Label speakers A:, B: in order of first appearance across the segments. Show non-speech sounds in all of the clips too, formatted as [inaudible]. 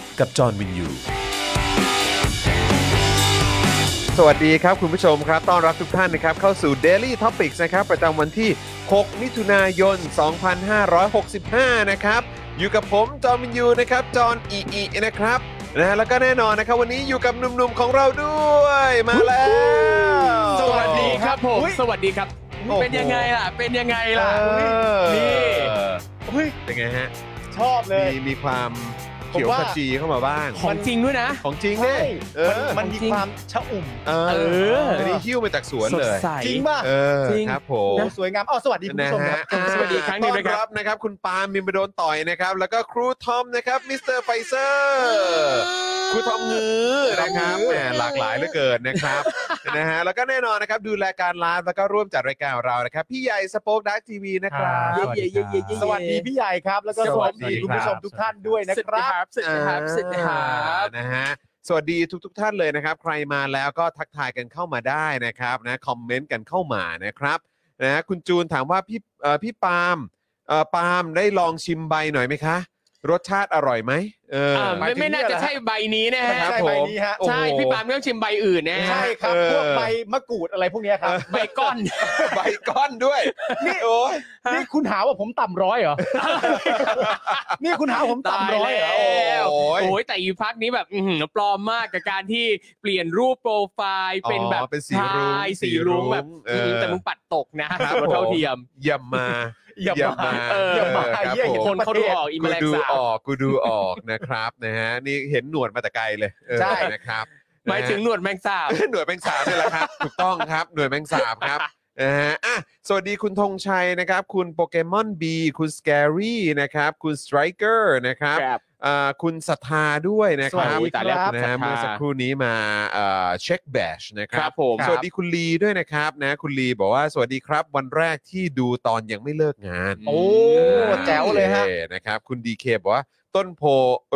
A: กับจอห์นวินยู
B: สวัสดีครับ คุณผู้ชมครับ ต้อนรับทุกท่านนะครับ เข้าสู่ Daily Topics นะครับ ประจำวันที่ 6 มิถุนายน 2565 นะครับ อยู่กับผม จอห์นวินยูนะครับ จอห์นอีอีนะครับนะฮะแล้วก็แน่นอนนะครับ วันนี้อยู่กับหนุ่มๆของเราด้วย มาแล้ว
C: สวัสดีครับผม
B: อุ๊ย
C: สวัสดีครับ
B: โอ้โห
C: เป็นยังไงล่ะ เป็นยังไงล่ะ
B: เออ
C: นี่
B: เฮ้ยเป็นไงฮะ
D: ชอบเลย
B: มีมีความเขียว
D: ผมว่า
B: ขจีเข้ามาบ้าง
C: ของจริงด้วยนะ
B: ของจริงเล
D: ใช่
B: ยเอ
D: มัน
B: อ
D: มันมีความชะอุ่ม
B: เอ
C: เอ
B: อ
C: อ
B: อันนี้หิ้วมาจากสวน
C: สด
B: เลย
C: ใส
D: จริงป่ะ
B: เออ
C: จริง
B: ครับผม
D: โอ้สวยงามอ๋อสวัสดีคุณ
B: นะ
D: ผู้ชมค
B: ฮะ
D: รับ
B: อ่า
C: สวัสดีอีกครั้งหนึ่งนะครับ
B: ต้อนะครับ คุณปาล์มมิมโดนต่อยนะครับ แล้วก็ครูทอมนะครับ มิสเตอร์ไฟเซอร์ ครูทอมงื้อนะครับแหมหลากหลายเหลือเกินนะครับ
C: [laughs]
B: นะฮะ แล้วก็แน่นอนนะครับ ดูแลการไลฟ์แล้วก็ร่วมจัดรายการของเรานะครับ พี่ใหญ่สป็อคดักทีวีนะครับ
C: เย่เย่เย่เย่เย่
D: สวัสดีพี่ใหญ่ครับ แล้วก็
B: ส
D: ส
B: วั
D: วั
B: ส
D: ส
B: ดีค
D: ดี
B: รับ
D: คุณผู้ชมทุกท่านด้วยนะ
C: สุด
D: ค
C: ครับ รับสุดครับสุดครับ
B: นะฮะ สวัสดีทุกทท่านเลยนะครับ ใครมาแล้วก็ทักทายกันเข้ามาได้นะครับนะคอมเมนต์กันเข้ามานะครับนะคุณจูนถามว่าพี่เอ่อพี่ปาล์มเอ่อปาล์มได้ลองชิมใบหน่อยไหมคะ รสชาติอร่อยไหมเออ
C: อ่า
D: หมาย
C: ไม่
D: ถึง
C: ไม่น่า
D: เนี่ย
C: จะ
D: เหรอฮะ
C: ใช่ใบนี้นะ
B: ค
C: ฮะ
B: รับผ
D: ใช่ใบ
B: ม
D: นี้ฮะ
B: โอ้โห
C: ใช่พี่ปาล์มไม่ต้องชิมใบอื่นนะฮะ
D: ใช่ครับ
B: เออ
D: พวกใบมะกรูดอะไรพวกเนี้ยครับ
C: ใบก้อน
B: ใบก้อนด้วยนี่โอ้ย
D: นี่คุณหาว่าผมต่ำร้อยเหรอ นี่คุณหาว่าผม
C: ตาย
D: ต่ำร้อยเหรอ
C: แล้ว
B: โอ้ย
C: โอ้ยแต่อีพักนี้แบบอื้อหือปลอมมากกับการที่เปลี่ยนรูปโปรไฟล์เป็นแบบ
B: อ๋อเป็นสีรุ้ง
C: ใช่สีรุ้งแบบ
B: เอ
C: อื้อ
B: อ
C: หือแต่มึงปัดตกนะครับ เท่าเทียม
B: ผมอย่ามา
D: อย่า
B: อย่า
D: มา
B: มา
C: [laughs] เออ
D: อย่ามา
B: ครับ
D: เยี่ย
B: ผม
D: อย่
C: ค
D: ทั้
C: น
D: ง
C: เขา
D: ประ
C: ดู
D: เทศ
C: ออกอีแม
B: กู
C: ลง
B: ดู
C: สา
B: อบ อกกูดูออกนะครับนะฮะนี่เห็นหนวดมาแต่ไกลเลยเออ
D: ใช่
B: นะครับ
C: หมายถึงหนวดแมงสาบ
B: นะฮะ [laughs] หน่วยแมงสาบนี่แหละครับ ถูกต้องครับหน่วยแมงสาบ [laughs] ครับนะฮะอ่ะสวัสดีคุณธงชัยนะครับ คุณโปเกมอนบีคุณสแกรี่นะครับคุณสไตรเกอร์นะครับอ่าคุณศรัทธาด้วยนะครั
D: ส
B: บ
D: วัสดีครับ
B: นะฮะเมื่อสักครู่นี้มาเอ่อเช็คแบชนะค
C: ค
B: รั
C: รับ บผม
B: สวัสดีคุณลีด้วยนะครับนะคุณลีบอกว่าสวัสดีครับ วันแรกที่ดูตอนยังไม่เลิกงาน
D: โอ้แจ๋วเลยฮะ
B: ออนะครับ คุณดีเคบอกว่าต้นโพ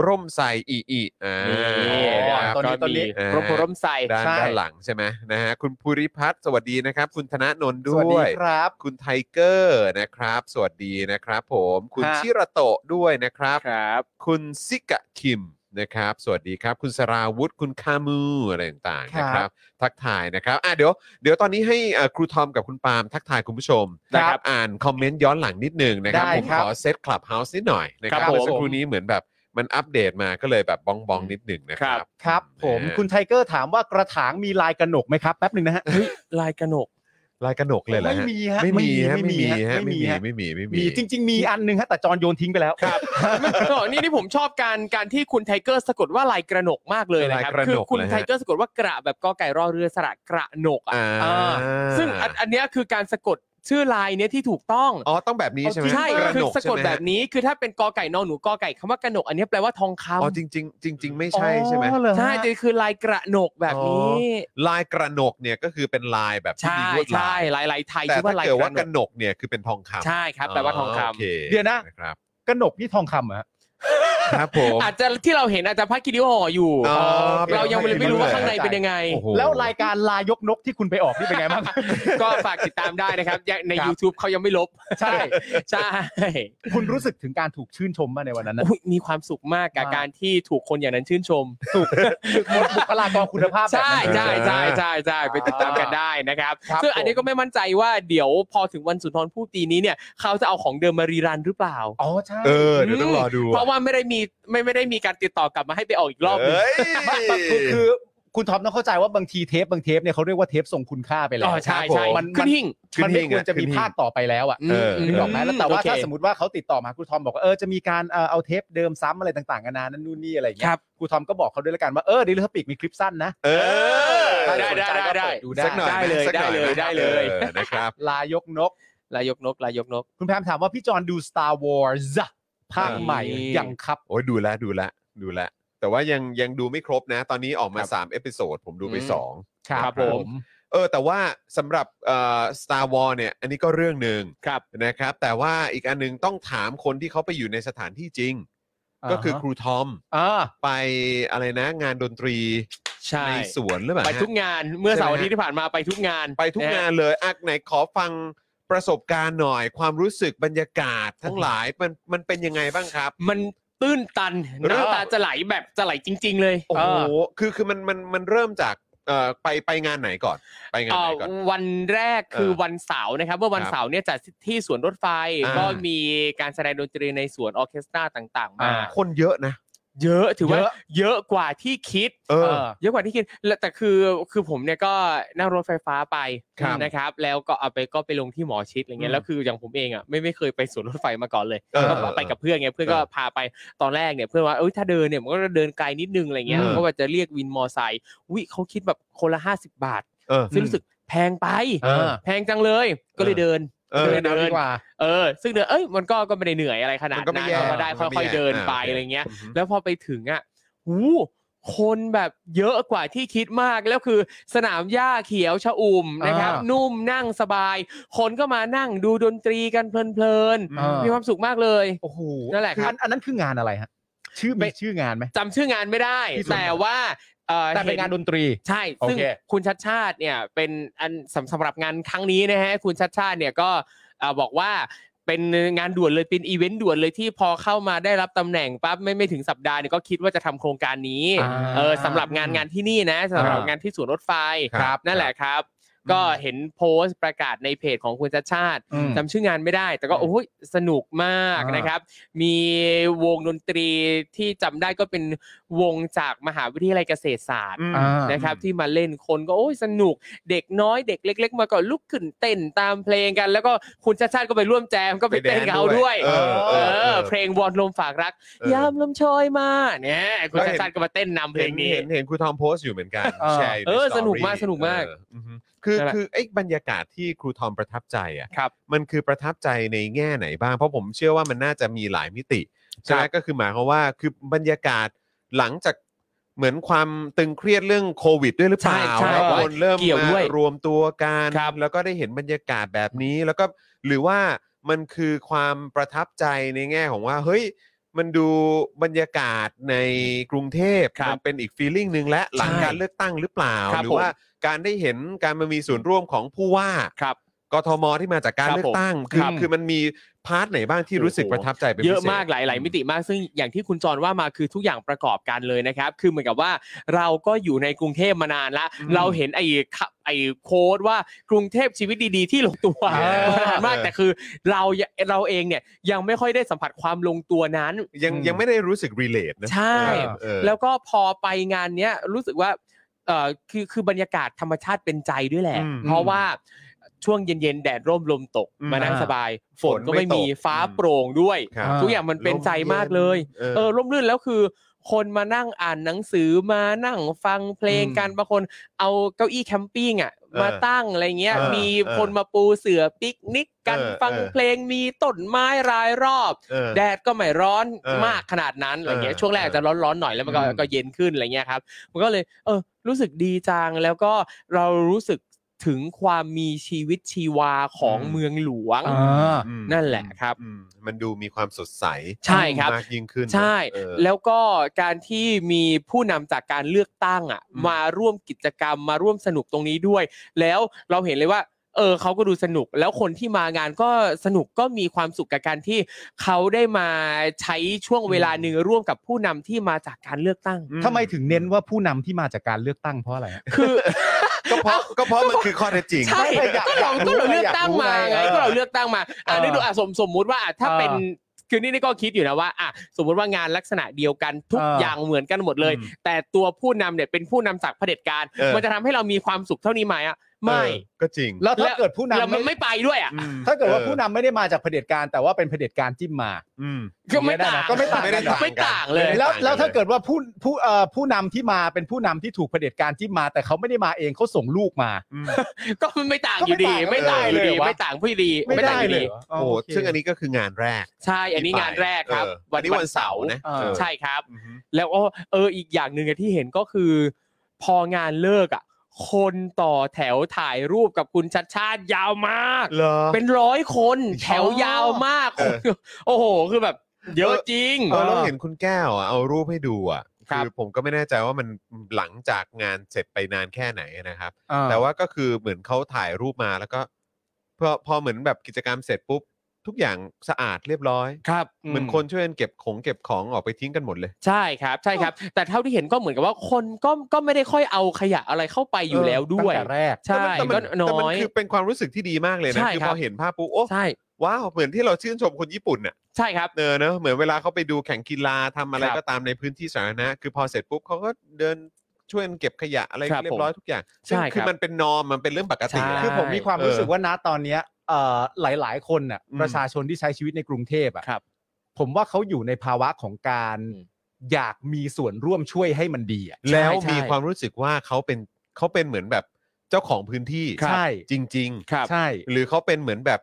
B: ร่มใสอีอีอ่า
C: นี่นะครับ
D: ตอนนี้
C: ก็
D: ตอนนี้
C: มีร่มโพร่มใส
B: ด้าน
D: ใช่
B: ด้านหลังใช่ไหมนะฮะคุณภูริพัฒน์สวัสดีนะครับ คุณธนาโนน
D: สวัส
B: ด้
D: ดี
B: วย
D: ครับ
B: คุณไทเกอร์นะครับ สวัสดีนะครับ ผมคุณ
D: ฮะ
B: ชิระโตะด้วยนะครับ
C: ครับ
B: คุณซิกะคิมนะครับ สวัสดีครับ คุณสราวุธคุณคามูอะไรต่างๆนะครับ ทักทายนะครับอ่ะเดี๋ยวเดี๋ยวตอนนี้ให้เอ่อครูทอมกับคุณปาล์มทักทายคุณผู้ชม
D: ครับ
B: นะครับอ่านคอมเมนต์ย้อนหลังนิดนึงนะครับ
D: ได้
B: ผม
D: ครับ
B: ขอเซตคลับเฮาส์นิดหน่อยนะครับ
C: ครับผม
B: เมื่อสักครู่นี้เหมือนแบบมันอัปเดตมาก็เลยแบบบ้องบ้องๆนิดหนึ่งนะครั
C: ครับ บ
D: ครับ ผม
B: นะฮะ
D: คุณไทเกอร์ถามว่ากระถางมีลายกระหนกไหมครับแป๊บหนึ่งนะฮะ
C: ลายกระหนก
B: ลายกระหนกเลยเหรอ
D: ไม่
B: ฮะ
D: มีฮะ
B: ไม่มีฮะ
D: ไม่
B: ไม่
D: มี
B: มี
D: ฮะ
B: ฮะไม่
D: ไม่มี
B: มี
D: ฮะ
B: ไม่มีไม่
D: มีจริง ๆ มีอันหนึงฮะแต่จอนโยนทิ้งไปแล้ว ครับ
C: [laughs] นี่ที่ผมชอบการการที่คุณไทเกอร์สะกดว่าลายกระหนกมากเลยนะ
B: ลาย
C: ครับ
B: กระ
C: คื
B: ห
C: อน
B: ก
C: คุณ
B: เลย
C: ไท
B: ฮะ
C: เกอร์สะกดว่ากระแบบกอไก่รอเรือสระกระหนกอ่ะ
B: อ่า
C: อ่าซึ่งอันอันเนี้ยคือการสะกดชื่อลายเนี้ยที่ถูกต้อง
B: อ๋อต้องแบบนี้ใช่ไหม
C: ใช่
B: กระ
C: คื
B: ห
C: อน
B: ก
C: สะกด
B: ใช่ไหม
C: แบบนี้คือถ้าเป็นกอไก่นอนหนูกอไก่คำว่ากระหนกอันเนี้ยแปลว่าทองคำ
B: อ๋อจริง ๆ จริง ๆ ไม่ใช่ใช่ไหม
C: ใช่แต่คือลายกระหนกแบบนี้
B: ลายกระหนกเนี่ยก็คือเป็นลายแบบที่
C: ใช่
B: มีลวดลา
C: ใช่
B: ย
C: ลายลายไทย
B: แต่
C: ชื่อ
B: ถ้า
C: ว่าลาย
B: เกิด
C: ก
B: ว่า
C: ระห
B: ก
C: น
B: ระ
C: ก
B: หนกเนี่ยคือเป็นทองคำ
C: ใช่ครับแปลว่าทองคำ
B: โเ
D: เดี๋ยวนะ
B: ครับ
D: กระหนกนี่ทองคำเหรอฮะ
B: ครับผม
C: อาจจะที่เราเห็นอาจจะพักกิริ้วห่ออยู่
B: อ๋อ
C: เรายัง
D: เป็น
C: ไม่รู้ว่า
D: เป็น
C: ข้างในเป็นยังไง
B: โอ้โห
D: แล้วรายการลายกนกที่คุณไปออกนี่เป็นไงบ้าง
C: ก็ฝากติดตามได้นะครับยังใน
D: ครับ
C: YouTube เขายังไม่ลบ [laughs]
D: ใช่
C: ใช่
D: คุณรู้สึกถึงการถูกชื่นชมมางในวันนั้นนะ
C: อุ๊ยมีความสุขมากกับ
D: มาก
C: การที่ถูกคนอย่างนั้นชื่นชม
D: คือบุคลากรคุณภาพแบบ
C: ใช่
D: นั้น
C: ใช่ใช่ใช่ใช่ไปติดตามกันได้นะครับ
D: ครับ
C: ซึ่งอันนี้
D: ผม
C: ก็ไม่มั่นใจว่าเดี๋ยวพอถึงวันสุนทรภู่ตีนี้เนี่ยเขาจะเอาของเดิมมารีรันหรือเปล่า
D: อ๋อใช่
B: เออเดี๋ยวต้องรอดู
C: เพราะว่าไม่ได้มี มีไม่ไม่ได้มีการติดต่อกลับมาให้ไปออกอีกรอบหนึง
B: เฮ้ย
D: คือคือคุณท็อปต้องเข้าใจว่าบางทีเทปบางเทปเนี่ยเขาเรียกว่าเทปส่งคุณค่าไปแล้
C: อ๋
D: ว
C: อ
D: ครั
C: ใช่
D: บผ
C: ใช่
D: มัน
C: ขึ้
D: มัน
C: นหิ่ง
B: ขึ้น
D: มันไม่
B: หิ้ง
D: คว
B: อะ
D: รจะมี
B: ขึ้นหิ้ง
D: ภาคต่อไปแล้วอ่ะ
B: เออ
C: ม
D: นึกออกไหมแล้วแต่ว่า
C: โอเค
D: ถ้าสมมติว่าเขาติดต่อมาครูทอมบอกว่าเออจะมีการเอ่อเอาเทปเดิมซ้ำอะไรต่างๆกันานานั่นนู่นนี่อะไรอย่าง
C: ค
D: เงี้ย
C: รับ
D: ครูทอมก็บอกเขาด้วยละกันว่าเออดิลทอปิกมีคลิปสั้นนะ
B: เออ
C: ได้ได้ได้ได้ได้
D: ดูได้
B: สักหน่อย
C: ได้เลย
B: สักหน่อ
C: ได้เลย
B: นะ
C: ได้เลย
B: ออนะครับ
D: ลายกนก
C: ลายกนกลายกนก
D: คุณแพมถามว่าพี่จอนดู Star Wars อะภาค
B: เออ
D: ใหม่หรือยังครับ
B: โอ้ยดูแลดูแลดูแลแต่ว่ายังยังดูไม่ครบนะ ตอนนี้ออกมา
D: ครับ
B: 3เอพิโซดผมดูไป
C: อืม
B: สอง
C: ครับผม
B: เออแต่ว่าสำหรับเอ่อ Star War เนี่ยอันนี้ก็เรื่องหนึ่ง
C: ครับ
B: นะครับ แต่ว่าอีกอันหนึงต้องถามคนที่เขาไปอยู่ในสถานที่จริง
D: าฮะ
B: ก็คือครูทอม
D: อ่า
B: ไปอะไรนะงานดนตรี
C: ใช่
B: ในสวนหรือเปล่า
C: ไป
B: ฮะ
C: ทุกงานเมื่อเสาร์
B: ใช่ไหม
C: อาทิตย์ที่ผ่านมาไปทุกงาน
B: ไปทุกงานเลยอักไหนขอฟังประสบการณ์หน่อย ความรู้สึกบรรยากาศทั้งหลายมันมันเป็นยังไงบ้างครับ
C: มันตื้นตัน
B: เริ่ม
C: น้ำตาจะไหลแบบจะไหลจริง ๆ เลย
B: โอ้
C: เอ
B: โห
C: อ
B: คือคือมันมันมันเริ่มจากเอ่อไปไปงานไหนก่อน ไปงานไหนก่อน
C: เอ่อวันแรกคือ
B: เออ
C: วันเสาร์นะครับเมื่อวัน
B: ครับ
C: เสาร์เนี่ยจัดที่สวนรถไฟ
B: อ่า
C: ก็มีการแสดงดนตรีในสวนออร์เคสตราต่าง ๆ มา
B: คนเยอะนะ
C: เยอะถือว่า
D: เยอะ
C: เยอะกว่าที่คิด
B: เอ
D: เอ
B: อ
D: อ
C: เยอะกว่าที่คิดแล้วแต่คือคือผมเนี่ยก็นั่งรถไฟฟ้าไป
B: ครับ
C: นะครับ แล้วก็เอาไปก็ไปลงที่หมอชิดอะไรเงี้ยแล้วคืออย่างผมเองอ่ะไม่ไม่เคยไปสวนรถไฟมาก่อนเลย
B: เออ
C: ก็ไปกับเพื่อนไงเพื่อนก็
B: เออ
C: พาไปตอนแรกเนี่ยเพื่อนว่าเอ้ยถ้าเดินเนี่ยมันก็จะเดินไกลนิดนึงอะไรเงี้ย
B: เออ
C: ก็ว่าจะเรียกวินมอไซค์วิเขาคิดแบบคนละห้าสิบบาท
B: เออ
C: ซึ่งรู้สึกแพงไป
B: เออ
C: แพงจังเลยก็เลยเดิน
B: เออ
C: เดิ
D: เดิ
C: น
D: น
C: เดิน
D: ดีกว่า
C: เออ ซึ่งเดินเอ้ยมันก็ก็ไม่ได้เหนื่อยอะไรขนาด
B: มันก็ไม่
C: นั้น
B: แย่
C: เราก็ได้
B: มันก็ไม่
C: ค่อย
B: แย่
C: ๆเดินไป
B: อ่าโอเค
C: อะไรเงี้ย
B: อือฮึ
C: แล้วพอไปถึงอ่ะหูคนแบบเยอะกว่าที่คิดมากแล้วคือสนามหญ้าเขียวชอุ่มนะครับ
D: อ่านุ่
C: นุ่มนั่งสบาย คนก็มานั่งดูดนตรีกันเพลิน
B: เออ
C: ๆมีความสุขมากเลย
D: โอ้โห
C: นั่นแหละครับ
D: อัอันนั้นคืองานอะไรฮะชื่อ
C: ไม่
D: มีชื่องานไหม
C: จำชื่องานไม่ได้
D: ที่สุด
C: แต่ว่าเอ่อ
D: แต่เป็น
C: ห็
D: งานดนตรี
C: ใช่
D: โอเค
C: ซึ่งคุณชัดชาติเนี่ยเป็นอันสำสำหรับงานครั้งนี้นะฮะ คุณชัดชาติเนี่ยก็เอ่อบอกว่าเป็นงานด่วนเลยเป็นอีเวนต์ด่วนเลยที่พอเข้ามาได้รับตำแหน่งปั๊บไม่ไม่ถึงสัปดาห์เนี่ยก็คิดว่าจะทำโครงการนี้
D: อ่า
C: เออสำหรับงานงานที่นี่นะสำหรับ
D: อ่าง
C: งานที่สวนรถไฟ
B: ครับ
C: นั่นแหละครับ
D: ม
C: ก็เห็นโพสต์ประกาศในเพจของคุณชัดชาติ
D: อืม
C: จำชื่องานไม่ได้ แต่ก็
D: อืม
C: โอ้ยสนุกมาก
D: อ่าน
C: นะครับ มีวงดนตรีที่จำได้ก็เป็นวงจากมหาวิทยาลัยเกษตรศาสตร์
D: อ่า
C: นะครับที่มาเล่นคนก็โอ้ยสนุก เด็กน้อยเด็กเล็ก ๆ มาก็ลุกขึ้นเต้นตามเพลงกัน แล้วก็คุณชาติชาติก็ไปร่วมแจมก็ไปเต้นกับเขาด้วย
B: เออเอ
C: เอ
B: อเอ
C: อ
B: อ
C: เพลงวอนลมฝากรัก
B: เออย
C: ามลมโชยมาเนี่ยคุณ
B: เราเห็น
C: ชาติชาติก็มาเต้นนำเพล
B: เห็
C: ง
B: น
C: นี้
B: เห็นเห็นครูทอมโพสต์อยู่เหมือนกัน
D: เออ
B: แชร์ยู่ใน
C: เออ
B: story
C: สนุกมากสนุกมาก
B: เอออือฮึคือ
C: นั่นแหละ
B: คือไอ้บรรยากาศที่ครูทอมประทับใจอ่ะ
C: ครับ
B: มันคือประทับใจในแง่ไหนบ้าง เพราะผมเชื่อว่ามันน่าจะมีหลายมิติใช่ไหมก็คือหมายความว่าคือบรรยากาศหลังจากเหมือนความตึงเครียดเรื่องโควิดด้วยหรือเปล่า
C: ใช่ใช่
B: แล้ว
C: ใช่
B: คนเริ่ม
C: เกี่ยวด้วย
B: มารวมตัวกัน
C: ครับ
B: แล้วก็ได้เห็นบรรยากาศแบบนี้แล้วก็หรือว่ามันคือความประทับใจในแง่ของว่าเฮ้ย มันดูบรรยากาศในกรุงเทพ
C: ครับ
B: มันเป็นอีกฟีลลิ่งหนึ่งและหลังการเลือกตั้งหรือเปล่า
C: ครับ
B: หรือว่าการได้เห็นการมามีส่วนร่วมของผู้ว่า
C: ครับ
B: กทมที่มาจากการ
C: ครับ
B: เลือกตั้ง คือ
C: ครับ
B: คือมันมีพาร์ทไหนบ้างที่รู้สึก
C: โอ้โห
B: ประทับใจเป็น
C: เยอะ
B: พิศษ
C: มากหลายหลายมิติมากซึ่งอย่างที่คุณจรว่ามาคือทุกอย่างประกอบกันเลยนะครับ คือเหมือนกับว่าเราก็อยู่ในกรุงเทพมานานละ
B: อืม
C: เราเห็นไอ้คไอ้โค้ดว่ากรุงเทพชีวิตดีๆ ที่ลง
B: [laughs]
C: ตัว
B: เออ
C: มานานมากแต่คือเราเราเองเนี่ยยังไม่ค่อยได้สัมผัสความลงตัวนั้น
B: ยัง
D: อืม
B: ยังไม่ได้รู้สึกรีเลทนะ
C: ใช่
B: เออ
C: แล้วก็พอไปงานเนี้ยรู้สึกว่าเออคือคือบรรยากาศธรรมชาติเป็นใจด้วยแหละ
B: อืม
C: เพราะว่าช่วงเย็นๆ แดดร่มลมตก
B: อืม
C: มานั่งสบาย ฝนก็
B: ฝนไม่
C: ไม่มี
B: ตก
C: ฟ้า
B: อืม
C: โปร่งด้วย
B: ครับ
C: ทุกอย่างมันเป็นใจมากเลย
B: เออ
C: เออร่มรื่นแล้วคือ คนมานั่งอ่านหนังสือมานั่งฟังเพลงกันบางคนเอาเก้าอี้แคมปิ้งอ่ะ
B: เออ
C: มาตั้งอะไรเงี้ย
B: เออ
C: มี
B: เออ
C: คนมาปูเสือปิกนิกกัน
B: เออ
C: ฟัง
B: เออ
C: เพลงมีต้นไม้รายรอบ
B: เออ
C: แดดก็ไม่ร้อน
B: เออ
C: มากขนาดนั้นอะไรเงี้ย
B: เออ
C: ช่วงแรกอาจจะร้อนๆหน่อยแล้วมันก็
B: อืม
C: ก็เย็นขึ้นอะไรเงี้ยครับมันก็เลยเออรู้สึกดีจังแล้วก็เรารู้สึกถึงความมีชีวิตชีวาของ
B: อืม
C: เมืองหลวง
D: อ่า
B: อืม
C: นั่นแหละครับ
B: อืมมันดูมีความสดใส
C: ใช่ครับ
B: มากยิ่งขึ้นนะ
C: ใช่
B: เออ
C: แล้วก็การที่มีผู้นำจากการเลือกตั้งอ่ะ
B: อืม
C: มาร่วมกิจกรรมมาร่วมสนุกตรงนี้ด้วย แล้วเราเห็นเลยว่า เออเขาก็ดูสนุก แล้วคนที่มางานก็สนุกก็มีความสุขกับการที่เขาได้มาใช้ช่วงเวลาหนึ่งร่วมกับผู้นำที่มาจากการเลือกตั้ง
B: อื
D: ทำไมถึงเน้นว่าผู้นำที่มาจากการเลือกตั้งเพราะอะไรฮะ
C: คือ
B: ก็เพราะก็เพราะมันคือข้อเท็จจริง
C: ใช่
D: ไม่อยาก
C: ก็เรา
D: อยากรู้
C: ก็เราเลือกตั้งมาไง
D: อยากรู้ไงเออ
C: ก็เราเลือกตั้งมาอ่ะ
D: เออ
C: นึกดูอ่ะสมสมมุติว่าอ่ะถ้า
D: เออ
C: เป็น คือนี่นี่ก็คิดอยู่นะว่าอ่ะสมมติว่างานลักษณะเดียวกันทุก
D: เออ
C: อ
D: อ
C: ย่างเหมือนกันหมดเลย
B: อืม
C: แต่ตัวผู้นำเนี่ยเป็นผู้นำจากเผด็จการ
B: เออ
C: มันจะทำให้เรามีความสุขเท่านี้ไหมอ่ะไม่
B: เออก็จริง
D: แล้วถ้า
C: แล้ว
D: เกิดผู้
C: แล้ว
D: นำ
C: มัน
D: ไม่
C: ไม่ไปด้วยอ่ะ
B: อืม
D: ถ้าเกิดว่า
B: ออ
D: ผู้นำไม่ได้มาจากเผด็จการแต่ว่าเป็นเผด็จการจิ้มมา
B: อืม
C: ก็ไม่ต่าง
D: ก็ไม่ต่างกัน
C: ไม่ต่างเลย
B: ไม่
D: แล้ว
B: ต่างกัน
D: แล้วถ้า
B: เลย
D: เกิดว่าผู้ผู้เอ่อผู้นำที่มาเป็นผู้นำที่ถูกเผด็จการจิ้มมา แต่เขาไม่ได้มาเองเขาส่งลูกมา
B: อืม
C: ก็ไม่ต่างอยู่ดี
D: ก็ไม่
C: ไม่
D: ต่า
C: ต่าง ง
D: กัน
C: อยู่ดี
D: เลยวะ
C: ไม่ต่างผู้ดี
D: ไม่
C: ต่า
D: ได้
C: งอยู่
D: เลย
C: ดี
D: เหรอ
B: โอ้โหซึ่งอันนี้ก็คืองานแรก
C: ใช่ อันนี้งานแรกครับ
B: เอออันนี้วันเสาร์นะเออ
C: ใช่ครับ
B: อือฮึ
C: แล้วก็เอออีกอย่างหนึ่งอะที่เห็นก็คือ พองานเลิกอ่ะ คนต่อแถวถ่ายรูปกับคุณชัดชาติยาวมาก
B: เหรอ
C: เป็นร้อยคนแถวยาวมาก
B: เออ
C: โอ้โห คือแบบ เยอะจริง
B: เออเราเห็นคุณแก้วอ่ะเอารูปให้ดูอ่ะ
C: ครับ
B: คือผมก็ไม่แน่ใจว่ามันหลังจากงานเสร็จไปนานแค่ไหนนะครับ
D: เออ
B: แต่ว่าก็คือเหมือนเขาถ่ายรูปมาแล้วก็พอพอเหมือนแบบกิจกรรมเสร็จปุ๊บ ทุกอย่างสะอาดเรียบร้อย
C: ครับ
B: เหมือนคนช่วยกันเก็บของเก็บของออกไปทิ้งกันหมดเลย
C: ใช่ครับใช่ครับ แต่เท่าที่เห็นก็เหมือนกับว่าคนก็ก็ไม่ได้ค่อยเอาขยะอะไรเข้าไปอยู่แล้วด้วย
D: ตั้งแต่แรก
C: ใช่
B: แต่มั
C: ก็
B: น
C: น้
B: แต่มั
C: อย
B: คือเป็นความรู้สึกที่ดีมากเลยนะ
C: ใช่
B: คือ
C: ครั
B: พ
C: บ
B: อเห็นภาพปุ๊บโอ้
C: ใช่
B: ว้าวเหมือนที่เราชื่นชมคนญี่ปุ่นน่ะ
C: ใช่ครับ
B: เนอะเนอะเหมือนเวลาเขาไปดูแข่งกีฬาทำอะไร
C: ครับ
B: ก็ตามในพื้นที่สาธารณะคือพอเสร็จปุ๊บเขาก็เดินช่วยกันเก็บขยะอะไร
C: ครับ
B: เรียบร้อยทุกอย่างซึ่ง
C: ใช่ครับ
B: คือมันเป็นนอมมันเป็นเรื่องปกติ
C: ใช่
B: แหละ
D: คือผมมีความรู้สึก
B: เออ
D: ว่าณตอนเนี้ยเอ่อหลาย ๆ คนน่ะ
B: อืม
D: ประชาชนที่ใช้ชีวิตในกรุงเทพอ่ะ
C: ครับ
D: ผมว่าเขาอยู่ในภาวะของการ
C: อืม
D: อยากมีส่วนร่วมช่วยให้มันดีอ่ะ
B: แล้ว
C: ใช่
B: มีความรู้สึกว่าเขาเป็นเขาเป็นเหมือนแบบเจ้าของพื้นที่
D: ครับใช่
B: จริง ๆ
C: ครับ
D: ใช่
B: หรือเขาเป็นเหมือนแบบ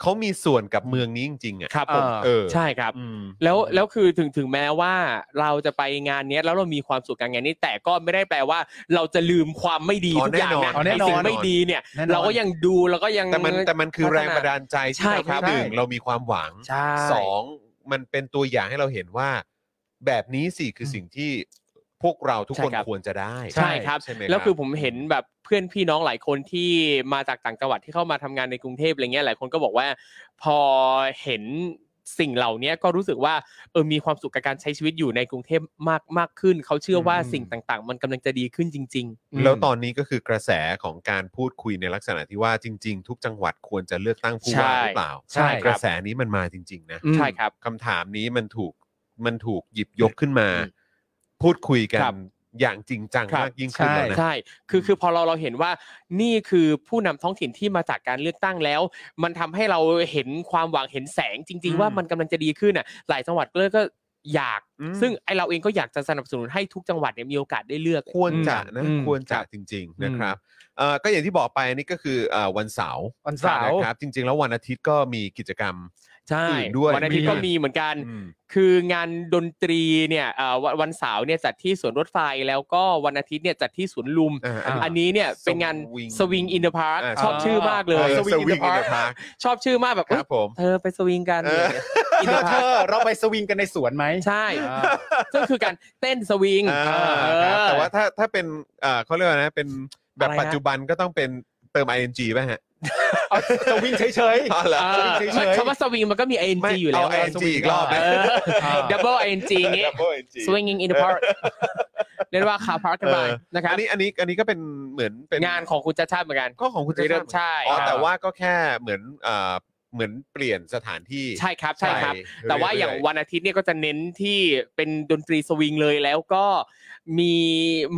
B: เขามีส่วนกับเมืองนี้จริงๆอ่ะ
C: ครับผ
D: เอ
C: ม
D: อ
B: เออ
C: ใช่ครับ
B: อืม
C: แล้วแล้วคือถึงถึงแม้ว่าเราจะไปงานเนี้ยแล้วเรามีความสุขกับงานนี้แต่ก็ไม่ได้แปลว่า เราจะลืมความไม่ดี
B: อ๋อ
C: ทุกอย่างนะ
B: แน่นอน
C: ไอ้
B: แน่นอ
C: สิ่ง
B: น
C: ไม่ดีเนี่ย
D: แน่นอน
C: เราก็ยังดูเราก็ยัง
B: แต่มันแต่มันคือ
C: พัฒนา
B: แรงบันดาลใจที่
C: ใช่
B: ทำ
C: ครั
B: ให้
C: บ
B: หนึ่ง
D: ใช่
B: เรามีความหวัง
C: ใช่
B: สองมันเป็นตัวอย่างให้เราเห็นว่า แบบนี้สิคือสิ่งที่พวกเราทุกคนควรจะได้
C: ใช่ครับ
B: ใช่ไหม
C: แล้วคือผมเห็นแบบเพื่อนพี่น้องหลายคนที่มาจากต่างจังหวัดที่เข้ามาทำงานในกรุงเทพอะไรเงี้ยหลายคนก็บอกว่า พอเห็นสิ่งเหล่านี้ก็รู้สึกว่าเออมีความสุขกับการใช้ชีวิตอยู่ในกรุงเทพมากมากขึ้น เขาเชื่อว่า
D: อืม
C: สิ่งต่างๆ มันกำลังจะดีขึ้นจริง
B: แล้วตอนนี้ก็คือกระแสของการพูดคุยในลักษณะที่ว่าจริง ๆ ทุกจังหวัดควรจะเลือกตั้งผู้ว่า
C: ใช่
B: หรือเปล่า
D: ใช่
B: ก
D: ค
B: ระ
D: รับ
B: แสนี้มันมาจริง ๆ นะ
D: อืม
C: ๆ ใช่ครับ
B: คำถามนี้มันถูกมันถูกหยิบยกขึ้นมา
C: อืม
B: พูดคุยกัน
C: ครับ
B: อย่างจริงจัง
C: ครับ
B: มากยิ่งขึ้นแล้วนะ
C: ใช่ คือคือพอเราเราเห็นว่านี่คือผู้นำท้องถิ่นที่มาจากการเลือกตั้งแล้ว มันทำให้เราเห็นความหวังเห็นแสงจริง
B: อืม
C: ๆ ว่ามันกำลังจะดีขึ้นอ่ะ หลายจังหวัดก็เลยก็อยาก
B: อืม
C: ซึ่งไอเราเองก็อยากจะสนับสนุนให้ทุกจังหวัดเนี่ยมีโอกาสได้เลือก
B: ควรจะนะ
D: อืม
B: ควรจะจริง ๆ นะครับเอ่อก็อย่างที่บอกไปนี่ก็คือเอ่อวันเสาร์
D: วันเสาร์
B: นะครับจริง ๆ แล้ววันอาทิตย์ก็มีกิจกรรม
C: ใช่
B: อื่นด้วย
C: วันอาทิตย์ก็มีเหมือนกัน
B: อืม
C: คืองานดนตรีเนี่ยเอ่อวันวันเสาร์เนี่ยจัดที่สวนรถไฟแล้วก็วันอาทิตย์เนี่ยจัดที่สวนลุม
B: อ่าอันนี้
C: อันนี้เนี่ยเป็นงาน
B: Swing
C: Swing in the Park
B: อ่า
C: ชอบชื่อมากเลย
B: ส
D: Swing
B: วิงอิ
D: in the
B: น
D: Park
B: เดอะพาร์ค
C: ชอบชื่อมากแบบ
B: ครับผม
C: เธอไปสวิงกัน
B: เออ
C: อิน
D: เธอ
C: เดอะ
D: เธ
C: พาร์ค
D: อเราไปสวิงกันในสวนไหม
C: ใช่ก็คือการเต้นสวิง
B: อ่า
C: เออ
B: ครับแต่ว่าถ้าถ้าเป็นเอ่อเขาเรียกว่านะเป็นแบบ
C: อะไรฮะ
B: ปัจจุบันก็ต้องเป็นเติม ing ป่ะฮะ
D: เอาสวิงเฉย
B: อ๋อเหรอ
C: เออ
D: สวิงเฉยๆ
C: คำว่าสวิงมันก็มี ing
B: ไม่
C: อยู่แล้ว
B: เา ing อีกรอบ
C: เอ
B: นะ
C: อ
D: ๆอ่า
C: double ing อย่างงี้
B: Double ing
C: swinging in the park เรียกว่าคาพาร์คกันไป
B: เออ
C: นะครับ
B: อันนี้อันนี้อันนี้ก็เป็นเหมือนเป็น
C: งานของคุณชาติชาติเหมือนกัน
B: ก็ของคุณจะ
C: เริ่มใช่
B: อ๋อ
C: ครับ
B: แต่ว่าก็แค่เหมือนเอ่อเหมือนเปลี่ยนสถานที่
C: ใช่ครับใช่ครับ
B: ไป
C: แต่ว่า
B: เรื่ๆ
C: อย่างวันอาทิตย์เนี่ยก็จะเน้นที่เป็นดนตรีสวิงเลยแล้วก็มี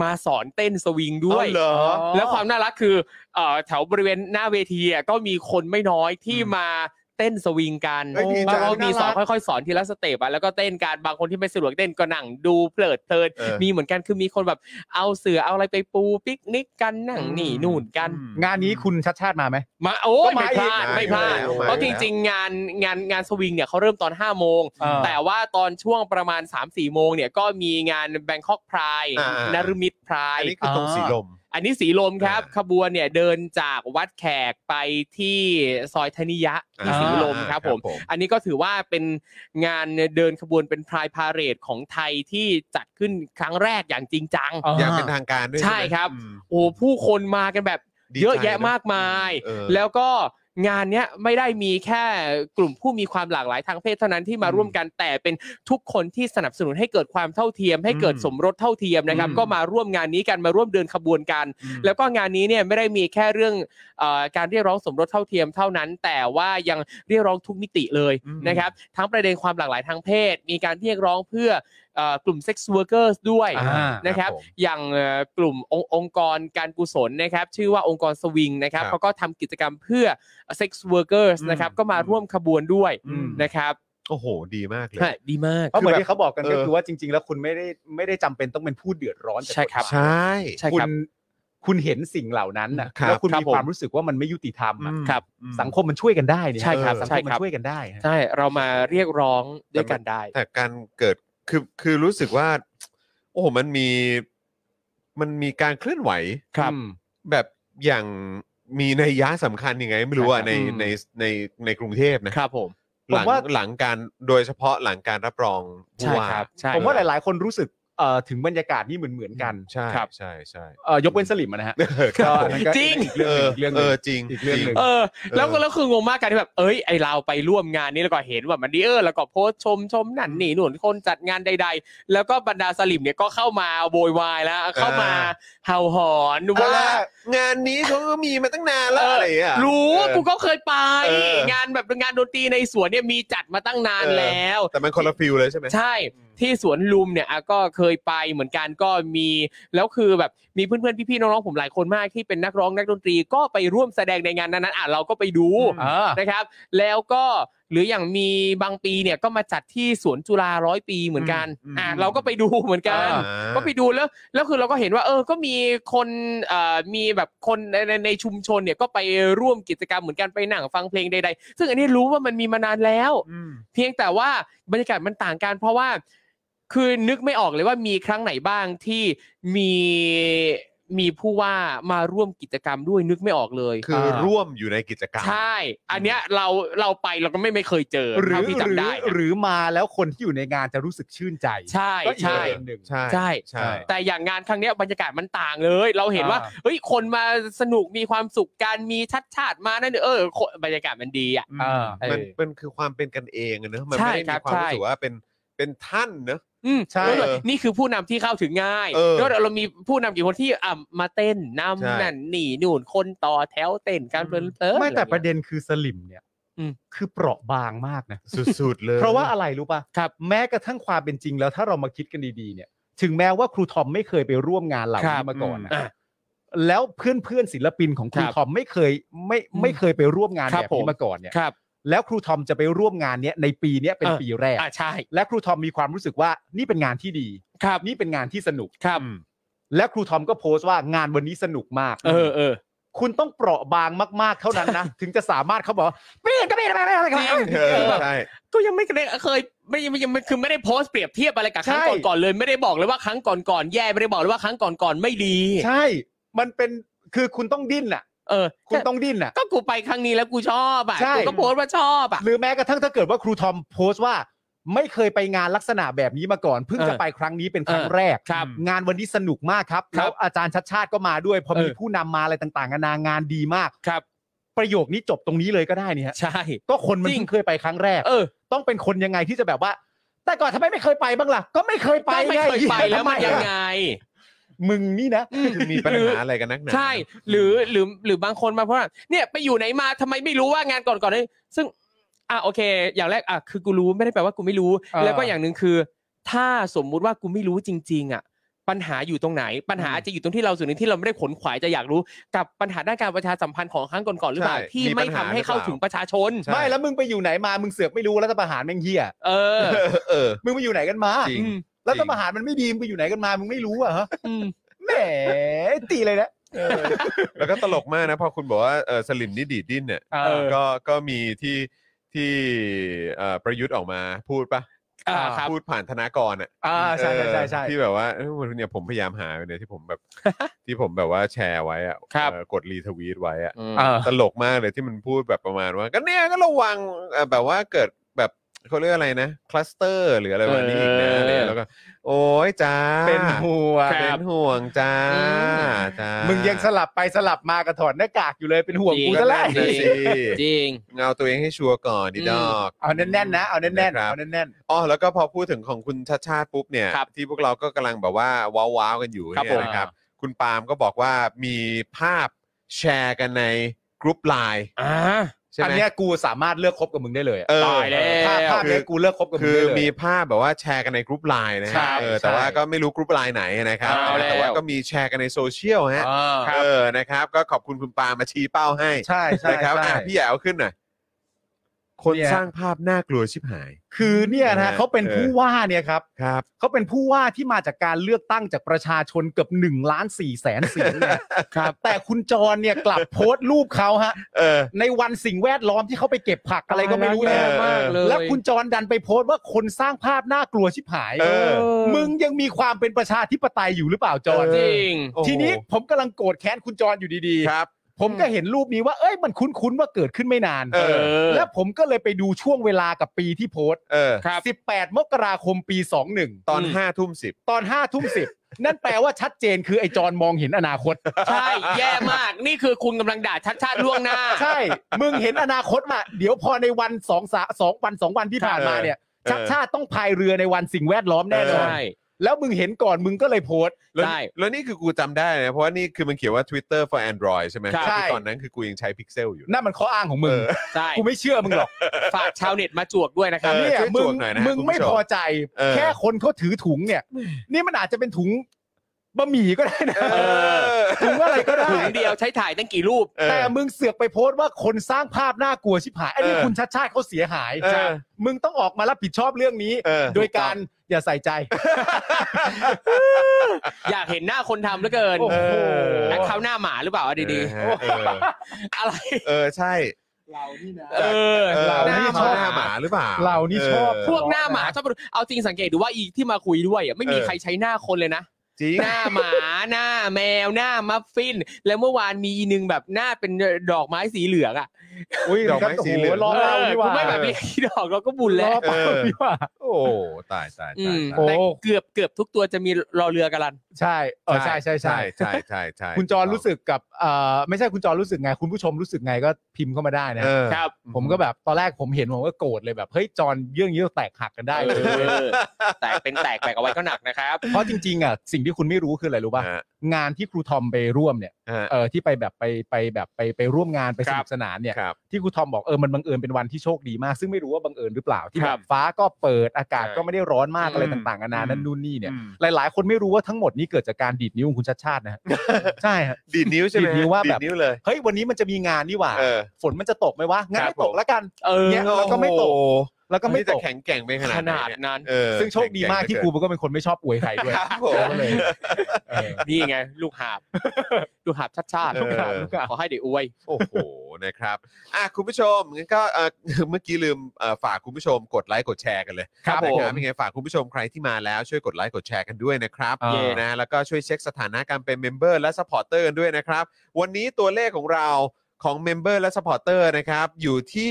C: มาสอนเต้นสวิงด้วย
B: อ๋อเหรอ
C: แล้วความน่ารักคือเอ่อแถวบริเวณหน้าเวทีอ่ะก็มีคนไม่น้อยที่มาเต้นสวิงกัน
B: เอ้ยดีจัง
C: แล้วก็มีสอน
B: น่ารัก
C: ค่อยๆสอนทีละสเต็ปอ่ะแล้วก็เต้นการบางคนที่ไม่สะดวกเต้นก็นั่งดูเพลิดเพลิน
B: เออ
C: มีเหมือนกันคือมีคนแบบเอาเสือเอาอะไรไปปูปิกนิกกันนั่งหนีนู่นกัน
B: อืม
D: งานนี้คุณชัดชาติมาไหม
C: มาโอ้ย
D: ก็
C: ไม่
D: มา
C: พลาด
B: อีก
C: ไม่พลาด
B: มาอยู่แล้ว
C: เพราะจริงๆงานงานงานสวิงเนี่ยเขาเริ่มตอน5้าโมง
D: อ่า
C: แต่ว่าตอนช่วงประมาณ3ามสี่โมงเนี่ยก็มีงานแบงคอกพราย
B: อ่าน
C: นารมิตพราย
B: อันนี้คือตรงสีลม
C: อันนี้สีลมครับ
B: อ่า
C: ขบวนเนี่ยเดินจากวัดแขกไปที่ซอยธนิยะที่
B: อ่า
C: สีลมค
B: ครั
C: รับ
B: บ
C: ผ
B: ผม ม
C: อันนี้ก็ถือว่าเป็นงานเดินขบวนเป็นพรายพาเรดของไทยที่จัดขึ้นครั้งแรกอย่างจริงจัง
B: อย่างเป็นทางการด้วย
C: ใช่
B: ไหม
C: ครับ
B: อืม
C: โอ้ผู้คนมากันแบบ
B: ดีใจ
C: เยอะแยะมากมาย
B: เออ
C: แล้วก็ งานเนี้ยไม่ได้มีแค่กลุ่มผู้มีความหลากหลายทางเพศเท่านั้นที่มาร่วมกันแต่เป็นทุกคนที่สนับสนุนให้เกิดความเท่าเทียม ให้เกิดสมรสเท่าเทียมนะครับ
B: อืม
C: ก็มาร่วมงานนี้กันมาร่วมเดินขบวนกัน แล้วก็งานนี้เนี่ยไม่ได้มีแค่เรื่องเออการเรียกร้องสมรสเท่าเทียมเท่านั้น แต่ว่ายังเรียกร้องทุกมิติเลย
B: อืม
C: นะครับ ทั้งประเด็นความหลากหลายทางเพศ มีการเรียกร้องเพื่อเอ่อกลุ่ม sex workers ด้วย
D: อ่า
C: นะครับ
B: ผม
C: อย่างเอ่อกลุ่มององค์กรการกุศลนะครับชื่อว่าองค์กรสวิงนะครั
B: ค
C: บ
B: รับ
C: เขาก็ทำกิจกรรมเพื่อ sex workers
B: อืม
C: นะครับก็มา
B: อืม
C: ร่วมขบวนด้วย
B: อืม
C: นะครับ
B: โอ้โห ดีมากเลย
C: ใช่ดีมาก
D: เพราะเหมือน
B: คือแบบ
D: ที่เขาบอกกันก็
B: เออ
D: คือว่าจริง ๆ แล้วคุณไม่ได้ไม่ได้จำเป็นต้องเป็นผู้เดือดร้อนจาก
C: ใช่ครับ
D: กฎห
B: ใช
D: มาย่
C: ใช่
D: คุ
C: ค
D: ณ
C: รับ
D: คุณเห็นสิ่งเหล่านั้นนะครับ แล้วคุณ
C: ครับ
D: มี
C: ผม
D: ความรู้สึกว่ามันไม่ยุติธรรมอะ
B: อืม
C: ครับ
B: อืม
D: สังคมมันช่วยกันได้เนี่ย
C: ใช่ครับ
D: เออสัง
C: ใช่
D: คมมั
C: ครับ
D: นช่วยกันได้ฮะ
C: ใช่เรามาเรียกร้องด้วยกันได้
B: แต่การเกิดคือคือรู้สึกว่า โอ้โหมันมีมันมีการเคลื่อนไหว
C: ครับ
B: แบบอย่างมีนัยยะสำคัญยังไง ไม่รู้อ่ะ
C: ใช่
B: ใน
C: ครับ
B: ในในในกรุงเทพนะครับ
C: ผม
B: หลัง
D: ผมว่า
B: หลังการโดยเฉพาะหลังการรับรองผู้
C: ใช่
B: ว่า
C: ครับใช่
D: ผมว่าหลาย ๆ คนรู้สึกเอ่อถึงบรรยากาศนี่เหมือนเหมือนๆกัน
B: ใช่
C: ครับ
B: ใช่ใช่
D: เอ่อยกเว้นสลิมอะนะฮะ
B: เออครับผม
C: จริง
D: อีกเรื่องห
B: เออง
D: นึ่อีกเรื่องห
B: เอ
D: นึ่ง
B: อจริง
D: อีกเรื่องหนึ่ง
B: จ
C: เออแล้ว
B: เอ
C: ก็
B: อ
C: แล้วคืองงมากกันที่แบบเอ้ยไอเราไปร่วมงานนี้แล้วก็เห็นว่ามันดีเออแล้วก็โพสต์ชมชมนั่นนี่หนุนคนจัดงานใด ๆ แล้วก็บรรดาสลิมเนี่ยก็เข้ามาโวยวายแล้ว เข้ามา
B: อ่า
C: เห่าหอน
B: ว่า
C: ว่า
B: งานนี้เขาก็มีมาตั้งนานแล้ว
C: เอออ
B: อะไรอ่ะ
C: รู้กูก็เคยไป
B: เออง
C: านแบบงานดนตรีในสวนเนี่ยมีจัดมาตั้งนาน
B: เออ
C: แล้ว
B: แต่มันคนละฟิลเลยใช่ไหม
C: ใช่ที่สวนลุมเนี่ยอ่ะก็เคยไปเหมือนกันก็มีแล้วคือแบบมีเพื่อนๆพี่ๆน้องๆผมหลายคนมากที่เป็นนักร้องนักดนตรีก็ไปร่วมแสดงในงานนั้นๆอ่ะเราก็ไปดู
B: อืม
D: อ่า
C: [laughs] นะครับแล้วก็หรืออย่างมีบางปีเนี่ยก็มาจัดที่สวนจุฬาร้อยปีเหมือนกัน
B: อืม
C: อ่ะ
B: อืม
C: เราก็ไปดูเหมือนกัน
B: อ่า
C: ก็ไปดูแล้วแล้วคือเราก็เห็นว่า เออก็มีคนเอ่อมีแบบคนในในในชุมชนเนี่ยก็ไปร่วมกิจกรรมเหมือนกันไปนั่งฟังเพลงใดๆ ซึ่งอันนี้รู้ว่ามันมีมานานแล้ว
B: อืม
C: เพียงแต่ว่าบรรยากาศมันต่างกัน เพราะว่าคือนึกไม่ออกเลยว่ามีครั้งไหนบ้างที่มีมีผู้ว่ามาร่วมกิจกรรมด้วยนึกไม่ออกเลย
B: คือร่วมอยู่ในกิจกรรม
C: ใช่ อันเนี้ยเราเราไปเราก็ไม่ไม่เคยเจอ
D: หรื
C: เท่า
D: อหรื
C: ที่
D: อ
C: จำได้
D: หรือมาแล้วคนที่อยู่ในงานจะรู้สึกชื่นใจ
C: ใช่
D: ก็อีก
C: ใช่
D: ประเด็นหนึ่ง
B: ใช่
C: ใช่
B: ใช่
C: แต่อย่างงานครั้งเนี้ยบรรยากาศมันต่างเลย เราเห็นว่า
D: อ่า
C: เฮ้ยคนมาสนุกมีความสุขการมีชัดชาติมานั่นเออคนบรรยากาศมันดีอ่ะ
D: อ่า
C: เออ
B: มันมันคือความเป็นกันเองอะเนอะมัน
C: ใช่
B: ไม่ได้
C: ครั
B: มี
C: บ
B: ความ
C: ใช่
B: รู้สึกว่าเป็นเป็นท่านเนอะ
C: อืม
D: ใช่
C: แล้วนี่คือผู้นำที่เข้าถึงง่าย
B: เออ
C: แล้วเรามีผู้นำกี่คนที่อ่ะมาเต้นนำ
B: ใช่
C: นั่นนี่นู่นคนต่อแถวเต้นการเพลินเพลิน
D: ไม่แต่ประเด็นคือสลิมเนี่ย
C: อืม
D: คือเปราะบางมากนะ
B: สุดๆเลย
D: เพราะว่าอะไรรู้ป่ะ
C: ครับ
D: แม้กระทั่งความเป็นจริงแล้วถ้าเรามาคิดกันดีๆเนี่ย ถึงแม้ว่าครูทอมไม่เคยไปร่วมงานเหล่า
C: ครั
D: นี้
C: บ
D: มาก่อนนะ
C: อืมอ่ะ
D: แล้วเพื่อนเพื่อนๆศิลปินของครู
C: ครับ
D: ทอมไม่เคยไม่
C: อืม
D: ไม่เคยไปร่วมงาน
C: ครับ
D: แบบ
C: ผม
D: นี้มาก่อนเนี่ย
C: ครับ
D: แล้วครูทอมจะไปร่วมงานเนี้ยในปีเนี้ยเป็นปีแรก
C: อ่าใช่
D: และครูทอมมีความรู้สึกว่านี่เป็นงานที่ดี
C: ครับ
D: นี่เป็นงานที่สนุก
C: ครับ
D: และครูทอมก็โพสต์ว่างานวันนี้สนุกมาก
C: เออเออ
D: คุณต้องเปราะบางมากๆเท่านั้นนะ ถึงจะสามารถเขาบอกว่าไม่เห็นก็ไม่เห็นไม่เห็นไม่เห็นไม่เห็นไม่เห็น
B: เออใช่
C: ก็ยังไม่ได้เคยไม่ไม่ยังไม่คือไม่ได้โพสต์เปรียบเทียบอะไรกับครั้ง
D: ใช่
C: ก่อนๆเลยไม่ได้บอกเลยว่าครั้งก่อนๆแย่ไม่ได้บอกเลยว่าครั้งก่อนๆไม่ดี
D: ใช่ มันเป็นคือคุณต้องดิ้นอ่ะ
C: เออ
D: คุณต้องดิ้นอ่ะ
C: ก็กูไปครั้งนี้แล้วกูชอบอ่ะ
D: ใช่
C: กูก็โพสต์ว่าชอบอ่ะ
D: หรือแม้กระทั่งถ้าเกิดว่าครูทอมโพสต์ว่า ไม่เคยไปงานลักษณะแบบนี้มาก่อนเพิ่ง
C: เออ
D: จะไปครั้งนี้เป็นครั้ง
C: เออ
D: แรก
C: ครับ
D: งานวันนี้สนุกมากครับ
C: ครับ
D: แล้วอาจารย์ชัดชาติก็มาด้วยพอมี
C: เออ
D: ผู้นำมาอะไรต่างๆนานางานดีมาก
C: ครับ
D: ประโยคนี้จบตรงนี้เลยก็ได้นี่ฮะ
C: ใช่
D: ก็คนมัน
C: จริง
D: เพิ่งเคยไปครั้งแรก
C: เออ
D: ต้องเป็นคนยังไงที่จะแบบว่า แต่ก่อนทำไมไม่เคยไปบ้างล่ะ ก็ไม่เคยไป
C: ก็ไม่
D: ง
C: เคยไป
D: หี้
C: แล้วมัน
D: ทำ
C: ยัง
D: อะ
C: ไง
D: มึงนี่นะ
B: คือมีปัญหาอะไรกันนักหนา
C: ใช่หรือหรือหรือบางคนมาเพราะว่าเนี่ยไปอยู่ไหนมาทำไมไม่รู้ว่างานก่อนๆนี่ซึ่งอ่ะโอเค อย่างแรกอ่ะคือกูรู้ไม่ได้แปลว่ากูไม่รู้
D: เออ
C: แล้วก็อย่างหนึ่งคือ ถ้าสมมุติว่ากูไม่รู้จริง ๆ อ่ะ ปัญหาอยู่ตรงไหน ปัญหาอาจจะอยู่ตรงที่เราส่วนหนึ่งที่เราไม่ได้ขนขวายจะอยากรู้ กับปัญหาด้านการประชาสัมพันธ์ของครั้งก่อนๆหรือเปล่า
B: ใช่
C: ที่ไม่ทำให้เข้าถึงประชาชน
B: ใช่
D: ไม่แล้วมึงไปอยู่ไหนมามึงเสือกไม่รู้รัฐประหารแม่งเหี้ย
C: เออ
B: เออเออ
D: มึงไปอยู่ไหนกันมา
B: จริง
C: อืม
D: รัฐประหารมันไม่ดีมึงไปอยู่ไหนกันมามึงไม่รู้อะฮะ
C: อืม
D: แหมตีเลยนะ
B: เออแล้วก็ตลกมากนะพอคุณบอกว่าเออสลิมนี่ดีดดิ้นเนี่ย
C: เออ
B: ก็ก็มีที่ที่เอ่อประยุทธ์ออกมาพูดปะ
C: อ่าครับ
B: พูดผ่านธนากรอ่ะ
D: อ่าใช่ใช่ใช่ใช่
B: เออที่แบบว่าเอ้ยวันเนี่ยผมพยายามหาอยู่เนี่ยที่ผม
D: [laughs]
B: แบบ ที่ผมแบบว่าแชร์ไว้อะ
C: ครับ
B: เอ่อกดรีทวีตไว้อะ
C: อืม
B: ตลกมากเลยที่มันพูดแบบประมาณว่า ก็เนี่ยก็ระวังเอ่อแบบว่าเกิดแบบ เขาเรียกอะไรนะ คลัสเตอร์หรืออะไรแบบนี้อีก
C: เอออ
B: นะะไรแล้วก็โอ้ยจ้า
D: เป็นห่วง
B: เป็นห่วงจ้า
C: อืม
B: จ้า
D: มึ
B: มึ
D: งยังสลับไปสลับมากับถอดหน้ากากอยู่เลยเป็นห่วงกูซะแล้ว
C: จริง
B: สิ
C: จริง
B: เงาตัวเองให้ชัวร์ก่อนดิดอก
D: เอาแน่นๆนะเอาแน่นๆ
B: ครับ
D: เอาแน่น
B: อ๋อแล้วก็พอพูดถึงของคุณชาชาติปุ๊บเนี่ย
C: ครับ
B: ที่พวกเราก็กำลังแบบว่าว้าวๆกันอยู่
C: ครับ
B: เนี่ย
C: ผม
B: นะครับ คุณปาล์มก็บอกว่ามีภาพแชร์กันในกรุ๊ปไลน์
C: อ่า
B: ใช่
D: ๆอัน
B: ไหม
D: เนี้ยกูสามารถเลือกคบกับมึงได้เลยอะ
B: เออ
C: ตายแล้ว
D: ภาพภาพเนี้ยกูเลือกคบกับมึ
B: คือ
D: งได้เลย
B: มีภาพแบบว่าแชร์กันในกรุ๊ปไลน์นะ
C: ใช่
B: ฮะเออแต่ว่า
D: ใช่
B: ก็ไม่รู้กรุ๊ปไลน์ไหนนะครับ
C: เอาแล้ว
B: แต่ว่าก็มีแชร์กันในโซเชียลฮะ
D: อ่า
B: เออนะครับก็ขอบคุณคุณปามาชี้เป้าให้
D: ใช่ใช่
B: นะครับอ่ะ
D: ใช่
B: พี่แอ๋วขึ้นหน่อยคน
D: เนี่ย
B: สร้างภาพน่ากลัวชิบหาย
D: คือเนี่ย
B: นะ
D: นะ
B: ฮะ
D: เขาเป็น
B: เออ
D: ผู้ว่าเนี่ยครับ
B: ครับ
D: เขาเป็นผู้ว่าที่มาจากการเลือกตั้งจากประชาชนเกือบ1นึ่งล้านสี่แสนเสียงเนี่ย
C: ครับ
D: แต่คุณจรเนี่ยกลับโพสต์รูปเขาฮะ
B: เออ
D: ในวันสิ่งแวดล้อมที่เขาไปเก็บผักอะไรก็ไม่รู้
C: แย่
D: นะ
B: เออ
C: มากเลย
D: แล้วคุณจรดันไปโพสต์ว่าคนสร้างภาพน่ากลัวชิบหาย
B: เออ
D: มึงยังมีความเป็นประชาธิปไตยอยู่หรือเปล่าจร
C: จริง
B: โอ้โห
D: ทีนี้ผมกำลังโกรธแค้นคุณจรอยู่ดี
B: ครับ
D: ๆ ผมก็เห็นรูปนี้ว่าเอ้ยมันคุ้นๆว่าเกิดขึ้นไม่นาน
B: เอ
C: เออ
D: แล้วผมก็เลยไปดูช่วงเวลากับปีที่โพสต์
B: เออ
C: ครับ
D: 18 มกราคมปี 21
B: ตอน
C: อืม
B: ห้าทุ่มสิบ
D: ตอน5ทุ่ม10 นั่นแปลว่าชัดเจนคือไอ้จรมองเห็นอนาคต
C: ใช่ แย่มาก นี่คือคุณกำลังด่าชัดชาติล่วงหน้า
D: ใช่ มึงเห็นอนาคตมาเดี๋ยวพอในวันสองสาสองวันสองวันที่ผ่านมาเนี่ย
B: เออ
D: ชัดชาติต้องพายเรือในวันสิ่งแวดล้อมแน่นอน
C: ใช่
D: แล้วมึงเห็นก่อนมึงก็เลยโพสต์
B: แล้ว
C: ใช่
B: แล้วนี่คือกูจำได้นะ เพราะว่านี่คือมันเขียนว่า Twitter for Android ใช่ไหม
C: ใช่
B: คือตอนนั้นคือกูยังใช้ Pixel อยู่
D: นั่นมันข้ออ้างของมึง
C: ใช่
D: กูไม่เชื่อมึงหรอก
C: ฝากชาวเน็ตมาจวกด้วยนะครับ
B: เออ
D: เนี่ย
B: ช่วย
D: มึ
B: ตร
D: ง
B: วจหน่อยนะ
D: มึง
B: คุณผู้ชม
D: ไม่พอใจ
B: เออ
D: แค่คนเขาถือถุงเนี่ย นี่มันอาจจะเป็นถุงบะหมี่ก็ได้นะ
B: เออ
D: ถุงอะไรก็ได้
C: ถุงเดียวใช้ถ่ายตั้งกี่รูป
B: เออ
D: แต่มึงเสือกไปโพสต์ว่าคนสร้างภาพน่ากลัวชิบหายไอ้นี่
B: เออ
D: คุณชัดชาติเขาเสียหาย
B: เออ
D: ครับมึงต้องออกมารับผิดชอบเรื่องนี้
B: เออ
D: โดยการอย่าใส่ใจ
C: อยากเห็นหน้าคนทำเหลือเกิน
D: โอ้โห
C: นักข่าวหน้าหมาหรือเปล่าเอาดี
B: เออเออ
C: ๆ อะไร
B: เออใช่
C: เออ
B: เออ
D: เรา
B: หน้า
D: นี่
B: ห
D: ช
B: มาห
D: อบ
B: น้าหมาหรือเปล่า
D: เรานี่ชอบ
B: เ
C: พวกหน้าหมาชอบไปดูเอาจริงสังเกตดูว่าอีที่มาคุยด้วยอะไม่มี
B: เออ
C: ใครใช้หน้าคนเลยนะ
B: จริง
C: หน้าหมาหน้าแมวหน้ามัฟฟิน แล้วเมื่อวานมีอีนึงแบบหน้าเป็นดอกไม้สีเหลืองอ่ะ
D: อุ้ย
B: ดอกไม้
D: น
B: สีเหลือง
D: โโล้อเราดีก
C: กู
D: ว่า
C: ไม่แบบเรียกอีดอกเราก็บุญแล้
D: ล้อ
C: ว
D: เปล่าดีกว่า
B: โอ้ตายตาย
C: อื
B: ตาย
C: ม
B: ตาย
D: โอ้
C: แต่เกือบเกือบทุกตัวจะมีรอเรือกันลัน
D: ใช่เออใช่ใช่ใช่
B: ใช่ใช่ใช่
D: คุณจรรู้สึกกับเอ่อไม่ใช่คุณจรรู้สึกไง คุณผู้ชมรู้สึกไงก็พิมพ์เข้ามาได้นะ
B: เออ
C: ครับ
D: ผมก็แบบตอนแรกผมเห็นผมก็โกรธเลยแบบเฮ้ยจรเรื่องนี้เราแตกหักกันได้เลย
C: เออแตกเป็นแตกแบกเอาไว้ก็หนักนะครับ
D: เพราะจริงๆอ่ะสิ่งที่คุณไม่รู้คืออะไรรู้ป่ะ
B: ฮะ
D: งานที่ครูทอมไปร่วมเนี่ย
B: ฮะ
D: เออที่ไปแบบไปไปแบบไปไปร่วมงานไป
C: ค
D: ส
C: รับ
D: นุกสนานเนี่ย
B: ครับ [laughs]
D: ที่ครูทอมบอกเออมันบังเอิญเป็นวันที่โชคดีมาก ซึ่งไม่รู้ว่าบังเอิญหรือเปล่าที่
C: ค
D: แบ
C: รับบ
D: ฟ้าก็เปิดอากาศ
B: ใช่
D: ก็ไม่ได้ร้อนมาก
C: อืม
D: อะไรต่างๆนานานั่นนู่นนี่เนี่ย
B: อืม
D: หลาย ๆ คนไม่รู้ว่าทั้งหมดนี้เกิดจากการดีดนิ้วของคุณชัดชาตินะฮะ ใช่ฮะ
B: ดีดนิ้วใช่ไหม
D: ดีดนิ้วว่าแบ
B: ดี
D: บ
B: ดนิ้วเลย
D: เฮ้ยวันนี้มันจะมีงานนี่หว่า
B: เออ
D: ฝนมันจะตกไหมวะงั้น
B: ครับ
D: ไม่
B: ผ
D: ตก
B: ม
D: แล้วกัน
C: เออ
D: เนี่ยแล้วก็ไม่ตก
B: โอ้โห
D: แล้วก็ไม่
B: นี่จะ
D: ตก
B: แข็งแกร่งไปขนาด
C: ข
B: ไห
C: นาด
B: เย
C: นั้น
B: เออ
D: ซึ่งโชคดีมากที่
B: แข็ง
D: ครู
B: เน
D: ก็เป็นคนไม่ชอบอวยใครด้วย
B: ครับผม
D: ก็เลยเออ
C: นี่ไง ลูกหาบ ลูกหาบชัดชาติ
B: เออ
C: ลูกหาบขอให้เดี๋ยวอวย
B: โอ้โห นะครับอ่ะคุณผู้ชมงั้นก็เอ่อ [laughs] เมื่อกี้ลืมเอ่อฝากคุณผู้ชมกดไลค์กดแชร์กันเลย
C: ครับ
B: นะ
C: ผม
B: ยังไงฝากคุณผู้ชมใครที่มาแล้วช่วยกดไลค์กดแชร์กันด้วยนะครับ
D: เย้
B: นะแล้วก็ช่วยเช็คสถานะการเป็นเมมเบอร์และสปอร์เตอร์กันด้วยนะครับ วันนี้ตัวเลขของเราของเมมเบอร์และสปอร์เตอร์นะครับอยู่ที่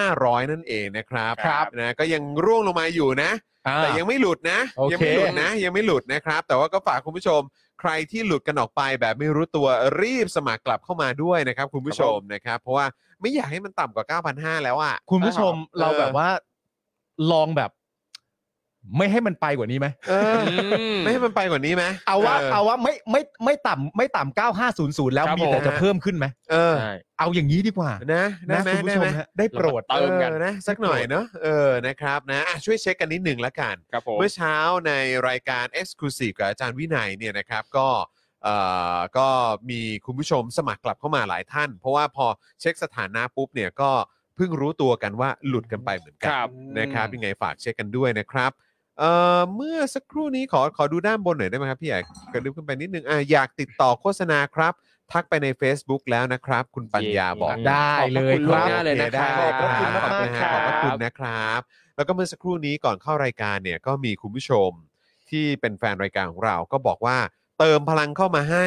B: 9,500 นั่นเองนะครับ
C: ครับ
B: นะก็ยังร่วงลงมาอยู่นะ
D: อ่า
B: แต่ยังไม่หลุดนะ
D: โอเค
B: ยัไม่หลุดนะ ยังไม่หลุดนะครับ แต่ว่าก็ฝากคุณผู้ชม ใครที่หลุดกันออกไปแบบไม่รู้ตัวรีบสมัครกลับเข้ามาด้วยนะครับ คุณผู้ชมนะครับ เพราะว่าไม่อยากให้มันต่ำกว่า 9,500 แล้วอ่ะ
D: คุณผู้ชม
B: เออ
D: เราแบบว่าลองแบบ ไม่ให้มันไปกว่านี้ไหม
B: เออไม่ให้มันไปกว่านี้ไหม
D: เอาว่า
B: เออ
D: เอาว่าไม่ไม่ไม่ต่ำไม่ต่ำเก้าห้าศูนย์ศูนย์แล้ว
C: ครับ
D: มีแต่
B: ผม
D: จะเพิ่มขึ้นไหม
B: เออ
C: ใช่
D: เอาอย่างนี้ดีกว่า
B: นะได้
D: นะ
B: ไหม
D: คุณผู้
B: ได้
D: ช
B: ไห
D: ม
B: ม
D: ฮะได้โปรด
C: เติมกัน
B: ออนะสักหน่อยเนาะเออนะครับนะอ่ะช่วยเช็คกันนิดหนึ่งละกัน
C: ครับผม
B: เมื่อเช้าในรายการ Exclusive กับอาจารย์วินัยเนี่ยนะครับก็เอ่อก็มีคุณผู้ชมสมัครกลับเข้ามาหลายท่าน เพราะว่าพอเช็คสถานะปุ๊บเนี่ยก็เพิ่งรู้ตัวกันว่าหลุดกันไปเหมือนกั
C: ครับ
B: นะครับยังไงฝากเช็คกันด้วยนะครับเอ่อเมื่อสักครู่นี้ขอขอดูด้านบนหน่อยได้ไหมครับพี่ใหญ่กระดึบขึ้นไปนิดนึงอ่ะอยากติดต่อโฆษณาครับ ทักไปใน Facebook แล้วนะครับ คุณปัญญาบอก
D: ได้เลย
C: ข
D: ครับ
C: อบพะคุณล่วงหน้าเลยนะครั
B: ข
C: บ
B: อบพระคุณ
D: ได้
B: มากๆ
C: ข
B: ข
C: อ
B: อ
C: บ
B: พ
C: บ พระ
B: ระ
C: คุ
B: คุณ ณ
C: นะ
B: นะครับ แล้วก็เมื่อสักครู่นี้ก่อนเข้ารายการเนี่ยก็มีคุณผู้ชมที่เป็นแฟนรายการของเราก็บอกว่า เติมพลังเข้ามาให้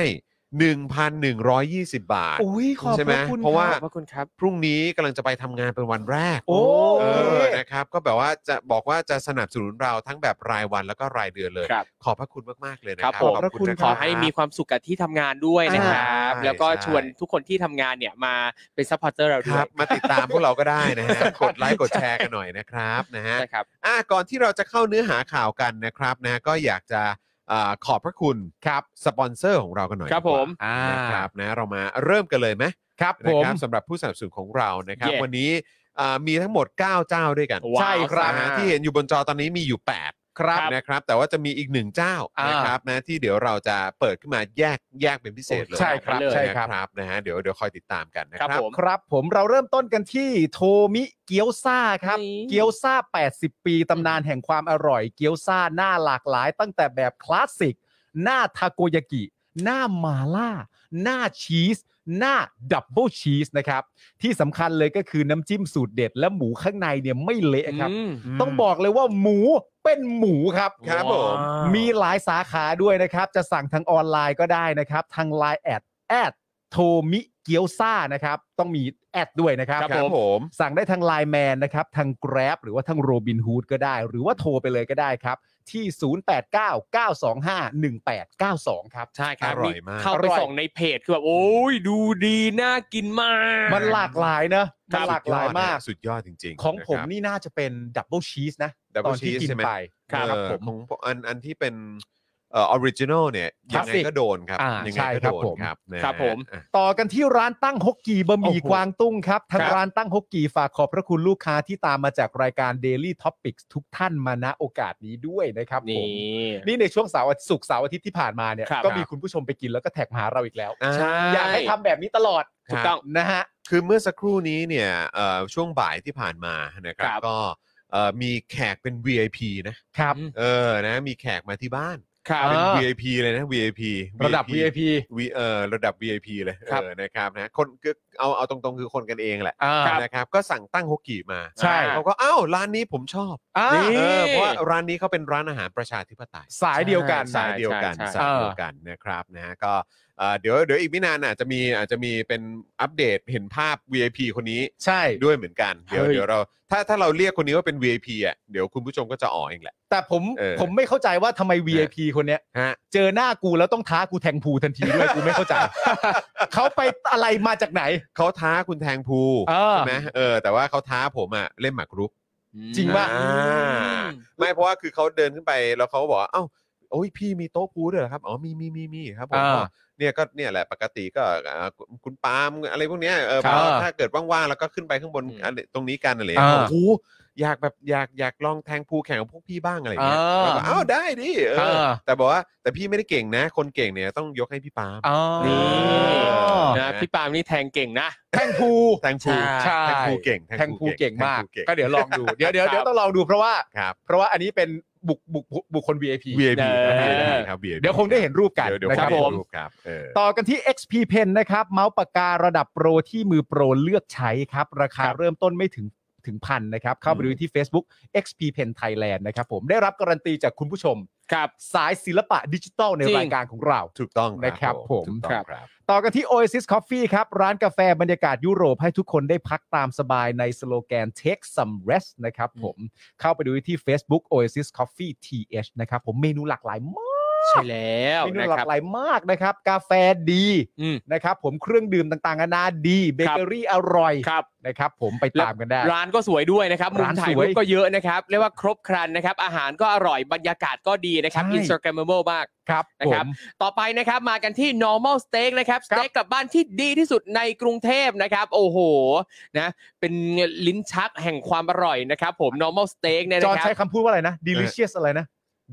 B: 1,120 บาท
D: อุ้ยขอบ
B: ใช่ไห
D: พ
B: ม
D: ระคุณ
B: เพราะว่า
C: ขอบพระคุณครับ
B: พรุ่งนี้กำลังจะไปทำงานเป็นวันแรก
D: โอ้
B: เออ นะครับ ก็แบบว่าจะบอกว่าจะสนับสนุนเราทั้งแบบรายวันแล้วก็รายเดือนเลย
C: ครับ
B: ขอบพระคุณมาก ๆ เลยนะค
C: ครั
B: รั
C: บบ ผม
B: ขอบคุณนะ
C: ข
B: ค
C: อ
B: รับ
C: ให้มีความสุขกับที่ทำงานด้วยนะครับ
B: ใช่
C: แล้วก็
B: ใช่
C: ชวนทุกคนที่ทำงานเนี่ยมาเป็นซัพพอร์เตอร์เรา
B: ค
C: ด้ว
B: รั
C: ย
B: บ มาติดตามพวกเราก็ได้นะฮะ กดไลค์ กดแชร์กันหน่อยนะครับนะฮะ
C: ใช่ครับ
B: อ่ะก่อนที่เราจะเข้าเนื้อหาข่าวกันนะครับนะก็อยากจะเออขอบพระคุณครับสปอนเซอร์ของเรากันหน่อย
C: ครับ
B: ดีกว่า
C: ผม
D: อ่า
B: นะครับนะเรามาเริ่มกันเลยไหม
D: ครับ
B: นะ
D: ผม
B: ครับสำหรับผู้สนับสนุนของเรานะครับ
C: Yeah
B: วันนี้อ่ามีทั้งหมด 9 เจ้าด้วยกัน
C: ว้าว
D: ใช่ครับ
B: นะฮะที่เห็นอยู่บนจอตอนนี้มีอยู่ 8 ครับนะครับ แต่ว่าจะมีอีกหนึ่งเจ้า
D: อ่าน
B: นะครับนะที่เดี๋ยวเราจะเปิดขึ้นมาแยกแยกเป็นพิเศษเลย
D: ใช่ครับใช่ครับ
B: นะครับนะฮะเดี๋ยวเดี๋ยวคอยติดตามกันนะค
C: ครั
B: รั
C: บบ ผม
D: ครับผมเราเริ่มต้นกันที่โทมิเกี๊ยวซ่าครับ
C: นี่
D: เกี๊ยวซ่า 80 ปีตำนานแห่งความอร่อย เกี๊ยวซ่าหน้าหลากหลาย ตั้งแต่แบบคลาสสิก หน้าทาโกยากิ หน้ามาล่า หน้าชีส หน้าดับเบิลชีสนะครับ ที่สำคัญเลยก็คือน้ำจิ้มสูตรเด็ด และหมูข้างในเนี่ยไม่เละครับ
C: อืม
D: ต้องบอกเลยว่าหมูเป็นหมูครับ
B: ครับผม
D: มีหลายสาขาด้วยนะครับ จะสั่งทางออนไลน์ก็ได้นะครับ ทาง Line แอดแอดโทมิเกียวซานะครับ ต้องมีแอดด้วยนะครับ
B: ครับผม
D: สั่งได้ทาง Line แมนนะครับ ทาง Grab หรือว่าทางโรบินฮูดก็ได้ หรือว่าโทรไปเลยก็ได้ครับ ที่ 0899251892 ครับ
C: ใช่ครับ
B: อร่อยมาก
C: เข้า
D: อ
C: ไป
D: ร่อย
C: ส่องในเพจคือแบบโอ้ยดูดีน่ากินมาก
D: มันหลากหลายนะ
C: ค
D: มั
C: รับ
D: นหลากหลายมาก
B: สุดยอดจริงๆ
D: ของผ
B: ะ
D: ม
B: ครับ
D: นี่น่าจะเป็นดับเบิลชีสนะ
B: Double
D: ตอนที่
B: cheese
D: กิน
B: ใช่ไหม
D: ไป
B: เออของผมอันอันที่เป็นเอ่อออริจินอลเนี่ยยังไง
D: Classic
B: ก็โดนครับ
D: อ่า
B: ยังไง
D: ใช่
B: ก็
D: ครับ
B: โดน
D: ผม
B: ครับนะฮะ
C: ครับผม
B: อ่ะ
D: ต่อกันที่ร้านตั้งฮกกีบะหมี่
B: โอ้โห
D: กวางตุ้งครับ ทาง
B: ครับ
D: ร้านตั้งฮกกีฝากขอบพระคุณลูกค้าที่ตามมาจากรายการ Daily Topics ทุกท่านมาณโอกาสนี้ด้วยนะครับผม
C: นี่
D: นี่ในช่วงเสาร์อาทิตย์ศุกร์เสาร์อาทิตย์ที่ผ่านมาเนี่ย
C: ครับ
D: ก็มีคุณผู้ชมไปกินแล้วก็แท็กมาหาเราอีกแล้ว
B: อ่า
C: ใช่
D: อยากให้ทำแบบนี้ตลอด
B: ถูกต้อง
D: นะฮะ
B: คือเมื่อสักครู่นี้เนี่ยเอ่อช่วงบ่ายที่ผ่านมานะครับ
C: ครับ
B: ก็เอ่อมีแขกเป็น VIP นะครับ เออนะมีแขกมาที่บ้าน
C: ครับ
B: เป็น
D: อ่า
B: VIP เลยนะ VIP
D: ระดับ VIP
B: วีเออระดับ VIP เลย
C: ครับ
B: เออนะครับนะคนคือเอาเอาตรงๆคือคนกันเองแหละ
D: อ่า
B: นะครับก็สั่งตั้งฮกกี้มา
D: ใช่
B: เขาก็อ้าวร้านนี้ผมชอบ
D: อ่า
C: นี่
B: เออเพราะว่าร้านนี้เขาเป็นร้านอาหารประชาธิปไตย
D: สายเดียวกัน
C: ใช่
B: สายเดียวกัน
C: ใช่ใช่
B: สายเดียวกันนะครับนะฮะก็เอ่อเดี๋ยวเดี๋ยวอีกไม่นานอาจจะมีอาจจะมีเป็นอัปเดตเห็นภาพ VIP คนนี้
D: ใช่
B: ด้วยเหมือนกัน เดี๋ยว
C: เฮ้ย
B: เดี๋ยวเราถ้าถ้าเราเรียกคนนี้ว่าเป็น VIP อ่ะเดี๋ยวคุณผู้ชมก็จะอ๋อเองแหละ
D: แต่ผม
B: เออ
D: ผมไม่เข้าใจว่าทำไม VIP คนเนี้ย
B: ฮะ
D: เจอหน้ากูแล้วต้องท้ากูแทงพูทันทีด้วย กูไม่
B: [laughs]
D: เข้าใจ เขาไปอะไรมาจากไหน
B: เขาท้าคุณแทงภู
D: เออ
B: ใช่ไหมเออแต่ว่าเขาท้าผมอ่ะเล่นหมากรุก
D: จริงปะ
B: อ่าไม่เพราะว่าคือเขาเดินขึ้นไปแล้วเขาก็บอกว่าเอ้าโอ้ยพี่มีโต๊ะพูด้วยเหรอครับอ๋อมีมีมีมีครับผม
D: อ่า
B: ก็เนี่ยก็เนี่ยแหละปกติก็อ่าคุณคุณปาล์มอะไรพวกเนี้ยเออ
D: ครับ
B: พอถ้าเกิดว่างๆแล้วก็ขึ้นไปข้างบน
C: อืม
B: อะไรตรงนี้กันอะไร
D: อ่า
B: โอ้โหอยากแบบอยากอยากลองแทงพูแข่งกับพวกพี่บ้างอะไรอย่างเงี้ย
D: อ่า
B: แล้วก็เอ้าได้ดิเอออแต่บอกว่าแต่พี่ไม่ได้เก่งนะ คนเก่งเนี่ยต้องยกให้พี่ปาล์ม
D: อ๋อ
C: นี่
B: เออ
C: นะพี่ปาล์มนี่แทงเก่งนะ
D: แทงพู
B: แทงพู
C: ใช่
B: แทงพูเก่ง
D: แทงพูเก่งมาก
B: แทภูเ
D: ก็เดี๋ยวลองดู เดี๋ยวเดี๋ยวเดี๋ยวต้องลองดูเพราะว่า
B: ครับ
D: เพราะว่าอันนี้เป็นบุคบุคบุคคล VIP
B: VIP ครับ
C: เออ
B: VIP ครับ VIP
D: เดี๋ยวคงได้เห็นรูปกัน
B: เดี๋ยวเดี๋ยว
D: นะ
B: ค
D: ค
B: รั
D: รั
B: บบ ผ
D: ผม ม
B: ครับเออ
D: ต่อกันที่ XP Pen นะครับ เมาส์ปากการะดับโปรที่มือโปรเลือกใช้ครับ ราคาเริ่มต้นไม่ถึงถึงพันนะครับ เข้าไปดูที่ Facebook XP Pen Thailand นะครับผมได้รับการันตีจากคุณผู้ชม
C: ครับ
D: สายศิลปะดิจิทัลใน
C: จริง
D: รายการของเรา
B: ถูกต้อง
D: นะครับผม
B: ถูกต้องครับ
D: ต่อกันที่ Oasis Coffee ครับ ร้านกาแฟบรรยากาศยุโรปให้ทุกคนได้พักตามสบายในสโลแกน Take some rest นะครับผม เข้าไปดูที่ Facebook Oasis Coffee TH นะครับผมเมนูหลากหลายมาก
C: ใช่แล้ว
D: เมนู
C: นะ
D: หลา
C: ครับ
D: กหลายมากนะครับ กาแฟดี
C: อืม
D: นะครับผมเครื่องดื่มต่างๆนานาดีเบเกอรี่อร่อย
C: ครับ
D: นะครับผมไปตามกันได้
C: ร้านก็สวยด้วยนะครับมุม
D: ร้าน
C: ถ่า
D: ส
C: ยรู
D: วย
C: ปก็เยอะนะครับ เรียกว่าครบครันนะครับ อาหารก็อร่อยบรรยากาศก็ดีนะครับ
D: ใช่
C: Instagrammable มาก
D: ครับ
C: นะ
D: ผ
C: ครับ
D: ม
C: ต่อไปนะครับมากันที่ normal steak นะครับส
D: ครับ
C: เต็กกลับบ้านที่ดีที่สุดในกรุงเทพนะครับ โอ้โหนะเป็นลิ้นชักแห่งความอร่อยนะครับผม normal steak เนี่ย
D: จอห์น
C: นะครั
D: ใช้
C: บ
D: คำพูดว่าอะไรนะ delicious อะไรนะ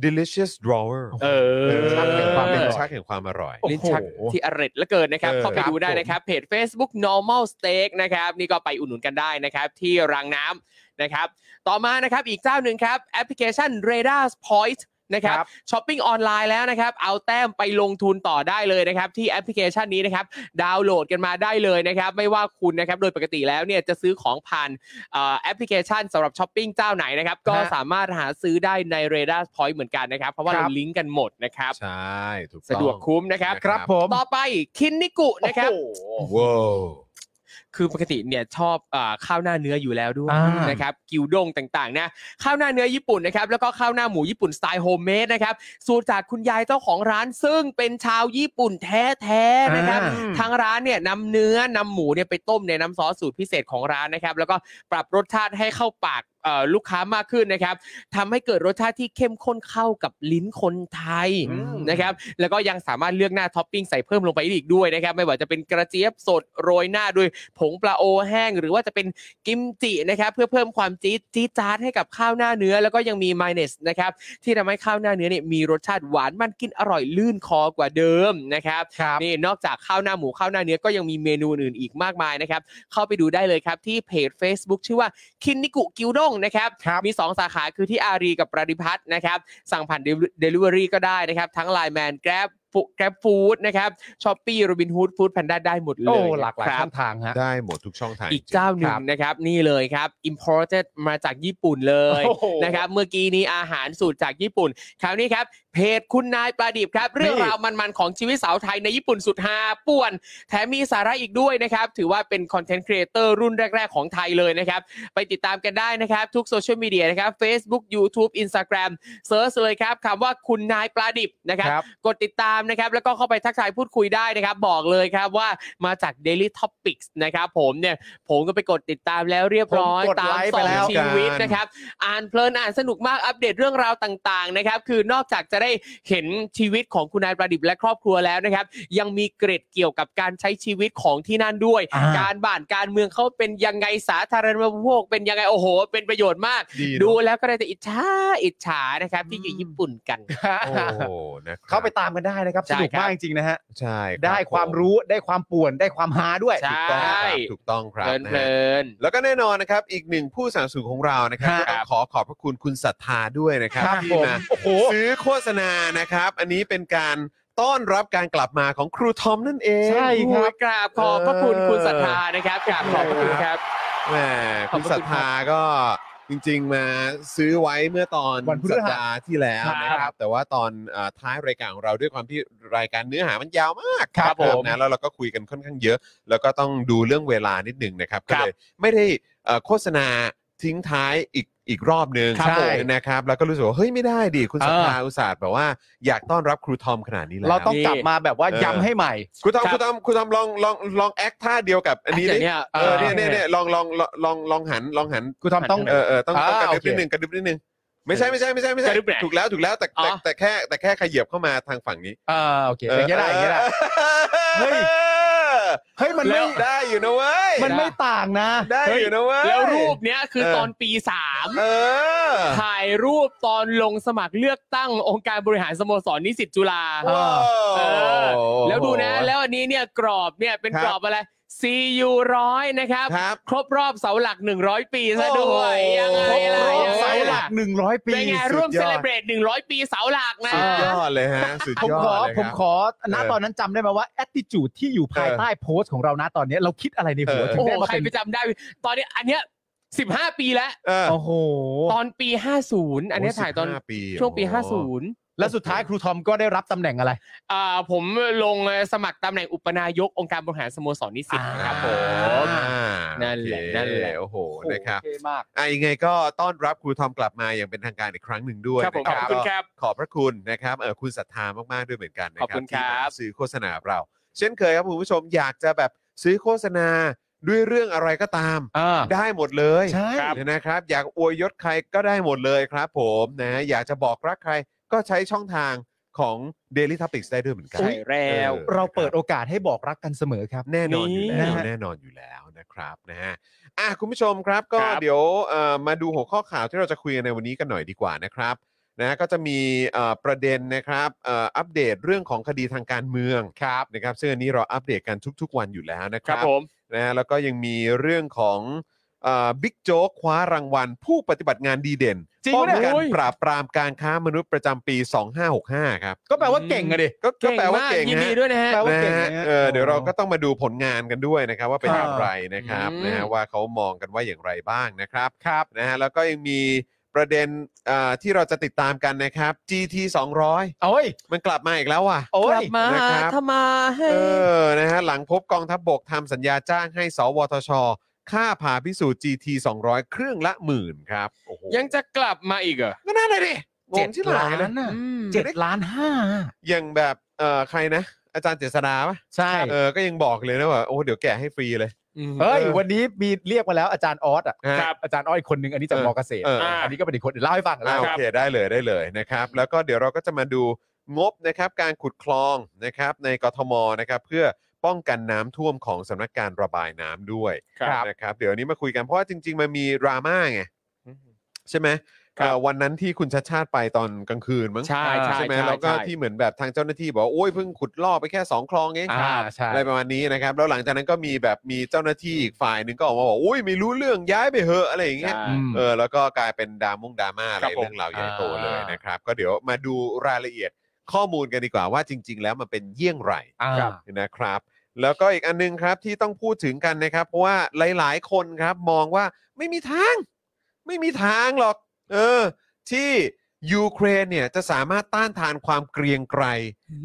B: delicious drawer
C: เออ
D: ชักแห่งความอร่อย
B: ชักแห่งความอร่อย
D: โอ้โห
C: ลิ้นชักที่อร่อยเหลือเกินนะครับ
B: เออ
C: เข้าไปดูได้
D: ครับผม
C: นะครับเพจ Facebook normal steak นะครับนี่ก็ไปอุดหนุนกันได้นะครับ ที่รางน้ำนะครับ ต่อมานะครับอีกเจ้าหนึ่งครับแอปพลิเคชัน r a d a r Point นะครับ
B: ครับ
C: ช้อปปิ้งออนไลน์แล้วนะครับ เอาแต้มไปลงทุนต่อได้เลยนะครับ ที่แอปพลิเคชันนี้นะครับ ดาวน์โหลดกันมาได้เลยนะครับ ไม่ว่าคุณนะครับ โดยปกติแล้วเนี่ยจะซื้อของผ่านเอ่อแอปพลิเคชันสำหรับช้อปปิ้งเจ้าไหนนะครับ ก็สามารถหาซื้อได้ใน r a d a r Point เหมือนกันนะครับ เพราะว่า
B: ครับ
C: เราลิงก์กันหมดนะครับ
B: ใช่ถูกต้อง
C: สะดวกคุ้มนะครับ
D: ครับผม
C: ต่อไปคินนิกุนะครับ
B: ว้าว
C: คือปกติเนี่ยชอบอ่าข้าวหน้าเนื้ออยู่แล้วด้วย
D: อ่าน
C: นะครับกิวด้งต่างๆนะข้าวหน้าเนื้อญี่ปุ่นนะครับแล้วก็ข้าวหน้าหมูญี่ปุ่นสไตล์โฮมเมดนะครับสูตรจากคุณยายเจ้าของร้านซึ่งเป็นชาวญี่ปุ่นแท้ๆนะครับ
D: อ่า
C: ทางร้านเนี่ยนำเนื้อนำหมูเนี่ยไปต้มในน้ำซอสสูตรพิเศษของร้านนะครับแล้วก็ปรับรสชาติให้เข้าปากเอ่อลูกค้ามากขึ้นนะครับทำให้เกิดรสชาติที่เข้มข้นเข้ากับลิ้นคนไทย
B: อืม
C: นะครับแล้วก็ยังสามารถเลือกหน้าท็อปปิ้งใส่เพิ่มลงไปอีกด้วยนะครับ ไม่ว่าจะเป็นกระเจี๊ยบสดโรยหน้าด้วยผงปลาโอแห้ง หรือว่าจะเป็นกิมจินะครับเพื่อเพิ่มความจี๊ดจี๊ดจ๊าดให้กับข้าวหน้าเนื้อ แล้วก็ยังมีมายเนสนะครับที่ทำให้ข้าวหน้าเนื้อเนี่ยมีรสชาติหวานมันกินอร่อยลื่นคอกว่าเดิมนะครับ
D: ครับ
C: นี่นอกจากข้าวหน้าหมูข้าวหน้าเนื้อก็ยังมีเมนูอื่นๆอีกมากมายนะครับเข้าไปดูได้เลยครับที่เพจ Facebook ชื่อว่าคินนิกุกิวด้งนะครับ
D: ครับ
C: มี 2 สาขาคือที่อารีกับประดิพัฒน์นะครับ สั่งผ่านเดลิเวอรี่ก็ได้นะครับ ทั้ง Line Man Grab Grab Food นะครับช้อปปี้โรบินฮูดฟู้ดแพนด้าได้หมดเล
D: โอ้
C: ย
D: หลากหลาย
C: ครับ
D: ช่องทางฮะ
B: ได้หมดทุกช่องทาง
C: อีกเจ้าห
D: ค
C: นึ่ง
D: รับ
C: นะครับนี่เลยครับ imported มาจากญี่ปุ่นเลย
D: โอ้โห
C: นะครับเมื่อกี้นี้อาหารสูตรจากญี่ปุ่น คราวนี้ครับเพจคุณนายปลาดิบครับ เรื่องราวมันๆของชีวิตสาวไทยในญี่ปุ่นสุดฮาป่วน แถมมีสาระอีกด้วยนะครับ ถือว่าเป็นคอนเทนต์ครีเอเตอร์รุ่นแรก ๆ ของไทยเลยนะครับ ไปติดตามกันได้นะครับ ทุกโซเชียลมีเดียนะครับ Facebook YouTube Instagram เซิร์ชเลยครับคำว่าคุณนายปลาดิบนะครับ
D: ครับ
C: กดติดตามนะครับ แล้วก็เข้าไปทักทายพูดคุยได้นะครับ บอกเลยครับว่ามาจาก Daily Topics นะครับผมเนี่ย ผมก็ไปกดติดตามแล้วเรียบร้อย
D: ผมกด
C: ตาม
D: ไลค์
C: ส
D: ไป
C: อง
D: แล้ว
C: ชีวิตนะครับ อ่านเพลินอ่านสนุกมากอัปเดตเรื่องราวต่างๆนะครับ คือนอกจากจะได้เห็นชีวิตของคุณนายประดิษฐ์และครอบครัวแล้วนะครับ ยังมีเกร็ดเกี่ยวกับการใช้ชีวิตของที่นั่นด้วย
D: อ่า
C: การบ้านการเมืองเขาเป็นยังไงสาธารณูปโภคเป็นยังไงโอ้โห เป็นประโยชน์มาก
B: ดี
C: ดู
B: เนอะ
C: แล้วก็ได้แต่อิจฉาอิจฉานะครับ ที่อยู่ญี่ปุ่นกัน
B: โอ้โหนะครับ
D: เข้าไปตามกันได้นะครับ ส
C: ใช่
D: นุก
C: ครับ
D: มากจริงๆนะฮะ
B: ใช่รับ
D: ได้ความรู้ได้ความป่วนได้ความฮาด้วย
C: ใช่
B: ถูกต้องครับถูกต้องครับนะ
C: เพ
B: ฮะ
C: ลิน
B: แล้วก็แน่นอนนะครับ อีกหนึ่งผู้สนับสนุนของเรานะครับ
D: ครับ
B: ก็ต้องขอขอบพระคุณคุณศรัทธาด้วยนะครับ
D: ครับ
B: ที่
D: ผม
B: มา
D: โอ้โห
B: ซื้อโฆษณานะครับ อันนี้เป็นการต้อนรับการกลับมาของครูทอมนั่นเอง
D: ใช่ครับ
C: กราบขอบพระคุณคุณศรัทธานะครับกราบขอบพระคุณครับ
B: แหมคุณศรัทธาก็จริง ๆ มาซื้อไว้เมื่อตอน
D: วันพฤหั
B: สัป
D: ส
B: ดาห์ที่แล้วนะค
C: ครั
B: รับบ แต่ว่าตอนเอ่อท้ายรายการของเราด้วยความที่รายการเนื้อหามันยาวมาก
C: ครับผม
B: นะแล้วเราก็คุยกันค่อนข้างเยอะ แล้วก็ต้องดูเรื่องเวลานิดหนึ่งนะครับ
C: ค
B: ก็
C: รับ
B: เลยไม่ได้เอ่อโฆษณาทิ้งท้ายอีกอีกรอบหนึ่ง
D: ครับผม
B: นะครับแล้วก็รู้สึกว่าเฮ้ยไม่ได้ดิคุณศรัทธาอุตส่าห์แบบว่าอยากต้อนรับครูทอมขนาดนี้แล้ว
D: เราต้องกลับมาแบบว่า
B: เออ
D: ย้ำให้ใหม่
B: ครูทอม
C: ค
B: ค
C: รั
B: รู
C: บ
B: ทอมครูทอมลองลองลองแอคท่าเดียวกับอันนี้
C: แต่
B: ดิ
C: เนี่ย
B: เออเนี่ยเนี่ยเนี่ยลองลองลองลองลองหันลองหัน
D: ครูทอมต้อง
B: เออเออต้องต้อง
D: อ่าก
B: ระดึบ
D: โอเค
B: นิดนึงกระดึบนิดนึงไม่ใช่ไม่ใช่ไม่ใช่ไม่ใช่
C: กระดึบแหละ
B: ถูกแล้วถูกแล้วแต่
C: อ๋
B: แต่
C: อ
B: แต่แค่แต่แค่ขยับเข้ามาทางฝั่งนี้
D: เออโอเคอย่างเงี้ยได้อย่างเงี้ยได้ เฮ้ย เฮ้ยมัน
B: แล้
D: ไม่
B: วได้อยู่นะเว้ย
D: มันไม่ต่างนะ
B: ได้อยู่นะเว้ย
C: แล้วรูปเนี้ยคือตอนปีสาม
B: เออ
C: ถ่ายรูปตอนลงสมัครเลือกตั้งองค์การบริหารสโมสรนิสิตจุฬา
D: ว้าว
C: เออ แล้วดูนะแล้วอันนี้เนี่ยกรอบเนี่ยเป็น
B: ครับ
C: กรอบอะไร CU ร้อยนะครับ
B: ครับ
C: ครบรอบเสาหลัก 100 ปีซะด้วย
B: โอ้โห
C: ยังไง
D: ครบ
C: ล่ะ
D: รอบ
C: ยังไง
D: เสาหลั
C: ล่ะ
D: กหนึ่งร้อยปี
C: เป็นไงร่วม
B: สุ
C: เซ
B: ดยอด
C: เลบรต100 ปีเสาหลักนะ
B: สุดยอดเลยฮะสุด
D: ผม
B: ยอด
D: ขอ
B: เลย
D: ผม
B: ค
D: ข
B: รับ
D: อณ
B: เออ
D: ตอนนั้นจำได้ไหมว่า attitude ที่อยู่ภาย
B: เออ
D: ใต้โพสต์ของเรานะตอนเนี้ยเราคิดอะไรในหัว
B: เออ
D: ถึ
C: โอ้
D: ง
C: โห
D: ได้มา
C: ใคร
D: เป็น
C: ไปจำได้ ตอนนี้อันเนี้ย15 ปีแล้ว
B: เออ
D: โอ้โห
C: ตอนปี 50 อันเนี้ยถ่ายตอน
B: 15ปี
C: ช่วงปี
B: โอ้โห
C: 50
D: แล้วสุดท้ายครูทอมก็ได้รับตำแหน่งอะไร
C: อ่าผมลงสมัครตำแหน่งอุปนายกองค์การบริหารสโมสรนิสิต
D: อ่า
C: นะครับผม
B: อ่า
C: นั่นแห
B: โอ
C: ละ
B: เค
C: นั่นแหละ
B: โอ้โหนะครับ
D: โอเคมาก
B: อ่ะยังไงก็ต้อนรับครูทอมกลับมาอย่างเป็นทางการอีกครั้งหนึ่งด้วย
C: ครับผม
B: นะ
C: ขอบคุณครับ
B: ก็ขอบพระคุณนะครับเออคุณศรัทธามากๆด้วยเหมือนกันนะครั
C: ขอบคุณครับ
B: ที่มาซื้อโฆษณาเรา เช่นเคยครับคุณผู้ชมอยากจะแบบซื้อโฆษณาด้วยเรื่องอะไรก็ตาม
D: อ่า
B: ได้หมดเลย
D: ใช่
B: นะครับ อยากอวยยศใครก็ได้หมดเลยครับ ผมนะอยากจะบอกรักใครก็ใช้ช่องทางของ Daily Topics ได้ด้วยเหมือนกัน
C: ใช่แล้ว
B: ออ
D: เราเปิดโอกาสให้บอกรักกันเสมอครับ
B: แน่นอนอยู่
C: นี่
B: แล้ว
D: นะฮะ
B: แน่นอนอยู่แล้วนะครับนะฮะอ่ะคุณผู้ชมครับก็
C: ครับ
B: เดี๋ยวเอ่อมาดูหัวข้อข่าวที่เราจะคุยกันในวันนี้กันหน่อยดีกว่านะครับนะก็จะมีเอ่อประเด็นนะครับเอ่ออัปเดตเรื่องของคดีทางการเมืองครับนะครับซึ่งอันนี้เราอัปเดตกันทุก ๆ วันอยู่แล้วนะครับนะแล้วก็ยังมีเรื่องของ บิ๊กโจ๊กคว้ารางวัล ผู้ปฏิบัติงานดีเด่น
D: จริง
B: ป้อง
D: ปะเนี่ย
B: กัน
C: โอ้ย
B: ปราบปรามการค้ามนุษย์ประจำปี 2565 ครับ
D: ก็แปลว่าเก่งอะดิ
B: ก็ก็
C: เก่ง
B: แปลว่าม
C: าก
B: เก่ง
C: ยิน
B: ฮะ
C: ดีด้วยนะฮะ
D: แปลว่าเก่ง
B: นะฮะ
D: นะฮะ
B: เออเดี๋ยวเราก็ต้องมาดูผลงานกันด้วยนะครับ ว่าเป็น
D: อ่า
B: อย่างไรนะครับ
C: อืม
B: นะฮะว่าเขามองกันว่าอย่างไรบ้างนะครับ
D: ครับ
B: นะฮะแล้วก็ยังมีประเด็นอ่าที่เราจะติดตามกันนะครับ GT 200
D: โอ้ย
B: มันกลับมาอีกแล้วว่ะ
D: โอ้
C: กลั
D: ย
C: บมา
B: นะครับ
C: ทำมาให้
B: เออนะฮะหลังพบกองทัพบกทำสัญญาจ้างให้ สวทช ค่าผ่าพิสูจน์ GT 200 เครื่องละหมื่นครับโอ้โห
C: ยังจะกลับมาอีกเหรอ
B: ก็น่าเลยดิง
D: เจ็
B: ง
D: ด
B: ที่หลา
D: ล้าย
B: นะ
D: นน่ะ
C: อืม
D: เจ็ดล้านห้า
B: อย่างแบบเอ่อใครนะ อาจารย์เจษดาปะ
D: ใช่
B: เออก็ยังบอกเลยนะว่าโอ้เดี๋ยวแกะให้ฟรีเลย
D: เฮ้ย วันนี้มีเรียกมาแล้วอาจารย์ออสอ่ะ
B: ครับ
D: อาจารย์อ้อยคนหนึง อันนี้จาก
B: เออ
D: มอเกษตร
B: เอออ่
D: ะอันนี้ก็เป็นอีกคนเดี๋ยวเล่าให้ฟัง
B: อ่า
D: เล่า
B: โอ
D: ให้ฟัง
B: เคได้เลยได้เลยนะครับ แล้วก็เดี๋ยวเราก็จะมาดูงบนะครับการขุดคลองนะครับในกทมนะครับเพื่อป้องกันน้ำท่วมของสำนักการระบายน้ำด้วย
C: ครับ
B: นะครับ เดี๋ยวนี้มาคุยกันเพราะว่าจริง ๆ มันมีดราม่าไงใช่ไหมเอ่อวันนั้นที่คุณชัดชาติไปตอนกลางคืนมั้ง
C: ใช่ใช่
B: ไหม
C: ใช่
B: แล้วก็
C: ใช่
B: ที่เหมือนแบบทางเจ้าหน้าที่บอกว่าโอ้ยเพิ่งขุดลอกไปแค่สองคลองเอง
D: อ่าใช่
B: อะไรประมาณนี้นะครับ แล้วหลังจากนั้นก็มีแบบมีเจ้าหน้าที่อีกฝ่ายหนึ่งก็ออกมาบอกอุ้ยไม่รู้เรื่องย้ายไปเหอะอะไรอย่างเงี้ย
D: อืม
B: เออแล้วก็กลายเป็นดราม่งดราม่าอะไร
C: ครับผม
B: เรื่องราวใหญ่โตเลย
D: อ่าน
B: นะครับ ก็เดี๋ยวมาดูรายละเอียดข้อมูลกันดีกว่าว่าจริง ๆ แล้วมันเป็นเยี่ยงไร
D: อ่า
B: นะครับ แล้วก็อีกอันนึงครับที่ต้องพูดถึงกันนะครับ เพราะว่าหลาย ๆ คนครับมองว่าไม่มีทาง ไม่มีทางหรอก เออ ที่ยูเครนเนี่ยจะสามารถต้านทานความเกรียงไกร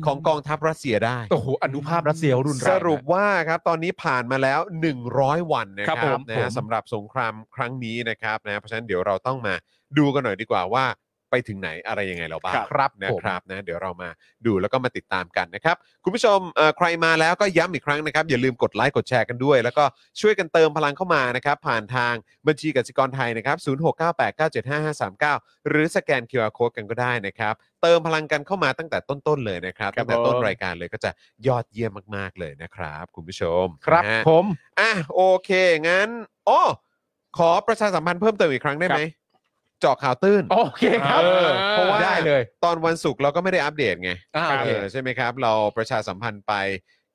B: ของกองทัพรัสเซียได้
D: โอ้โหอนุภาพรัสเซียรุนแรง
B: ส
D: นะ
B: รุปว่าครับตอนนี้ผ่านมาแล้ว 100 วันนะค
D: ครั
B: รับบ
D: ผม
B: นะ
D: ผ
B: ฮะ
D: ม
B: สำหรับสงครามครั้งนี้นะครับนะเพราะฉะนั้นเดี๋ยวเราต้องมาดูกันหน่อยดีกว่าว่าไปถึงไหนอะไรยังไงเราบ้าง
D: ครับ
B: นะ
D: ผม
B: ครับนะเดี๋ยวเรามาดูแล้วก็มาติดตามกันนะครับ คุณผู้ชมเอ่อใครมาแล้วก็ย้ำอีกครั้งนะครับ อย่าลืมกดไลค์กดแชร์กันด้วย แล้วก็ช่วยกันเติมพลังเข้ามานะครับ ผ่านทางบัญชีกสิกรไทยนะครับ0698975539 หรือสแกน QR Code กันก็ได้นะครับ เติมพลังกันเข้ามาตั้งแต่ต้นๆเลยนะครับ
C: ค
B: ตั้
C: รับ
B: งแต่ต้น
C: ผม
B: รายการเลยก็จะยอดเยี่ยมมากๆเลยนะครับ คุณผู้ชม
D: ครับ
B: นะฮะ
D: ผม
B: อ่ะโอเค งั้นอ๋อขอประชาสัมพันธ์เพิ่มเติมอีกครั้งได้ไหมเจาะข่าวตื้น
D: โอเคครับ
B: เออเพราะว่า
D: ได้เลย
B: ตอนวันศุกร์เราก็ไม่ได้อัปเดตไง
D: อ่าโอเค
B: เออใช่ไหมครับ เราประชาสัมพันธ์ไป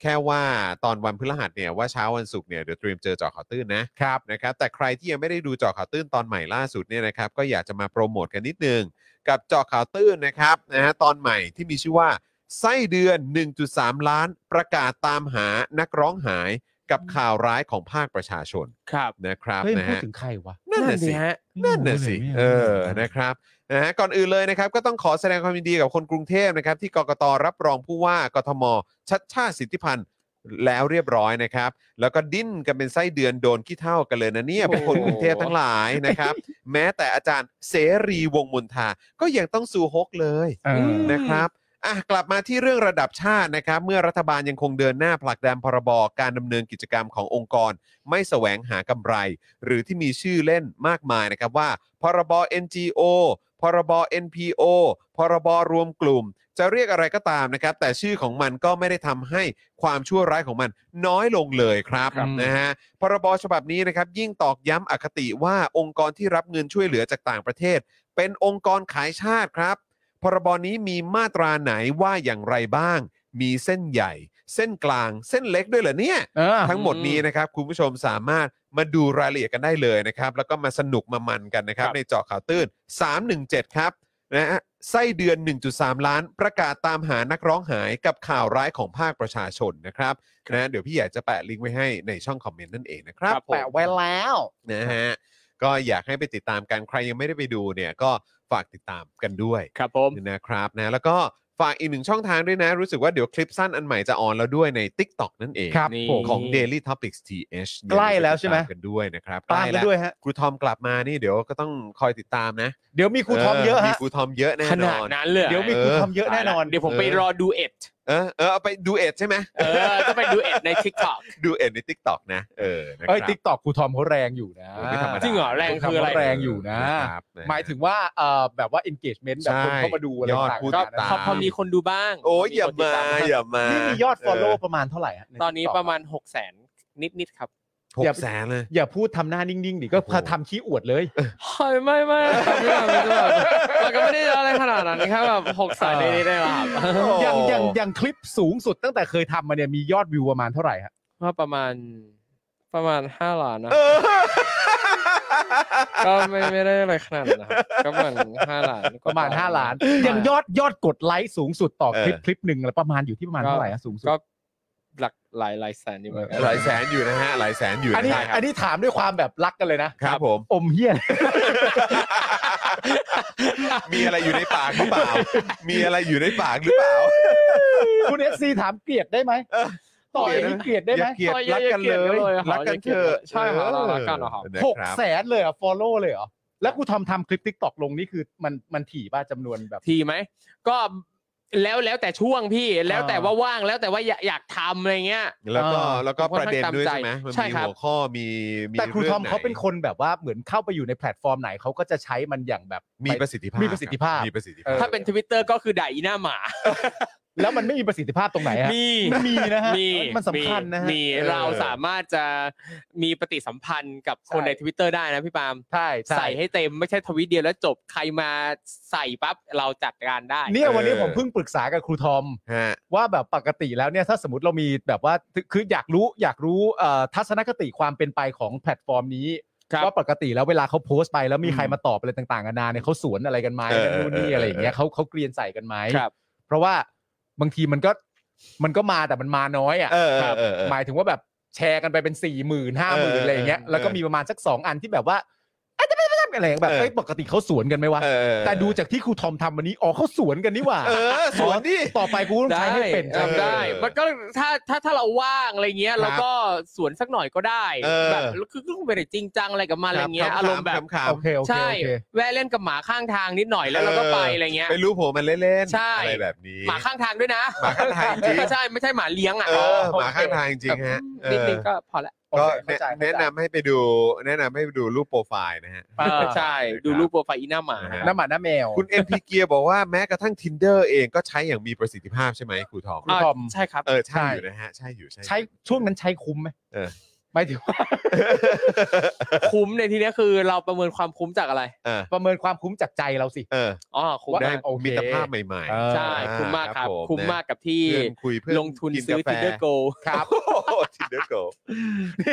B: แค่ว่าตอนวันพฤหัสเนี่ยว่าเช้าวันศุกร์เนี่ยเดี๋ยวเตรียมเจอเจาะข่าวตื้นนะครับนะครับ แต่ใครที่ยังไม่ได้ดูเจาะข่าวตื้นตอนใหม่ล่าสุดเนี่ยนะครับ ก็อยากจะมาโปรโมทกันนิดนึง กับเจาะข่าวตื้นนะครับนะฮะตอนใหม่ที่มีชื่อว่าไส้เดือน 1.3 ล้าน ประกาศตามหานักร้องหายกับข่าวร้ายของภาคประชาชน
C: ครับ
B: นะครับ
D: เฮ้ย
B: นะ
D: พูด
B: ฮะ
D: ถึงใครวะ
B: นั่นน่ะสิ
C: ฮะ
B: นั่นน่ะสิเออนะครับนะฮะก่อนอื่นเลยนะครับก็ต้องขอแสดงความยินดีกับคนกรุงเทพนะครับ ที่กกตรับรองผู้ว่ากทม ชัดชาติสิทธิพันธ์แล้วเรียบร้อยนะครับ แล้วก็ดิ้นกันเป็นไส้เดือนโดนขี้เท่ากันเลยนะเนี่ย
C: โอ้
B: เป็น
C: โห
B: คนกรุงเทพทั้งหลายนะครับ แม้แต่อาจารย์เสรีวงศ์มนทาก็ยังต้องสูฮกเลย
D: เออ
B: นะครับอ่ะกลับมาที่เรื่องระดับชาตินะครับ เมื่อรัฐบาลยังคงเดินหน้าผลักดันพรบการดำเนินกิจกรรมขององค์กร ไม่แสวงหากำไร หรือที่มีชื่อเล่นมากมายนะครับว่า พรบ NGO พรบ NPO พรบรวมกลุ่ม จะเรียกอะไรก็ตามนะครับ แต่ชื่อของมันก็ไม่ได้ทำให้ความชั่วร้ายของมันน้อยลงเลยครับ
D: ครับ
B: นะฮะพรบฉบับนี้นะครับ ยิ่งตอกย้ำอคติว่าองค์กรที่รับเงินช่วยเหลือจากต่างประเทศ เป็นองค์กรขายชาติครับ พรบนี้มีมาตราไหนว่าอย่างไรบ้าง มีเส้นใหญ่ เส้นกลาง เส้นเล็กด้วยเหรอเนี่ย
D: เออ
B: ทั้งหมดนี้นะครับ คุณผู้ชมสามารถมาดูรายละเอียดกันได้เลยนะครับ แล้วก็มาสนุกมามันกันนะครับ
C: ครับ
B: ในเจาะข่าวตื้น 317 ครับนะฮะไส้เดือน 1.3 ล้าน ประกาศตามหานักร้องหายกับข่าวร้ายของภาคประชาชนนะครับนะเดี๋ยวพี่ใหญ่จะแปะลิงก์ไว้ให้ในช่องคอมเมนต์นั่นเองนะครับ
D: แปะไว้แล้ว
B: นะฮะก็อยากให้ไปติดตามกันใครยังไม่ได้ไปดูเนี่ยก็ฝากติดตามกันด้วย
C: ครับผม
B: นะครับนะแล้วก็ฝากอีกหนึ่งช่องทางด้วยนะ รู้สึกว่าเดี๋ยวคลิปสั้นอันใหม่จะออนแล้วด้วยใน TikTok นั่นเอง
D: ครับ
C: นี่
D: ผม
B: ของ Daily Topics TH
D: ใกล้แล้วใช่ไหม
B: ติดตากันด้วยนะครับ
D: ตามไปด้วยฮะ
B: ครูทอมกลับมานี่เดี๋ยวก็ต้องคอยติดตามนะ
D: เดี๋ยวมีครูทอมเยอะ
B: มี
D: ฮะ
B: ครูทอมเยอะแน่
C: ข
B: น
C: นา
B: อ
C: ด
B: น
C: นั้นเลย
D: เดี๋ยวมี
B: เออ
D: ครูทอมเยอะแน่นอน
C: เดี๋ยวผมไปรอดูเอ็ด
B: เออเออเอาไปดูเอ็ดใช่ไหม
C: เออต้องไปดูเอ็ดใน TikTok
B: ดูเอ็ดใน TikTok นะเออนะค
D: เอ้ย
B: รับ
D: ติ๊กตอกครูทอมเขาแรงอยู่นะ
B: เออไม่ธมดา
C: จริงเหรอแรงคืออะไร
D: แรงอยู่นะ
B: ครับนะ
D: หมายถึงว่าเอ่อแบบว่า engagement แบบคนเข้ามาดูอะไร
B: ใช่
D: ต่าง
B: ยอดผู้
D: ๆ
B: ติ
D: น
B: ดตา
C: พอพอมีคนดูบ้าง
B: โอ้ยอย่า
C: คนติด
B: มา
C: ตบ้ง
B: อย่ามา
D: นี่
B: มี
D: มียอด follow ประมาณเท่าไหร่ฮะใ
C: ตอนนี้
D: TikTok
C: ประมาณ 6 0 0 0 0 0นิดๆครับ
B: หกแสนเลย
D: อย่าพูดทำหน้านิ่งๆดิก็
B: โอ้โห
D: ทำขี้อวดเลย
C: ไม่ไม่ไม่มันก็ไม่ได้อะไรขนาดนั้นแค่แบบหกแสน
D: เออ
C: นิดๆได้หรอกครับ
D: อย่างอย่างอย่างคลิปสูงสุดตั้งแต่เคยทำมาเนี่ยมียอดวิวประมาณเท่าไหร่ฮะ
C: ว่าประมาณประมาณ 5 ล้านนะ
B: เออ
C: ก็ไม่ไม่ได้อะไรขนาดนั้นนะครับก็ประมาณห้าล้านกว่
D: ประมาณ 5 ล้าน อย่างยอดยอดกดไลค์สูงสุดต่อคลิปคลิปหนึ่งแล้วประมาณอยู่ที่ประมาณเท่าไหร่อะสูงสุด
C: ก็หลักหลายหลายแสนอยู่เหมือนกัน
B: หลายแสนอยู่นะฮะหลายแสนอยู่
D: อันนี้
B: ะฮะ
D: อันนี้ถามด้วยความแบบรักกันเลยนะครับ
B: ผม
D: อมเฮีย
B: [laughs] มีอะไรอยู่ในปากหรือเปล่า มีอะไรอยู่ในปากหรือเปล่า
D: คุณเอซีถามเกลียดได้ไหม
B: เออ
D: ต่อยางนี้เกลียดได้ไหม
B: อย่าเกลียด
C: อ
B: รักกั
C: ย่า
B: น
C: อย่าเกลียด
B: เลย
C: เลยอะ
B: รักกันเถ
C: อย่าเกลียด
B: อะ
C: เลยใช่ครับเรารักกันเหรอครับ
B: นะ
D: หก
B: ครับ
D: แสนเลยเหรอ่ะฟอลโล่เลยเหรอแล้วกูทำทำคลิปทิกตอกลงนี่คือมันมันถี่ป่ะจำนวนแบบ
C: ทีไหมก็แล้วแล้วแต่ช่วงพี่แล้วแต่ว่าว่างแล้วแต่ว่าอยากอยากทำอะไรเงี้ย
B: แล้วก็
D: อ่า
B: แล้วก็
C: ผม
B: ป
C: ค่อน
B: ระเด็นด้วยใช่ไหม
C: ข้าง
B: มัน
C: ใช่
B: มี
C: ครับ
B: หัวข้อมีมี
D: แต่ครูทอม
B: งไห
D: เขาเป็นคนแบบว่าเหมือนเข้าไปอยู่ในแพลตฟอร์มไหนเขาก็จะใช้มันอย่างแบบ
B: มีป
D: ไประ
B: สิทธิภาพ
D: มีประสิทธิภาพ
B: มีประสิทธิ
D: เอ
B: ภา
D: อ
B: พ
C: ถ้าเป็นทวิตเตอร์ก็คือด่าอีหน้าหมา
D: แล้วมันไม่มีประสิทธิภาพตรงไหนอะ
C: มี
D: มีนะฮะ
C: มี
D: มันสำคัญนะฮะ
C: มี
D: เออ
C: เราสามารถจะมีปฏิสัมพันธ์กับคน
D: ใช่
C: ในทวิตเตอร์ได้นะพี่ปาล์ม
D: ใช่ช่
C: ใส่ให้เต็มไม่ใช่ทวิตเดียวแล้วจบใครมาใส่ปั๊บเราจัดการได้
D: เนี่ยวันนี้ผมเพิ่งปรึกษากับครูทอม
B: ฮะ
D: ว่าแบบปกติแล้วเนี่ยถ้าสมมติเรามีแบบว่าคืออยากรู้อยากรู้เอ่อทัศนคติความเป็นไปของแพลตฟอร์มนี้
C: ครับ
D: ว่าปกติแล้วเวลาเขาโพสต์ไปแล้วมีใครมาตอบอะไรต่างๆนานาเนี่ยเขาสวนอะไรกันไหม
B: เออ
D: นั่นนู่นนี่
B: เอออ
D: อะไรอย่างเงี้ยเขาเขาเกรียนใส่กันไหม
C: ครับ
D: เพราะว่าบางทีมันก็มันก็มาแต่มันมาน้อยอ่ะ
B: เออ
D: ครับ
B: เออเออ
D: หมายถึงว่าแบบแชร์กันไปเป็นสี่หมื่นห้าห
B: เอ
D: มื่น
B: อ
D: อะไรอย่างเงี้ย
B: เออ
D: แล้วก็มีประมาณสักสองอันที่แบบว่าอะจะไม่ไม่ไม่อะไรอย่างเงี้ยแบบ
B: เออ
D: เอ้ยปกติเขาสวนกันไหมวะ
B: เออ
D: แต่ดูจากที่ครูทอมทำวันนี้อ๋อเขาสวนกันนี่หว่า
B: เออสวนดิ
D: ต่อไปกูต้อง
C: ได้
D: ใช้ให้เป็น
C: ทำได้
B: เออ
C: มันก็ถ้าถ้าถ้าเราว่างอะไรเงี้ยเราก็สวนสักหน่อยก็ได้
B: เออ
C: แบบคือคือไม่ได้จริงจังอะไรกับมันอะไรเงี้ย
B: ค
C: อารมณ์แบบ
B: ขำ
D: โอเคโอเค
C: ใช่
D: โอเค
C: แวะเล่นกับหมาข้างทางนิดหน่อยแล้วเราก็ไปอะไรเงี้
B: ๆ
C: ย
B: ไปรู้ผมมันเล่น
C: ใช่
B: ๆอะไรแบบนี้
C: หมาข้างทางด้วยนะ
B: หมาข้างทางจริง
C: ใช่ไม่ใช่หมาเลี้ยงอ่ะ
B: เออหมาข้างทางจริงๆฮะเอ
C: นิด
B: อ
C: นึงก็พอละ
B: ก็
D: โอเคเข้าใจ
B: แนะนำให้ไปดู แนะนำให้ไปดูรูปโปรไฟล์นะฮะ
D: เข้าใจ
C: ใช่ดูรูปโปรไฟล์อีหน้าหมา
B: นะฮะ
D: หน้าหมาหน้าแมว
B: คุณ MP เกียร์บอกว่าแม้กระทั่ง Tinder เองก็ใช้อย่างมีประสิทธิภาพใช่ไหมครูทอม
D: ครูทอม
C: ใช่ครับ
B: เออใช่
D: ใช่
B: อยู่นะฮะใช่ [laughs] อยู่ใช่อยู่
D: ใช้ช่วงนั้นใช้คุ้มไหม
B: เออ
D: ไม่ถือว่า
C: คุ้มในที่เนี้ยคือเราประเมินความคุ้มจากอะไร
B: เออ
D: ประเมินความคุ้มจากใจเราสิ
B: เออ
C: อ๋อคุ้ม
B: ได้
C: มาก
D: โอเค
B: มิตรภาพใหม่
D: เออ
B: ๆ
C: ใช่คุ้มมากครับ
B: ผม
C: คุ้มมากกับที่
B: เพื่อนคุยเพื่อน
C: ลงทุนซื้อ
B: กิาแฟ
C: Tinder Go
B: ครับ [laughs] ทินเดอร์โก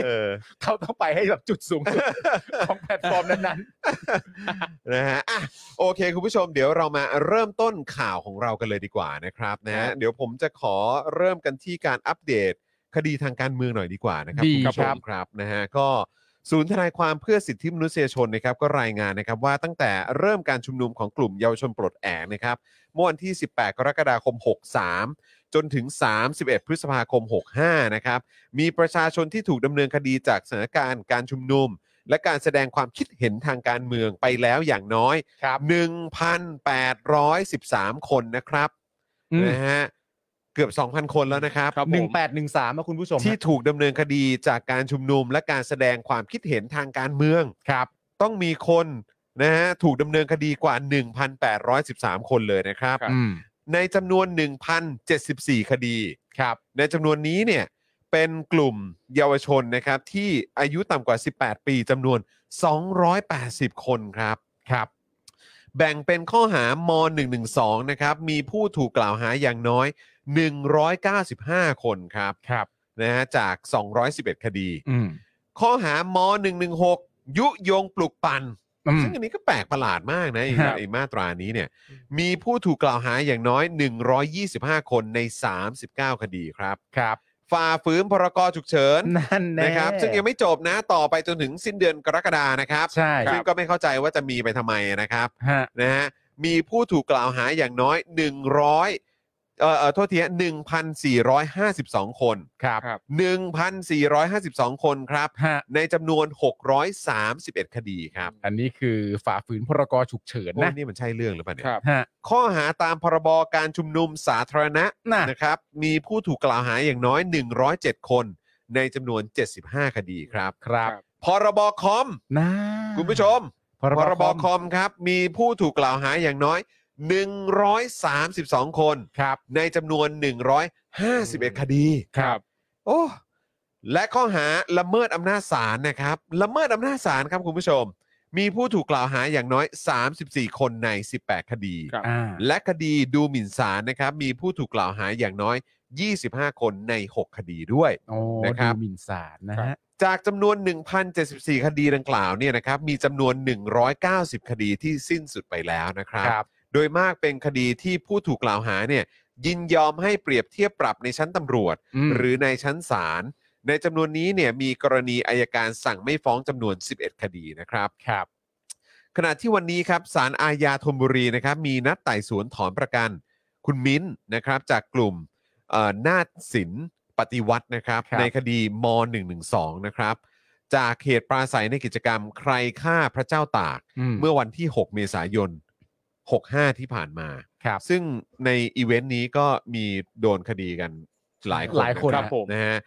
B: เออ
D: เขาต้องไปให้แบบจุดสูง
B: [laughs]
D: สุด ของแพลตฟอร์มนั้น
B: นะฮะอ่ะโอเค คุณผู้ชมเดี๋ยวเรามาเริ่มต้นข่าวของเรากันเลยดีกว่านะครับนะฮะเดี๋ยวผมจะขอเริ่มกันที่การอัปเดตคดีทางการเมืองหน่อยดีกว่านะครับ
C: ดี
B: ณผู้ช
C: ครั
B: ม
C: บ
B: ครับนะฮะก็ศูนย์ทนายความเพื่อสิทธิมนุษยชนนะครับก็รายงานนะครับว่าตั้งแต่เริ่มการชุมนุมของกลุ่มเยาวชนปลดแอกนะครับเมื่อวันที่ 18 กรกฎาคม 63 จนถึง 31 พฤษภาคม 65 นะครับ มีประชาชนที่ถูกดำเนินคดีจากสถานการณ์การชุมนุม และการแสดงความคิดเห็นทางการเมืองไปแล้วอย่างน้อย
D: ๆ ครับ
B: 1,813 คนนะครับ
D: อืม
B: นะฮะเกือบ 2,000 คนแล้วนะครับ
C: ครับ ผม
D: หนึ่งแปดหนึ่งสามนะคุณผู้ชม
B: ที่ถูกดำเนินคดีจากการชุมนุมและการแสดงความคิดเห็นทางการเมือง
D: ครับ
B: ต้องมีคนนะฮะถูกดำเนินคดีกว่า 1,813 คนเลยนะครับ
C: ครับ
D: อืม
B: ในจำนวน 1,074 คดี
D: ครับ
B: ในจำนวนนี้เนี่ยเป็นกลุ่มเยาวชนนะครับที่อายุต่ำกว่า 18 ปีจำนวน 280 คนครับ
D: ครับ
B: แบ่งเป็นข้อหาม112นะครับมีผู้ถูกกล่าวหาอย่างน้อย 195 คนครับ
D: ครับ
B: นะฮะจาก 211 คดี
D: อืม
B: ข้อหาม116 ยุยงปลุกปั่น
D: อืม
B: ซึ่งอันนี้ก็แปลกประหลาดมากนะไอ้
D: ครับ
B: ไอ้มาตรานี้เนี่ยมีผู้ถูกกล่าวหาอย่างน้อย 125 คนใน 39 คดีครับ
D: ครับ
B: ฝ่าฝืนพรกฉุกเฉิน
D: นั่นแน่
B: นะครับ ซึ่งยังไม่จบนะต่อไปจนถึงสิ้นเดือนกรกฎานะครับ
D: ใช่
B: ซึ่งก็ไม่เข้าใจว่าจะมีไปทำไมนะครับ
D: ฮะ
B: นะฮะมีผู้ถูกกล่าวหาอย่างน้อย 100เอ่อเอ่อโทษทีฮะ1,452 คน
D: ครับ
C: ครับ
B: 1,452 คนครับ
D: ฮะ
B: ในจำนวน 631 คดีครับ
D: อันนี้คือฝ่าฝืนพรกฉุกเฉิน
B: โอ้
D: นะ
B: นี่มันใช่เรื่องหรือเปล่าเนี่ย
C: ครับ
D: ฮะ
B: ข้อหาตามพรบการชุมนุมสาธารณะ
D: น่ะ
B: นะครับ มีผู้ถูกกล่าวหาอย่างน้อย 107 คนในจำนวน 75 คดีครับ
D: ครับ
B: พรบคอม
D: นะ
B: คุณผู้ชม
D: พ
B: พร
D: ร
B: บบ ค
D: คอม
B: อมครับ มีผู้ถูกกล่าวหาอย่างน้อย 132 คน
D: ครับ
B: ในจำนวน 151 คดี
D: ครับ
B: โอ้และข้อหาละเมิดอำนาจศาลนะครับ ละเมิดอำนาจศาลครับคุณผู้ชม มีผู้ถูกกล่าวหาอย่างน้อย 34 คนใน 18 คดี
C: ครับ
D: อ่า
B: และคดีดูหมิ่นศาลนะครับ มีผู้ถูกกล่าวหาอย่างน้อย 25 คนใน 6 คดีด้วย
D: โอ้
B: นะครับ
D: ดูหมินสารนะฮะ
B: จากจำนวน 1,074 คดีดังกล่าวเนี่ยนะครับมีจำนวน 190 คดีที่สิ้นสุดไปแล้วนะครับ โดยมากเป็นคดีที่ผู้ถูกกล่าวหาเนี่ยยินยอมให้เปรียบเทียบปรับในชั้นตำรวจ
D: อืม
B: หรือในชั้นศาลในจำนวนนี้เนี่ยมีกรณีอายการสั่งไม่ฟ้องจำนวน 11 คดีนะครับ
D: ครับ
B: ขณะที่วันนี้ครับศาลอาญาธนบุรีนะครับมีนัดไต่สวนถอนประกัน คุณมิ้นท์นะครับจากกลุ่มเอ่อนาฏศิลป์ปฏิวัตินะครับ
D: ครับ
B: ในคดีม .112 นะครับ จากเหตุปราศัยในกิจกรรมใครฆ่าพระเจ้าตาก เมื่อวันที่ 6 เมษายน 65 ที่ผ่านมา
D: ครับ
B: ซึ่งในอีเวนต์นี้ก็มีโดนคดีกันหลายคน
D: หลายคน
B: นะค
D: ครั
B: รั
D: บบผม
B: นะฮะ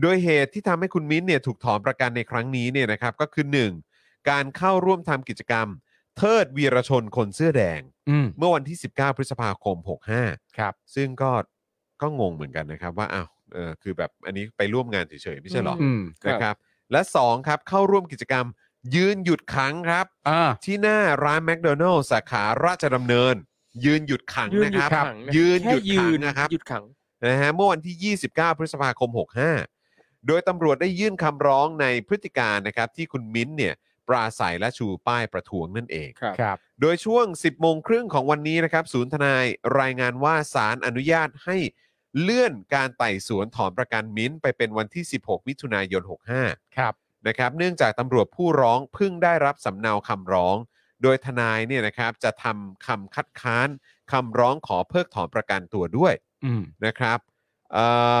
B: โดยเหตุที่ทำให้คุณมิ้นท์เนี่ยถูกถอนประกันในครั้งนี้เนี่ยนะครับก็คือ 1. การเข้าร่วมทำกิจกรรม เทิดวีรชนคนเสื้อแดง
D: อืม
B: เมื่อวันที่ 19 พฤษภาคม
D: ครับ
B: 65 ซึ่งก็ก็งงเหมือนกันนะครับว่าอ้าวเออคือแบบอันนี้ไปร่วมงานเฉยๆไม่ใช่เหรอ
D: อืม
B: นะครับและสองครับเข้าร่วมกิจกรรม ยืนหยุดขังครับ
D: อ่า
B: ที่หน้าร้านแมคโดนัลล์สาขาราชดำเนิน ยืนหยุดขัง
C: ยืน
B: นะค
C: หยุด
B: รับ
C: ขังะ
B: ยืนห
C: แค่
B: ยุดขังนะครับ
C: หยุดขัง
B: นะฮะเมื่อวันที่ 29 พฤษภาคม 65 โดยตำรวจได้ยื่นคำร้องในพฤติการนะครับที่คุณมิ้นท์เนี่ยปราศัยและชูป้ายประท้วงนั่นเอง
C: ครับ
D: ครับ
B: โดยช่วง 10 โมงครึ่งของวันนี้นะครับ ศูนย์ทนายรายงานว่าศาลอนุญาตให้เลื่อนการไต่สวนถอนประกันมิ้นท์ไปเป็นวันที่ 16 มิถุนายน 65
D: ครับ
B: นะครับเนื่องจากตำรวจผู้ร้องเพิ่งได้รับสำเนาคำร้อง โดยทนายเนี่ยนะครับจะทำคำคัดค้านคำร้องขอเพิกถอนประกันตัวด้วย
D: อืม
B: นะครับเออ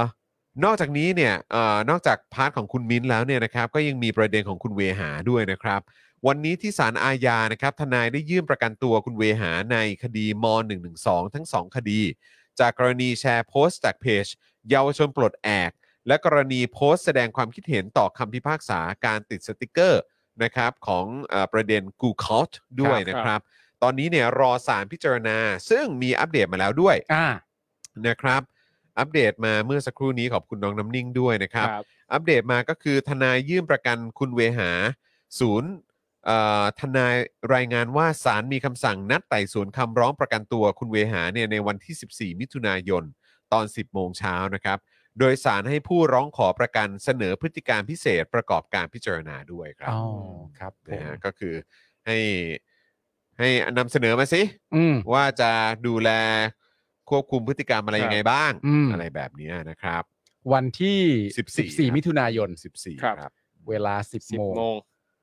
B: นอกจากนี้เนี่ยเออนอกจากพาร์ทของคุณมิ้นท์แล้วเนี่ยนะครับก็ยังมีประเด็นของคุณเวหาด้วยนะครับ วันนี้ที่ศาลอาญานะครับทนายได้ยื่นประกันตัวคุณเวหาในคดีม .112 ทั้ง 2 คดี จากกรณีแชร์โพสต์จากเพจ เยาวชนปลดแอก และกรณีโพสต์แสดงความคิดเห็นต่อคำพิพากษาการติดสติกเกอร์นะครับของเออประเด็น Google ด้วย
C: ครับ
B: นะครับ ตอนนี้เนี่ยรอสารพิจารณา ซึ่งมีอัปเดตมาแล้วด้วย
D: อ่า
B: นะครับ อัปเดตมาเมื่อสักครู่นี้ขอบคุณน้องน้ำนิ่งด้วยนะครับ
C: ครับ
B: อัปเดตมาก็คือทนายยื่นประกันคุณเวหา ศูนย์เอ่อทนายรายงานว่าศาลมีคำสั่งนัดไต่สวนคำร้องประกันตัวคุณเวหาเนี่ยในวันที่ 14 มิถุนายน ตอน 10 โมงเช้านะครับ โดยศาลให้ผู้ร้องขอประกันเสนอพฤติการพิเศษประกอบการพิจารณาด้วยครับ
D: อ๋อ ครับผ
B: นะ
D: ม
B: ฮะก็คือให้ให้นำเสนอมาสิ
D: อืม
B: ว่าจะดูแลควบคุมพฤติกรรมอะไรยังไงบ้าง
D: อืม
B: อะไรแบบเนี้ยนะครับ
D: วันที่
B: 14
D: 14 มิถุนายน
B: 14
C: ครับ
D: เวลา 10
C: สิบ
D: โมง
C: โมง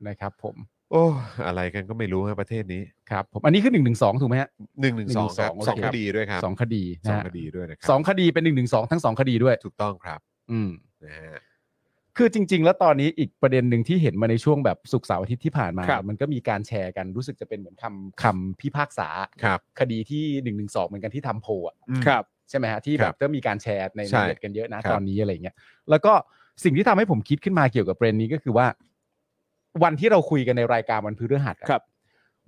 D: นะครับผม
B: โอ้อะไรกันก็ไม่รู้ฮะประเทศนี้
D: ครับผม อันนี้คือ1นึถูกไหมฮะ
B: หนึ่งหนึ่งสองครับ
D: 112
B: สอง
D: โอเค
B: คดีด้วยครับ
D: สองคดีนะ
B: สอง
D: ฮะ
B: คดีด้วยนะครั
D: สองคดีเป็น1นึทั้งสองคดีด้วย
B: ถูกต้องครับ
D: อืม
B: นะฮะ
D: คือจริง ๆ แล้วตอนนี้อีกประเด็นหนึ่งที่เห็นมาในช่วงแบบสุกร์เสาร์อาทิตย์ที่ผ่านมา
C: ครับ
D: มันก็มีการแชร์กันรู้สึกจะเป็นเหมือนคำคำพิพากษา
B: ครับ
D: คดีที่1นึเหมือนกันที่ทำโพลอะ
C: ครับ
D: ใช่ไหมฮะที่
B: ค
D: แบ
B: รั
D: บบ ก็มีการแชร์ใน
B: ใช่
D: เน็ตกันเยอะนะครับ ตอนนี้อะไรเงี้ยแล้วก็สิ่งที่ทำให้ผมคิดขึ้นมาเกี่ยวกับประเด็นนี้ก็คือว่า วันที่เราคุยกันในรายการวันพฤหัสอะ
C: ครับ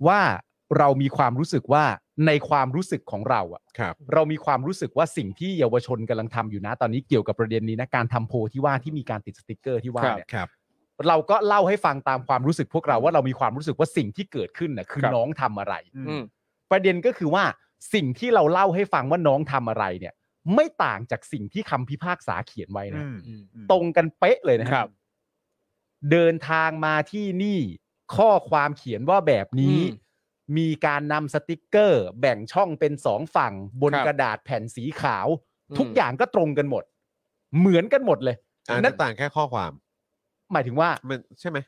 D: ว่าเรามีความรู้สึกว่าในความรู้สึกของเราอะ
B: ครับ
D: เรามีความรู้สึกว่าสิ่งที่เยาวชนกำลังทำอยู่นะตอนนี้เกี่ยวกับประเด็นนี้นะการทำโพลที่ว่าที่มีการติดสติกเกอร์ที่ว่าเนี่ย
B: ครับ
D: เราก็เล่าให้ฟังตามความรู้สึกพวกเราว่าเรามีความรู้สึกว่าสิ่งที่เกิดขึ้นน่ะคือ
C: ครับ
D: น้องทำอะไร
C: อืม
D: ประเด็นก็คือว่าสิ่งที่เราเล่าให้ฟังว่าน้องทำอะไรเนี่ย ไม่ต่างจากสิ่งที่คำพิพากษาเขียนไว้นะ
C: อืม
D: ตรงกันเป๊ะเลยนะฮะ
C: ครับ
D: เดินทางมาที่นี่ข้อความเขียนว่าแบบนี้
C: อืม
D: มีการนำสติกเกอร์ แบ่งช่องเป็นสองฝั่ง บน
C: ครับ
D: กระดาษแผ่นสีขาว
C: อืม
D: ทุกอย่างก็ตรงกันหมด เหมือนกันหมดเลย
B: อัน
D: นั่
B: นั้น นต่างแค่ข้อความ
D: หมายถึงว่า
B: มันใช่ไหม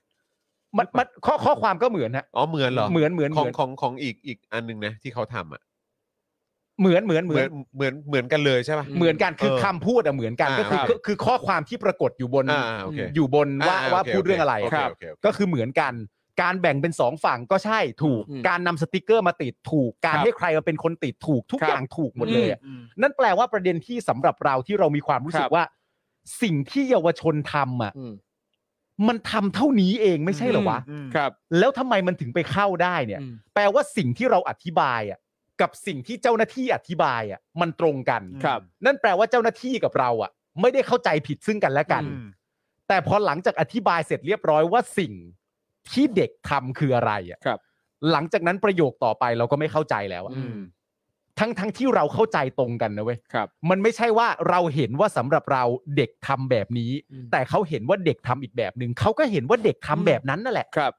D: มันมันข้อข้อความก็เหมือนฮะ
B: อ๋อเหมือนเหรอ
D: เหมือนเหมือน
B: ของ
D: เหมือน
B: ของของอีกอีกอันหนึงนะที่เขาทำอ่ะ
D: เหมือนเหมือน
B: เหมื
D: เหมื
B: อ
D: อน น
B: เหมือนเหมือนกันเลยใช่ป่ะ
D: เหมือนกันคือ
B: เออ
D: คำพูดอะเหมือนกัน
B: อ่า
D: ก็คื
B: ค
D: อ
B: รับ
D: คือคือข้อความที่ปรากฏอยู่บน
B: อ่าโอเค
D: อยู่บนว่า
B: อ่โค
D: ว่าพูดเรื่องอะไร
B: โเคโอเคโอเค
D: ก็คือเหมือนกัน การแบ่งเป็นสองฝั่งก็ใช่ถูก
C: อืม
D: การนำสติกเกอร์มาติดถูก การ
C: ครับ
D: ให้ใครมาเป็นคนติดถูกทุก
C: ครับ
D: อย่างถูกหมดเลยอะ
B: อืม
D: นั่นแปลว่าประเด็นที่สำหรับเราที่เรามีความรู้สึกว่า สิ่งที่เยาวชนทำอ่ะ
C: อืม
D: มันทำเท่านี้เองไม่ใช่เหรอวะ
B: อืม
C: ครับ
D: แล้วทำไมมันถึงไปเข้าได้เนี่ย
C: อืม
D: แปลว่าสิ่งที่เราอธิบายอ่ะกับสิ่งที่เจ้าหน้าที่อธิบายอ่ะมันตรงกัน
C: ครับ
D: นั่นแปลว่าเจ้าหน้าที่กับเราอ่ะ ไม่ได้เข้าใจผิดซึ่งกันและกัน
B: อืม
D: แต่พอหลังจากอธิบายเสร็จเรียบร้อยว่าสิ่ง ที่เด็กทำคืออะไรอ่ะ
C: ครับ
D: หลังจากนั้นประโยคต่อไปเราก็ไม่เข้าใจแล้วอะ
C: อืม
D: ทั้งทั้งที่เราเข้าใจตรงกันนะเว้ย
C: ครับ
D: มันไม่ใช่ว่าเราเห็นว่าสำหรับเราเด็กทำแบบนี้
C: อืม
D: แต่เขาเห็นว่าเด็กทำอีกแบบหนึ่งเขาก็เห็นว่าเด็กทำแบบนั้นนั่นแหละ
C: ครับ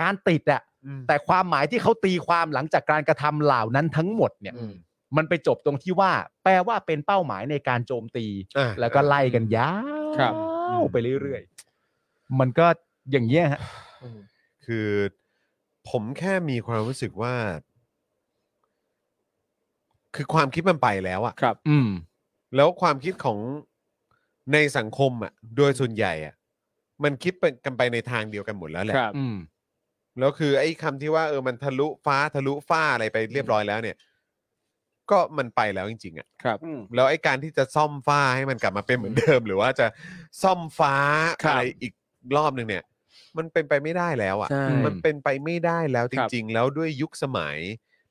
D: การติดอ่ะแต่ความหมายที่เขาตีความหลังจากการกระทำเหล่านั้นทั้งหมดเนี่ย มันไปจบตรงที่ว่า แปลว่าเป็นเป้าหมายในการโจมตี
B: อ่ะ
D: แล้วก็ไล่กันยา
C: ครับ
D: วไปเรื่อยๆ มันก็อย่างเงี้ยฮะ
B: คือผมแค่มีความรู้สึกว่า คือความคิดมันไปแล้วอะ
C: ครับ
D: อืม
B: แล้วความคิดของในสังคมอะโดยส่วนใหญ่อะมันคิดไปกันไปในทางเดียวกันหมดแล้วแหละ
C: ครับ
D: อืม
B: แล้วคือไอ้คำที่ว่าเออมันทะลุฟ้าทะลุฟ้าอะไรไปเรียบร้อยแล้วเนี่ย ก็มันไปแล้วจริงๆอะ่ะ
C: ครับ
B: แล้วไอ้การที่จะซ่อมฟ้าให้มันกลับมาเป็นเหมือนเดิม หรือว่าจะซ่อมฟ้า
C: ครับ
B: อะไรอีกรอบหนึ่งเนี่ย มันเป็นไปไม่ได้แล้ว
C: ใช่
B: อะ่ะมันเป็นไปไม่ได้แล้วจ
C: ครับ
B: ริง ๆ แล้วด้วยยุคสมัย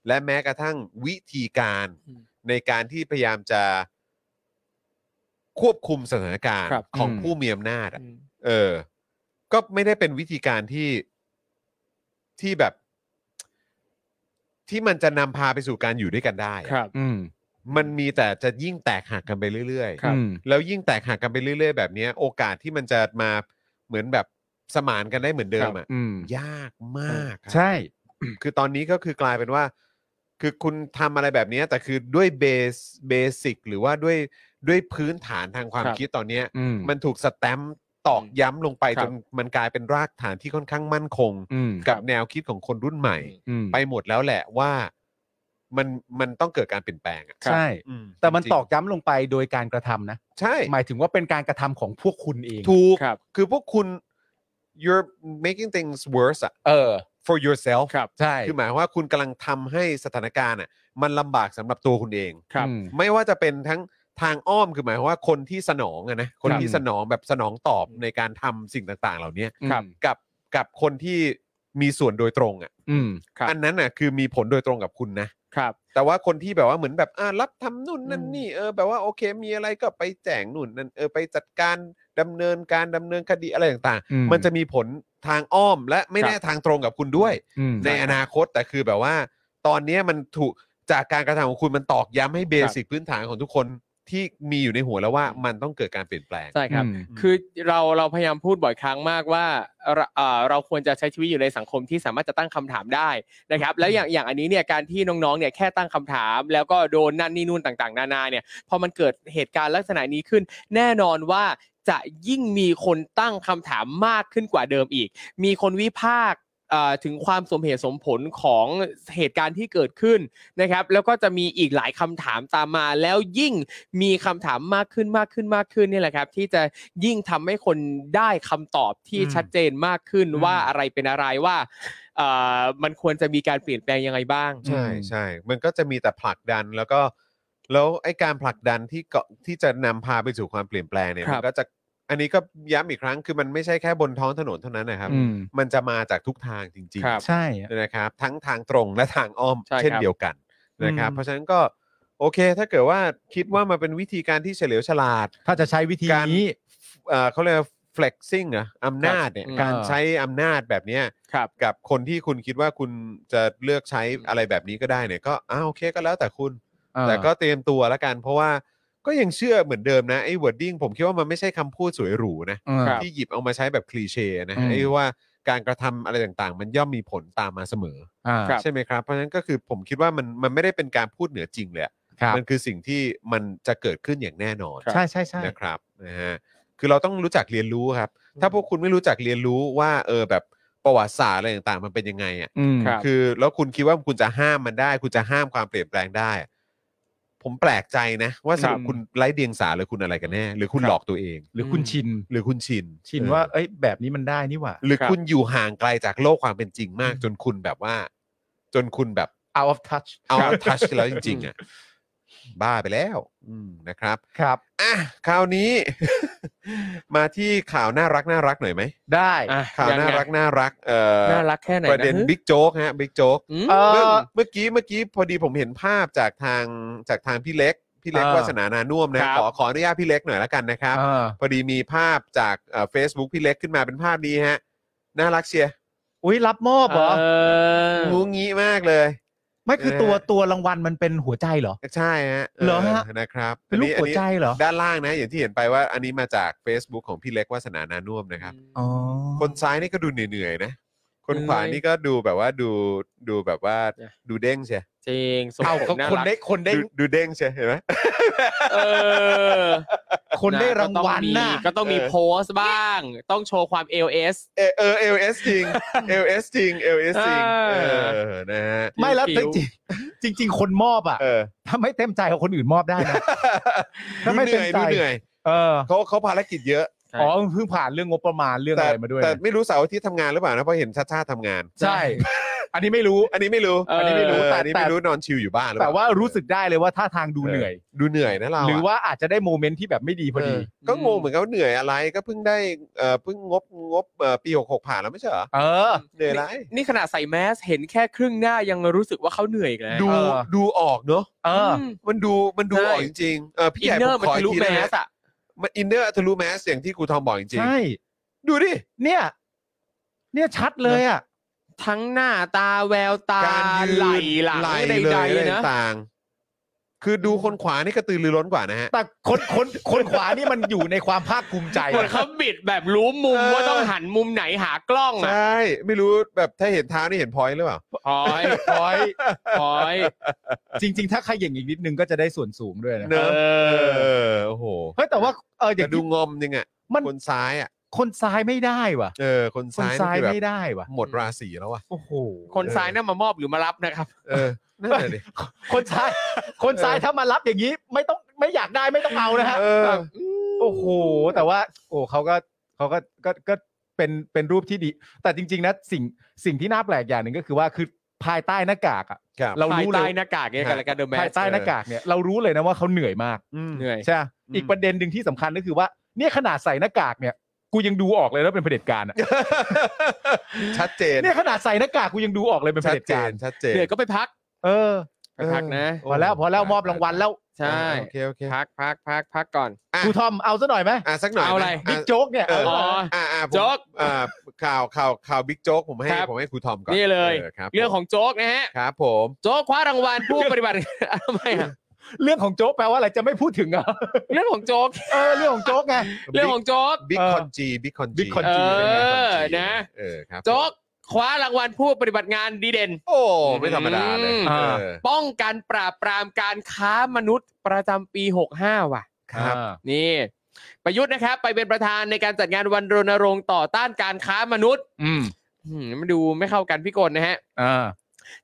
B: และแม้กระทั่งวิธีการ
C: อืม
B: ในการที่พยายามจะควบคุมสถานการณ์
C: ครับ
B: ของ
D: อืม
B: ผู้มีอำนาจอะ เออ ก็ไม่ได้เป็นวิธีการที่ที่แบบ ที่มันจะนำพาไปสู่การอยู่ด้วยกันได้อะ
C: ครับ
D: อืม
B: มันมีแต่จะยิ่งแตกหักกันไปเรื่อย
C: ครับ
D: อืม
B: แล้วยิ่งแตกหักกันไปเรื่อย ๆ แบบเนี้ย โอกาสที่มันจะมาเหมือนแบบสมานกันได้เหมือนเดิมอ่ะ
D: อืม
B: ยากมากครับ
D: ใช่
B: คือตอนนี้ก็คือกลายเป็นว่า คือคุณทำอะไรแบบเนี้ยแต่คือด้วยเบสเบสิกหรือว่าด้วยด้วยพื้นฐานทางความ
C: ครับ
B: คิดตอนเนี้ย
D: อืม
B: มันถูกสแตมป์ตอกย้ำลงไป
C: ครั
B: จ
C: บ
B: นมันกลายเป็นรากฐานที่ค่อนข้างมั่นคง
D: อืม
B: กับแนวคิดของคนรุ่นใหม่
D: อืม
B: ไปหมดแล้วแหละว่ามันมันต้องเกิดการเปลี่ยนแปลงอะ
C: ครับ
D: ใช่
B: อืม
D: แต่มัน
B: จริงๆ
D: ตอกย้ำลงไปโดยการกระทำนะ
B: ใช่
D: หมายถึงว่าเป็นการกระทำของพวกคุณเอง
B: ถูก
C: ครับ
B: คือพวกคุณ you're making things worse อะ
D: เออ
B: for yourself
C: ครับ
D: ใช่
B: คือหมายความว่าคุณกำลังทำให้สถานการณ์อะมันลำบากสำหรับตัวคุณเอง
C: ครับ
D: อืม
B: ไม่ว่าจะเป็นทั้งทางอ้อมคือหมายความว่าคนที่สนองอะนะคนที่สนองแบบสนองตอบในการทำสิ่งต่าง ๆ เหล่านี้
D: ครับ
B: กับกับคนที่มีส่วนโดยตรงอะ
D: อืม
C: ครับ
B: อันนั้นน่ะคือมีผลโดยตรงกับคุณนะครับ แต่ว่าคนที่แบบว่าเหมือนแบบอ่ารับทำนู่นนั่น
C: อืม
B: นี่เออแบบว่าโอเค มีอะไรก็ไปแจงนู่นนั่นเออไปจัดการดำเนินการดำเนินคดีอะไรต่าง
D: อืม
B: มันจะมีผลทางอ้อมและไม่แน่ทางตรงกับคุณด้วย
D: อืม
B: ในอนาคตแต่คือแบบว่า ตอนเนี้ยมันถูกจากการกระทำของคุณมันตอกย้ำให้เบสิกพื้นฐานของทุกคนที่มีอยู่ในหัวแล้วว่ามันต้องเกิดการเปลี่ยนแปลง
C: ใช่ครับ
D: อืม
C: คือเราเราพยายามพูดบ่อยครั้งมากว่าเราเอ่อเราควรจะใช้ชีวิตอยู่ในสังคมที่สามารถจะตั้งคำถามได้นะครับ แล้วอย่างอย่างอันนี้เนี่ยการที่น้องๆเนี่ยแค่ตั้งคำถาม แล้วก็โดนนั่นนี่นู่นต่างๆ นานาเนี่ยพอมันเกิดเหตุการณ์ลักษณะนี้ขึ้น แน่นอนว่าจะยิ่งมีคนตั้งคำถามมากขึ้นกว่าเดิมอีก มีคนวิพากษ์เอ่อถึงความสมเหตุสมผลของเหตุการณ์ที่เกิดขึ้น นะครับแล้วก็จะมีอีกหลายคำถามตามมา แล้วยิ่งมีคำถามมากขึ้นมากขึ้นมากขึ้นเนี่ยแหละครับ ที่จะยิ่งทำให้คนได้คำตอบที่
D: อืม
C: ชัดเจนมากขึ้น
D: อืม
C: ว่าอะไรเป็นอะไรว่าเอ่อมันควรจะมีการเปลี่ยนแปลงยังไงบ้าง
B: ใช่
D: อืม
B: ใช่ มันก็จะมีแต่ผลักดันแล้วก็แล้วไอ้การผลักดันที่เกาะที่จะนำพาไปสู่ความเปลี่ยนแปลงเนี่ย
C: ครั
B: มั
C: บ
B: นก็จะอันนี้ก็ย้ำอีกครั้งคือมันไม่ใช่แค่บนท้องถนนเท่านั้นนะครับ
D: อืม
B: มันจะมาจากทุกทางจริง
C: ค
B: ๆ
C: รับ
D: ใช่อะ
B: นะครับทั้งทางตรงและทางอ้อม
C: ใช่ครับ
B: เช่นเดียวกันนะครับ
D: อืม
B: เพราะฉะนั้นก็โอเค ถ้าเกิดว่าคิดว่ามันเป็นวิธีการที่เฉลียวฉลาด
D: ถ้าจะใช้วิธี
B: การ
D: นี้
B: เอ่อเขาเรียกว่า flexing เหรออำนาจเนี่ย
C: อืม
B: การใช้อำนาจแบบเนี้ย
C: ครับ
B: กับคนที่คุณคิดว่าคุณจะเลือกใช้อะไรแบบนี้ก็ได้เนี่ยก็อ้าวโอเคก็แล้วแต่คุณ
D: เออ
B: แต่ก็เตรียมตัวแล้วกัน เพราะว่าก็ยังเชื่อเหมือนเดิมนะไอ้วอร์ดิ้งผมคิดว่ามันไม่ใช่คำพูดสวยหรูนะ
D: เออ
C: ครับ
B: ที่หยิบเอามาใช้แบบคลีเช่นะ
D: อืม
B: ไอ้ว่าการกระทำอะไรต่างๆ มันย่อมมีผลตามมาเสมอ
D: อ่า
C: ครับ
B: ใช่ไหมครับ เพราะฉะนั้นก็คือผมคิดว่ามันมันไม่ได้เป็นการพูดเหนือจริงเลยอะ
D: ครับ
B: มันคือสิ่งที่มันจะเกิดขึ้นอย่างแน่นอน
D: ใช่ใช่ใช่
B: นะครับนะฮะคือเราต้องรู้จักเรียนรู้ครับ ถ้าพวกคุณไม่รู้จักเรียนรู้ว่าเออแบบประวัติศาสตร์อะไรต่างๆ มันเป็นยังไงอ่ะ
D: อืม
C: ครับ
B: คือแล้วคุณคิดว่าคุณจะห้ามมันได้ คุณจะห้ามความเปลี่ยนแปลงได้อะผมแปลกใจนะ ว่าสรุป
C: ครับ
B: คุณไร้เดียงสาหรือคุณอะไรกันแน่ หรือคุณ
D: ครับ
B: หลอกตัวเอง
D: หรือคุณชิน
B: หรือคุณชิน
D: ชิน
B: เออ
D: ว่า เอ้ย แบบนี้มันได้นี่หว่า
B: หรือ
C: ครับ
B: คุณอยู่ห่างไกลจากโลกความเป็นจริงมาก จนคุณแบบว่า จนคุณแบบ
D: out of touch
B: เอาทัชแล้วจริง ๆ อ่ะ บ้าไปแล้ว อืมนะครับ
D: ครับ
B: อ่ะคราวนี้ [laughs] มาที่ข่าวน่ารักน่ารักหน่อยไหม
D: ได้
C: อ่ะ
B: ข่าว
C: ยังไง
B: น่ารักน่ารักเอ่อ
C: น่ารักแค่ไหน
B: ประเด็น
C: ฮึ
B: บิ๊กโจ๊กฮะบิ๊กโจ๊ก
C: อืม
D: เอ
B: เมื่อ
D: อ
B: เมื่อกี้เมื่อกี้พอดีผมเห็นภาพจากทางจากทางพี่เล็ก พี่เล็ก
D: เออ
B: วาสนานานุ่วมนะ
C: ครับ
B: ขอขออนุญาตพี่เล็กหน่อยละกันนะครับ
D: เออ
B: พอดีมีภาพจากเฟซบุ๊กพี่เล็กขึ้นมาเป็นภาพนี้ฮะ น่ารักเชียร์
D: อุ้ยรับมอบเหรอ
C: เออ
B: งูงี้มากเลย
D: ไม่คือ
B: เออ
D: ตัวตัวรางวัลมันเป็นหัวใจเหรอ
B: ใช่ฮะ
D: เหรอฮะ
B: นะครับ
D: เป็นรูป
B: อั
D: หัวใจเหรอ
B: ด้านล่างนะ อย่างที่เห็นไปว่าอันนี้มาจาก Facebook ของพี่เล็กวาสนานานุ่วมนะครับ
D: อ๋อ
B: คนซ้ายนี่ก็ดูเหนื่อยๆนะ คนขวา
C: เหนื่อย
B: นี่ก็ดูแบบว่าดูดูแบบว่า
C: เนี่ย
B: ดูเด้งเชีย
C: จริงสม
D: เอา
C: ผมน่า
D: คน
C: รัก
D: ได้คนได้
B: ดูดูเด้งเชียเห็นไหม
C: เออ
D: คนได้
C: ะ
D: รางวัลน่ะ
C: ก็ต้องมี
B: เออ
C: โพสต์บ้าง ต้องโชว์ความ LS
B: เออเออ LS จริง
D: [laughs]
B: LS จริง LS จริง
C: เอ
B: เอ
C: อ
B: อนะฮะ
D: ไม่แล้ว
C: ผิ
D: จ
C: ว
D: ริงๆจริง ๆ คนมอบอ่ะ
B: เออ
D: ถ้าไม่เต็มใจเอาคนอื่นมอบได้นะ
B: ดู
D: [laughs] ถ้าไม่
B: เห
D: เต็
B: นื่
D: ม
B: อย
D: ใจ
B: ดูเหนื่อย
D: เออ
B: เขาเขาภารกิจเยอะ
D: อ๋อเพิ่งผ่านเรื่องงบประมาณเรื่อง
B: แต่
D: อะไรมาด้วย
B: แต่
D: นะ
B: ไม่รู้เสาร์อาทิตย์ทำงานหรือเปล่านะเพราะเห็นชาติชาติทำงาน
D: ใช่ อันนี้ไม่รู้
B: อันนี้ไม่รู้
C: เอออั
B: นนี้ไม่รู้แต่
D: แต่
B: อันนี้
D: แต่
B: ไม่รู้นอนชิลอยู่บ้านหรือเป
D: แต่
B: ล่า
D: ว่ารู้สึกได้เลยว่าท่าทางดูเหนื่อย
B: ดูเหนื่อยนะเราะ
D: หรือว่าอาจจะได้โมเมนต์ที่แบบไม่ดีพอดี
B: เออก็งงเหมือนกันว่าเหนื่อยอะไรก็เพิ่งได้เอ่อเพิ่งงบงบเอ่อปี66ผ่านแล้วไม่ใช่เหรอ
D: เออ
B: เหนื่อยอะไร
C: นี่ขนาดใส่แมสเห็นแค่ครึ่งหน้ายังรู้สึกว่าเขาเหนื่อยอีกแล้ว
B: ดู
D: เออ
B: ดูออกเนาะ
D: เอออ
C: ม
B: มันดูมันดู
C: ใช่
B: ออกจริงๆเออพี่
C: อิ
B: ให
C: น
B: ญ่ผม
C: เนอร์มัน
B: ขอ
C: ทะ
B: อี
C: ลุ
B: กที
C: แม
B: ได้ไหม
C: สอะ
B: มันอินเนอร์ทะลุแมสอย่างที่ครูทอมบอกจริง
D: ใช่
B: ๆดูดิ
D: เนี่ย เนี่ยชัดเลยอ่ะ
C: ทั้งหน้าตาแววตา
B: การยืน
C: ไหลหลัง
B: ไหล
C: ใ
B: เลย
C: ด
B: อะไร
C: ๆนะ
B: ต่างๆคือดูคนขวานี่กระตือรือร้นกว่านะฮะ
D: แต่คนคนคนขวานี่มันอยู่ในความภาคภูมิใจ
C: เหมือน
D: อะ
C: เขาบิดแบบรู้มุม
B: เออ
C: ว่าต้องหันมุมไหนหากล้อง
B: ใช
C: อ่ะ
B: ่ไม่รู้แบบถ้าเห็นเท้านี่เห็นพอยต์หรือเปล่า
C: พอย
D: พอยต์
C: พอย
D: จริง ๆ ถ้าขย่งอีกนิดนึงก็จะได้ส่วนสูงด้วยนะ
B: เนอะ
C: เอ
B: เอ
C: อ
B: อโอ้โห
D: เฮ้ยแต่ว่าเอออย่า
B: แต่
D: ง
B: ดู
D: ที่
B: งอมยังไง
D: มัน
B: คนซ้ายอ่ะ
D: คนซ้ายไม่ได้ว่ะ
B: เออคน
D: คน
B: ซ้าย
D: ซ้าย
B: นี่คือแบบ
D: ไม่ได้ว่ะ
B: หมดราศีแล้วอ่ะ
D: โอ้โห
C: คนซ้ายน่ามามอบหรือมารับนะครับ
B: เออนั่นแหละดิ
D: คนซ้าย คนซ้ายถ้ามารับอย่างนี้ ไม่ต้องไม่อยากได้ไม่ต้องเอานะฮะ
B: เออ
D: แบบโอ้โห แต่ว่า โอ้เขาก็เขาก็ก็ก็เป็นเป็นรูปที่ดี แต่จริง ๆ นะสิ่งสิ่งที่น่าแปลกอย่างหนึ่งก็คือว่าคือภายใต้หน้ากากอะ
B: ครับ
D: เรา
C: ภาย
D: รู้เล
C: ใต้
D: ย
C: หน้ากากเนี่ยกันแล้วกันเดอะแม
D: ภาย
C: ส
D: ใต้หน้ากากเนี่ยเรารู้เลยนะว่าเขาเหนื่อยมาก
B: อืม
C: เหนื่อย
D: ใช่ปะอีกประเด็นหนึ่งที่สำคัญก็คือว่าเนี่ยขนาดใส่หน้ากากเนี่ย กูยังดูออกเลยว่าเป็นเผด็จการอะ
B: ชัดเจน
D: เนี่ยขนาดใส่หน้ากากกูยังดูออกเลยเป็นเผ
B: ชัด
D: ด็จ
B: เจ
D: กาน ร
B: ชัดเจน
C: เหนื่อยก็ไปพัก
D: เออ
C: ไปพักนะ
D: พอแล้วพอแล้วมอบรางวัลแล้ว
C: ใช่
B: โอเคโอเค
C: พักพักพักพักก่อน
D: ครูทอมเอาซะหน่อยไหม
B: อ่ะสักหน่อย
C: เอาอะไร
B: หม
D: บิ๊กโจ๊กเนี่ย
B: เอ
D: เอา
B: อ
D: ซะหน่อย
B: อ่าอ่าผม
C: โจ๊ก
B: อ่าข่าวข่าวข่าวบิ๊กโจ๊กผมให้
C: ครับ
B: ผมให้ครูทอมก่อน
C: นี่เลย
B: ออครับ
C: เรื่องของโจ๊กนะฮะ
B: ครับผม
C: โจ๊กคว้ารางวัลผู้ปฏิบัติ [laughs] ทำไมอะ
D: เรื่องของโจ๊กแปลว่าอะไรจะไม่พูดถึงเหรอ่ะ
C: เรื่องของโจ๊ก
D: เออเรื่องของโจ๊กไง
C: เรื่องของโจ๊ก
B: บิ๊ก
D: เออ
B: คอนจีบิ๊กคอนจี
D: Big Con G
C: เออ
B: ป็นไง Big Con G
C: นะ
B: เออครับ
C: โจ๊กคว้ารางวัลผู้ปฏิบัติงานดีเด่น
B: โอ้ ไม่ธรรมดาเลย
C: อืม
B: เออ
C: ป้องกันปราบปรามการค้ามนุษย์ประจำปี 65 ว่ะ
B: ครับ
C: นี่ ประยุทธ์นะครับ ไปเป็นประธานในการจัดงานวันรณรงค์ต่อต้านการค้ามนุษย์
D: อืม
C: อืมมาดูไม่เข้ากันพี่กลนะฮะ
D: อ่า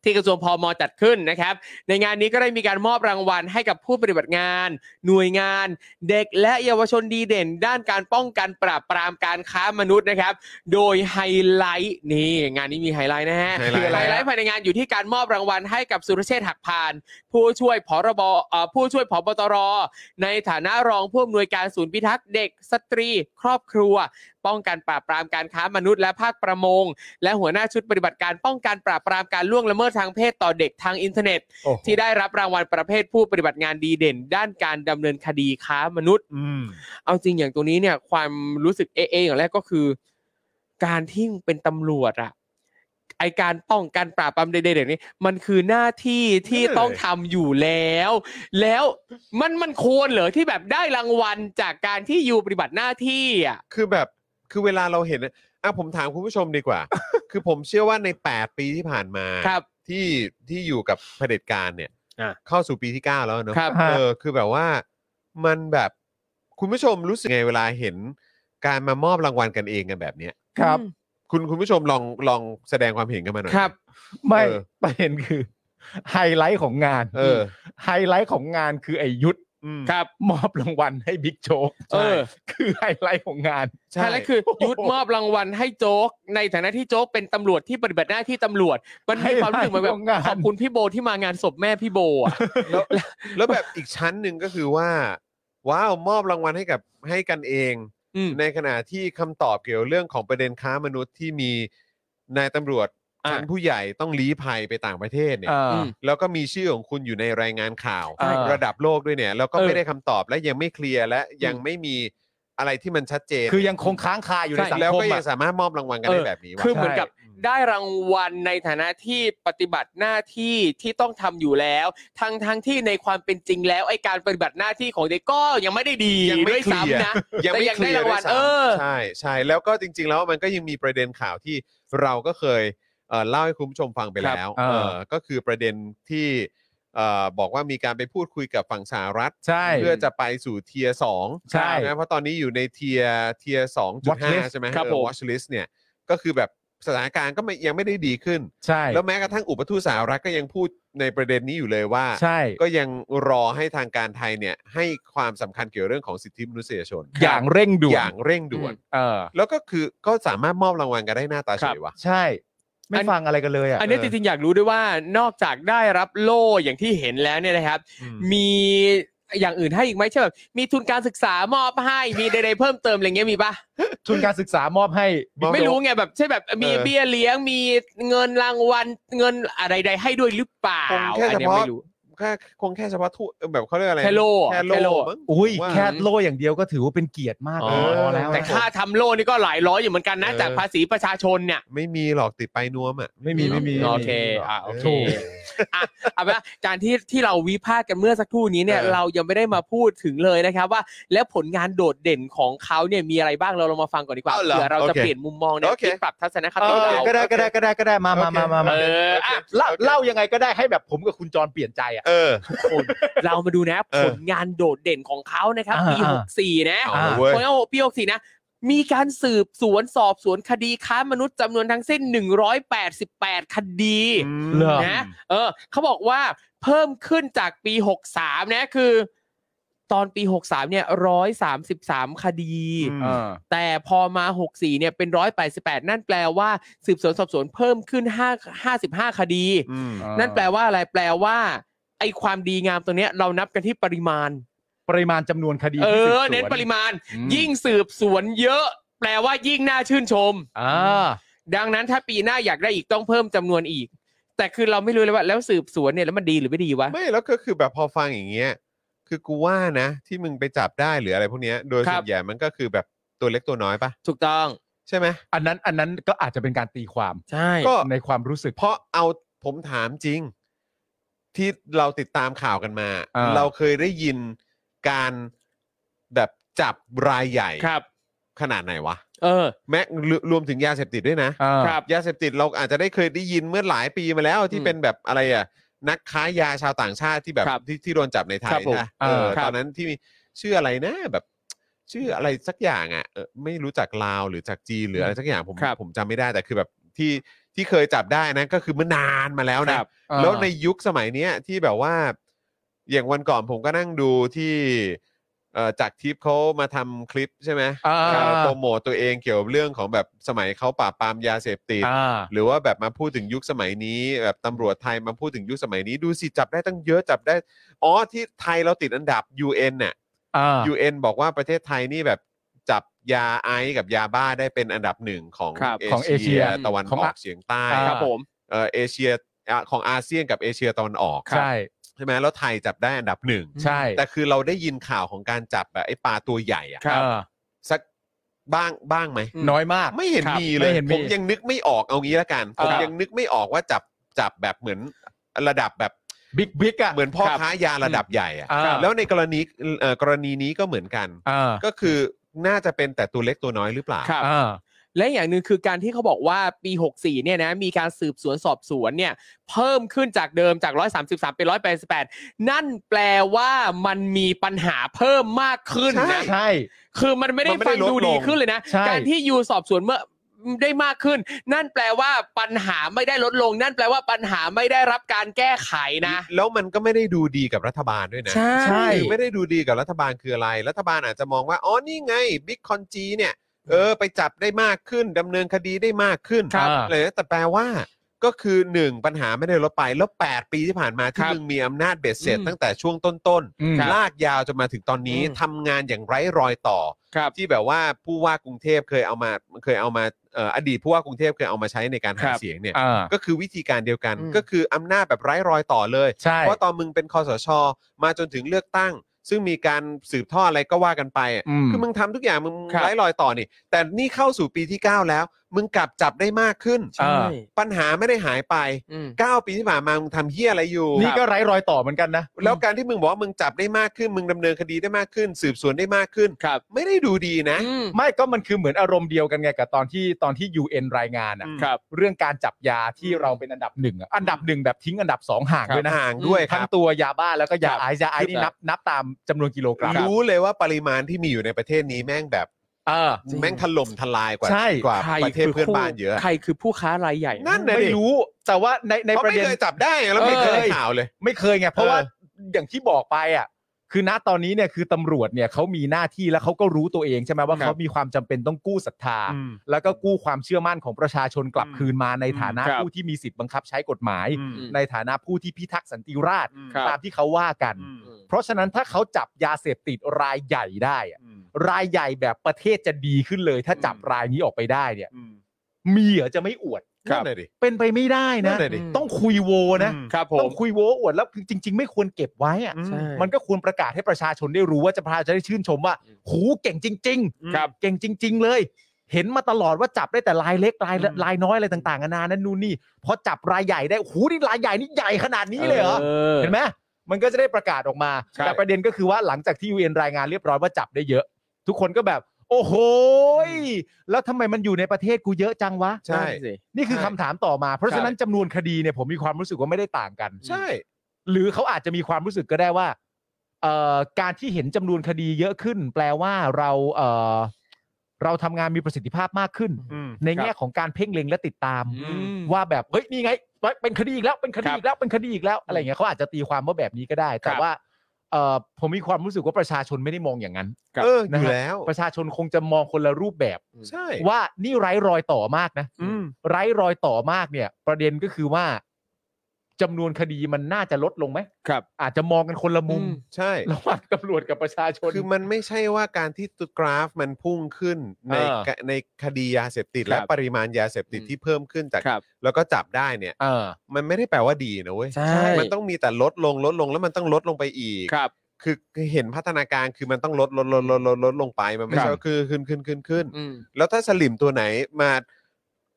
C: ที่กระทรวงพมจัดขึ้นนะครับ ในงานนี้ก็ได้มีการมอบรางวัลให้กับผู้ปฏิบัติงาน หน่วยงาน เด็กและเยาวชนดีเด่น ด้านการป้องกันปราบปรามการค้ามนุษย์นะครับ โดยไฮไลท์นี่งานนี้มีไฮไลท์นะฮะ
B: ไฮไลท์
C: ไฮไลท์ภายในงานอยู่ที่การมอบรางวัลให้กับสุรเชษฐ์หักพาน ผู้ช่วยผอรบเอ่อผู้ช่วยผบตร ในฐานะรองผู้อำนวยการศูนย์พิทักษ์เด็กสตรี ครอบครัว ป้องกันปราบปรามการค้ามนุษย์และภาคประมง และหัวหน้าชุดปฏิบัติการป้องกันปราบปรามการล่วงละเมิดทางเพศต่อเด็กทางอินเทอร์เน็ต
D: โอ้โห
C: ที่ได้รับรางวัลประเภทผู้ปฏิบัติงานดีเด่น ด้านการดำเนินคดีค้ามนุษย์
D: อืม
C: เอาจริงอย่างตัวนี้เนี่ยความรู้สึกเอเออย่างแรกก็คือ การที่เป็นตำรวจอะไอการป้องกันปราบปรามใดๆอย่างนี้มันคือหน้าที่ที่
D: เออ
C: ต้องทำอยู่แล้ว แล้วมันมันควรเหรอที่แบบได้รางวัลจากการที่อยู่ปฏิบัติหน้าที่อ่ะ
B: คือแบบคือเวลาเราเห็นนะอ่ะผมถามคุณผู้ชมดีกว่า คือผมเชื่อว่าใน 8 ปีที่ผ่านมา
C: ครับ
B: ที่ที่อยู่กับเผด็จการเนี่ย
C: อ่ะ
B: เข้าสู่ปีที่ 9 แล้วเนอะ
C: ครับ
D: ฮะ
B: เออคือแบบว่ามันแบบคุณผู้ชมรู้สึกไงเวลาเห็นการมามอบรางวัลกันเองกันแบบเนี้ย
D: ครับ
B: คุณคุณผู้ชมลองลองแสดงความเห็นกันมาหน่อย
C: ครับ
D: ไม่
B: เออ
D: ประเด็นคือไฮไลท์ของงาน
B: เออ
D: ไฮไลท์ของงานคือไอยุทธ
B: อืม
C: ครับ
D: มอบรางวัลให้บิ๊กโจ๊ก
C: เออ
D: คือไฮไลท์ของงาน
B: ใช่
C: ใช่แล้วคือยุทธมอบรางวัลให้โจ๊ก ในฐานะที่โจ๊กเป็นตำรวจที่ปฏิบัติหน้าที่ตำรวจ มัน
D: ให้
C: มีความรู้สึกเหมือนแบ
D: รางวัล
C: บ
D: งาน
C: ขอบคุณพี่โบที่มางานศพแม่พี่โบอ่ะ
B: แล้วแล้วแบบอีกชั้นหนึ่งก็คือว่า ว้าวมอบรางวัลให้กับให้กันเอง
C: อืม
B: ในขณะที่คำตอบเกี่ยวเรื่องของประเด็นค้ามนุษย์ที่มีนายตำรวจ
C: อ่ะ
B: ชั้นผู้ใหญ่ต้องลี้ภัยไปต่างประเทศเนี่ย
D: เออ
C: ม
B: แล้วก็มีชื่อของคุณอยู่ในรายงานข่าว
D: ใช่
B: ระดับโลกด้วยเนี่ย แล้วก็
C: เออ
B: ไม่ได้คำตอบและยังไม่เคลียร์และยังไม่มี อะไรที่มันชัดเจน
D: คือยังคงค้างคาอยู่ใน
C: ใช่
D: สัง
B: แล้ว
D: คม
B: ก็ยัง
D: อะ
B: สามารถมอบรางวัลกันได้
C: เออ
B: แบบนี้ว่ะ
C: คือเหมือน
D: ใช่
C: กับได้รางวัลในฐานะที่ปฏิบัติหน้าที่ที่ต้องทำอยู่แล้ว ทั้งทั้งที่ในความเป็นจริงแล้วไอการปฏิบัติหน้าที่ของเด็กก็ยังไม่ได้ดี
B: ยังไม่
C: ด้วย
B: เคลียร์
C: ซ้ำนะ
B: ยังไม่
C: แต่ยัง
B: เคลียร์
C: ได้รางวัล
B: ด้วยซ้
C: เออ
B: ำใช่ใช่แล้วก็จริง ๆ แล้วมันก็ยังมีประเด็นข่าวที่เราก็เคยเอ่อเล่าให้คุณผู้ชมฟังไปแล้ว
D: ครับเออ
B: เออก็คือประเด็นที่เอ่อบอกว่ามีการไปพูดคุยกับฝั่งสหรัฐ
D: ใช่
B: เพื่อจะไปสู่เทียสอง
D: ใช่
B: นะเพราะตอนนี้อยู่ในเทียเทียสองจุดห้า
D: Watchlist
B: ใช่ไหม
C: ครับผม
B: วอชลิสเนี่ยก็คือแบบสถานการณ์ก็ไม่ยังไม่ได้ดีขึ้น
D: ใช่
B: แล้วแม้กระทั่งอุปทูตสหรัฐก็ยังพูดในประเด็นนี้อยู่เลยว่า
D: ใช่
B: ก็ยังรอให้ทางการไทยเนี่ยให้ความสำคัญเกี่ยวเรื่องของสิทธิมนุษยชน
D: อย่างเร่งด่ว
B: อน ย่างเร่งด่วน
D: เออ
B: แล้วก็คือก็สามารถมอบรางวัลกันได้หน้าตาเฉยว่ะ
D: ใช่ ไม่
C: อัน
D: ฟังอะไรกันเลยอ่ะ
C: อันนี้
D: เ
C: จริงๆอยากรู้ด้วยว่านอกจากได้รับโล่อย่างที่เห็นแล้วเนี่ยนะครับ
B: อืม
C: มีอย่างอื่นให้อีกไหมเช่นแบบมีทุนการศึกษามอบให้มีใดๆเพิ่มเติมอะไรเงี้ยมีปะ
D: ทุนการศึกษามอบให้
B: มอบ
C: ไม่รู้ไงแบบใช่แบบมี
B: เออ
C: เบี้ยเลี้ยงมีเงินรางวัลเงินอะไรใดให้ด้วยหรือเปล่า
B: คงแค่
C: อั
B: เฉ
C: นนี้
B: พาะ
C: ไม่รู้
B: แค่คงแค่เฉพาะทูตแบบเขาเรียกอะไร
C: แค่โล่
B: แค่
C: แค่โล่
B: โล่มั้ง
D: อุ้ย
B: ว่า
D: แค่โล่อย่างเดียวก็ถือว่าเป็นเกียรติมาก
B: อ๋อ
D: แล้วนะ
C: แต่ค่าทำโล่นี่ก็หลายร้อยอยู่เหมือนกันนะ
B: เออ
C: จากภาษีประชาชนเนี่ย
B: ไม่มีหรอกติดไปนวมอ่ะ
D: ไม่มีไม่มี
C: โอเคอ่ะโอเค
D: ถูก
C: อ่ะเอาเป็นว่าการที่ที่เราวิพากษ์กันเมื่อสักครู่นี้เนี่ย
B: เออ
C: เรายังไม่ได้มาพูดถึงเลยนะครับว่า และผลงานโดดเด่นของเขาเนี่ยมีอะไรบ้างเราลองมาฟังก่อนดีกว่า
B: เอาเหรอ
C: เผื่อเราจะ
B: โอเค
C: เปลี่ยนมุมมองนะ
B: โอเค
C: ที่ปรับทัศนค
D: เออ
C: ติเรา
D: ก็ได้ก็ได้ก็ได้ก็ได้มามามามามา
C: เอออ่ะ
D: เล่าเล่ายังไงก็ได้ให้แบบผมกับคุณจรเปลี่ยนใจอ่ะ
B: เออ [laughs]
C: คนเรามาดูนะ
B: เออ
C: ผลงานโดดเด่นของเขานะครับ
D: อ่า
C: ปี
D: อ่า
C: หกสี่นะ
B: เอาละเว้ย
C: ผลงานปีหกสี่นะ มีการสืบสวนสอบสวนคดีค้ามนุษย์จำนวนทั้งสิ้น 188 คดี
D: เหรอ
C: นะเออเขาบอกว่าเพิ่มขึ้นจากปี 63 นะคือ ตอนปี 63 เนี่ย 133 คดี
B: อืม
D: เออ
C: แต่พอมา 64 เนี่ยเป็น 188 นั่นแปลว่าสืบสวนสอบสวนเพิ่มขึ้น5 55 คดี
B: อืม
C: นั่นแปลว่าอะไรแปลว่า ไอความดีงามตัวเนี้ยเรานับกันที่ปริมาณ
D: ปริมาณจำนวนคดี
C: เอ
D: ที่สืบ
C: อ
D: สวน
C: เน้นปริมาณ
D: อืม
C: ยิ่งสืบสวนเยอะ แปลว่ายิ่งน่าชื่นชม
D: อ่า
C: ดังนั้นถ้าปีหน้าอยากได้อีกต้องเพิ่มจำนวนอีก แต่คือเราไม่รู้เลยว่าแล้วสืบสวนเนี่ยแล้วมันดีหรือไม่ดีวะ
B: ไม่แล้วก็คือแบบพอฟังอย่างเงี้ย คือกูว่านะ ที่มึงไปจับได้หรืออะไรพวกเนี้ยโดย
C: ครั
B: ส่
C: บ
B: วนใหญ่มันก็คือแบบตัวเล็กตัวน้อยปะ
C: ถูกต้อง
B: ใช่ไหม
D: อันนั้นอันนั้นก็อาจจะเป็นการตีความ
C: ใช่
B: ก็
D: ในความรู้สึก
B: เพราะเอาผมถามจริง ที่เราติดตามข่าวกันมา
D: อ่า
B: เราเคยได้ยินการแบบจับรายใหญ่
C: ครับ
B: ขนาดไหนวะ
C: เออ
B: แม้รรวมถึงยาเสพติดด้วยนะ
D: อ่า
C: ครับ
B: ยาเสพติดเราอาจจะได้เคยได้ยินเมื่อหลายปีมาแล้วที่
C: อืม
B: เป็นแบบอะไรอ่ะนักค้ายาชาวต่างชาติที่แบบ
C: ครับ
B: ที่ที่โดนจับในไทย
C: ครับผม
B: นะเออ
C: เออครับ
B: ตอนนั้นที่มีชื่ออะไรนะแบบ ชื่ออะไรสักอย่างอ่ะเออไม่รู้จักลาวหรือจากจีนหรืออะไรสักอย่างผม
C: ครับ
B: ผมจำไม่ได้แต่คือแบบที่ที่เคยจับได้นะก็คือเมื่อนานมาแล้วนะ
C: ครับ
B: แล้วในยุคสมัยเนี้ยที่แบบว่า อย่างวันก่อนผมก็นั่งดูที่เอ่อจากทิปเขามาทำคลิปใช่ไหม
D: อ่า
B: เอ่อโปรโมตตัวเองเกี่ยวกับเรื่องของแบบสมัยเขาปราบปรามยาเสพติด
D: อ่า
B: หรือว่าแบบมาพูดถึงยุคสมัยนี้แบบตำรวจไทยมาพูดถึงยุคสมัยนี้ดูสิจับได้ตั้งเยอะจับได้ อ๋อที่ไทยเราติดอันดับ UN น่ะ
D: อ่า
B: UN บอกว่าประเทศไทยนี่แบบจับยาไอซ์กับยาบ้าได้เป็นอันดับหนึ่งของ
C: ครับ
D: ของเอเชีย
B: ตะวัน
D: ของ
B: ออ
D: อ่ะ
B: กเฉียงใต้
D: อ่า
C: ครับผม
B: เออเอเชียอ่ะของอาเซียนกับเอเชียตะวันออก
D: ใช่
B: ใช่ไหมแล้วไทยจับได้อันดับหนึ่ง
D: ใช่
B: แต่คือเราได้ยินข่าวของการจับแบบไอ้ปลาตัวใหญ่อะ
C: ครับ
D: เออ
B: สักบ้างบ้างไหม
C: อืม
D: น้อยมาก
B: ไม่เห็น
D: ครับ
B: มีเล
D: ไม่
B: ย
D: เห็นมี
B: ผมยังนึกไม่ออกเอางี้ละกัน
C: ครั
B: ผ
C: บ
B: มยังนึกไม่ออกว่าจับจับแบบเหมือนระดับแบบ
D: บิ๊กบิ๊กอ่ะ
B: เหมือนพ่อ
C: ครับ
B: ค้ายาระดับใหญ่อะ
D: อ่า
B: แล้วในกรณีเอ่อกรณีนี้ก็เหมือนกัน
D: อ่า
B: ก็คือน่าจะเป็นแต่ตัวเล็กตัวน้อยหรือเปล่า
C: ครับ
D: อ่า
C: และอย่างหนึ่งคือการที่เขาบอกว่าปี 64 เนี่ยนะมีการสืบสวนสอบสวนเนี่ย เพิ่มขึ้นจากเดิมจาก 133 เป็น 188 นั่นแปลว่ามันมีปัญหาเพิ่มมากขึ้นนะ
D: ใช่
C: คือมันไม่ได้
B: มันไม่
C: ฟั
B: ได้
C: ง
B: ลด
C: ดู
B: ล
C: ดี
B: ง
C: ขึ้นเลยนะ
D: ใช่
C: การที่ยูสอบสวนเมื่อได้มากขึ้น นั่นแปลว่าปัญหาไม่ได้ลดลง นั่นแปลว่าปัญหาไม่ได้รับการแก้ไขนะ
B: แล้วมันก็ไม่ได้ดูดีกับรัฐบาลด้วยนะ
D: ใช่
B: คือไม่ได้ดูดีกับรัฐบาลคืออะไร รัฐบาลอาจจะมองว่าอ๋อนี่ไงบิ๊กคอนจีเนี่ยเออไปจับได้มากขึ้นดำเนินคดีได้มากขึ้น
D: ครับ
B: เลยแต่แปลว่า ก็คือหนึ่งปัญหาไม่ได้ลดไปแล้ว 8 ปีที่ผ่านมาที่
C: ครับ
B: มึงมีอำนาจเบ็ดเสร็จ
C: อืม
B: ตั้งแต่ช่วงต้นๆ
D: อืม
B: ลากยาวจนมาถึงตอนนี้
C: อืม
B: ทำงานอย่างไร้รอยต่อ
C: ครับ
B: ที่แบบว่าผู้ว่ากรุงเทพเคยเอามาเคยเอามาเอ่ออดีตผู้ว่ากรุงเทพเคยเอามาใช้ในการหา
C: ครับ
B: เสียงเนี่ย
D: อ่า
B: ก็คือวิธีการเดียวกัน
C: อืม
B: ก็คืออำนาจแบบไร้รอยต่อเลย
D: ใช่
B: เพราะตอนมึงเป็นคอสช มาจนถึงเลือกตั้ง ซึ่งมีการสืบทอดอะไรก็ว่ากันไปอะ
D: อืม
B: คือมึงทำทุกอย่างมึง
C: ครับ
B: ไร้รอยต่อนี่ แต่นี่เข้าสู่ปีที่ 9 แล้ว มึงกลับจับได้มากขึ้น
D: อ่า
B: ปัญหาไม่ได้หายไป
C: อืม
B: 9 ปีที่ผ่านมามึงทำเฮี้ยอะไรอยู่
D: นี่ก็ไร้รอยต่อเหมือนกันนะ
B: แล้วการที่มึงบอกว่ามึงจับได้มากขึ้น มึงดำเนินคดีได้มากขึ้น สืบสวนได้มากขึ้น
C: ครับ
B: ไม่ได้ดูดีนะ
C: อืม
D: [laughs] ไม่ก็มันคือเหมือนอารมณ์เดียวกันไงกับตอนที่ตอนที่ UN รายงานอะ
B: อืม
C: ครับ
D: เรื่องการจับยาที่เราเป็นอันดับหนึ่งอะอันดับหนึ่งแบบทิ้งอันดับสองห่างด้วยนะ
B: ห่างด้วยค
D: ทั้
B: รั
D: ง
B: บ
D: ตัวยาบ้าแล้วก็ยาไอซ์ยาไอซ์นี่
C: ครับ
D: นับนับตามจำนวนกิโลกรัม
B: รู้เลยว่าปริมาณที่มีอยู่ในประเทศนี้แม่งแบบ
D: เออ
C: จริง
B: แม่งถล่มทลายกว่า
D: ใช่
B: กว่า
C: ใคร
B: ประเทศ
C: คือ
B: เพื่อนบ้านเยอะ
C: ใครคือผู้ค้ารายใหญ่
B: นั่นน่ะ
D: ไม่
B: ดิ
D: รู้แต่ว่าในใน
B: เพราะ
D: ประ
B: ไม่
D: เด็น
B: เคยจับได้ไงแล้วไม่เคย
D: เออ
B: ได้ข่าวเลย
D: ไม่เคยไงเพราะ
B: เออ
D: ว่าอย่างที่บอกไปอ่ะคือณตอนนี้เนี่ยคือตำรวจเนี่ยเขามีหน้าที่แล้วเขาก็รู้ตัวเองใช่ไหมว่า
C: ครับ
D: เขามีความจำเป็นต้องกู้ศรัทธา
B: อืม
D: แล้วก็กู้ความเชื่อมั่นของประชาชนกลับคืนมาในฐานะ
C: ครับ
D: ผู้ที่มีสิทธิ์บังคับใช้กฎหมาย
B: อืม
D: ในฐานะผู้ที่พิทักษ์สันติราษฎร์
C: ครับ
D: ตามที่เขาว่ากัน
B: อืม
D: เพราะฉะนั้นถ้าเขาจับยาเสพติดรายใหญ่ได้อะรายใหญ่แบบประเทศจะดีขึ้นเลย ถ้าจับรายนี้ออกไปได้เนี่ย มีเหรอจะไม่อวด
B: นั่นน่ะดิ
D: เป็นไปไม่ได้
B: นั่
D: นะ
B: นน่ะดิ
D: ต้องคุยโวนะครับ
C: ผ
D: ต้
C: ม
D: องคุยโวอวดแล้วจริง ๆ ไม่ควรเก็บไว้อะ
B: อืม
C: ใช่
D: มันก็ควรประกาศให้ประชาชนได้รู้ว่าจะประชาชนได้ชื่นชมว่า
C: อืม
D: หูเก่งจริงๆ
C: ครับ
D: เก่งจริง ๆ เลย เห็นมาตลอดว่าจับได้แต่รายเล็กรายละรายน้อยอะไรต่างๆนานานั่นนู่นนี่พอจับรายใหญ่ได้หูนี่รายใหญ่นี่ใหญ่ขนาดนี้เลยเหรอ เห็นไหมมันก็จะได้ประกาศออกมา
C: ใช่
D: แต่ประเด็นก็คือว่าหลังจากที่ UN รายงานเรียบร้อยว่าจับได้เยอะ ทุกคนก็แบบ โอ้โหยแล้วทำไมมันอยู่ในประเทศกูเยอะจังวะ
B: ใช่
C: นั่นสิ
D: นี่คือคำถามต่อมา เพราะฉะนั้นจำนวนคดีเนี่ยผมมีความรู้สึกว่าไม่ได้ต่างกัน
B: ใช่
D: หรือเขาอาจจะมีความรู้สึกก็ได้ว่าเอ่อการที่เห็นจำนวนคดีเยอะขึ้น แปลว่าเราเอ่อเราทำงานมีประสิทธิภาพมากขึ้น ในแง่ของการเพ่งเล็งและติดตาม
C: อืม
D: ว่าแบบเฮ้ยนี่ไงเป็นคดีอีกแล้วเป็นคดีอีกแล้วเป็นคดีอีกแล้วอะไรอย่างเงี้ยเขาอาจจะตีความว่าแบบนี้ก็ได้ แต่ว่าเอ่อผมมีความรู้สึกว่าประชาชนไม่ได้มองอย่างนั้น
B: เอออ
D: นะ
B: ยู่
D: ฮะ
B: แล้ว
D: ประชาชนคงจะมองคนละรูปแบบ
B: ใช่
D: ว่านี่ไร้รอยต่อมากนะ
B: อืม
D: ไร้รอยต่อมากเนี่ย ประเด็นก็คือว่าจำนวนคดีมันน่าจะลดลงไหม
C: ครับ
D: อาจจะมองกันคนละมุม
C: อืม
B: ใช่
D: ระหว่างตำรวจกับประชาชน
B: คือมันไม่ใช่ว่าการที่ตัวกราฟมันพุ่งขึ้นใน
D: เออ
B: กะในคดียาเสพติดและ
C: ครับ
B: ปริมาณยาเสพติด
C: อืม
B: ที่เพิ่มขึ้นจาก
C: ครับ
B: แล้วก็จับได้เนี่ย
D: เออ
B: มันไม่ได้แปลว่าดีนะเว้ย
C: ใช่
B: มันต้องมีแต่ลดลงลดลงแล้วมันต้องลดลงไปอีก
C: ครับ
B: คือเห็นพัฒนาการคือมันต้องลดลดลดลดลดลดลงไปมันไม่
C: ครับ
B: ใช่ว่าคือขึ้นขึ้นขึ้นขึ้น
C: อืม
B: แล้วถ้าสลิมตัวไหนมา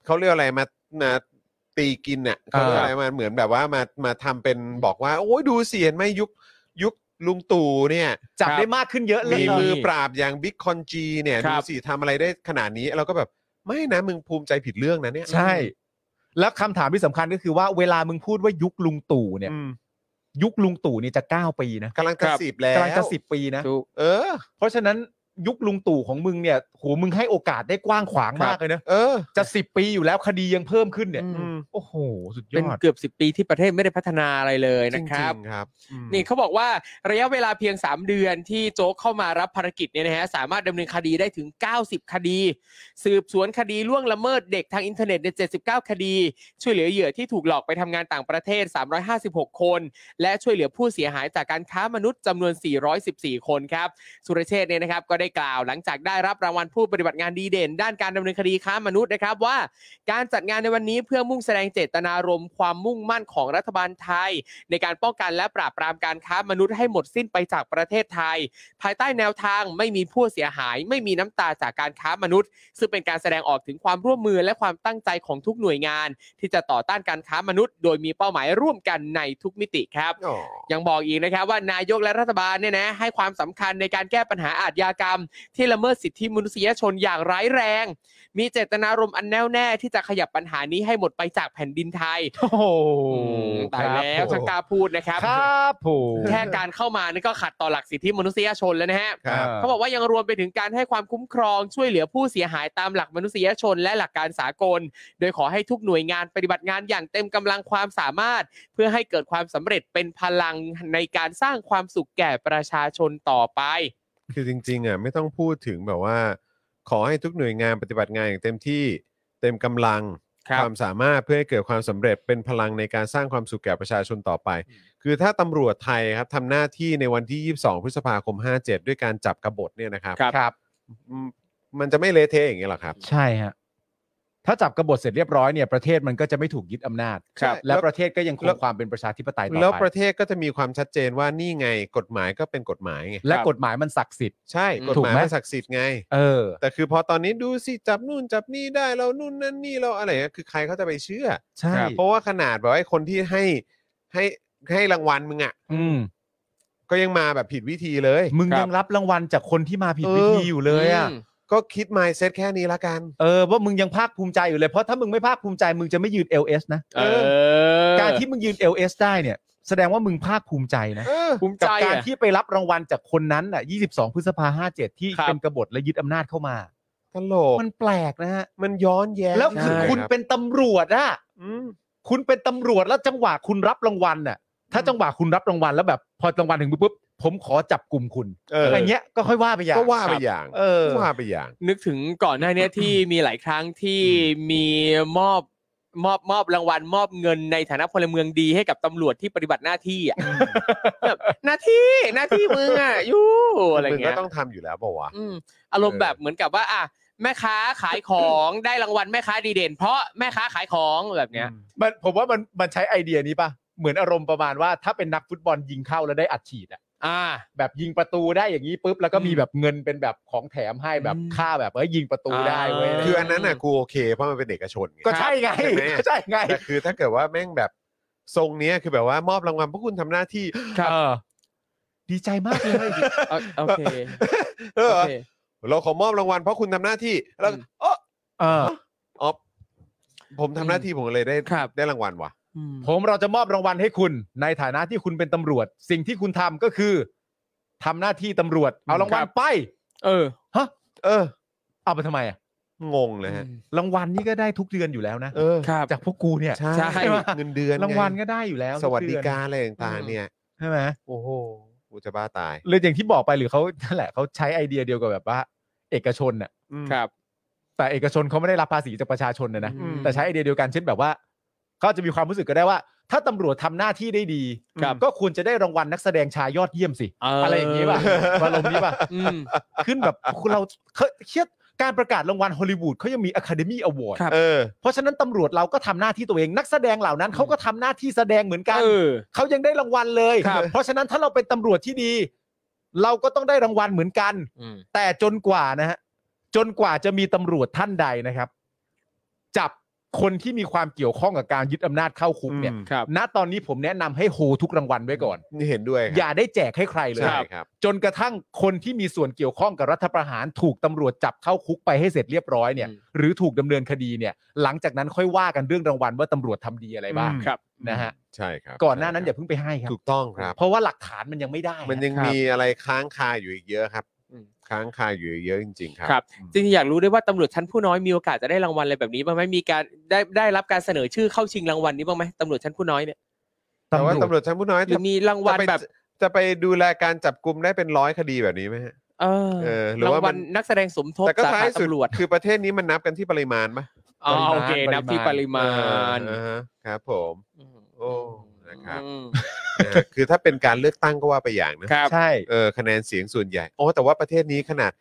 B: เขาเรียกอะไรมามาตีกินเนี่ย
D: เออ
B: เขาเรียกอะไรมาเหมือนแบบว่ามามาทำเป็นบอกว่า โอ้ยดูเสียนไหมยุคยุคลุงตู่เนี่ย
D: จับ
C: ครับ
D: ได้มากขึ้นเยอะเลย
B: มี
D: เหรอ
B: มือปราบอย่างบิ๊กคอนจีเนี่ย
C: ครั
B: ดู
C: บ
B: สิทำอะไรได้ขนาดนี้เราก็แบบไม่นะมึงภูมิใจผิดเรื่องนะเนี่ย
D: ใช่ แล้วคำถามที่สำคัญก็คือว่าเวลามึงพูดว่ายุคลุงตู่เนี่ย
B: อืม
D: ยุคลุงตู่เนี่ยจะ 9 ปีนะ
B: กำลังจะ
C: ครับ
B: สิบแล้ว
D: กำลังจะสิบปีนะ
C: ถูก
B: เออ
D: เพราะฉะนั้นยุคลุงตู่ของมึงเนี่ยโหมึงให้โอกาสได้กว้างขวางมากเลยนะ
B: เออ
D: จะสิบปีอยู่แล้วคดียังเพิ่มขึ้นเนี่ย
C: อืม
B: อืม
D: โอ้โห สุดย
C: เป็น
D: อด
C: เกือบสิบปีที่ประเทศไม่ได้พัฒนาอะไรเลย
B: จริ
C: นะ
B: ง
C: ครับ
B: ๆครับอืม
C: นี่เขาบอกว่าระยะเวลาเพียง 3 เดือนที่โจ๊กเข้ามารับภารกิจเนี่ยนะฮะสามารถดำเนินคดีได้ถึง 90 คดี สืบสวนคดีล่วงละเมิดเด็กทางอินเทอร์เน็ตในย79 คดี ช่วยเหลือเหยื่อที่ถูกหลอกไปทำงานต่างประเทศ 356 คน และช่วยเหลือผู้เสียหายจากการค้ามนุษย์จำนวน 414 คนครับ สุรเชษฐ์เนี่ยนะครับก็ได้กล่าวหลังจากได้รับรางวัลผู้ปฏิบัติงานดีเด่น ด้านการดำเนินคดีค้ามนุษย์นะครับว่า การจัดงานในวันนี้เพื่อมุ่งแสดงเจตนารมณ์ความมุ่งมั่นของรัฐบาลไทย ในการป้องกันและปราบปรามการค้ามนุษย์ให้หมดสิ้นไปจากประเทศไทย ภายใต้แนวทางไม่มีผู้เสียหาย ไม่มีน้ำตาจากการค้ามนุษย์ ซึ่งเป็นการแสดงออกถึงความร่วมมือและความตั้งใจของทุกหน่วยงาน ที่จะต่อต้านการค้ามนุษย์ โดยมีเป้าหมายร่วมกันในทุกมิติครับ
B: อ๋อ
C: ยังบอกอีกนะครับว่านายกและรัฐบาลเนี่ยนะให้ความสำคัญในการแก้ปัญหาอาทยากรรม ที่ละเมิดสิทธิมนุษยชนอย่างร้ายแรง มีเจตนารมณ์อันแน่วแน่ที่จะขยับปัญหานี้ให้หมดไปจากแผ่นดินไทย
D: โอ้โห
C: ตายแล้ว
D: ครั
C: ช่า
D: บ
C: ง
D: ผม
C: กล้าพูดนะครับ
D: ครับผม
C: แค่การเข้ามานี่ก็ขัดต่อหลักสิทธิมนุษยชนแล้วนะฮะ
B: ครับ
C: เขาบอกว่ายังรวมไปถึงการให้ความคุ้มครองช่วยเหลือผู้เสียหายตามหลักมนุษยชนและหลักการสากล โดยขอให้ทุกหน่วยงานปฏิบัติงานอย่างเต็มกำลังความสามารถ เพื่อให้เกิดความสำเร็จเป็นพลังในการสร้างความสุขแก่ประชาชนต่อไป
B: คือจริงๆอ่ะไม่ต้องพูดถึงแบบว่า ขอให้ทุกหน่วยงานปฏิบัติงานอย่างเต็มที่เต็มกำลัง
C: ครับ
B: ความสามารถเพื่อให้เกิดความสำเร็จเป็นพลังในการสร้างความสุขแก่ประชาชนต่อไป คือถ้าตำรวจไทยครับทำหน้าที่ในวันที่ 22 พฤษภาคม 57 ด้วยการจับกบฏเนี่ยนะครับ
C: ครับ
D: ครับ
B: อืมมันจะไม่เละเทะอย่างเงี้ยหรอครับ
D: ใช่ฮะ ถ้าจับกบฏเสร็จเรียบร้อยเนี่ยประเทศมันก็จะไม่ถูกยึดอำนาจ
B: ครับ
D: และประเทศก็ยังคงความเป็นประชาธิปไตยต่อ
B: แล้ว
D: ไป
B: ประเทศก็จะมีความชัดเจนว่านี่ไงกฎหมายก็เป็นกฎหมายไง
D: และกฎหมายมันศักดิ์สิทธิ์
B: ใช่กฎ
D: ถูก
B: หมาย
D: ไหม
B: มันศักดิ์สิทธิ์ไง
D: เออ
B: แต่คือพอตอนนี้ดูสิจับนู่นจับนี่ได้เรานู่นนั่นนี่เราอะไรเงี้ยคือใครเขาจะไปเชื่อ
D: ใช่
B: เพราะว่าขนาดแบบว่าคนที่ให้ให้ให้รางวัลมึงอ่ะ
D: อืม
B: ก็ยังมาแบบผิดวิธีเลย
D: มึง
C: ครับ
D: ยังรับรางวัลจากคนที่มาผิดวิ
B: เออ
D: ธีอ
B: อ
D: ยู่เลยอ่ะ
C: ม
B: ก็คิดไมเซ็ตแค่นี้ละกัน
D: เออว่ามึงยังภาคภูมิใจอยู่เลยเพราะถ้ามึงไม่ภาคภูมิใจมึงจะไม่ยืน LS นะ
C: เออ
D: การที่มึงยืน LS ได้เนี่ย แสดงว่ามึงภาคภูมิใจนะ
B: เออ
C: ภูมิ
D: กั
C: ใจ
D: บการ
C: อะ
D: ที่ไปรับรางวัลจากคนนั้นอ่ะ 22 พฤษภา57 ที่
C: ครับ
D: เป็นกบฏและยึดอำนาจเข้ามา
B: ตลก
D: มันแปลกนะฮะ
B: มันย้อนแย้ง
D: แล้วคือ
B: ใช่
D: คุณ
B: รับ
D: เป็นตำรวจอะ
B: อืม
D: คุณเป็นตำรวจแล้วจังหวะคุณรับรางวัลน่ะ ถ้าจังหวะคุณรับรางวัลแล้วแบบ พอรางวัลถึงปุ๊บ ผมขอจับกลุ่มคุณ
B: เออ
D: อะไรเงี้ยก็ค่อยว่าไปอย่าง
B: ก็ว่าไปอย่าง
D: เออ
B: ก็ว่าไปอย่าง
C: นึกถึงก่อนหน้าเนี้ยที่มีหลายครั้งที่มีมอบมอบมอบรางวัลมอบเงินในฐานะพลเมืองดีให้กับตำรวจที่ปฏิบัติหน้าที่อ่ะแบบหน้าที่หน้าที่มึงอ่ะอยูอะไร
B: มึงก็
C: เงี้ย
B: ต้องทำอยู่แล้วเปล่าวะ
C: อืมอารมณ์แบบเหมือนกับว่าอ่ะแม่ค้าขายของได้รางวัลแม่ค้าดีเด่น เพราะแม่ค้าขายของแบบเนี้ย
D: มันผมว่ามันมันใช้ไอเดียนี้ป่ะ เหมือนอารมณ์ประมาณว่าถ้าเป็นนักฟุตบอลยิงเข้าแล้วได้อัดฉีดอะ
C: อ่า
D: แบบยิงประตูได้อย่างนี้ปุ๊บแล้วก็มีแบบเงินเป็นแบบของแถมให้แบบ
C: อืม
D: ค่าแบบเอ้ยยิงประตูได้เว้ย
C: อ่า
B: คืออันนั้นน่ะกูโอเค เพราะมันเป็นเอกชนไง
D: ก็ใช่ไง
B: ใช่ไหม
D: [laughs] ก็ใช่ไง
B: แต่คือถ้าเกิดว่าแม่งแบบทรงเนี้ยคือแบบว่ามอบรางวัลเพราะคุณทำหน้าที่
C: ครับ
D: เออดีใจมากเลย
C: เอาโอเค
B: เอ
C: โอ
B: อ
C: เค
B: เราขอมอบรางวัลเพราะคุณทำหน้าที่แล้ว
C: อืม
B: เออ
D: เออ
B: อ๋อผมทำหน้าที่ผมเลยได้
C: ครับ
B: ได้รางวัลว่ะ
C: อืม
D: ผมเราจะมอบรางวัลให้คุณ ในฐานะที่คุณเป็นตำรวจ สิ่งที่คุณทำก็คือทำหน้าที่ตำรวจ เอารางวั
C: ค
D: ล
C: รับ
D: ไป
C: เออ
D: ฮะ
B: เออ
D: เอาไปทำไมอ่ะ
B: งงเลยฮะ
D: รางวัลนี่ก็ได้ทุกเดือนอยู่แล้วนะ
B: เออ
C: ครับ
D: จากพวกกูเนี่ย
B: ใช่
C: ใช่
B: เงินเดือนไ
D: รางวัลก็ได้อยู่แล้ว
B: สวัสดิการ
D: ทุ
B: อะไรต่างๆเนี่ย
D: เดือนใช่ไหม
B: โอ้โหกูจะบ้าตาย
D: เลยอย่างที่บอกไปหรือเขา [laughs] นั่นแหละเขาใช้ไอเดียเดียวกับแบบว่า เอกชนน่ะ
B: อืม
C: ครับ
D: แต่เอกชนเขาไม่ได้รับภาษีจากประชาชนนะนะ
C: อืม
D: แต่ใช้ไอเดียเดียวกันเช่นแบบว่าเขาอาจจะมีความรู้สึกก็ได้ว่า ถ้าตำรวจทำหน้าที่ได้ดี
C: ครับ
D: ก็ควรจะได้รางวัลนักแสดงชายยอดเยี่ยมสิ อะไรอย่างนี้ป่ะอารมณ์นี้ป่ะ
C: อืม
D: ขึ้นแบบเราเคยเชียดการประกาศรางวัลฮอลลีวูดเขายังมี Academy Award
C: ครับ
B: เออ
D: เพราะฉะนั้นตำรวจเราก็ทำหน้าที่ตัวเอง นักแสดงเหล่านั้นเขาก็ทำหน้าที่แสดงเหมือนกัน
C: เออ
D: เขายังได้รางวัลเลย
C: ครับ
D: เพราะฉะนั้นถ้าเราเป็นตำรวจที่ดี เราก็ต้องได้รางวัลเหมือนกัน
C: อืม
D: แต่จนกว่านะฮะจนกว่าจะมีตำรวจท่านใดนะครับ จับคนที่มีความเกี่ยวข้องกับการยึดอำนาจเข้าคุกเนี่ย
B: อืม
C: ครับ
D: ณตอนนี้ผมแนะนำให้โฮทุกรางวัลไว้ก่อน
B: นี่เห็นด้วยครับ
D: อย่าได้แจกให้ใครเลย
B: ใช่ครับ
D: จนกระทั่งคนที่มีส่วนเกี่ยวข้องกับรัฐประหารถูกตำรวจจับเข้าคุกไปให้เสร็จเรียบร้อยเนี่ย
C: อืม
D: หรือถูกดำเนินคดีเนี่ย หลังจากนั้นค่อยว่ากันเรื่องรางวัลว่าตำรวจทำดีอะไรบ้าง
B: อืม
C: ครับ
D: นะฮะ
B: ใช่ครับ
D: ก่อนหน้านั้นอ
B: ใช่
D: ย่าเพิ่งไปให้ค
B: ครั
D: รั
B: บบ ถูกต้องครับ
D: เพราะว่าหลักฐานมันยังไม่ได้
B: มันยัง
C: ครับ
B: มีอะไรค้างคาอยู่อีกเยอะครับ
C: อืม
B: ค้างคาอยู่อีกเยอะจริง ๆ ครับ
C: ครับ จริงๆอยากรู้ด้วยว่าตำรวจชั้นผู้น้อยมีโอกาสจะได้รางวัลอะไรแบบนี้บ้างไหมมีการได้ได้รับการเสนอชื่อเข้าชิงรางวัลนี้บ้างไหมตำรวจชั้นผู้น้อยเนี่ย
B: แต่ว่าตำรวจชั้นผู้น้อย
C: หรือมีรางวั
B: จะ
C: ล
B: ไป
C: แบบ
B: จะไปดูแลการจับกลุ่มได้เป็นร้อยคดีแบบนี้ไหมฮะ
C: เออ
B: เออหรือ
C: รา
B: ว่างมั
C: วัน ลนักแสดงสมทบ
B: แต่ก็
C: สา
B: ท้าย
C: ขา
B: สุด
C: ตำรวจ
B: คือประเทศนี้มันนับกันที่ปริมาณปะ
C: อ๋อโอเคนับที่ปริมาณ
B: เอออ่าฮะครับ ผม โอ้นะครับ
C: อืม
B: นะฮะคือถ้าเป็นการเลือกตั้งก็ว่าไปอย่างนะครับ
D: ใช่
B: เออคะแนนเสียงส่วนใหญ่โอ้แต่ว่าประเทศนี้ขนาด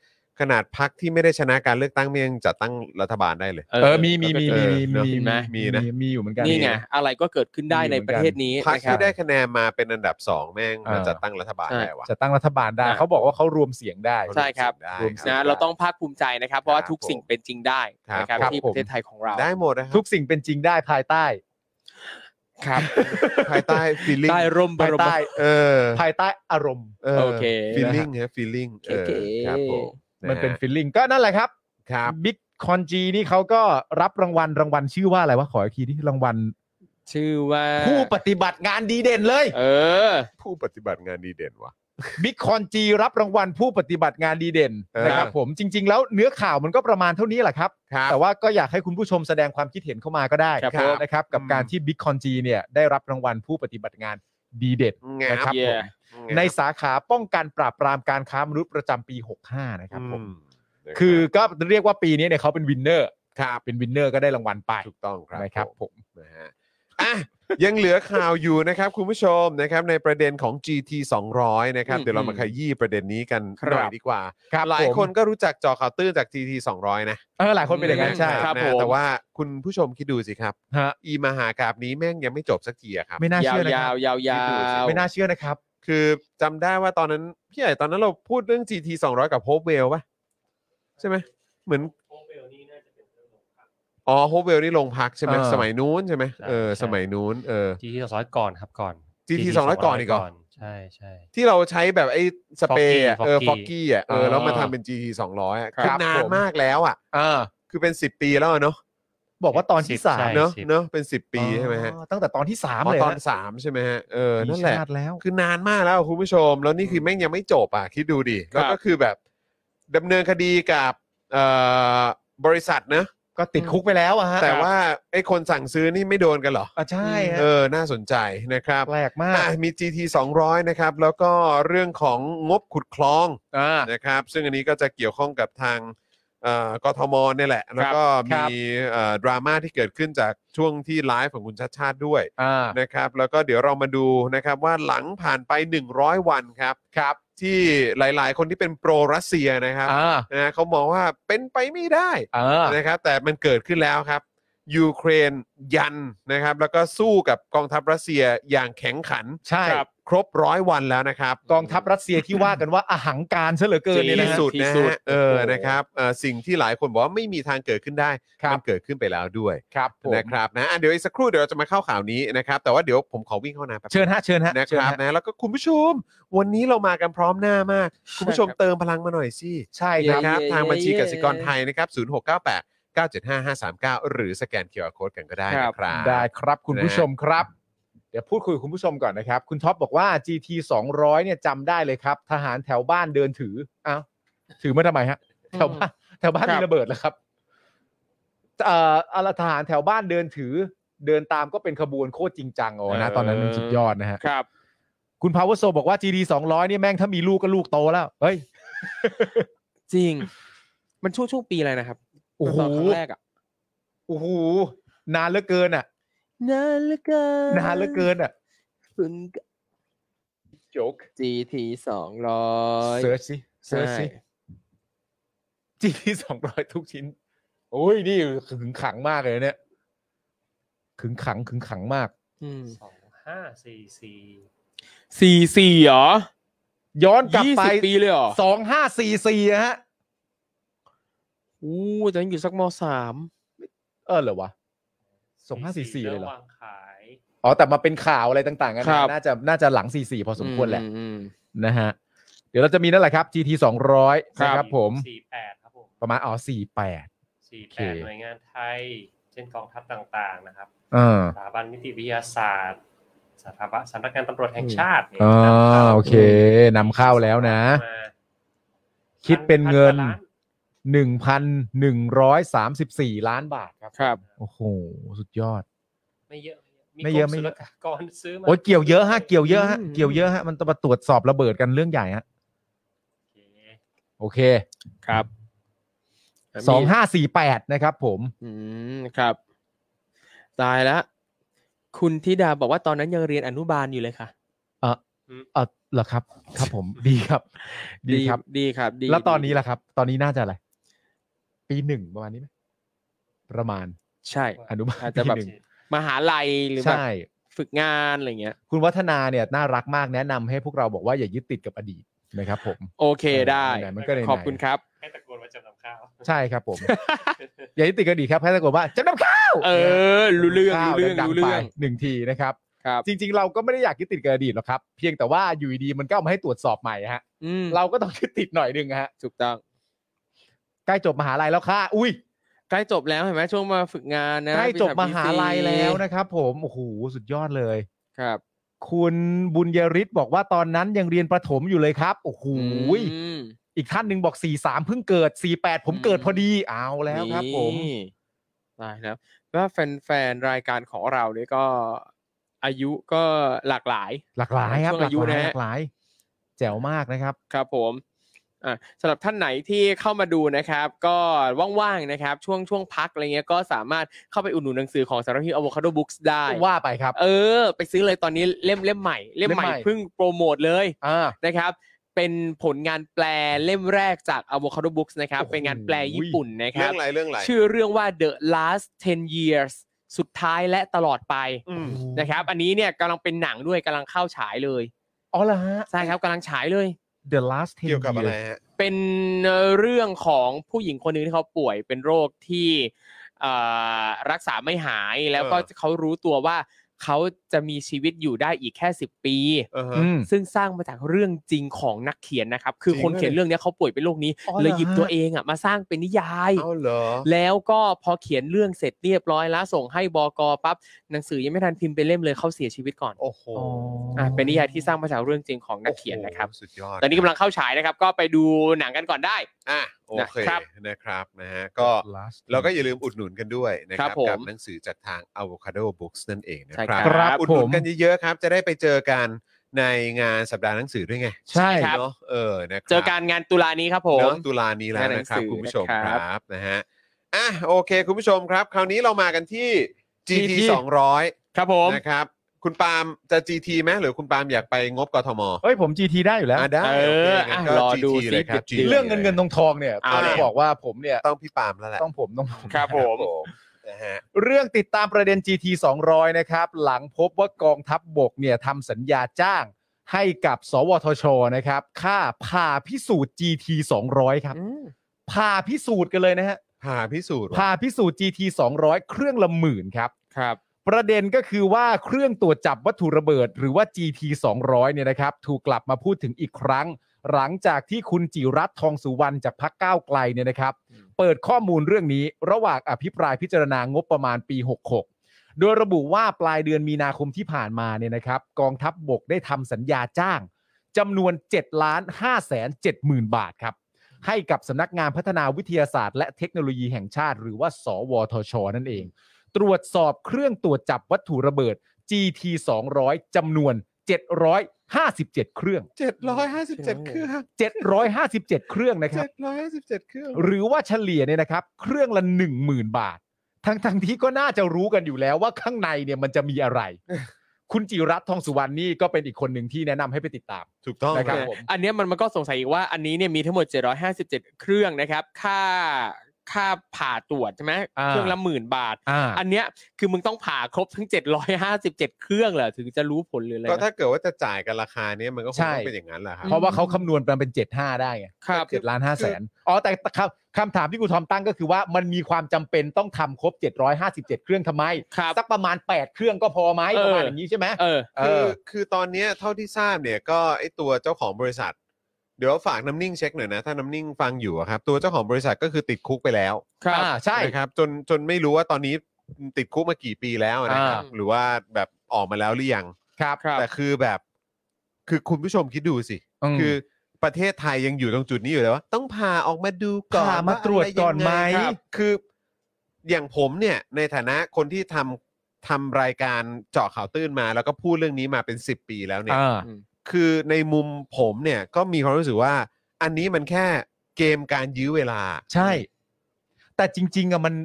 B: ขนาดพรรคที่ไม่ได้ชนะการเลือกตั้งมันยังจัดตั้งรัฐบาลได้เลย
D: เออมีมีมีมีมี
B: เออเนอะ
D: มี
C: มี
B: มีนะ
D: มีอยู่เหมือนกัน
C: นี่ไงอะไรก็เกิดขึ้นได้ในประเทศนี้
B: พรรค
C: นะครั
B: ที่
C: บ
B: ได้คะแนนมาเป็นอันดับสองแม่ง
D: เออ
B: มาจัดตั้งรัฐบาลได้วะ
D: จะตั้งรัฐบาลได้
C: อ่ะ
D: เขาบอกว่าเขารวมเสียงได้
C: ใช่ครับ
B: ได้
C: นะเราต้องภาคภูมิใจนะครับ เพราะว่า
B: ครับ
C: ทุกสิ่งเป็นจริงได้นะค
B: ครั
C: รั
B: บบ ผม
C: ที่ประเทศไทยของเรา
B: ได้หมดนะครับ
D: ทุกสิ่งเป็นจริงได้ภายใต้
C: ครับ
B: ภายใต้ feeling
C: ได้ร่มบ
D: ภาย
C: รม
D: ใต้
B: เออ
D: ภายใต้อารมณ์
C: โอเค
B: feeling ฮะ feeling เออ
C: เก๋ๆ
B: ครับผม
D: มันเป็นะ
B: ฮะ
D: ฟิลลิ่งก็นั่นแหละครับ
B: ครับ
D: บิ๊กคอนจีนี่เขาก็รับรางวัลรางวัลชื่อว่าอะไรวะขออีกทีนี่รางวัล
C: ชื่อว่า
D: ผู้ปฏิบัติงานดีเด่นเลย
C: เออ
B: ผู้ปฏิบัติงานดีเด่นวะ
D: บิ๊กคอนจีรับรางวัลผู้ปฏิบัติงานดีเด่น
B: เออ
D: นะครับผมจริง ๆ แล้วเนื้อข่าวมันก็ประมาณเท่านี้แหละครับ
B: ครับ
D: แต่ว่าก็อยากให้คุณผู้ชมแสดงความคิดเห็นเข้ามาก็ได้
C: ครับผม
D: นะครับกับ
B: อืม
D: การที่บิ๊กคอนจีเนี่ยได้รับรางวัลผู้ปฏิบัติงานดีเด่น
B: งา
D: นะ
B: บ
D: ครับ
C: เย่
D: ผมในสาขาป้องกันปราบปรามการค้ามนุษย์ประจำปี 65 นะครับผม
B: อืมนะรับ
D: คือก็เรียกว่าปีนี้เนี่ยเขาเป็นวินเนอร์
B: ครับ
D: เป็นวินเนอร์ก็ได้รางวัลไป
B: ถูกต้องครับ
D: นะครับ
B: ผม
D: ผม
B: นะฮะอ่ะ ยังเหลือข่าวอยู่นะครับคุณผู้ชมนะครับในประเด็นของ GT 200นะครับ
C: อืม
B: เดี๋ยวเรามาขยี้ประเด็นนี้กัน
D: ค
B: ห
D: รับ
B: น่อยดีกว่า
D: ครับ
B: หลายคน
D: ผม
B: ก็รู้จักจอข่าวตื้นจาก GT 200 นะ
D: เออหลายคนเป็นอย่างนั้นใช่
C: ครับ
B: นะ
C: ผม
B: แต่ว่าคุณผู้ชมคิดดูสิครับ
D: ฮะ
B: อีมหากราบนี้แม่งยังไม่จบสักทีอะครับ
D: ไม่น่าเชื่อนะค
C: ยา
D: รับ
C: วยาวยา
B: คิดดูสิ
C: ว
D: ไม่น่าเชื่อนะครับ
B: คือจำได้ว่าตอนนั้นพี่ใหญ่ตอนนั้นเราพูดเรื่อง GT 200 กับโฮปเวลป่ะ ใช่ไหมเหมือนอ๋อโฮปเวลนี่ลงพักใช่ไหม
D: เออ
B: สมัยนู้นใช่ไหม
E: ใช่
B: เออ
E: ใช่
B: สมัยนู้นเออ
E: จีทีสองร้อยก่อนครับก่อน
B: GT
E: 200
B: 200ก่อนอีกเหรอ
E: ใช่ใช่
B: ที่เราใช้แบบไอ้สเปรย์อะเออฟ
E: Foggy
B: อกกี้อ่ะเออ
E: เออ
B: แล้วมาทำเป็น GT 200อ่ะ
D: ครับ
B: คือนานมากแล้วอ่ะ
D: เออ
B: คือเป็น 10 ปีแล้วอะเนาะ
D: บอกว่าตอนที่
E: 10
D: สาม
E: ใช่
B: เนาะ
E: 10
B: เนาะเป็น 10 ปีใช่ไหมฮะ
D: อ๋อตั้งแต่ตอนที่สาม
B: อ๋อ
D: เลย
B: ตอน
D: ฮะ
B: สามใช่ไหมฮะเออนั่นแห
D: ปี
B: ละ
D: ชาติแล้ว
B: คือนานมากแล้วคุณผู้ชม แล้วนี่คือแม่งยังไม่จบอ่ะ คิดดูดิ
C: ครับ
B: แล้วก็คือแบบดำเนินคดีกับเอ่อบริษัทนะ
D: ก็ติดคุกไปแล้วอะฮะ
B: แต่ว่าไอ้คนสั่งซื้อนี่ไม่โดนกันเหรอ
D: อ่ะใช่ฮะ
B: เออ น่าสนใจนะครับ
D: แปลกมา
B: อ่ะ
D: ก
B: มี GT 200 นะครับ แล้วก็เรื่องของงบขุดคลอง
D: อ่า
B: นะครับ ซึ่งอันนี้ก็จะเกี่ยวข้องกับทางเอ่อกทมเนี่ยแหละ แล้วก็
D: ครั
B: มี
D: บ
B: เอ่อดราม่าที่เกิดขึ้นจากช่วงที่ไลฟ์ของคุณชัดชาติด้วย
D: อ่า
B: นะครับแล้วก็เดี๋ยวเรามาดูนะครับว่าหลังผ่านไป 100 วันครับครับ ที่หลายๆ คนที่เป็นโปรรัสเซียนะครับ
D: อ่า
B: นะเขามองว่าเป็นไปไม่ได้
D: เออ
B: นะครับแต่มันเกิดขึ้นแล้วครับยูเครนยันนะครับแล้วก็สู้กับกองทัพรัสเซียอย่างแข็งขัน
D: ใช่
B: ครับครบร้อยวันแล้วนะครับ
D: กองทัพรัสเซียที่ว่ากันว่าอหังการซะเหลือเกินเนี่ยนะ
B: ที่
D: ฮะ
B: สุดนะ
C: ที่สุด
B: ฮะเออ
C: โอ้โห
B: นะครับเอ่อสิ่งที่หลายคนบอกว่าไม่มีทางเกิดขึ้นได้
D: ครับ
B: มันเกิดขึ้นไปแล้วด้วย
D: ครับผม
B: นะครับนะอ่ะเดี๋ยวอีกสักครู่เดี๋ยวเราจะมาเข้าข่าวนี้นะครับแต่ว่าเดี๋ยวผมขอวิ่งเข้าน้ำแป๊บ
D: เชิญฮะเชิญฮะ
B: นะค
D: เชิญ
B: รับ
D: ฮะ
B: นะแล้วก็คุณผู้ชม วันนี้เรามากันพร้อมหน้ามาก คุณผู้ชมเติมพลังมาหน่อยสิ
D: ใช่ค
C: เย้
D: รับ
B: นะครับ
C: ย้
B: ทางบัญชี
C: เย้
B: กสิกรไทยนะครับ 0698 975539 หรือสแกน QR Code กันก็ได้
C: ครั
B: นะ
C: บ
B: ครับ
D: ได้ครับคุณผู้ชมครับ เดี๋ยวพูดคุยกับคุณผู้ชมก่อนนะครับ คุณท็อปบอกว่า GT 200เนี่ยจำได้เลยครับ ทหารแถวบ้านเดินถืออ้าวถือมาทำไมฮะแถวบ้านแถวบ้าน
C: ครับ
D: มีระเบิดแล้วครับเอ่ออาทหารแถวบ้านเดินถือ เดินตามก็เป็นขบวนโคตรจริงจังอ๋อนะตอนนั้นมันสุดยอดนะฮะ
C: ครับ
D: คุณพาวเวอร์โซบอกว่า GD 200เนี่ยแม่งถ้ามีลูกก็ลูกโตแล้ว เฮ้ย
C: จริง มันช่วงช่วงปีอะไรนะครับ
D: โอ้โห
C: ตนครั้งแรกอ่ะ
D: โอ้โหนานเหลือเกินอ่ะ
C: นานเหลือเกิน
D: นานเหลือเกินอ่ะ
C: ฝุ่น
D: โจ๊ก
C: GT สองร้อย
D: เซิร์ชสิเซิร์ชสิ GD 200 ทุกชิ้น โอ้ย นี่ขึงขังมากเลยเนี่ย ขึงขังขึงขังมาก
E: สองห้าสี่สี่
C: สี่สี่เหรอ
D: ย้อนกลับ
C: ยี่
D: ไป
C: สิบปีเลยเหรอ
D: สองห้าสี่สี่ฮะ
C: อู้ตอนนั้นอยู่สักมสาม
D: เออเหรอวะสองห้าสี่สี่เลยเหรอ
E: วางขาย
D: อ๋อ แต่มาเป็นข่าวอะไรต่างๆกันนะน่าจะน่าจะหลังสี่สี่พอสมควรแหละ
C: อืมอืม
D: นะฮะ เดี๋ยวเราจะมีนั่นแหละครับ GT 200
C: ครับ
D: นะครับผม
E: สี่แปดครับผม
D: ประมาณอ๋อสี่แปด
E: สี่
D: โอเค
E: แปดหน่วยงานไทย เช่นกองทัพต่างๆนะครับ
D: เออ
E: สถาบันนิติวิทยาศาสตร์ สถาบันสำนักงานตำรวจแห่งชาติเนี่ย
D: อ่าน
E: ำข้า
D: โอเคน
E: ำ
D: นำเข้าแล้วนะ
E: มา
D: คิดเป็นเงิน
E: พักว่าล้า
D: 1,134 ล้านบาทครับ
C: ครับ
D: โอ้โห สุดยอด
E: ไม่เยอะ
D: ไม่เยอะ
E: กร
D: ไม่
E: ศุ
D: เย
E: ล
D: อะ
E: กากรซื้อมา
D: โอ้ยเกี่ยวเยอะฮะ เกี่ยวเยอะฮะ
C: อืม
D: เกี่ยวเยอะฮะ มันจะมาตรวจสอบระเบิดกันเรื่องใหญ่ฮะ
E: โอเค
D: โอเค
C: ครับ
D: 2548 นะครับผม
C: อืมครับ ตายแล้วคุณธิดาบอกว่าตอนนั้นยังเรียนอนุบาลอยู่เลยค่ะ
D: เออเหรอครับ ครับผม [laughs] ดีครับ ดีครับ
C: ดีครับดี
D: แล้วตอนนี้
C: ดี
D: ล่ะครับ ตอนนี้น่าจะอะไร ปีหนึ่งประมาณนี้ไหมประมาณ
C: ใช่
D: อนุบาล
C: อาจจะแบบ
D: ปีหนึ่ง
C: มหาลัยหรือแบบ
D: ใช่
C: ฝึกงานอะไรเงี้ย
D: คุณวัฒนาเนี่ยน่ารักมากแนะนำให้พวกเราบอกว่าอย่ายึดติดกับอดีตนะครับผม
C: โอเคได้
D: ไหนๆมันก็ไหนๆ
C: ขอบคุณครับ
E: ให้ตะโกนว่าจำนำข้าว
D: ใช่ครับผม [laughs] อย่ายึดติดกับอดีตครับแค่ตะโกนว่าจำนำข้าว
C: เออ รู้เรื่องรู้เรื่อง
D: ดั
C: รู้
D: ๆ
C: เรื่
D: ไป
C: อง
D: หนึ่งทีนะครับ
C: ครับ
D: จริง ๆ เราก็ไม่ได้อยากยึดติดกับอดีตหรอกครับ เพียงแต่ว่าอยู่ดีๆมันก็เอามาให้ตรวจสอบใหม่ฮะ
C: อืม
D: เราก็ต้องยึดติดหน่อยหนึงฮะ
C: ถูกต้อง
D: ใกล้จบมหาลัยแล้วค่ะอุ้ย
C: ใกล้จบแล้วเห็นไหมช่วงมาฝึกงานนะ
D: ใกล้จบม
C: ปีส
D: หาลัยแล้วนะครับ ผมโอ้โหสุดยอดเลย
C: ครับ
D: คุณบุญยริศบอกว่าตอนนั้นยังเรียนประถมอยู่เลยครับโอ้โห
C: อืม
D: อีกท่านหนึ่งบอก 4 3 เพิ่งเกิด 4 8 ผมเกิด
C: อืม
D: พอดี เอาแล้วครับผม
C: นี่ตายแล้วว่าแฟนๆรายการของเราเนี่ยก็อายุก็หลากหลาย
D: หลากหลายครับหลาก
C: ช่วงอายุ
D: หลาย
C: นะ
D: ห
C: ฮะ
D: ลากหลาย แจ๋วมากนะครับ
C: ครับผม อ่ะสำหรับท่านไหนที่เข้ามาดูนะครับ ก็ว่างๆนะครับ ช่วงช่วงพักอะไรเงี้ยก็สามารถเข้าไปอุดหนุนหนังสือของสำนักพิมพ์ Avocado Books ได้
D: ว่าไปครับ
C: เออ ไปซื้อเลยตอนนี้เล่มเล่มใหม่เล่มให
D: เล่
C: ม่
D: มใหม่
C: เพิ่งโปรโมทเลย
D: อ่า
C: นะครับ เป็นผลงานแปลเล่มแรกจาก Avocado Books นะครับ
D: โอ้โห
C: เป็นงานแปลญี่ปุ่นนะค
B: เรื่อ
C: รั
B: บ งอะไรเรื่องอะไร
C: ชื่อเรื่องว่า The Last 10 Years สุดท้ายและตลอดไป
B: ม
C: นะครับ อันนี้เนี่ยกำลังเป็นหนังด้วยกำลังเข้าฉายเลย
D: อ๋อเหรอฮะ
C: ใช่ครับกำลังฉายเลย
D: The last 10
B: เกี่ยวกับอะไร
D: years
B: ฮะ
C: เป็นเรื่องของผู้หญิงคนหนึ่งที่เขาป่วยเป็นโรคที่เอ่อรักษาไม่หายแล้วก็
B: เออ
C: เขารู้ตัวว่าเขาจะมีชีวิตอยู่ได้อีกแค่ 10 ปี
B: เออฮะ
D: อืม
C: ซึ่งสร้างมาจากเรื่องจริงของนักเขียนนะครับ คือ
B: จริง
C: คนเขียน
B: ด้วย
C: เรื่องเนี้ยเขาป่วยเป็นโรคนี้
D: อ๋อเหรอ
C: เลยหยิบ
D: ฮะ
C: ตัวเองอ่ะมาสร้างเป็นนิยาย
B: เอาเหรอ
C: แล้วก็พอเขียนเรื่องเสร็จเรียบร้อยแล้วส่งให้บกปั๊บหนังสือยังไม่ทันพิมพ์เป็นเล่มเลยเขาเสียชีวิตก่อน
B: โอ้โห
C: อ่ะเป็นนิยายที่สร้างมาจากเรื่องจริงของนักเขียนนะครับ
B: โอ้โหสุดยอด
C: ตอนนี้กำลังเข้าฉายนะครับ ก็ไปดูหนังกันก่อนได้
B: อ่ะโอเค
C: นะครับ
B: นะครับนะฮะก็
D: Last
B: เราก็อย่าลืมอุดหนุนกันด้วยนะค
C: ครั
B: รับบ
C: ผม
B: กับหนังสือจากทาง Avocado Books นั่นเองนะ
C: ใช่
B: ค
C: ครั
B: รับบ
D: ครับ
B: อุดหนุน
D: ผม
B: กันเยอะๆครับ จะได้ไปเจอกันในงานสัปดาห์หนังสือด้วยไง
D: ใช่
C: ครับ
B: เนาะเออนะครับ
C: เจอการงานตุลานี้ครับผม
B: เริ่มตุลานี้แล้ว
C: หนั
B: นะ
C: ง
B: ครับ
C: สือ
B: คุณผู้ชม
C: นะ
B: ค
C: ครั
B: รั
C: บบ
B: นะฮะอ่ะโอเค คุณผู้ชมครับ คราวนี้เรามากันที่ GT
C: GT
B: 200
C: ครับผม
B: นะครับ คุณปาล์มจะ GT ไหมหรือคุณปาล์มอยากไปงบกทม
D: เอ้ยผม GT ได้อยู่แล้ว
B: อ่ะได้
C: เอ
B: โอเค
C: อ
B: งั้น
C: อ่ะ
B: ก็
C: รอ
B: GT
C: ดูสิ
B: เลยครับ
C: จุด
B: GT
C: ๆ
D: เรื่องเงินเงินทองทองเนี่ยต้
C: เอา
D: อง
C: แหละ
D: บอกว่าผมเนี่ย
B: ต้องพี่ปาล์มแล้วแหละ
D: ต้องผมต้องผม
C: ครับผม
B: นะฮะ
D: เรื่องติดตามประเด็น GT 200 นะครับ หลังพบว่ากองทัพบบกเนี่ยทำสัญญาจ้างให้กับ สวทชนะครับ ค่าผ่าพิสูจน์ GT 200 ครับ
C: อืม
D: ผ่าพิสูจน์กันเลยนะฮะ
B: ผ่าพิสูจน์
D: ผ่าพิสูจน์ GT 200 เครื่องละหมื่นครับ
C: ครับ
D: ประเด็นก็คือว่าเครื่องตรวจจับวัตถุระเบิดหรือว่า GT 200เนี่ยนะครับ ถูกกลับมาพูดถึงอีกครั้ง หลังจากที่คุณจิรัตน์ทองสุวรรณจากพักก้าวไกลเนี่ยนะครับ เปิดข้อมูลเรื่องนี้ระหว่างอภิปรายพิจารณางบประมาณปี 66 โดยระบุว่าปลายเดือนมีนาคมที่ผ่านมาเนี่ยนะครับ กองทัพบบกได้ทำสัญญาจ้างจำนวน7ล้าน5แสน7หมื่นบาทครับ ให้กับสำนักงานพัฒนาวิทยาศาสตร์และเทคโนโลยีแห่งชาติ หรือว่า สวทช นั่นเอง ตรวจสอบเครื่องตรวจจับวัตถุระเบิด GT 200จำนวน 757 เครื่อง
B: เจ็ดร้อยห้าสิบเจ็ดเครื่อง
D: 757 เครื่องนะครั
B: เจ็
D: บ
B: ดร้อยห้าสิบเจ็ดเครื่อง
D: หรือว่าเฉลี่ยเนี่ยนะครับ เครื่องละ 10,000 บาท ทั้งทั้งๆที่ก็น่าจะรู้กันอยู่แล้วว่าข้างในเนี่ยมันจะมีอะไร คุณจิรัตน์ทองสุวรรณนี่ก็เป็นอีกคนหนึ่งที่แนะนำให้ไปติดตาม
B: ถูกต้อง
D: นะครับ
B: เลย
D: ผม
C: อันเนี้ยมันมันก็สงสัยอีกว่าอันนี้เนี่ยมีทั้งหมด 757 เครื่องนะครับ ค่าค่าผ่าตรวจใช่ไหม
D: อ่า
C: เครื่องละหมื่นบาท
D: อ่า
C: อันเนี้ยคือมึงต้องผ่าครบทั้ง 757 เครื่องเหรอถึงจะรู้ผลหรืออะไร
B: ก็
C: นะ
B: ถ้าเกิดว่าจะจ่ายกันราคาเนี้ยมันก็คง
D: ใช่
B: ต้องเป็นอย่างนั้นแหละครับ
D: เพราะว่าเขาคำนวณมาเป็น 75 ได้ไง
C: ครับ
D: เจ็ดล้านห้าแสนอ๋อแต่ครับคำถามที่ครูทอมตั้งก็คือว่ามันมีความจำเป็นต้องทำครบ 757 เครื่องทำไม
C: ครับ
D: สักประมาณ 8 เครื่องก็พอไหม
C: เออ
D: ประมาณอย่างนี้ใช่ไหม
C: เออ
B: คือ
D: อ
B: คือตอนเนี้ยเท่าที่ทราบเนี่ยก็ไอตัวเจ้าของบริษัท เดี๋ยวฝากน้ำนิ่งเช็คหน่อยนะ ถ้าน้ำนิ่งฟังอยู่อะครับ ตัวเจ้าของบริษัทก็คือติดคุกไปแล้ว
C: ครับ
D: อ่าใช่
B: นะครับจนจนไม่รู้ว่าตอนนี้ติดคุกมากี่ปีแล้วนะครับ
C: อ่า
B: หรือว่าแบบออกมาแล้วหรือยัง
D: ครับ
C: ครับ
B: แต่คือแบบ คือคุณผู้ชมคิดดูสิ
D: ม
B: คือประเทศไทยยังอยู่ตรงจุดนี้อยู่เลยว่าต้องพาออกมาดูก่อน
D: ผ่ามาตรวจก่อนไหม
B: ว่าะรยังงครับคืออย่างผมเนี่ยในฐานะคนที่ทำทำรายการเจาะข่าวตื้นมา แล้วก็พูดเรื่องนี้มาเป็น 10 ปีแล้วเนี่ย
D: อ่า
B: คือในมุมผมเนี่ยก็มีความรู้สึกว่า อันนี้มันแค่เกมการยื้อเวลา
D: ใช่ แต่จริง ๆอะมัน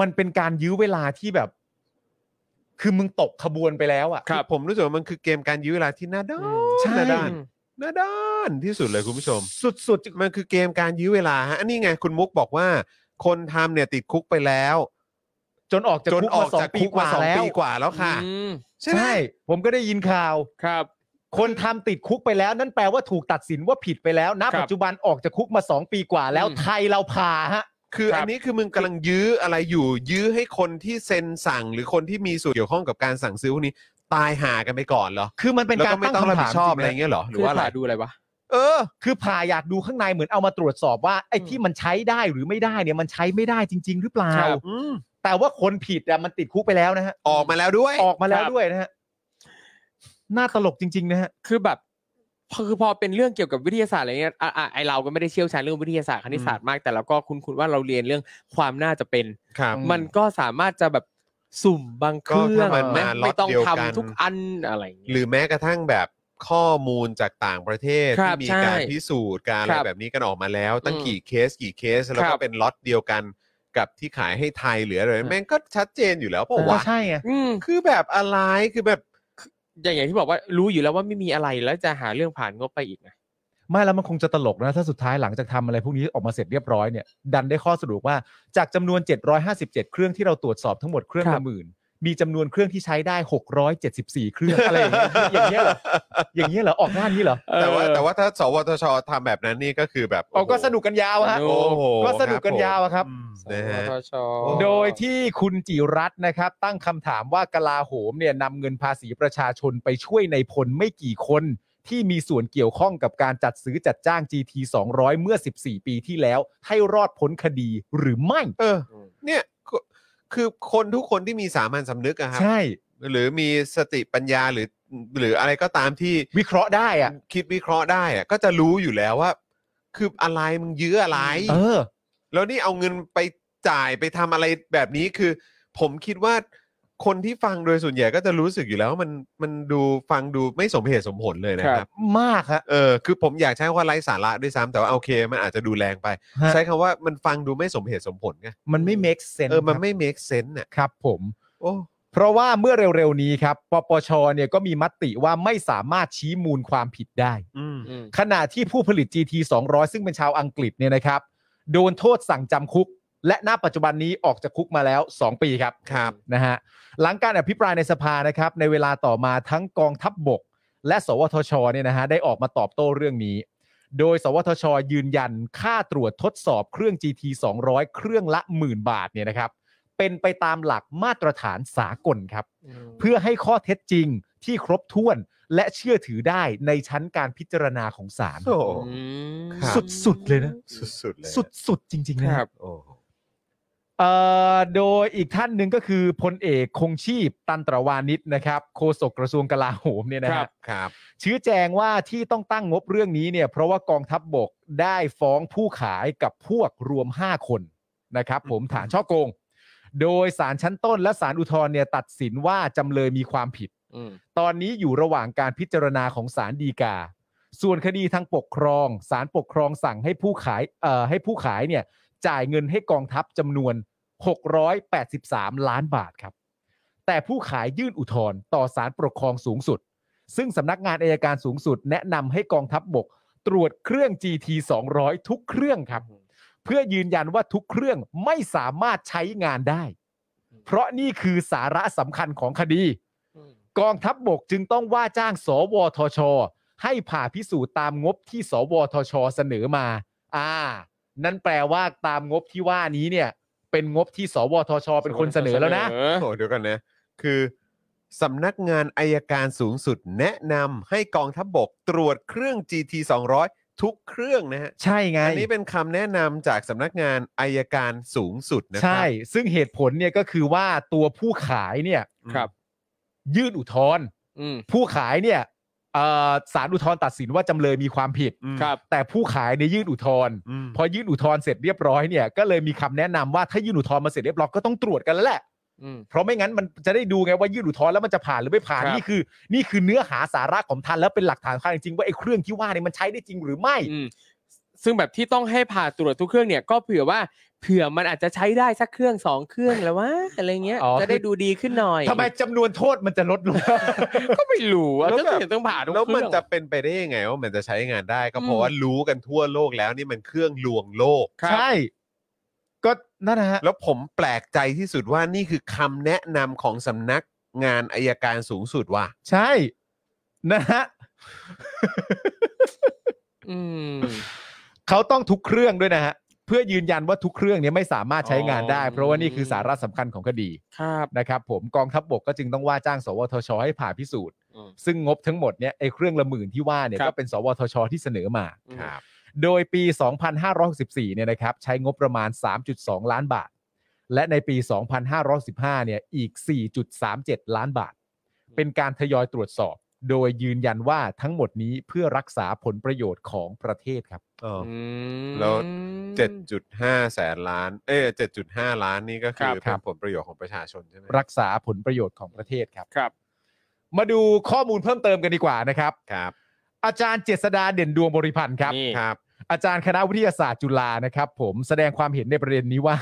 D: มันเป็นการยื้อเวลาที่แบบ คือมึงตกขบวนไปแล้วอะ
C: ครับ
B: ผมรู้สึกว่ามันคือเกมการยื้อเวลาที่น่าด้าน
D: ใช่
B: น่าด้านน่าด้านที่สุดเลยคุณผู้ชม
D: สุดๆ
B: มันคือเกมการยื้อเวลาฮะอันนี้ไงคุณมุกบอกว่า คนทำเนี่ยติดคุกไปแล้ว
D: จนออกจาก
B: จน
D: คุก
B: ออ
D: มาก สอง
B: จาก
D: ปี
B: คุก
D: ก
B: มา
D: ว่า
B: สอง
D: แล้ว
B: ปีกว่าแล้วค่ะ
C: อืม
B: ใช่ไหม
D: ใช่ ผมก็ได้ยินข่าว
C: ครับ
D: คนทำติดคุกไปแล้ว นั่นแปลว่าถูกตัดสินว่าผิดไปแล้วณ
C: ครับ
D: ปัจจุบันออกจากคุกมาสองปีกว่าแล้ว
C: อืม
D: ไทยเราผ่าฮะ
B: คือ
C: ครับ
B: อันนี้คือมึงกำลังยื้ออะไรอยู่ ยื้อให้คนที่เซ็นสั่ง หรือคนที่มีส่วนเกี่ยวข้องกับการสั่งซื้อพวกนี้ ตายหากันไปก่อนเหรอ
D: คือมันเป็น
B: แล้ว
D: การ
B: ก็ไม่
D: ตั้ง
B: ต้องรับ
D: คำ
B: ผิ
D: ถาม
B: ดชอบ
D: จงๆ
B: อะไรอย่างเงี้ยเหรอหรือว่าอะไร
C: ผ่ดูอะไรวะ
B: เออ
D: คือผ่าอยากดูข้างในเหมือนเอามาตรวจสอบว่าไอ้
C: อืม
D: ที่มันใช้ได้หรือไม่ได้เนี่ยมันใช้ไม่ได้จริง ๆ หรือเปล่า
C: ครับ
B: อืม
D: แต่ว่าคนผิดอะมันติดคุกไปแล้วนะฮะ
B: ออกมาแล้วด้วย
D: ออกมาแล้ว
C: ครับ
D: ด้วยนะฮะน่าตลกจริง ๆ นะฮะ
C: คือแบบพอคือพอเป็นเรื่องเกี่ยวกับวิทยาศาสตร์อะไรเงี้ยอ่ะอ่ะไอเราก็ไม่ได้เชี่ยวชาญเรื่องวิทยาศาสตร์คณิตศาสตร์มากแต่เราก็คุ้นๆว่าเราเรียนเรื่องความน่าจะเป็น
B: ครับ
D: อืม
C: มันก็สามารถจะแบบสุ่มบางเครื่
B: ก็
C: อง
B: ถ้ามันมา
C: ไม่
B: ล็
C: ไม่
B: อต
C: ต้อง
B: เดียว
C: ทำ
B: กัน
C: ทุกอันอะไรอย่างเงี้ย
B: หรือแม้กระทั่งแบบ ข้อมูลจากต่างประเทศ
C: ครับ
B: ที่มีการ
C: ใช่
B: พิสูจน์การอะ
C: ค
B: ไร
C: รับ
B: แบบนี้กันออกมาแล้ว ตั้ง
C: อืม
B: กี่เคสกี่เคสแล้ว
C: ค
B: ก็
C: รับ
B: เป็นล็อตเดียวกันกับที่ขายให้ไทยหรืออะไร
C: อืม
B: แม่งก็ชัดเจนอยู่แล้วเปล่า
D: ก็
B: วะ
D: ใช่ไง
C: อืม
B: คือแบบอะไรคือแบบ
C: อย่างอย่างที่บอกว่ารู้อยู่แล้วว่าไม่มีอะไรแล้วจะหาเรื่องผ่านงบไปอีกนะ
D: ไม่แล้วมันคงจะตลกนะ ถ้าสุดท้ายหลังจากทำอะไรพวกนี้ออกมาเสร็จเรียบร้อยเนี่ยดันได้ข้อสรุปว่าจากจำนวน 757 เครื่องที่เราตรวจสอบทั้งหมดเครื่อง
C: ครั
D: ละ
C: บ
D: หมื่นมีจำนวนเครื่องที่ใช้ได้ 674 เครื่องอะไรอย่างเงี้ยอย่างเงี้ยเหรออย่างเงี้ยเหรอออกหน้านี้เหรอ
B: แต่ว่า
C: เออ
B: แต่ว่าถ้าสวทชทำแบบนั้นนี่ก็คือแบบ
D: เอาก็
B: โโห
D: สนุกกันยาวฮะ
C: สนุ
B: โอ้โห
D: ก็สนุกกันยาว
B: ครับ
D: อะครับ
B: นะฮะ
C: สวทช
D: โดยที่คุณจิรัตน์นะครับ ตั้งคำถามว่ากลาโหมเนี่ยนำเงินภาษีประชาชนไปช่วยในพลไม่กี่คน ที่มีส่วนเกี่ยวข้องกับการจัดซื้อจัดจ้าง GT 200 เมื่อ 14 ปีที่แล้ว ให้รอดพ้นคดีหรือไม่
B: เออ เนี่ยก็คือคนทุกคนที่มีสามัญสำนึกอะครับ
D: ใช่
B: หรือมีสติปัญญาหรือหรืออะไรก็ตามที่
D: วิเคราะห์ได้อะ
B: คิดวิเคราะห์ได้อะก็จะรู้อยู่แล้วว่า คืออะไรมึงยื้ออะไร
D: เออ
B: แล้วนี่เอาเงินไปจ่ายไปทำอะไรแบบนี้คือ ผมคิดว่าคนที่ฟังโดยส่วนใหญ่ก็จะรู้สึกอยู่แล้วว่ามันมันดูฟังดูไม่สมเหตุสมผลเลยนะค
C: ครั
B: รับ
C: บ
D: มากฮะ
B: เออคือผมอยากใช้คำว่าไร้สาระด้วยซ้ำแต่ว่าโอเค มันอาจจะดูแรงไป
D: ฮะ
B: ใช้คำว่ามันฟังดูไม่สมเหตุสมผลไง
D: มันไม่ make sense
B: เออมันไม่ make sense อ่ะ
D: ครับผม
B: โอ้
D: เพราะว่าเมื่อเร็วๆนี้ครับ ปปชเนี่ยก็มีมติว่าไม่สามารถชี้มูลความผิดได้
B: อืม
C: อืม
D: ขณะที่ผู้ผลิต GT 200 ซึ่งเป็นชาวอังกฤษเนี่ยนะครับ โดนโทษสั่งจำคุก และณปัจจุบันนี้ออกจากคุกมาแล้ว 2 ปีครับ
B: ครับ
D: นะฮะหลังการอภิปรายในสภานะครับ ในเวลาต่อมาทั้งกองทัพบบก และสวทชเนี่ยนะฮะได้ออกมาตอบโต้เรื่องนี้ โดย สวทช ยืนยันค่าตรวจทดสอบเครื่อง GT 200 เครื่องละหมื่นบาทเนี่ยนะครับ เป็นไปตามหลักมาตรฐานสากลครับ เพื่อให้ข้อเท็จจริงที่ครบถ้วนและเชื่อถือได้ในชั้นการพิจารณาของศาล
B: โอ้ ครับ
D: สุดๆเลยนะ
B: สุดๆเลย
D: สุดๆ จริง ๆ นะ
C: ค
D: ค
C: รั
D: รับบ
B: โอ้
D: เอ่อโดยอีกท่านหนึ่งก็คือพลเอกคงชีพตันตรวานิชนะครับโฆษกกระทรวงกลาโหมเนี่ยนะ
C: ค
D: ค
C: รั
D: รับ บ
B: ครับ
D: ชี้แจงว่าที่ต้องตั้งงบเรื่องนี้เนี่ยเพราะว่ากองทัพบบกได้ฟ้องผู้ขายกับพวกรวม 5 คนนะครับ ผมฐานช่อโกง โดยศาลชั้นต้นและศาลอุทธรณ์เนี่ยตัดสินว่าจำเลยมีความผิด
C: อืม
D: ตอนนี้อยู่ระหว่างการพิจารณาของศาลฎีกา ส่วนคดีทางปกครองศาลปกครองสั่งให้ผู้ขายเอ่อให้ผู้ขายเนี่ยจ่ายเงินให้กองทัพจำนวน 683 ล้านบาทครับ แต่ผู้ขายยื่นอุทธรณ์ต่อศาลปกครองสูงสุด ซึ่งสำนักงานอายการสูงสุด แนะนำให้กองทัพบบก ตรวจเครื่อง GT 200 ทุกเครื่องครับ เพื่อยืนยันว่าทุกเครื่องไม่สามารถใช้งานได้ เพราะนี่คือสาระสำคัญของคดี กองทัพบบกจึงต้องว่าจ้าง สวทช ให้ผ่าพิสูจน์ตามงบที่ สวทช เสนอมา อ่า นั่นแปลว่าตามงบที่ว่านี้เนี่ย เป็นงบที่ สวทช เป็นคนเสนอแล้วนะ
B: โอ้เดี๋ยวกันนะ คือสำนักงานอายการสูงสุดแนะนำให้กองทัพบบกตรวจเครื่อง GT 200 ทุกเครื่องนะฮะ
D: ใช่ไง
B: อันนี้เป็นคำแนะนำจากสำนักงานอายการสูงสุดนะครั
D: ใช่ ซึ่งเหตุผลเนี่ยก็คือว่าตัวผู้ขายเนี่ย
C: ครับ
D: ยื่นอุทธรณ์
C: อืม
D: ผู้ขายเนี่ยเอ่อศาลอุทธรณ์ตัดสินว่าจำเลยมีความผิด
B: อืม
C: ครับ
D: แต่ผู้ขายเนี่ยยื่นอุทธรณ์
B: อืม
D: พอยื่นอุทธรณ์เสร็จเรียบร้อยเนี่ยก็เลยมีคำแนะนำว่าถ้ายื่นอุทธรณ์มาเสร็จเรียบร้อยก็ต้องตรวจกันแล้วแหละ
C: อืม
D: เพราะไม่งั้นมันจะได้ดูไงว่ายื่นอุทธรณ์แล้วมันจะผ่านหรือไม่ผ่าน
C: ครับ
D: นี่คือ นี่คือเนื้อหาสาระของทันแล้วเป็นหลักฐานข้างจริงว่าไอ้เครื่องที่ว่าเนี่ยมันใช้ได้จริงหรือไม่
C: อืมซึ่งแบบที่ต้องให้ผ่าตรวจทุกเครื่องเนี่ยก็เผื่อว่าเผื่อมันอาจจะใช้ได้สักเครื่องสองเครื่องแล้วว่าอะไรเงี้ย
D: อ๋อ
C: จะได้ดูดีขึ้นหน่อย
D: ทำไมจำนวนโทษมันจะลดลง
C: ก็ไม่รู้อะ
B: แล้ว
C: ก็
B: แบบ
C: เห็นต้องผ่าทุกเค
B: แล้
C: รื่
B: ว
C: อง
B: มันจะเป็นไปได้ยังไงว่ามันจะใช้งานได้ ก็เพ
C: อื
B: ราะ
C: ม
B: ว่ารู้กันทั่วโลกแล้วนี่มันเครื่องลวงโลก
C: ครับ
D: ใช่ ก็นั่นนะฮะ
B: แล้วผมแปลกใจที่สุดว่านี่คือคำแนะนำของสำนักงานอายการสูงสุดว่ะ
D: ใช่ นะฮะ
C: อืม
D: เขาต้องทุกเครื่องด้วยนะฮะ เพื่อยืนยันว่าทุกเครื่องเนี่ยไม่สามารถใช้งานได้
C: อ๋อ
D: เพราะว่านี่คือสาระสำคัญของคดี
C: ครับ
D: นะครับ ผมกองทัพบบกก็จึงต้องว่าจ้าง สวทช ให้ผ่าพิสูจน์
C: อืม
D: ซึ่งงบทั้งหมดเนี่ยไอ้เครื่องละหมื่นที่ว่าเนี่ย
C: ครับ
D: ก็เป็น สวทช ที่เสนอมา
C: ครับ
D: โดยปี 2564 เนี่ยนะครับ ใช้งบประมาณ 3.2 ล้านบาท และในปี 2515 เนี่ย อีก 4.37 ล้านบาท เป็นการทยอยตรวจสอบ โดยยืนยันว่าทั้งหมดนี้เพื่อรักษาผลประโยชน์ของประเทศครับ
C: อืม
B: แล้ว 7.5 แสนล้าน เอ้ย7.5 ล้านนี่ก็คือ
C: ครับค
B: เป็น
C: รับ
B: ผลประโยชน์ของประชาชนใช่ไหม
D: รักษาผลประโยชน์ของประเทศครับ
C: ครับ
D: มาดูข้อมูลเพิ่มเติมกันดีกว่านะครับ
B: ครับ
D: อาจารย์เจษดาเด่นดวงบริพันธ์ครับ
C: นี่
B: ครับ
D: อาจารย์คณะวิทยาศาสตร์จุฬานะครับ ผมแสดงความเห็นในประเด็นนี้ว่า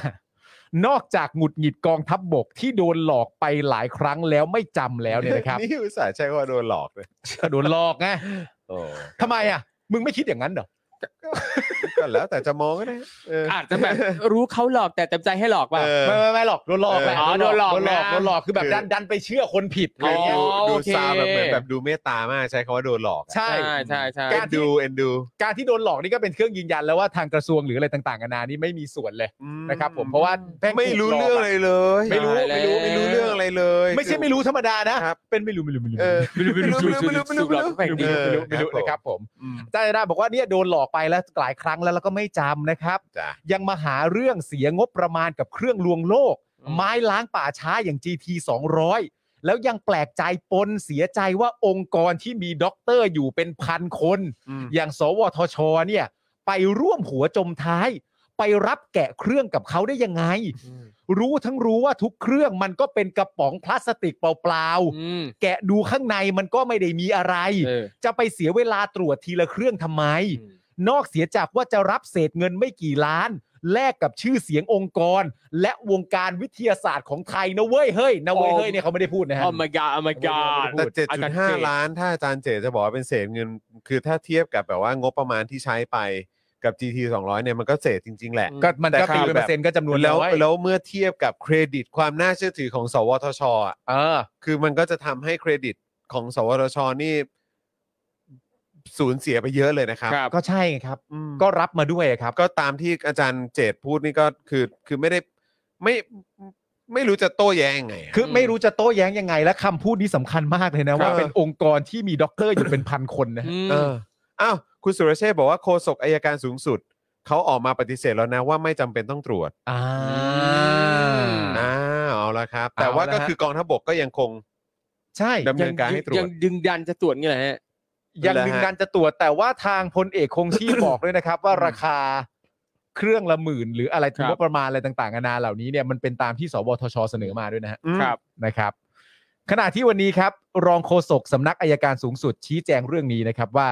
D: นอกจากหงุดหงิดกองทัพบบกที่โดนหลอกไปหลายครั้งแล้วไม่จำแล้วเนี่ยนะครับ
B: นี่อุตส่าห์ใช้คำว่าโดนหลอกเลย
D: ก็โดนหลอกไง
B: โอ้
D: ทำไมอ่ะ มึงไม่คิดอย่างนั้นเหรอ
B: ก็แล้วแต่จะมองก็ได้เอออ
C: อาจจะแบบรู้เขาหลอกแต่เต็มใจให้หลอกเปล่า
B: เออ
D: ไม่ไม่ไม่หรอกโดนหลอกแหละ
C: อ๋อ
D: โด
C: โด
D: น
C: น
D: หล
C: หล
D: อ
C: อก กนะ
D: โดนหลอกคือแบบ
B: คือ
D: ดันดันไปเชื่อคนผิด
C: อ๋
B: คือ
C: อ
B: ดูดู
C: โเค
B: ซาวด์แบบเหมือนแบบดูเมตตามากใช้คำว่าโดนหลอกอะ
D: ใช่
C: ใช่ใช่ใช่
B: เอ็นดูเอ็นดู
D: การที่โดนหลอกนี่ก็เป็นเครื่องยืนยันแล้วว่าทางกระทรวงหรืออะไรต่างๆกันานานี่ไม่มีส่วนเลย
B: อื
D: นะครับ ผมเพราะว่าแง
B: ไม่รู้เรื่องอะไรเลย
D: ไม่รู้ไม่รู้
B: ไม่รู้เรื่องอะไรเลย
D: ไม่ใช่ไม่รู้ธรรมดานะเป็นไม่รู้ไม่รู้ไม่รู้
B: เออ
D: ไม่รู้ไม่รู้
B: ไม่รู้ไม่รู้ไม่รู้ไม่รู้
C: ไม่รู้
D: ไม่รู้ไม่รู้
B: เออ
D: ไม่รู้นะครับผม
B: อืม
D: อาจารย์ดาบอกว่าเนี่ยโดนหลอกไปแล้วหลายครั้งแล้วแล้วก็ไม่จำนะครับ
B: จ้ะ
D: ยังมาหาเรื่องเสียงบประมาณกับเครื่องลวงโลก ไม้ล้างป่าช้าอย่าง GT 200 แล้วยังแปลกใจปนเสียใจว่าองค์กรที่มีด็อกเตอร์อยู่เป็นพันคน
B: อืม
D: อย่างสวทช เนี่ย ไปร่วมหัวจมท้าย ไปรับแกะเครื่องกับเขาได้ยังไง รู้ทั้งรู้ว่าทุกเครื่องมันก็เป็นกระป๋องพลาสติกเปล่า
C: อืม
D: ๆ แกะดูข้างในมันก็ไม่ได้มีอะไร
C: เออ
D: จะไปเสียเวลาตรวจทีละเครื่องทำไม นอกเสียจากว่าจะรับเศษเงินไม่กี่ล้าน แลกกับชื่อเสียงองค์กร และวงการวิทยาศาสตร์ของไทยนะเว้ยเฮ้ยนะเว้ยเฮ้ย
C: อ๋อ
D: เนี่ยเขาไม่ได้พูดนะฮะ
C: โอ้ my god โอ้ my god
B: แต่เจ็ดจุดห้าล้านถ้าอาจารย์เจจะบอกว่าเป็นเศษเงิน คือถ้าเทียบกับแบบว่างบประมาณที่ใช้ไปกับ GT 200 เนี่ยมันก็เศษจริง ๆ แหละ
D: ก็มัน
B: แต่
D: ก็
B: คือ
D: ตีเป็น
B: แบบ
D: เปอร์เซ็นต์ก็จำนวน
B: แล้ว
D: น้อย
B: แล้วเมื่อเทียบกับเครดิตความน่าเชื่อถือของ สวทชอ่ะ
D: เออ
B: คือมันก็จะทำให้เครดิตของ สวทชนี่สูญเสียไปเยอะเลยนะครับ
C: ครับ
D: ก็ใช่ไงครับ
B: อืม
D: ก็รับมาด้วยครับ
B: ก็ตามที่อาจารย์เจตพูดนี่ก็คือคือไม่ได้ไม่ไม่รู้จะโต้แย้งยังไงอะ
D: คือไม่รู้จะโต้แย้งยังไง และคำพูดนี้สำคัญมากเลยนะ ว่า
B: ครับ
D: เป็นองค์กรที่มีด็อกเตอร์อยู่เป็นพันคนนะฮะ
C: อืม
B: เอออ้าวคุณสุรเชษฐ์บอกว่าโฆษกอายการสูงสุด เขาออกมาปฏิเสธแล้วนะว่าไม่จำเป็นต้องตรวจ
D: อ่า
B: อ้าวเอาละครับ
D: เอา
B: แต่ว่า
D: ละฮะ
B: ก็คือกองทัพบกก็ยังคง
D: ใช่
B: ดำเนินการให้ตรว
C: ยั
B: จ
C: งดึงดันจะตรวจนี่แหละฮะ
D: ยัง
B: เหรอฮะ
D: ดึงดันจะตรวจแต่ว่าทางพลเอกคงชีพ บอกด้วยนะครับ ว่าราคาเครื่องละหมื่น หรืออะไร
C: ครับ
D: งบประมาณอะไรต่างๆนานาเหล่านี้เนี่ยมันเป็นตามที่สวทชเสนอมาด้วยนะฮะ
B: อืม
D: นะครับ ขณะที่วันนี้ครับ รองโฆษกสำนักอายการสูงสุดชี้แจงเรื่องนี้นะครับว่า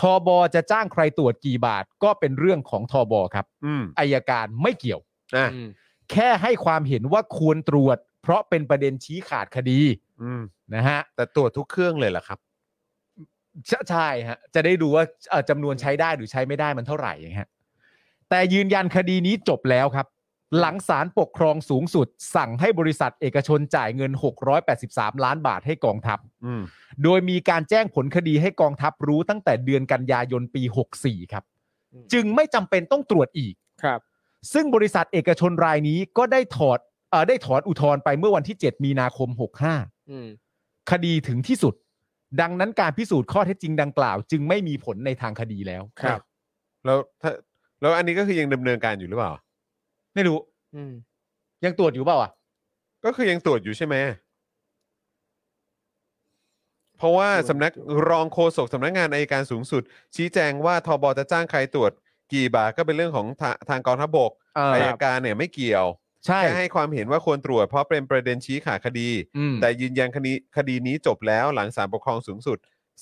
D: ทบจะจ้างใครตรวจกี่บาทก็เป็นเรื่องของทบครับ
B: อืม
D: อายการไม่เกี่ยว
B: อ่ะ
C: อืม
D: แค่ให้ความเห็นว่าควรตรวจ เพราะเป็นประเด็นชี้ขาดคดี
B: อืม
D: นะฮะ
B: แต่ตรวจทุกเครื่องเลยเหรอครับ
D: ใช่ใช่ฮะจะได้ดูว่าเอ่อจำนวนใช้ได้หรือใช้ไม่ได้มันเท่าไหร่อย่างเงี้ยฮะแต่ยืนยันคดีนี้จบแล้วครับ หลังศาลปกครองสูงสุด สั่งให้บริษัทเอกชนจ่ายเงิน 683 ล้านบาทให้กองทัพ
B: อืม
D: โดยมีการแจ้งผลคดีให้กองทัพรู้ตั้งแต่เดือนกันยายนปี 64 ครับ จึงไม่จำเป็นต้องตรวจอีก
C: ครับ
D: ซึ่งบริษัทเอกชนรายนี้ก็ได้ถอดเอ่อได้ถอนอุทธรณ์ไปเมื่อวันที่ 7 มีนาคม 65
C: อืม
D: คดีถึงที่สุด ดังนั้นการพิสูจน์ข้อเท็จจริงดังกล่าว จึงไม่มีผลในทางคดีแล้ว
C: ครับ
B: แล้วถ้าแล้วอันนี้ก็คือยังดำเนินการอยู่หรือเปล่า
D: ไม่รู้
C: อืม
D: ยังตรวจอยู่เปล่าอ่ะ
B: ก็คือยังตรวจอยู่ใช่ไหม เพราะว่าสำนักรองโฆษกสำนักงานอายการสูงสุด ชี้แจงว่าทบจะจ้างใครตรวจกี่บาทก็เป็นเรื่องของทาทางกองทัพบก
D: เออ
B: อายการเนี่ยไม่เกี่ยว
D: ใช่
B: แค่ให้ความเห็นว่าควรตรวจเพราะเป็นประเด็นชี้ขาดคดี
D: อืม
B: แต่ยืนยันคดีคดีนี้จบแล้วหลังศาลปกครองสูงสุด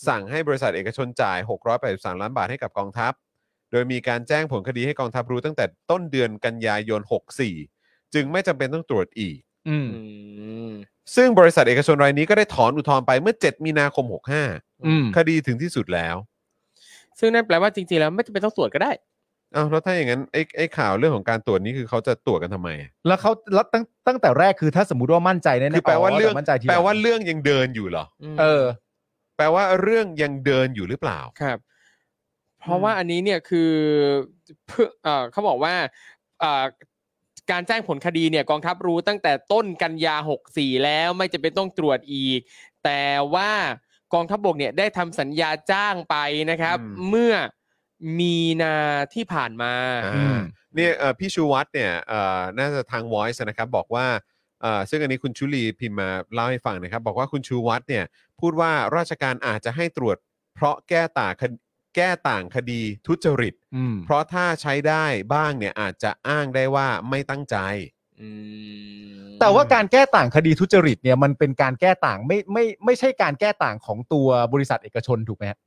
B: สั่งให้บริษัทเอกชนจ่าย 683 ล้านบาทให้กับกองทัพ โดยมีการแจ้งผลคดีให้กองทัพรู้ตั้งแต่ต้นเดือนกันยายน 64 จึงไม่จำเป็นต้องตรวจอีก
D: อืม
C: อืม
B: ซึ่งบริษัทเอกชนรายนี้ก็ได้ถอนอุทธรณ์ไปเมื่อ 7 มีนาคม
D: อืม
B: 65 คดีถึงที่สุดแล้ว
C: ซึ่งนั่นแปลว่าจริงๆแล้วไม่จำเป็นต้องตรวจก็ได้
B: อ้าวแล้วถ้าอย่างนั้นไอ้ไอ้ข่าวเรื่องของการตรวจนี้คือเขาจะตรวจกันทำไมอะ
D: แล้วเขาแล้วตั้งตั้งแต่แรกคือถ้าสมมติว่ามั่นใจแน่ๆ
B: คือแปลว่าเรื่อง
D: แต่มั่นใจทีหลั
B: แปลว่าเรื่องยังเดินอยู่เหรอ
D: เออ
B: แปลว่าเรื่องยังเดินอยู่หรือเปล่า
C: ครับ เพราะว่าอันนี้เนี่ยคือเพื่อเอ่อเขาบอกว่าเอ่อการแจ้งผลคดีเนี่ยกองทัพรู้ตั้งแต่ต้นกันยา 64 แล้วไม่จะเป็นต้องตรวจอีก แต่ว่ากองทัพบกเนี่ยได้ทำสัญญาจ้างไปนะครับ
B: อืม
C: เมื่อมีนาที่ผ่านมา
D: อืม
B: เนี่ยเอ่อพี่ชูวัตรเนี่ยเอ่อน่าจะทาง Voice นะครับบอกว่าเอ่อซึ่งอันนี้คุณชุลีพิมพ์มาเล่าให้ฟังนะครับ บอกว่าคุณชูวัตรเนี่ยพูดว่าราชการอาจจะให้ตรวจ เพราะแก้ต่างคดีแก้ต่างคดีทุจริต
D: อืม
B: เพราะถ้าใช้ได้บ้างเนี่ยอาจจะอ้างได้ว่าไม่ตั้งใจ
C: อืม
D: แต่ว่าการแก้ต่างคดีทุจริตเนี่ยมันเป็นการแก้ต่างไม่ไม่ไม่ใช่การแก้ต่างของตัวบริษัทเอกชนถูกไหมฮะ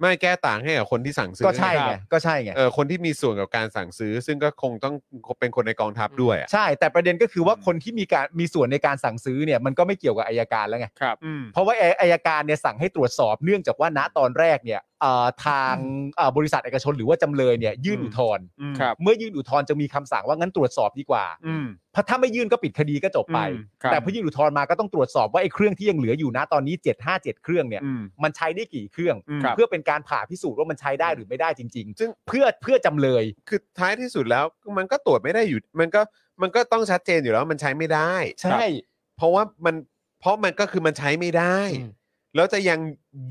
B: ไม่แก้ต่างให้กับคนที่สั่งซื้อ
D: ก็ใช่
B: ค
D: ไง
B: รับ
D: ก็ใช่ไง
B: เออคนที่มีส่วนกับการสั่งซื้อ ซึ่งก็คงต้องเป็นคนในกองทัพด้วยอ่ะ
D: ใช่แต่ประเด็นก็คือว่าคนที่มีการมีส่วนในการสั่งซื้อเนี่ยมันก็ไม่เกี่ยวกับอายการแล้วไง
C: ครับ
B: อืม
D: เพราะว่าอายการเนี่ยสั่งให้ตรวจสอบเนื่องจากว่าณตอนแรกเนี่ยเอ่อทางเอ่อบริษัทเอกชนหรือว่าจำเลยเนี่ยยื่น
B: อืม
D: อุทธรณ์
B: อืม
C: ครับ
D: เมื่อยื่นอุทธรณ์จะมีคำสั่งว่างั้นตรวจสอบดีกว่า
B: อืม
D: เพราะถ้าไม่ยื่นก็ปิดคดีก็จบไป
B: อืม
C: ครับ
D: แต่พอยื่นอุทธรณ์มาก็ต้องตรวจสอบว่าไอ้เครื่องที่ยังเหลืออยู่นะตอนนี้ 757 เครื่องเนี่ย
B: อืม
D: มันใช้ได้กี่เครื่อง
B: อืม
D: เพื่อเป็นการผ่าพิสูจน์ว่ามันใช้ได้หรือไม่ได้จริง ๆ
B: ซึ่ง
D: เพื่อเพื่อจำเลย
B: คือท้ายที่สุดแล้วมันก็ตรวจไม่ได้อยู่ มันก็มันก็ต้องชัดเจนอยู่แล้ววามันใช้ไม่ได้
D: ใช่
B: เพราะว่ามันเพราะมันก็คือมันใช้ไม่ได้
C: อืม
B: แล้วจะยัง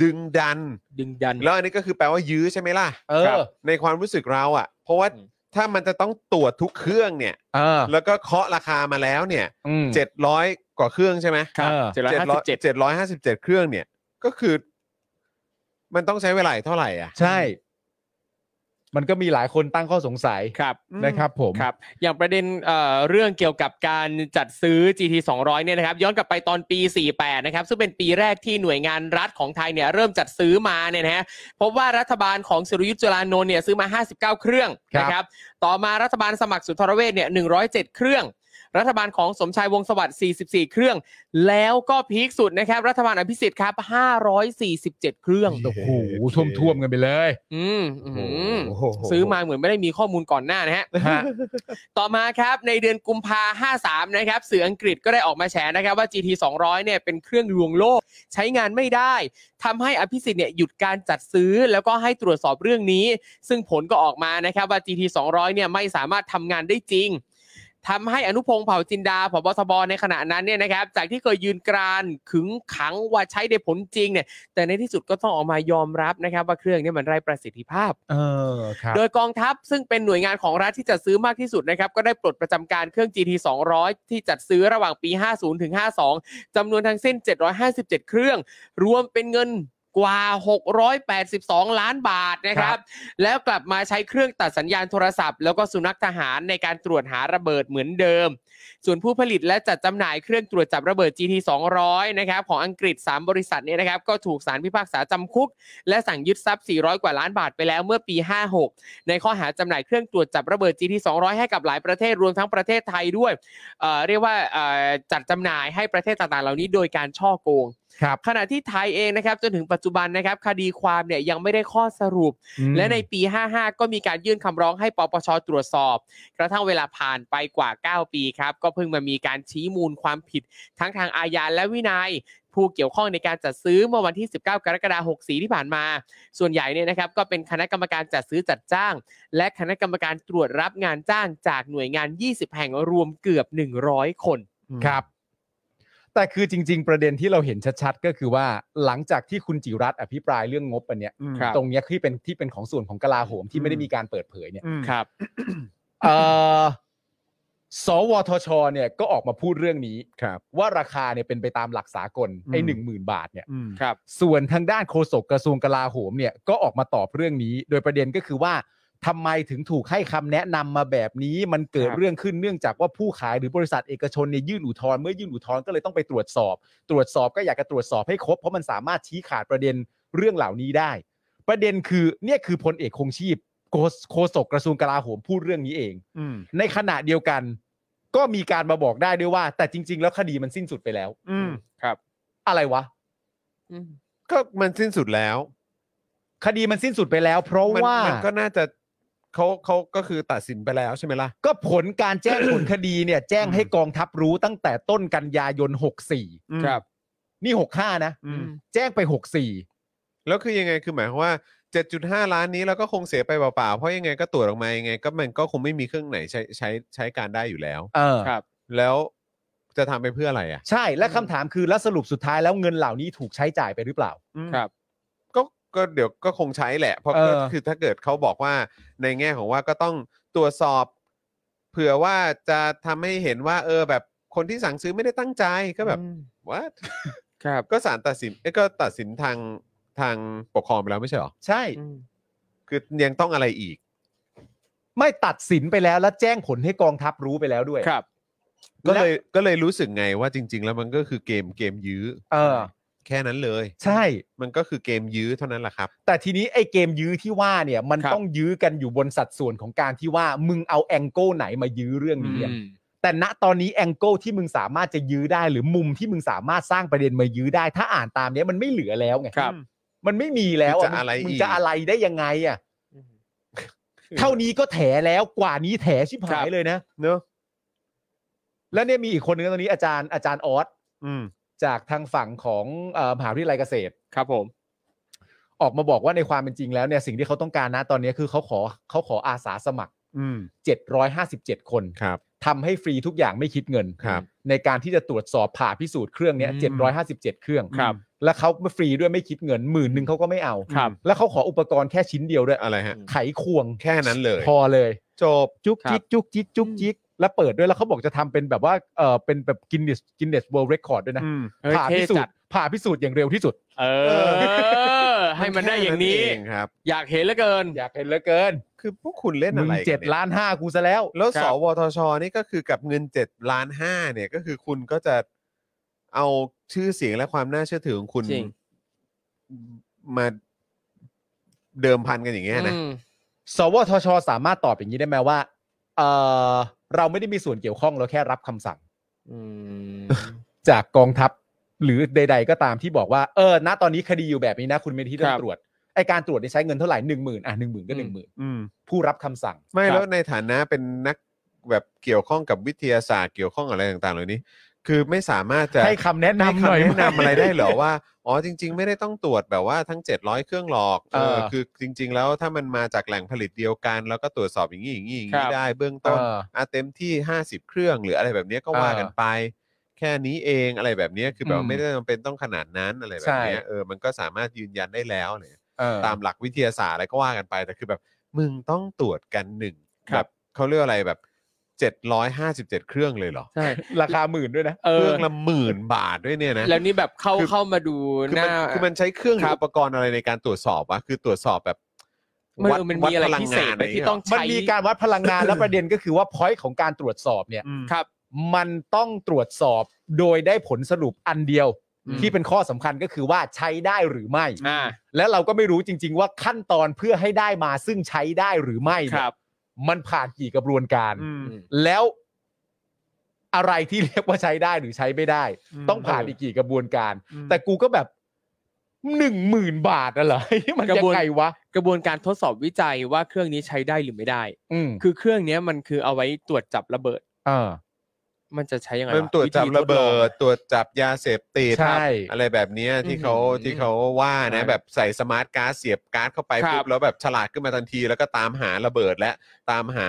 B: ดึงดัน
C: ดึงดัน
B: แล้วอันนี้ก็คือแปลว่ายื้อใช่ไหมล่ะ
D: เอ
C: ครั
D: อบ
B: ในความรู้สึกเราอ่ะ เพราะว่า
C: อืม
B: ถ้ามันจะต้องตรวจทุกเครื่องเนี่ย
D: เออ
B: แล้วก็เคาะราคามาแล้วเนี่ย
D: อืม
B: เจ็ดร้อยกว่าเครื่องใช่ไหม
C: ครับ
D: เออ
C: เจ็ดร้อยห้าสิบเจ็ด
B: เจ็ดร้อยห้าสิบเจ็ดเครื่องเนี่ย ก็คือ มันต้องใช้เวลาอีกเท่าไหร่อ่ะ
D: ใช่ มันก็มีหลายคนตั้งข้อสงสัย
C: ครับ
D: นะครับผม
C: ครับ อย่างประเด็นเอ่อเรื่องเกี่ยวกับการจัดซื้อ GT 200เนี่ยนะครับ ย้อนกลับไปตอนปี 48 นะครับ ซึ่งเป็นปีแรกที่หน่วยงานรัฐของไทยเนี่ยเริ่มจัดซื้อมาเนี่ยนะฮะพบว่ารัฐบาลของสุรยุทธ์จุลานนท์เนี่ยซื้อมา 59 เครื่อง
D: ครับ
C: นะครับ ต่อมารัฐบาลสมัครสุนทรเวชเนี่ย 107 เครื่อง รัฐบาลของสมชายวงศ์สวัสดิ์ 44 เครื่อง แล้วก็พีคสุดนะครับ รัฐบาลอภิสิทธิ์ครับ 547 เครื่อง
D: โอ้โหท่วมท่วมๆกันไปเลย
C: อืมอื้อหือ
B: โโห
C: ซื้อมาเหมือนไม่ได้มีข้อมูลก่อนหน้านะฮะ
D: ฮะ
C: ต่อมาครับในเดือนกุมภา53 นะครับสื่ออังกฤษก็ได้ออกมาแฉนะครับว่า GT 200เนี่ยเป็นเครื่องลวงโลก ใช้งานไม่ได้ทำให้อภิสิทธิ์เนี่ยหยุดการจัดซื้อแล้วก็ให้ตรวจสอบเรื่องนี้ ซึ่งผลก็ออกมานะครับว่า GT 200เนี่ยไม่สามารถทำงานได้จริงทำให้อนุพงษ์เผ่าจินดาผบทบในขณะนั้นเนี่ยนะครับจากที่เคยยืนกรานขึงขังว่าใช้ได้ผลจริงเนี่ยแต่ในที่สุดก็ต้องออกมายอมรับนะครับว่าเครื่องเนี้มันไร้ประสิทธิภาพ
D: เออครับ
C: โดยกองทัพซึ่งเป็นหน่วยงานของรัฐที่จัดซื้อมากที่สุดนะครับ ก็ได้ปลดประจำการเครื่อง GT 200 ที่จัดซื้อระหว่างปี 50 ถึง 52 จำนวนทั้งสิ้น 757 เครื่อง รวมเป็นเงินกว่า 682 ล้านบาทนะค
D: ครั
C: รับ
D: บ
C: แล้วกลับมาใช้เครื่องตัดสัญญาณโทรศัพท์ แล้วก็สุนัขทหารในการตรวจหาระเบิดเหมือนเดิม ส่วนผู้ผลิตและจัดจำหน่ายเครื่องตรวจจับระเบิด GT 200 นะครับของอังกฤษ 3 บริษัทเนี่ยนะครับก็ถูกสารพิพากษาจำคุก และสั่งยึดทรัพย์ 400 กว่าล้านบาทไปแล้วเมื่อปี 56 ในข้อหาจำหน่ายเครื่องตรวจจับระเบิด GT 200 ให้กับหลายประเทศรวมทั้งประเทศไทยด้วยเอ่อเรียกว่าเอ่อจัดจำหน่ายให้ประเทศต่างๆ เหล่านี้โดยการช่อโกง
D: ครับ
C: ขณะที่ไทยเองนะครับจนถึงปัจจุบันนะครับคดีความเนี่ยยังไม่ได้ข้อสรุป และในปี 55 ก็มีการยื่นคำร้องให้ปปชตรวจสอบ กระทั่งเวลาผ่านไปกว่า 9 ปีครับ ก็เพิ่งมามีการชี้มูลความผิด ทั้งทางอาญาและวินัย ผู้เกี่ยวข้องในการจัดซื้อเมื่อวันที่ 19 กรกฎาคม 64 ที่ผ่านมา ส่วนใหญ่เนี่ยนะครับก็เป็นคณะกรรมการจัดซื้อจัดจ้าง และคณะกรรมการตรวจรับงานจ้างจากหน่วยงาน 20 แห่งรวมเกือบ 100 คน
D: ครับ แต่คือจริง ๆ ประเด็นที่เราเห็นชัดๆ ก็คือว่าหลังจากที่คุณจิรัตน์อภิปรายเรื่องงบอันเนี้ย
C: ครับ
D: ตรงเนี้ยที่เป็นที่เป็นของส่วนของกลาโหมที่ไม่ได้มีการเปิดเผยเนี่ย
C: ครับ
D: เอ่อสวทช เนี่ยก็ออกมาพูดเรื่องนี้
B: ครับ
D: ว่าราคาเนี่ยเป็นไปตามหลักสากลไอ้
B: อืม
D: หนึ่งหมื่นบาทเนี่ย
B: อืม
C: ครับ
D: ส่วนทางด้านโฆษกกระทรวงกลาโหมเนี่ยก็ออกมาตอบเรื่องนี้ โดยประเด็นก็คือว่าทำไมถึงถูกให้คำแนะนำมาแบบนี้ มันเกิด
C: ครับ
D: เรื่องขึ้นเนื่องจากว่าผู้ขายหรือบริษัทเอกชนเนี่ยยื่นอุทธรณ์เมื่อยื่นอุทธรณ์ก็เลยต้องไปตรวจสอบ ตรวจสอบก็อยากจะตรวจสอบให้ครบเพราะมันสามารถชี้ขาดประเด็นเรื่องเหล่านี้ได้ ประเด็นคือเนี่ยคือพลเอกคงชีพโฆษโฆษกกระทรวงกลาโหมพูดเรื่องนี้เอง
B: อืม
D: ในขณะเดียวกัน ก็มีการมาบอกได้ด้วยว่า แต่จริง ๆ แล้วคดีมันสิ้นสุดไปแล้ว
B: อืม
D: อะไรวะ
B: ก็มันสิ้นสุดแล้ว
D: คดีมันสิ้นสุดไปแล้ว เพราะ
B: มัน
D: ว่าม
B: นก็น่าจะเขาเขาก็คือตัดสินไปแล้วใช่ไหมล่ะ
D: ก็ผลการแจ้ง ผลคดีเนี่ย แจ้งให้กองทัพรู้ตั้งแต่ต้นกันยายน 64
C: ครับ
D: นี่ 65 นะ
B: อืม
D: แจ้งไป
B: แล้วคือยังไงคือหมายความว่า 7.5 ล้านนี้เราก็คงเสียไปเปล่าๆ เพราะยังไงก็ตรวจออกมายังไง ก็มันก็คงไม่มีเครื่องไหนใช้ใช้ใช้การได้อยู่แล้ว
D: 64 เออ
C: ครับ
B: แล้วจะทำไปเพื่ออะไรอ่ะ
D: ใช่และคำถามคือแล้วสรุปสุดท้ายแล้วเงินเหล่านี้ถูกใช้จ่ายไปหรือเปล่า
C: ครับ
B: ก็ก็เดี๋ยวก็คงใช้แหละ เพราะ
D: เออ
B: ก็คือถ้าเกิดเขาบอกว่าในแง่ของว่าก็ต้องตรวจสอบ เผื่อว่าจะทำให้เห็นว่า เออแบบคนที่สั่งซื้อไม่ได้ตั้งใจก็แบบว่า
C: ครับ
B: ก็ศาลตัดสินเอ้ยก็ตัดสินทางทางปกครองไปแล้วไม่ใช่หรอ
D: ใช่
B: คือยังต้องอะไรอีก
D: ไม่ตัดสินไปแล้วและแจ้งผลให้กองทัพรู้ไปแล้วด้วย
C: ครับ
B: ก็เลยก็เลยรู้สึกไงว่าจริง ๆ แล้วมันก็คือเกมเกมยื้อ
D: เออ
B: แค่นั้นเลย
D: ใช่
B: มันก็คือเกมยื้อเท่านั้นแหละครับ
D: แต่ทีนี้ไอ้เกมยื้อที่ว่าเนี่ย มัน
C: ครับ
D: ต้องยื้อกันอยู่บนสัดส่วนของการที่ว่ามึงเอาแองโกไหนมายื้อเรื่องนี้อะ
C: อืม
D: แต่ณตอนนี้แองโกที่มึงสามารถจะยื้อได้ หรือมุมที่มึงสามารถสร้างประเด็นมายื้อได้ ถ้าอ่านตามเนี้ยมันไม่เหลือแล้วไง
C: ครับ
D: มันไม่มีแล้ว
B: จะอะไร
D: มึง
B: อีก
D: จะอะไรได้ยังไงอ่ะ
C: อืม
D: เท่านี้ก็แถแล้วกว่านี้แถชิบหายเลยนะ
B: เนอะ
D: แล้วเนี่ยมีอีกคนนึงตอนนี้อาจารย์อาจารย์ออส
B: อืม
D: จากทางฝั่งของเอ่อมหาวิทยาลัยเกษตร
C: ครับผม
D: ออกมาบอกว่าในความเป็นจริงแล้วเนี่ยสิ่งที่เขาต้องการนะตอนนี้คือเขาขอเขาขออาสาสมัคร
B: อืม
D: 757 คน
B: ครับ
D: ทำให้ฟรีทุกอย่างไม่คิดเงิน
B: ครับ
D: ในการที่จะตรวจสอบผ่าพิสูจน์เครื่องเนี้ย
C: อื
D: 757 เครื่อง
C: ครับ
D: แล้วเขาฟรีด้วยไม่คิดเงินหมื่นหนึ่งเขาก็ไม่เอา
B: ครับ
D: แล้วเขาขออุปกรณ์แค่ชิ้นเดียวด้วย
B: อะไรฮะ
D: ไขควง
B: แค่นั้นเลย
D: พอเลย
B: จบ
D: จุก
C: ครับ
D: จิกจุกจิกจุกจิกแล้วเปิดด้วยแล้วเขาบอกจะทำเป็นแบบว่าเออเป็นแบบกินเนสกินเนสเวิลด์เรคคอร์ดด้วยนะ
B: อืม
C: เฮ้ย
D: ผ่า
C: เท่
D: พิสูจ
C: จัด
D: น์ผ่าพิสูจน์อย่างเร็วที่สุด
C: เออ ให้มันได้อย่างนี้
B: แค่เองครับ
C: อยากเห็นเหลือเกิน
D: อยากเห็นเหลือเกิน
B: คือพวกคุณเล่น
D: มึ
B: อะ
D: ง
B: ไรกัน
D: เจ็ด
B: นี่ย
D: ล้านห้ากูซะแล้ว
B: แล้ว
C: ครั
B: ส
C: บ
B: วทช นี่ก็คือกับเงินเจ็ดล้านห้าเนี่ยก็คือคุณก็จะเอาชื่อเสียงและความน่าเชื่อถือของคุณ
C: จริง
B: มาเดิมพันกันอย่างเงี้ยนะ
C: อืม
D: สวทช สามารถตอบอย่างนี้ได้ไหมว่าเออเราไม่ได้มีส่วนเกี่ยวข้องเราแค่รับคำสั่ง
C: อืม
D: จากกองทัพหรือใด ๆ ก็ตามที่บอกว่าเออณตอนนี้คดีอยู่แบบนี้นะ คุณเมธีต้อง
C: ครับ
D: ตรวจไอการตรวจนี่ใช้เงินเท่าไหร่หนึ่งหมื่นอ่ะหนึ่งหมื่นก็
C: อื
D: หนึ่
C: ม
D: งหมื่น
B: อืม
D: ผู้รับคำสั่ง
B: ไม่
C: ครับ
B: แล้วในฐานะเป็นนักแบบเกี่ยวข้องกับวิทยาศาสตร์เกี่ยวข้องอะไรต่างๆเหล่านี้ คือไม่สามารถจะ
D: ให้คำแนะนำหน่อย
B: ให้คำแนะนำอะไรได้เหรอว่าอ๋อจริง ๆ ไม่ได้ต้องตรวจแบบว่าทั้ง 700 เครื่องหรอก
D: เออ
B: คือจริง ๆ แล้วถ้ามันมาจากแหล่งผลิตเดียวกัน แล้วก็ตรวจสอบอย่างนี้อย่างนี้อย่าง
C: ค
B: นี้
C: รับ
B: ได้เบื้องต้น
D: เอออ่
B: ะเต็มที่ 50 เครื่องหรืออะไรแบบเนี้ยก็ว่ากันไป แค่นี้เองอะไรแบบเนี้ยคือแบบ
D: อืม
B: ไม่ได้จำเป็นต้องขนาดนั้นอะไรแบบเนี้ย
D: ใช่
B: เออมันก็สามารถยืนยันได้แล้วเลย
D: เออ
B: ตามหลักวิทยาศาสตร์อะไรก็ว่ากันไป แต่คือแบบมึงต้องตรวจกันหนึ่ง
C: ค
B: แบ
C: รั
B: บบ เขาเรียกอะไรแบบเจ็ดร้อยห้าสิบเจ็ดเครื่องเลยเหรอ
C: ใช่
D: ราคาหมื่นด้วยนะ
C: เอ
B: เค
C: อ
B: รื่องละหมื่นบาทด้วยเนี่ยนะ
C: แล้วนี่แบบเข้า
B: คือ
C: เข้ามาดู
B: คือ
C: ห
B: มั
C: น้า
B: นคือมันใช้เครื่องหรื
C: ครั
B: อบ อุปกรณ์อะไรในการตรวจสอบวะคือตรวจสอบแบบ
C: มัน
B: วัด
C: เออมัน
B: วัด
C: มีอะไร
B: พลัง
C: พิเศ
B: งา
C: ษ
B: น
C: ไหมที่ต้อง
D: มัน
C: ใช้
D: มีการวัดพลังงาน และประเด็นก็คือว่าพอยต์ของการตรวจสอบเนี่ย
C: ครับ
D: มันต้องตรวจสอบโดยได้ผลสรุปอันเดียว ที่เป็นข้อสำคัญก็คือว่าใช้ได้หรือไม่
C: อ่า
D: และเราก็ไม่รู้จริง ๆ ว่าขั้นตอนเพื่อให้ได้มาซึ่งใช้ได้หรือไม่
C: ค
D: เนี่ย
C: รับ
D: มันผ่านกี่กระบวนการ
B: อืม
D: แล้วอะไรที่เรียกว่าใช้ได้หรือใช้ไม่ได้
B: อืม
D: ต้องผ่านอีกกี่กระบวนการ
B: อืม
D: แต่กูก็แบบหนึ่งหมื่นบาทนะเหรอ [laughs] มัน
C: ก
D: ยั
C: ระบวน
D: งไงวะ
C: กระบวนการทดสอบวิจัยว่าเครื่องนี้ใช้ได้หรือไม่ได้
D: อืม
C: คือเครื่องเนี้ยมันคือเอาไว้ตรวจจับระเบิด
D: เออ
C: มันจะใช้ยังไง
B: มันตรวจจับ
C: ธี
B: ระเบิ
C: ทลอง
B: ด ตรวจจับยาเสพติด
D: ใช่
B: อะไรแบบเนี้ยที่เขา
C: อืม
B: ที่เขาว่านะ แบบใส่สมาร์ทการ์ดเสียบการ์ดเข้าไป
C: ครับ
B: ปุ๊บแล้วแบบฉลาดขึ้นมาทันที แล้วก็ตามหาระเบิดและตามหา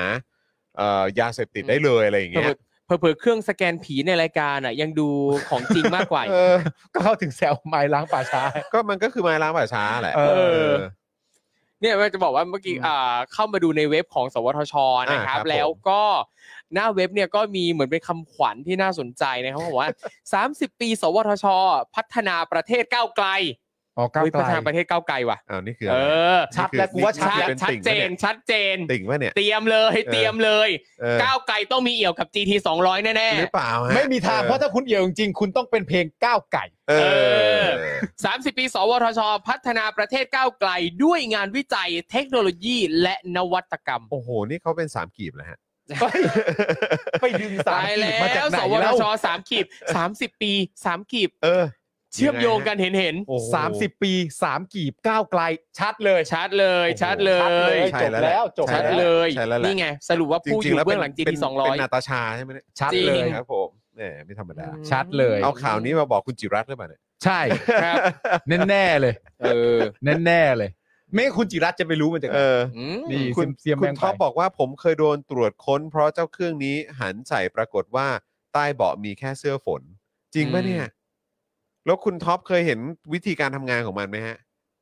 B: เอ่อยาเสพติด
C: อืม
B: ได้เลยอะไรอย่างเงี้ย
C: เผลอๆเครื่องสแกนผีในรายการอ่ะ ยังดูของจริงมากกว่าอีก
B: เออ
D: ก็เข้าถึงแซวไม้ล้างป่าช้า
B: ก็มันก็คือไม้ล้างป่าช้าแหละ
D: เออ
C: เนี่ยว่าจะบอกว่าเมื่อกี้อ่าเข้ามาดูในเว็บของ สวทชนะครับ แล้วก็หน้าเว็บเนี่ยก็มีเหมือนเป็นคำขวัญที่น่าสนใจนะครับบอกว่า [laughs] 30 ปี สวทช พัฒนาประเทศก้าวไกล
D: อ๋อก้าว
C: เฮ้ย
D: ไก
C: พั
D: ล
C: ฒนาประเทศก้าวไกลว่ะ
B: อ้าวนี่คืออะ
C: เอ
B: ไร
C: อ
D: ชัดแล้วกูว่า
C: ชัด
B: เป็น
C: ชัด
B: ติ่ง
C: เจ
B: ปะ
C: น
B: เนี่ย
C: ชัดเจน
B: ติ่งวะเนี่ย
C: เตรียมเลยเตรียมเลย
B: เออ
C: ก้าวไกลต้องมีเอี่ยวกับ GT 200 แน่
B: หรือเปล่าฮะ
D: ไม่มีทางเพราะถ้าคุณเอี่ยวจริงๆคุณต้องเป็นเพลงก้าวไก่
B: เออ
C: เอ ๆ 30 ปี สวทช พัฒนาประเทศก้าวไกลด้วยงานวิจัยเทคโนโลยีและนวัตกรรม
B: โอ้โห นี่เขาเป็นสามกีบแล้วฮะ
D: ไปดึงสา
C: ตาม ย
D: กีบ
C: แล้
D: มาจากไหน
C: วสวท
D: แล้ว
C: ชสามกีบสามสิบปีสามกีบ
B: เออ
C: เชื่อมโยงกันเห็นเห็น
B: โอ้โห
D: สามสิบปีสามกีบก้าวไกล ชัดเลย
C: ชัดเลย
B: โอ้โห
C: ชัดเล
D: ชัดเลย ย
B: ใช่
D: จบ
B: แล้วแหละ
D: แล้วจบ
C: ชัด
D: แว
C: เลย
B: ใช่แล้วแหละ
C: นี่ไง สรุปว่า
B: จ
C: ผู้อ
B: ริงๆ
C: ยู่
B: แล้ว
C: เบื้
B: เป็
C: อน งหลังจี
B: เป็
C: ที
B: น
C: สองร้อย
B: เป็นนาตาชาใช่ไหมเนี่ย
D: ชัด
C: จริง
D: เลย
B: ครับผมเนี่ยไม่ธรรมดา
D: ชัดเลย
B: เอาข่าวนี้มาบอกคุณจิรัตน์หรือเปล่าเนี่ย
D: ใช่
C: ครับ
D: แน่ๆเลย
C: เออ
D: แน่ๆเลย ไม่งั้นคุณจิรัตน์จะไปรู้มันจากไหน
B: เออ
C: อืม
D: นี่
B: คุณ
D: เสียม
B: คุ
D: แม
B: ณ
D: งไป
B: ท็อปบอกว่าผมเคยโดนตรวจค้น เพราะเจ้าเครื่องนี้หันใส่ปรากฏว่าใต้เบาะมีแค่เสื้อฝน จริงปะเนี่ย
C: อืม
B: แล้วคุณท็อปเคยเห็นวิธีการทำงานของมันไหมฮะ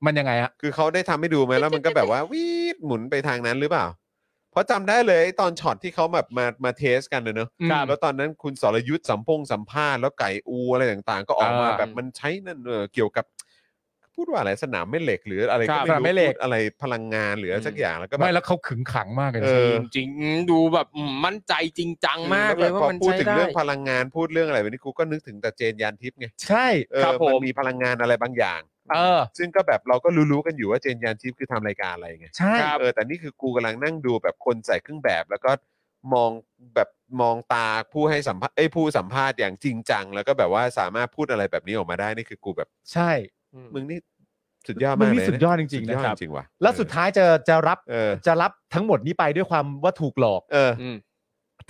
D: มันยังไงฮะ
B: คือเขาได้ทำให้ดูไหมแล้วมันก็แบบว่าวีดหมุนไปทางนั้นหรือเปล่า เพราะจำได้เลยไอ้ตอนช็อตที่เขาแบบมามาเทสกันเลยเนอะ
D: ครับ
B: แล้วตอนนั้นคุณสรยุทธ์สัมพงษ์สัมภาษณ์แล้วไก่อูอะไรต่างๆ ก็ออกมา
D: อ่า
B: แบบมันใช้นั่นเออเกี่ยวกับ พูดว่าอะไรสนามไม่เหล็กหรืออะไร
C: ค
B: ก็
C: รับ
B: ไม่
D: สนามแม่
B: รู้
D: เหล็ก
B: พูดอะไรพลังงานหรืออะไรสักอย่างแล้วก็แบบ
D: ไม่แล้วเขาขึงขังมากเลย
B: เออ
C: จริงๆอืมดูแบบอืมมั่นใจจริงจังมากเลย
B: แวแบบ
C: ว่า
B: พอ
C: มัน
B: พูด
C: ใช้
B: ถึง
C: ได้
B: เรื่องพลังงานพูดเรื่องอะไรแบบนี้กูก็นึกถึงแต่เจนยานทิพย์ไง
D: ใช่
B: เออ
C: ครับผม
B: นมีพลังงานอะไรบางอย่าง
D: เออ
B: ซึ่งก็แบบเราก็รู้ๆกันอยู่ว่าเจนยานทิพย์คือทำรายการอะไรไง
D: ใช่
B: เออแต่นี่คือกูกำลังนั่งดูแบบคนใส่เครื่องแบบ แล้วก็มองแบบมองตาผู้ให้สัมภาษณ์เอ้ยผู้สัมภาษณ์อย่างจริงจัง แล้วก็แบบว่าสามารถพูดอะไรแบบนี้ออกมาได้นี่คือกูแบบ
D: ใช่
B: มึงนี่สุดยอด
D: มั
B: มาน ก
D: นี่
B: เลย
D: สุดยอดจริง ๆ
B: สุด
D: นะ
B: ยอด
D: ครับ
B: จริงว่ะ
D: แล้วสุดท้ายจะจะรับ
B: เออ
D: จะรับทั้งหมดนี้ไปด้วยความว่าถูกหลอก
B: เออ
C: อืม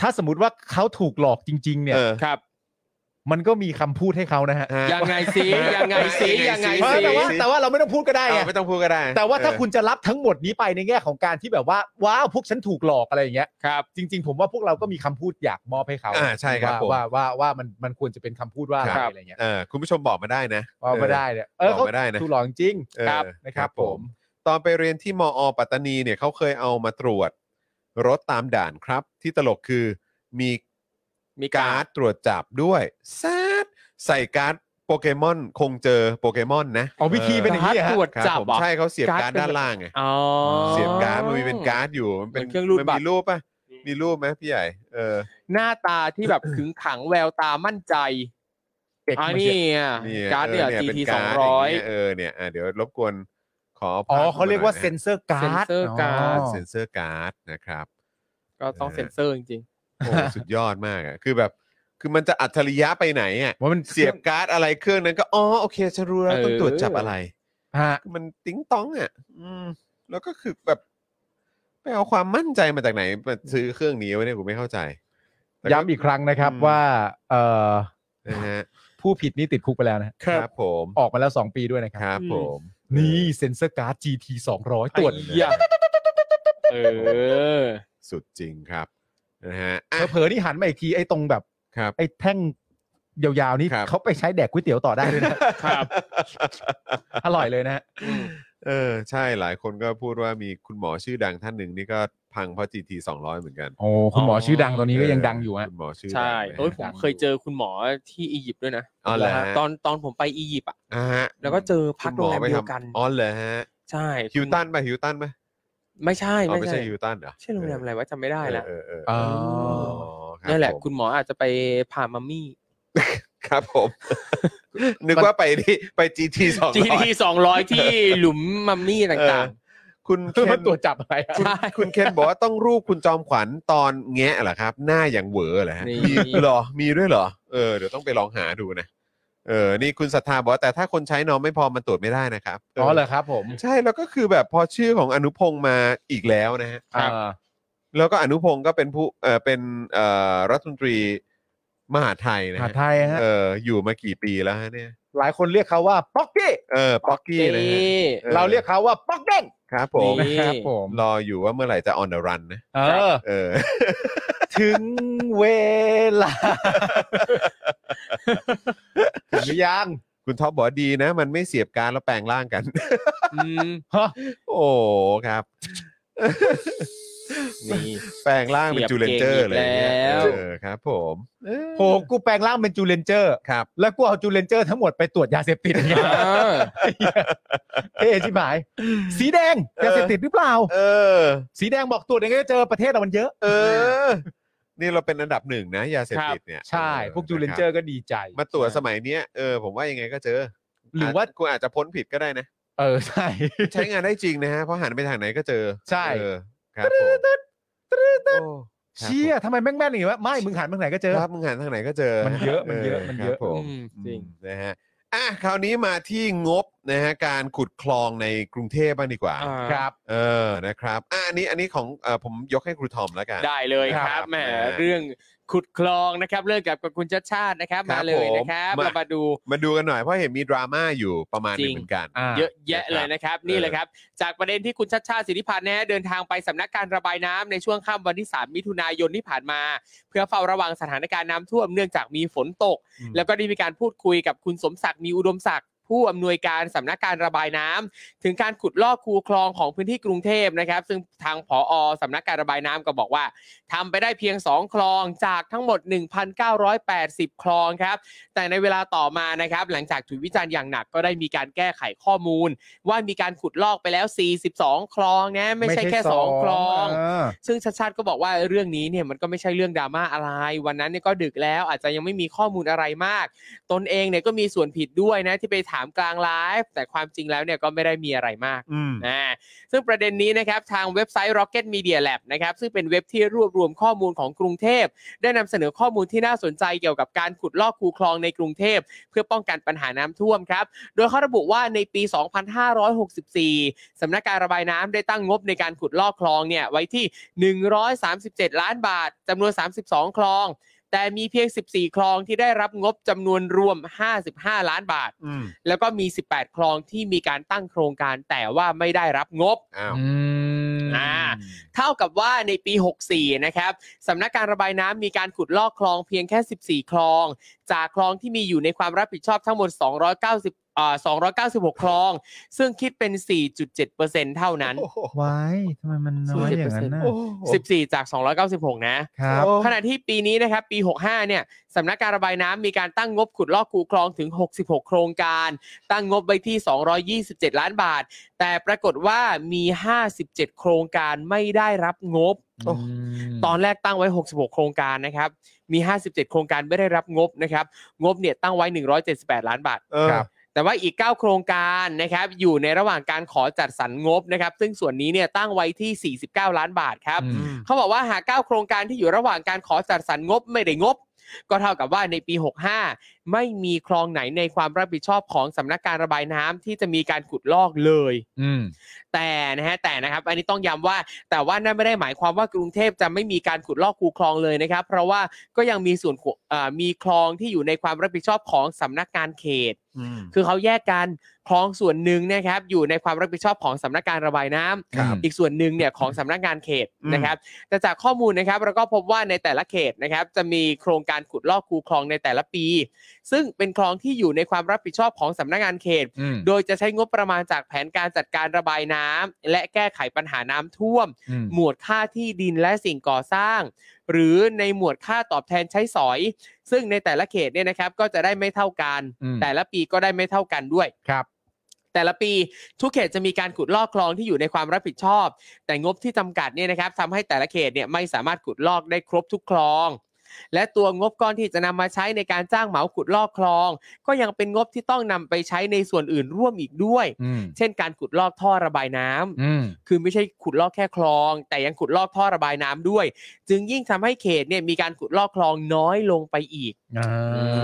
D: ถ้าสมมติว่าเขาถูกหลอกจริง ๆ เนี่ย
B: เออ
C: ครับ
D: มันก็มีคำพูดให้เขานะฮะ
B: ฮะ
C: ยังไงสิยังไงสิยังไง
B: เออ
C: สิ
D: แต่ว่าแต่ว่าเราไม่ต้องพูดก็ได้ไง
B: เอาไม่ต้องพูดก็ได้
D: แต่ว่าถ้า
B: เออ
D: คุณจะรับทั้งหมดนี้ไปในแง่ของการที่แบบว่า ว้าวพวกฉันถูกหลอกอะไรอย่างเงี้ย
C: ครับ
D: จริง ๆ ผมว่าพวกเราก็มีคำพูดอยากมอบให้เขา
B: อ่าใช่ครับ
D: ว่า
B: ผม
D: ว่าว่าว่ามันมันควรจะเป็นคำพูดว่าอะ
B: ค
D: ไร
B: รับ
D: อะไรเงี้ย
B: เออคุณผู้ชมบอกมาได้นะ
D: ว่าไม่
B: เ
D: ได้เนี่ย
B: อ
D: เอ
B: อ
D: อ
B: บอก
D: เขา
B: มาได้นะ
D: ถูกหลอกจริง
B: เออ
D: ครับนะครับผม
B: ตอนไปเรียนที่มอ ปัตตานีเนี่ยเขาเคยเอามาตรวจ รถตามด่านครับ ที่ตลกคือมี
C: มี
B: การ์ดตรวจจับด้วยแซดใส่การ์ดโปเกมอนคงเจอโปเกมอนนะ
D: อ๋อวิธีเป็นอย่างนี้เหรอฮะ
C: ตรวจ
B: ครับ
C: จับ
B: ผม
C: เหรอ
B: ใช่เขาเสียบการ์ด
C: การ์ดเป็น
B: ด้านล่างไง
C: อ๋อ
B: เสียบการ์ดมันมีเป็นการ์ดอยู่มันเป็น
C: เหมือนเครื่องรูด
B: มัน
C: บัต
B: มี
C: ร
B: รูปป่ะมีรูปไหมพี่ใหญ่เออ
C: หน้าตาที่แบบ ขึงขังแววตามั่นใจ
D: เด็ก
C: อัน
D: มาเชียร์
C: นี้อ่ะ
B: เนี่ย
C: การ์ดเนี่ย
B: ป็
C: GT สอง
B: การ์ด
C: ร้อย
B: างเงี้เออเนี่ยอ่ะเดี๋ยวรบกวนขอ
D: อ๋อ
B: ภพ
D: เขาเรียกว่า
B: หน่อ
D: เซนเซอร์กา
C: เซ็น
D: ร์ด
C: เซอร์การ์ด
B: เซนเซอร์การ์ดนะครับ
C: ก็ต้องเซ็นเซอร์จริง
B: โอ้ [laughs] สุดยอดมากอ่ะคือแบบคือมันจะอัจฉริยะไปไหนอ่ะ
D: ว่ามัน
B: เสียบการ์ดอะไรเครื่องนั้นก็อ๋อโอเคฉันรู้แล้ว
C: เออ
B: ต้องตรวจจับอะไร
D: ฮะ
B: มันติ๊งต้องอ่ะ อืม แล้วก็คือแบบไปเอาความมั่นใจมาจากไหนมาซื้อเครื่องนี้ไว้เนี่ยกูไม่เข้าใจแต่ก็
D: ย้ำอีกครั้งนะครับ
B: อืม
D: ว่าเอ่อ
B: นะฮะ
D: ผู้ผิดนี่ติดคุกไปแล้วนะฮะ
B: ครับผม
D: ออกมาแล้ว 2 ปีด้วยนะค
B: ครับ รับผม
D: นี่เซนเซอร์การ์ด GT 200
C: ๆ
D: ตรวจ
C: ไอ้เหี้ยเออ
B: สุดจริงครับนะฮะ
D: เอ
B: อ่ะ
D: อเผลอๆนี่หันมาอีกทีไอ้ตรงแบบ
B: ครับ
D: ไอ้แท่งยาวๆนี่
B: ครับ
D: เขาไปใช้แดกก๋วยเตี๋ยวต่อได้เลยนะ
B: [laughs]
C: ครับ
D: อร่อยเลยนะฮะ
B: เออใช่หลายคนก็พูดว่ามีคุณหมอชื่อดังท่านหนึ่งนี่ก็พังเพราะ GT 200 เหมือนกัน
D: โอ้คุณหมอชื่อดังตอนนี้ก็ยัง
B: เ
D: ดังอยู่ฮะ
B: คุณหมอชื่อ
C: ใช่
B: ดังนะฮะ
C: เอ้ยผมเคยเจอคุณหมอที่อียิปต์ด้วยนะ
B: อ๋อเหรอฮะ
C: ตอนตอนผมไปอียิปต์อ่ะ
B: อ่าฮะ
C: แล้วก็เจอพัก
B: คุณ
C: โร
B: หมอ
C: งแรม
B: ไป
C: เดี
B: ทำ
C: ยวกัน
B: อ๋อเหรอฮะ
C: ใช่
B: ฮิวตันปะฮิวตันปะ
C: ไม่ใช่
B: อ๋อไม่
C: ไม่
B: ใช่
C: ใช่
B: ฮิวตันเหรอ
C: ใช่โรงแรมอะไรวะจำไม่ได้ละ
B: เออเออ
D: อ๋
B: เอ
D: อ
B: อครับ
C: นั่นแหละ
B: ผม
C: คุณหมออาจจะไปผ่ามัมมี่
B: ครับผม นึกว่าไปที่ไป GT 200
C: GT สองร้อยที่หลุมมัมมี่ต่าง
B: คุณเคน
D: มันตรวจจับอะไรอะ
C: ๆใช่
B: คุณเคนบอกว่าต้องรูปคุณจอมขวัญตอนแงะเหรอครับ หน้าอย่างเหวอเหรอฮะ
C: นี่
B: เหรอ มีด้วยเหรอ เออ เดี๋ยวต้องไปลองหาดูนะ เออ นี่คุณศรัทธาบอกว่าแต่ถ้าคนใช้นอมไม่พอมันตรวจไม่ได้นะครับ
D: อ๋อเหรอครับผม
B: ใช่ แล้วก็คือแบบพอชื่อของอนุพงศ์มาอีกแล้วนะฮะ
D: อ่า
B: แล้วก็อนุพงศ์ก็เป็นผู้ เออเป็น เอ่อ รัฐมนตรีมหาดไทยนะ
D: หา
B: ฮะ
D: ไทยฮะ
B: เออ อยู่มากี่ปีแล้วฮะเนี่ย
D: หลายคนเรียกเขาว่าป๊อกกี้
B: เออ ป๊อกกี้นะฮะ
C: นี่
B: ออ
D: เราเรียกเขาว่าป๊อกเด้ง
B: ครับผม
C: นี่
D: นะครับผม
B: รออยู่ว่าเมื่อไหร่จะ on the run นะ
D: เออ
B: เออ [laughs]
D: ถึงเวลา ถึงหรือยัง
B: คุณท็อปบอกว่าดีนะ มันไม่เสียบการดแล้วแปลงร่างกัน [laughs]
C: อืม
B: โอ้ครับ
C: นี่
B: แปลงร่างเป็น
C: เสียบ
B: จูเลนเจอร์
C: เก่ง
B: เลยเนี่
C: อีก
B: ย
C: แล้ว
B: เออครับผมเออ
D: โหกูแปลงร่างเป็นจูเลนเจอร์
B: ครับ
D: แล้วกูเอาจูเลนเจอร์ทั้งหมดไปตรวจยาเสพติดอย่างเงี้ย
C: อ่า
D: [laughs] เท่ชิบหาย สีแดงยาเสพติดหรือเปล่า
B: เออ
D: สีแดงบอกตรวจยังไงก็เจอประเทศเรามันเยอะ
B: เออ นี่เราเป็นอันดับหนึ่งนะ ยาเสพติดเนี่ย
D: ใช่
B: อ
D: พวกจูเลนเจอร์ก็ดีใจ
B: นะครับมาตรวจสมัยเนี้ยเออผมว่ายังไงก็เจอ
D: หรือว่า
B: จคุณอาจจะพ้นผิดก็ได้นะ
D: เออ ใช่
B: ใช้งานได้จริงนะฮะเพราะหันไปทางไหนก็เจอ
D: ใช่
B: เออครับผมโอ้
D: เชี่ยทำไมแม่งแม่นอย่างงี้วะไม่ มึงหันมึงไหนก็เจอ
B: ครับมึงหันทางไหนก็เจอ
D: มันเยอะมันเยอะมันเยอะ
B: ครับผม
C: อืมจริง
B: อืมนะฮะอ่ะคราวนี้มาที่งบนะฮะการขุดคลองในกรุงเทพบ้างดีกว่า
C: อ่า
D: ครับ
B: เออนะครับอ่ะอันนี้อันนี้ของเออผมยกให้ครูทอมแล้วกัน
C: ได้เลยค
B: ครั
C: รั
B: บบ
C: แหม
B: แหม
C: เรื่องขุดคลองนะครับ เรื่องกับกับคุณชาติชาตินะครับ
B: ครั
C: มา
B: บ
C: เล
B: ผ
C: ย
B: ม
C: นะครับ
B: มา
C: เรามาดู
B: มาดูกันหน่อยเพราะเห็นมีดราม่าอยู่ประมาณหนึ
C: จ
B: ง
C: ริง
B: เหมือนกัน
D: อ่า
C: เยอะแยะเลยนะครับ นี่
B: เออ
C: แหละครับ จากประเด็นที่คุณชัดชาติสิทธิพันธ์นะฮะเดินทางไปสำนักการระบายน้ำในช่วงค่ำวันที่ 3 มิถุนายนที่ผ่านมา เพื่อเฝ้าระวังสถานการณ์น้ำท่วมเนื่องจากมีฝนตก แล้วก็ได้มีการพูดคุยกับคุณสมศักดิ์มีอุดมศักดิ์ ผู้อำนวยการสำนักการระบายน้ำถึงการขุดลอกคูคลองของพื้นที่กรุงเทพนะครับ ซึ่งทางผอสำนักการระบายน้ำก็บอกว่าทำไปได้เพียง 2 คลองจากทั้งหมด 1,980 คลองครับ แต่ในเวลาต่อมานะครับ หลังจากถูกวิจารณ์อย่างหนักก็ได้มีการแก้ไขข้อมูล ว่ามีการขุดลอกไปแล้ว 42 คลองนะไม่ใช่แค่ 2 คลอง
D: เอ
C: ซึ่งชัดชาติก็บอกว่าเรื่องนี้เนี่ยมันก็ไม่ใช่เรื่องดราม่าอะไร วันนั้นเนี่ยก็ดึกแล้วอาจจะยังไม่มีข้อมูลอะไรมาก ตนเองเนี่ยก็มีส่วนผิดด้วยนะที่ไปถามกลางไลฟ์แต่ความจริงแล้วเนี่ยก็ไม่ได้มีอะไรมาก
D: อืม
C: อ่าซึ่งประเด็นนี้นะครับทางเว็บไซต์ Rocket Media Lab นะครับซึ่งเป็นเว็บที่รวบรวมข้อมูลของกรุงเทพ ได้นำเสนอข้อมูลที่น่าสนใจเกี่ยวกับการขุดลอกคูคลองในกรุงเทพ เพื่อป้องกันปัญหาน้ำท่วมครับ โดยเขาระบุว่าในปี 2564 สำนักการระบายน้ำได้ตั้งงบในการขุดลอกคลองเนี่ยไว้ที่ 137 ล้านบาทจำนวน 32 คลอง แต่มีเพียง 14 คลองที่ได้รับงบจำนวนรวม 55 ล้านบาท แล้วก็มี 18 คลองที่มีการตั้งโครงการแต่ว่าไม่ได้รับงบ
B: อ้าว
C: อ่า เท่ากับว่าในปี 64 นะครับสำนักการระบายน้ำมีการขุดลอกคลองเพียงแค่ 14 คลอง จากคลองที่มีอยู่ในความรับผิดชอบทั้งหมด 290อ่า296 คลอง ซึ่งคิดเป็น 4.7%เท่านั้น
D: ไว้ทำไมมันน้อยอย่างนั้นนะ
B: โอ้โห
C: 14 จาก 296 นะ
D: ครับ
C: ขณะที่ปีนี้นะครับปี 65 เนี่ยสำนักการระบายน้ำมีการตั้งงบขุดลอกคูคลองถึง 66 โครงการ ตั้งงบไว้ที่ 227 ล้านบาท แต่ปรากฏว่ามี 57 โครงการไม่ได้รับงบ
B: โอ้
C: ตอนแรกตั้งไว้ 66 โครงการนะครับ มี 57 โครงการไม่ได้รับงบนะครับ งบเนี่ยตั้งไว้ 178 ล้านบาท
B: เออ
D: ครับ
C: แต่ว่าอีก 9 โครงการนะครับอยู่ในระหว่างการขอจัดสรรงบนะครับ ซึ่งส่วนนี้เนี่ยตั้งไว้ที่ 49 ล้านบาทครับ
D: อืม
C: [laughs] เขาบอกว่าหาก9โครงการที่อยู่ระหว่างการขอจัดสรรงบไม่ได้งบ ก็เท่ากับว่าในปี 65 ไม่มีคลองไหนในความรับผิดชอบของสำนักการระบายน้ำที่จะมีการขุดลอกเลย
D: อืม
C: แต่นะฮะแต่นะครับ อันนี้ต้องย้ำว่า แต่ว่านั่นไม่ได้หมายความว่ากรุงเทพจะไม่มีการขุดลอกคูคลองเลยนะครับ เพราะว่าก็ยังมีส่วนขุเอ่อมีคลองที่อยู่ในความรับผิดชอบของสำนักงานเขต คือเขาแยกกันคลองส่วนหนึ่งนะครับ อยู่ในความรับผิดชอบของสำนักการระบายน้ำ
D: ครับ
C: อีกส่วนหนึ่งเนี่ยของสำนักงานเขตนะครับ แต่จากข้อมูลนะครับเราก็พบว่าในแต่ละเขตนะครับ จะมีโครงการขุดลอกคูคลองในแต่ละปี ซึ่งเป็นคลองที่อยู่ในความรับผิดชอบของสำนักงานเขต
D: อืม
C: โดยจะใช้งบประมาณจากแผนการจัดการระบายน้ำและแก้ไขปัญหาน้ำท่วม
D: อืม
C: หมวดค่าที่ดินและสิ่งก่อสร้าง หรือในหมวดค่าตอบแทนใช้สอย ซึ่งในแต่ละเขตเนี่ยนะครับก็จะได้ไม่เท่ากัน
D: อืม
C: แต่ละปีก็ได้ไม่เท่ากันด้วย
D: ครับ
C: แต่ละปีทุกเขตจะมีการขุดลอกคลองที่อยู่ในความรับผิดชอบ แต่งบที่จำกัดเนี่ยนะครับทำให้แต่ละเขตเนี่ยไม่สามารถขุดลอกได้ครบทุกคลอง และตัวงบก้อนที่จะนำมาใช้ในการจ้างเหมาขุดลอกคลอง ก็ยังเป็นงบที่ต้องนำไปใช้ในส่วนอื่นร่วมอีกด้วย
D: อืม
C: เช่น การขุดลอกท่อระบายน้ำ
D: อืม
C: คือไม่ใช่ขุดลอกแค่คลอง แต่ยังขุดลอกท่อระบายน้ำด้วย จึงยิ่งทำให้เขตเนี่ยมีการขุดลอกคลองน้อยลงไปอีก
D: อ่า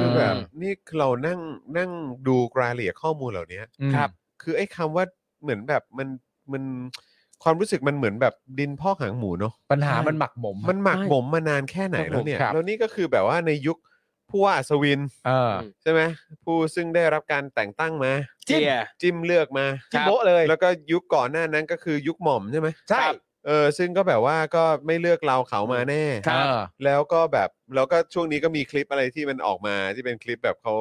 B: คือ
C: ม
B: แบบนี่เรานั่งนั่งดูรายละเอียดข้อมูลเหล่านี้
C: ครับ
B: คือไอ้คำว่าเหมือนแบบมันมันความรู้สึกมันเหมือนแบบดินพอกหางหมูเนาะ
D: ปัญหามันหมักหมม
B: มันหมัก
C: ใช่
B: หมมมานานแค่ไหนแล้วเนี่ย
D: ครับ
B: แล้วนี่ก็คือแบบว่าในยุคผู้ว่าอัศวิน
D: เออ
B: ใช่ไหมผู้ซึ่งได้รับการแต่งตั้งมา
C: จิ้ม
B: จิ้มเลือกมา
C: ครับ
D: โบ๊ะเลย
B: แล้วก็ยุคก่อนหน้านั้นก็คือยุคหม่อมใช่ไหม
D: ใช่
B: ครับเออซึ่งก็แบบว่าก็ไม่เลือกเราเขามาแน่
C: ครับ
D: เออ
B: แล้วก็แบบแล้วก็ช่วงนี้ก็มีคลิปอะไรที่มันออกมาที่เป็นคลิปแบบเขา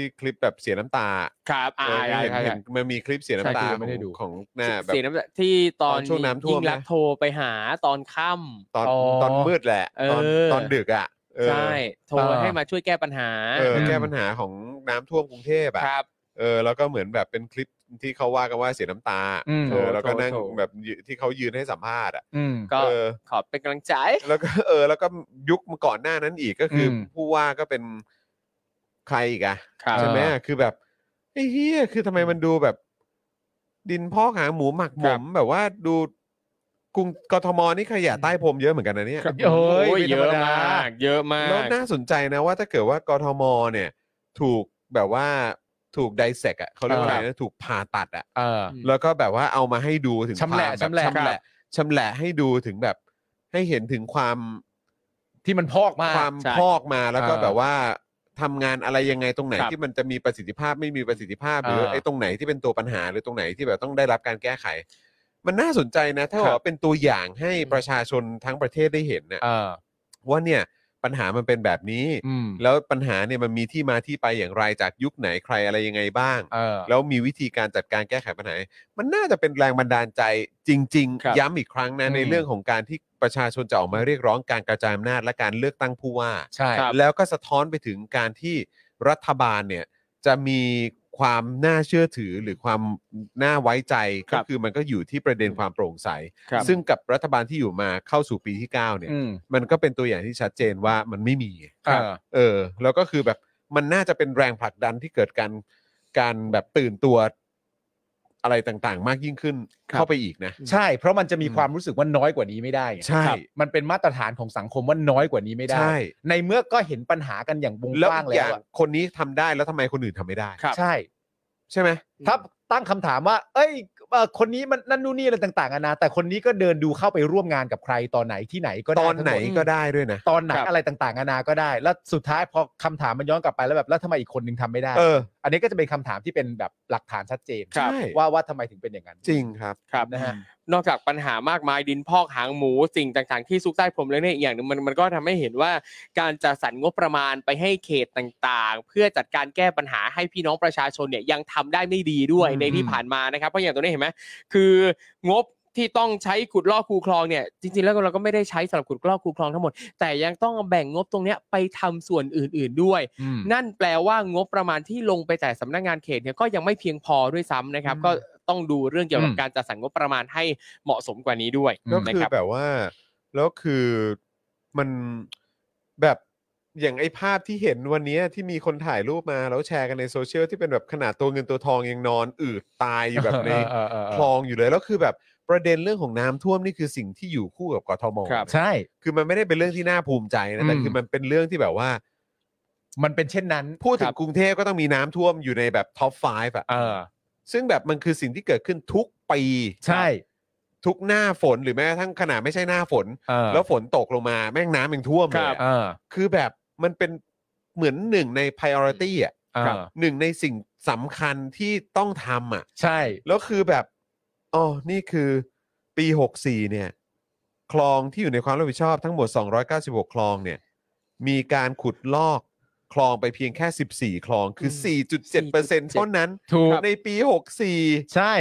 B: ที่คลิปแบบเสียน้ำตา
C: ครับอ่า
B: เออที่
C: ใช่
B: เห็นเห็
C: ใช่ใช่
B: นมันมีคลิปเสียน้ำตา
D: ใช่ที่
B: ข
D: ไม่
B: อง
D: ได้ดู
B: ของหน้าแบบ
C: สีน้ำตาลที่ตอน
B: ตอนช่วงน้ำท่วม
C: ยิ่งรัก
B: นะ
C: ษณ์โทรไปหาตอนค่
B: ตอน
D: อ๋อ
B: ตอนมืดแหละ ตอน
C: เออ
B: ตอนดึกอ่ะเอ
C: ำ
B: อ
C: ใช่โทร
D: เออ
C: ให้มาช่วยแก้ปัญหา
B: เออแก้ปัญหาของน้ำท่วมกรุงเทพอ่ะ
C: ครับ
B: เออแล้วก็เหมือนแบบเป็นคลิปที่เขาว่ากันว่าเสียน้ำตา
D: อืม
B: เออแล้วก็นั่ง
C: โถโถ
B: แบบยืนที่เขายืนให้สัมภาษณ์อ่ะ
D: อืม
C: ก็
B: เออ
C: ขอเป็นกำลังใจ
B: แล้วก็ [laughs] เออแล้วก็ยุคก่อนหน้านั้นอีกก็คืออ
D: ม
B: ผู้ว่าก็เป็นใครอีกอะ
C: ครับ
B: ใช่ไหม
D: เออ
B: คือแบบไอ้เฮียคือทำไมมันดูแบบ ดินพอกหางหมูหมักหมมแบบว่าดูกรุงกทมนี่ขยะใต้พรมเยอะเหมือนกันนะเนี่ย
D: โอ้ยไม่ธ
C: เย
D: รรม
C: อะ
D: ดา
C: มากเยอะมา
B: แล้ว
C: ก
B: น่าสนใจนะว่าถ้าเกิดว่ากทมเนี่ย ถูกแบบว่าถูกไดเซกอะเขาเรียกว่าอะไรนะถูกผ่าตัดอะ
D: เออ
C: อืม
B: แล้วก็แบบว่าเอามาให้ดูถึง
D: ชำแหละ
B: ความบบ
D: ชำ
B: ชำ
D: แหละ
B: แหละชำแหละให้ดูถึงแบบ ให้เห็นถึงความ
D: ที่มันพอกมา
B: ความ
C: ใช่
B: พอกมาแล้วก็
D: เออ
B: แบบว่าทำงานอะไรยังไงตรงไหน
C: ครับ
B: ที่มันจะมีประสิทธิภาพไม่มีประสิทธิภาพ หรือ
D: เออ
B: ไอ้ตรงไหนที่เป็นตัวปัญหาหรือตรงไหนที่แบบต้องได้รับการแก้ไข มันน่าสนใจนะ ถ้าบอก
D: ครับ
B: ว่าเป็นตัวอย่างให้
C: อืม
B: ประชาชนทั้งประเทศได้เห็นนะ
D: เออ
B: ว่าเนี่ย ปัญหามันเป็นแบบนี้
D: อืม
B: แล้วปัญหาเนี่ยมันมีที่มาที่ไปอย่างไรจากยุคไหนใครอะไรยังไงบ้าง
D: เออ
B: แล้วมีวิธีการจัดการแก้ไขปัญหา มันน่าจะเป็นแรงบันดาลใจจริง
D: ครับ
B: ๆ ย้ำอีกครั้งนะ
D: อืม
B: ในเรื่องของการที่ประชาชนจะออกมาเรียกร้องการกระจายอำนาจและการเลือกตั้งผู้ว่า
D: ใช่
C: ครับ
B: แล้วก็สะท้อนไปถึงการที่รัฐบาลเนี่ยจะมีความน่าเชื่อถือหรือความน่าไว้ใจ
C: ครั
B: ก็
C: บ
B: คือมันก็อยู่ที่ประเด็นความโปร่งใส
C: ครับ
B: ซึ่งกับรัฐบาลที่อยู่มาเข้าสู่ปีที่ 9 เนี่ย
D: อืม
B: มันก็เป็นตัวอย่างที่ชัดเจนว่ามันไม่มี
D: เออ
B: เออ แล้วก็คือแบบมันน่าจะเป็นแรงผลักดันที่เกิดการการแบบตื่นตัวอะไรต่างๆ มากยิ่งขึ้น
D: ครับ
B: เข้าไปอีกนะ
D: ใช่ เพราะมันจะมี
B: อืม
D: ความรู้สึกว่าน้อยกว่านี้ไม่ได้ไง
B: ใช่
D: ครับมันเป็นมาตรฐานของสังคมว่าน้อยกว่านี้ไม่ได้
B: ใช่
D: ในเมื่อก็เห็นปัญหากันอย่างวง
B: แล้ว
D: กว้าง
B: อีกอ
D: แล้
B: ย่าวง
D: อะ
B: คนนี้ทำได้แล้วทำไมคนอื่นทำไม่ได้
C: ครับ
D: ใช่
B: ใช่ไหม
D: ถ้าตั้งคำถามว่า เอ้ยเอ่อคนนี้มันนั่นนู่นนี่อะไรต่างๆนานาแต่คนนี้ก็เดินดูเข้าไปร่วมงานกับใครตอนไหนที่ไหนก็
B: ต
D: ได้
B: อนไหน
D: ทั้งมด
B: ก็ได้ด้วยนะ
D: ตอนไหน
C: ครับ
D: อะไรต่างๆนานาก็ได้ แล้วสุดท้ายพอคำถามมันย้อนกลับไปแล้วแบบแล้วทำไมอีกคนนึงทำไม่ได้
B: เออ
D: อันนี้ก็จะเป็นคำถามที่เป็นแบบหลักฐานชัดเจน
B: ครับ
D: ว่าว่าทำไมถึงเป็นอย่างนั้น
B: จริงครับ
C: ครับ
D: นะฮะ
C: นอกจากปัญหามากมายดินพอกหางหมูสิ่งต่างๆที่ซุกใต้พรมแล้วเนี่ยอีกอย่างหนึ่งมันมันก็ทำให้เห็นว่าการจัดสรรงบประมาณไปให้เขตต่างๆ เพื่อจัดการแก้ปัญหาให้พี่น้องประชาชนเนี่ยยังทำได้ไม่ดีด้วย
D: อืม
C: ในที่ผ่านมานะครับเพราะอย่างตัวนี้เห็นไหมคืองบที่ต้องใช้ขุดลอกคูคลองเนี่ยจริงๆแล้วเราก็ไม่ได้ใช้สำหรับขุดลอกคูคลองทั้งหมด แต่ยังต้องแบ่งงบตรงเนี้ยไปทำส่วนอื่นๆด้วย นั่นแปลว่างบประมาณที่ลงไปแต่สำนักงานเขตเนี่ยก็ยังไม่เพียงพอด้วยซ้ำนะครับ ก็ต้องดูเรื่องเกี่ยวกับ
D: อืม
C: การจัดสรรงบประมาณให้เหมาะสมกว่านี้ด้วย
D: อืม
B: ก็
C: นะ
B: คือ
C: ครับ
B: แบบว่า แล้วคือมันแบบอย่างไอ้ภาพที่เห็นวันนี้ที่มีคนถ่ายรูปมาแล้วแชร์กันในโซเชียลที่เป็นแบบขนาดตัวเงินตัวทองยังนอนอืดตายอยู่แบบใน
D: เออเออเออเออ
B: คลองอยู่เลยแล้วคือแบบประเด็นเรื่องของน้ำท่วมนี่คือสิ่งที่อยู่คู่กับกทม
C: ครับ
B: นะ
D: ใช่
B: คือมันไม่ได้เป็นเรื่องที่น่าภูมิใจนะแต่
D: อืม
B: คือมันเป็นเรื่องที่แบบว่า
D: มันเป็นเช่นนั้น
B: พูดถึงกรุงเทพก็ต้องมีน้ำท่วมอยู่ในแบบท็อป 5 อ่ะ
D: เออ
B: ซึ่งแบบมันคือสิ่งที่เกิดขึ้นทุกปี
D: ใช่
B: ทุกหน้าฝนหรือแม้กระทั่งขนาดไม่ใช่หน้าฝน
D: เออ
B: แล้วฝนตกลงมาแม่งน้ำยังท่วมเลย
D: เอ
B: อะ
D: อ
B: คือแบบมันเป็นเหมือนหนึ่งใน priority อ่ะ
D: เออ
B: หนึ่งในสิ่งสำคัญที่ต้องทำอ่ะ
D: ใช่
B: แล้วคือแบบอ๋อนี่คือปี 64 เนี่ย คลองที่อยู่ในความรับผิดชอบทั้งหมด 296 คลองเนี่ย มีการขุดลอกคลองไปเพียงแค่ 14 คลองคือ
C: ม
B: 4.7%เท่านั้น
D: ถูก
B: ในปี 64
D: ใช่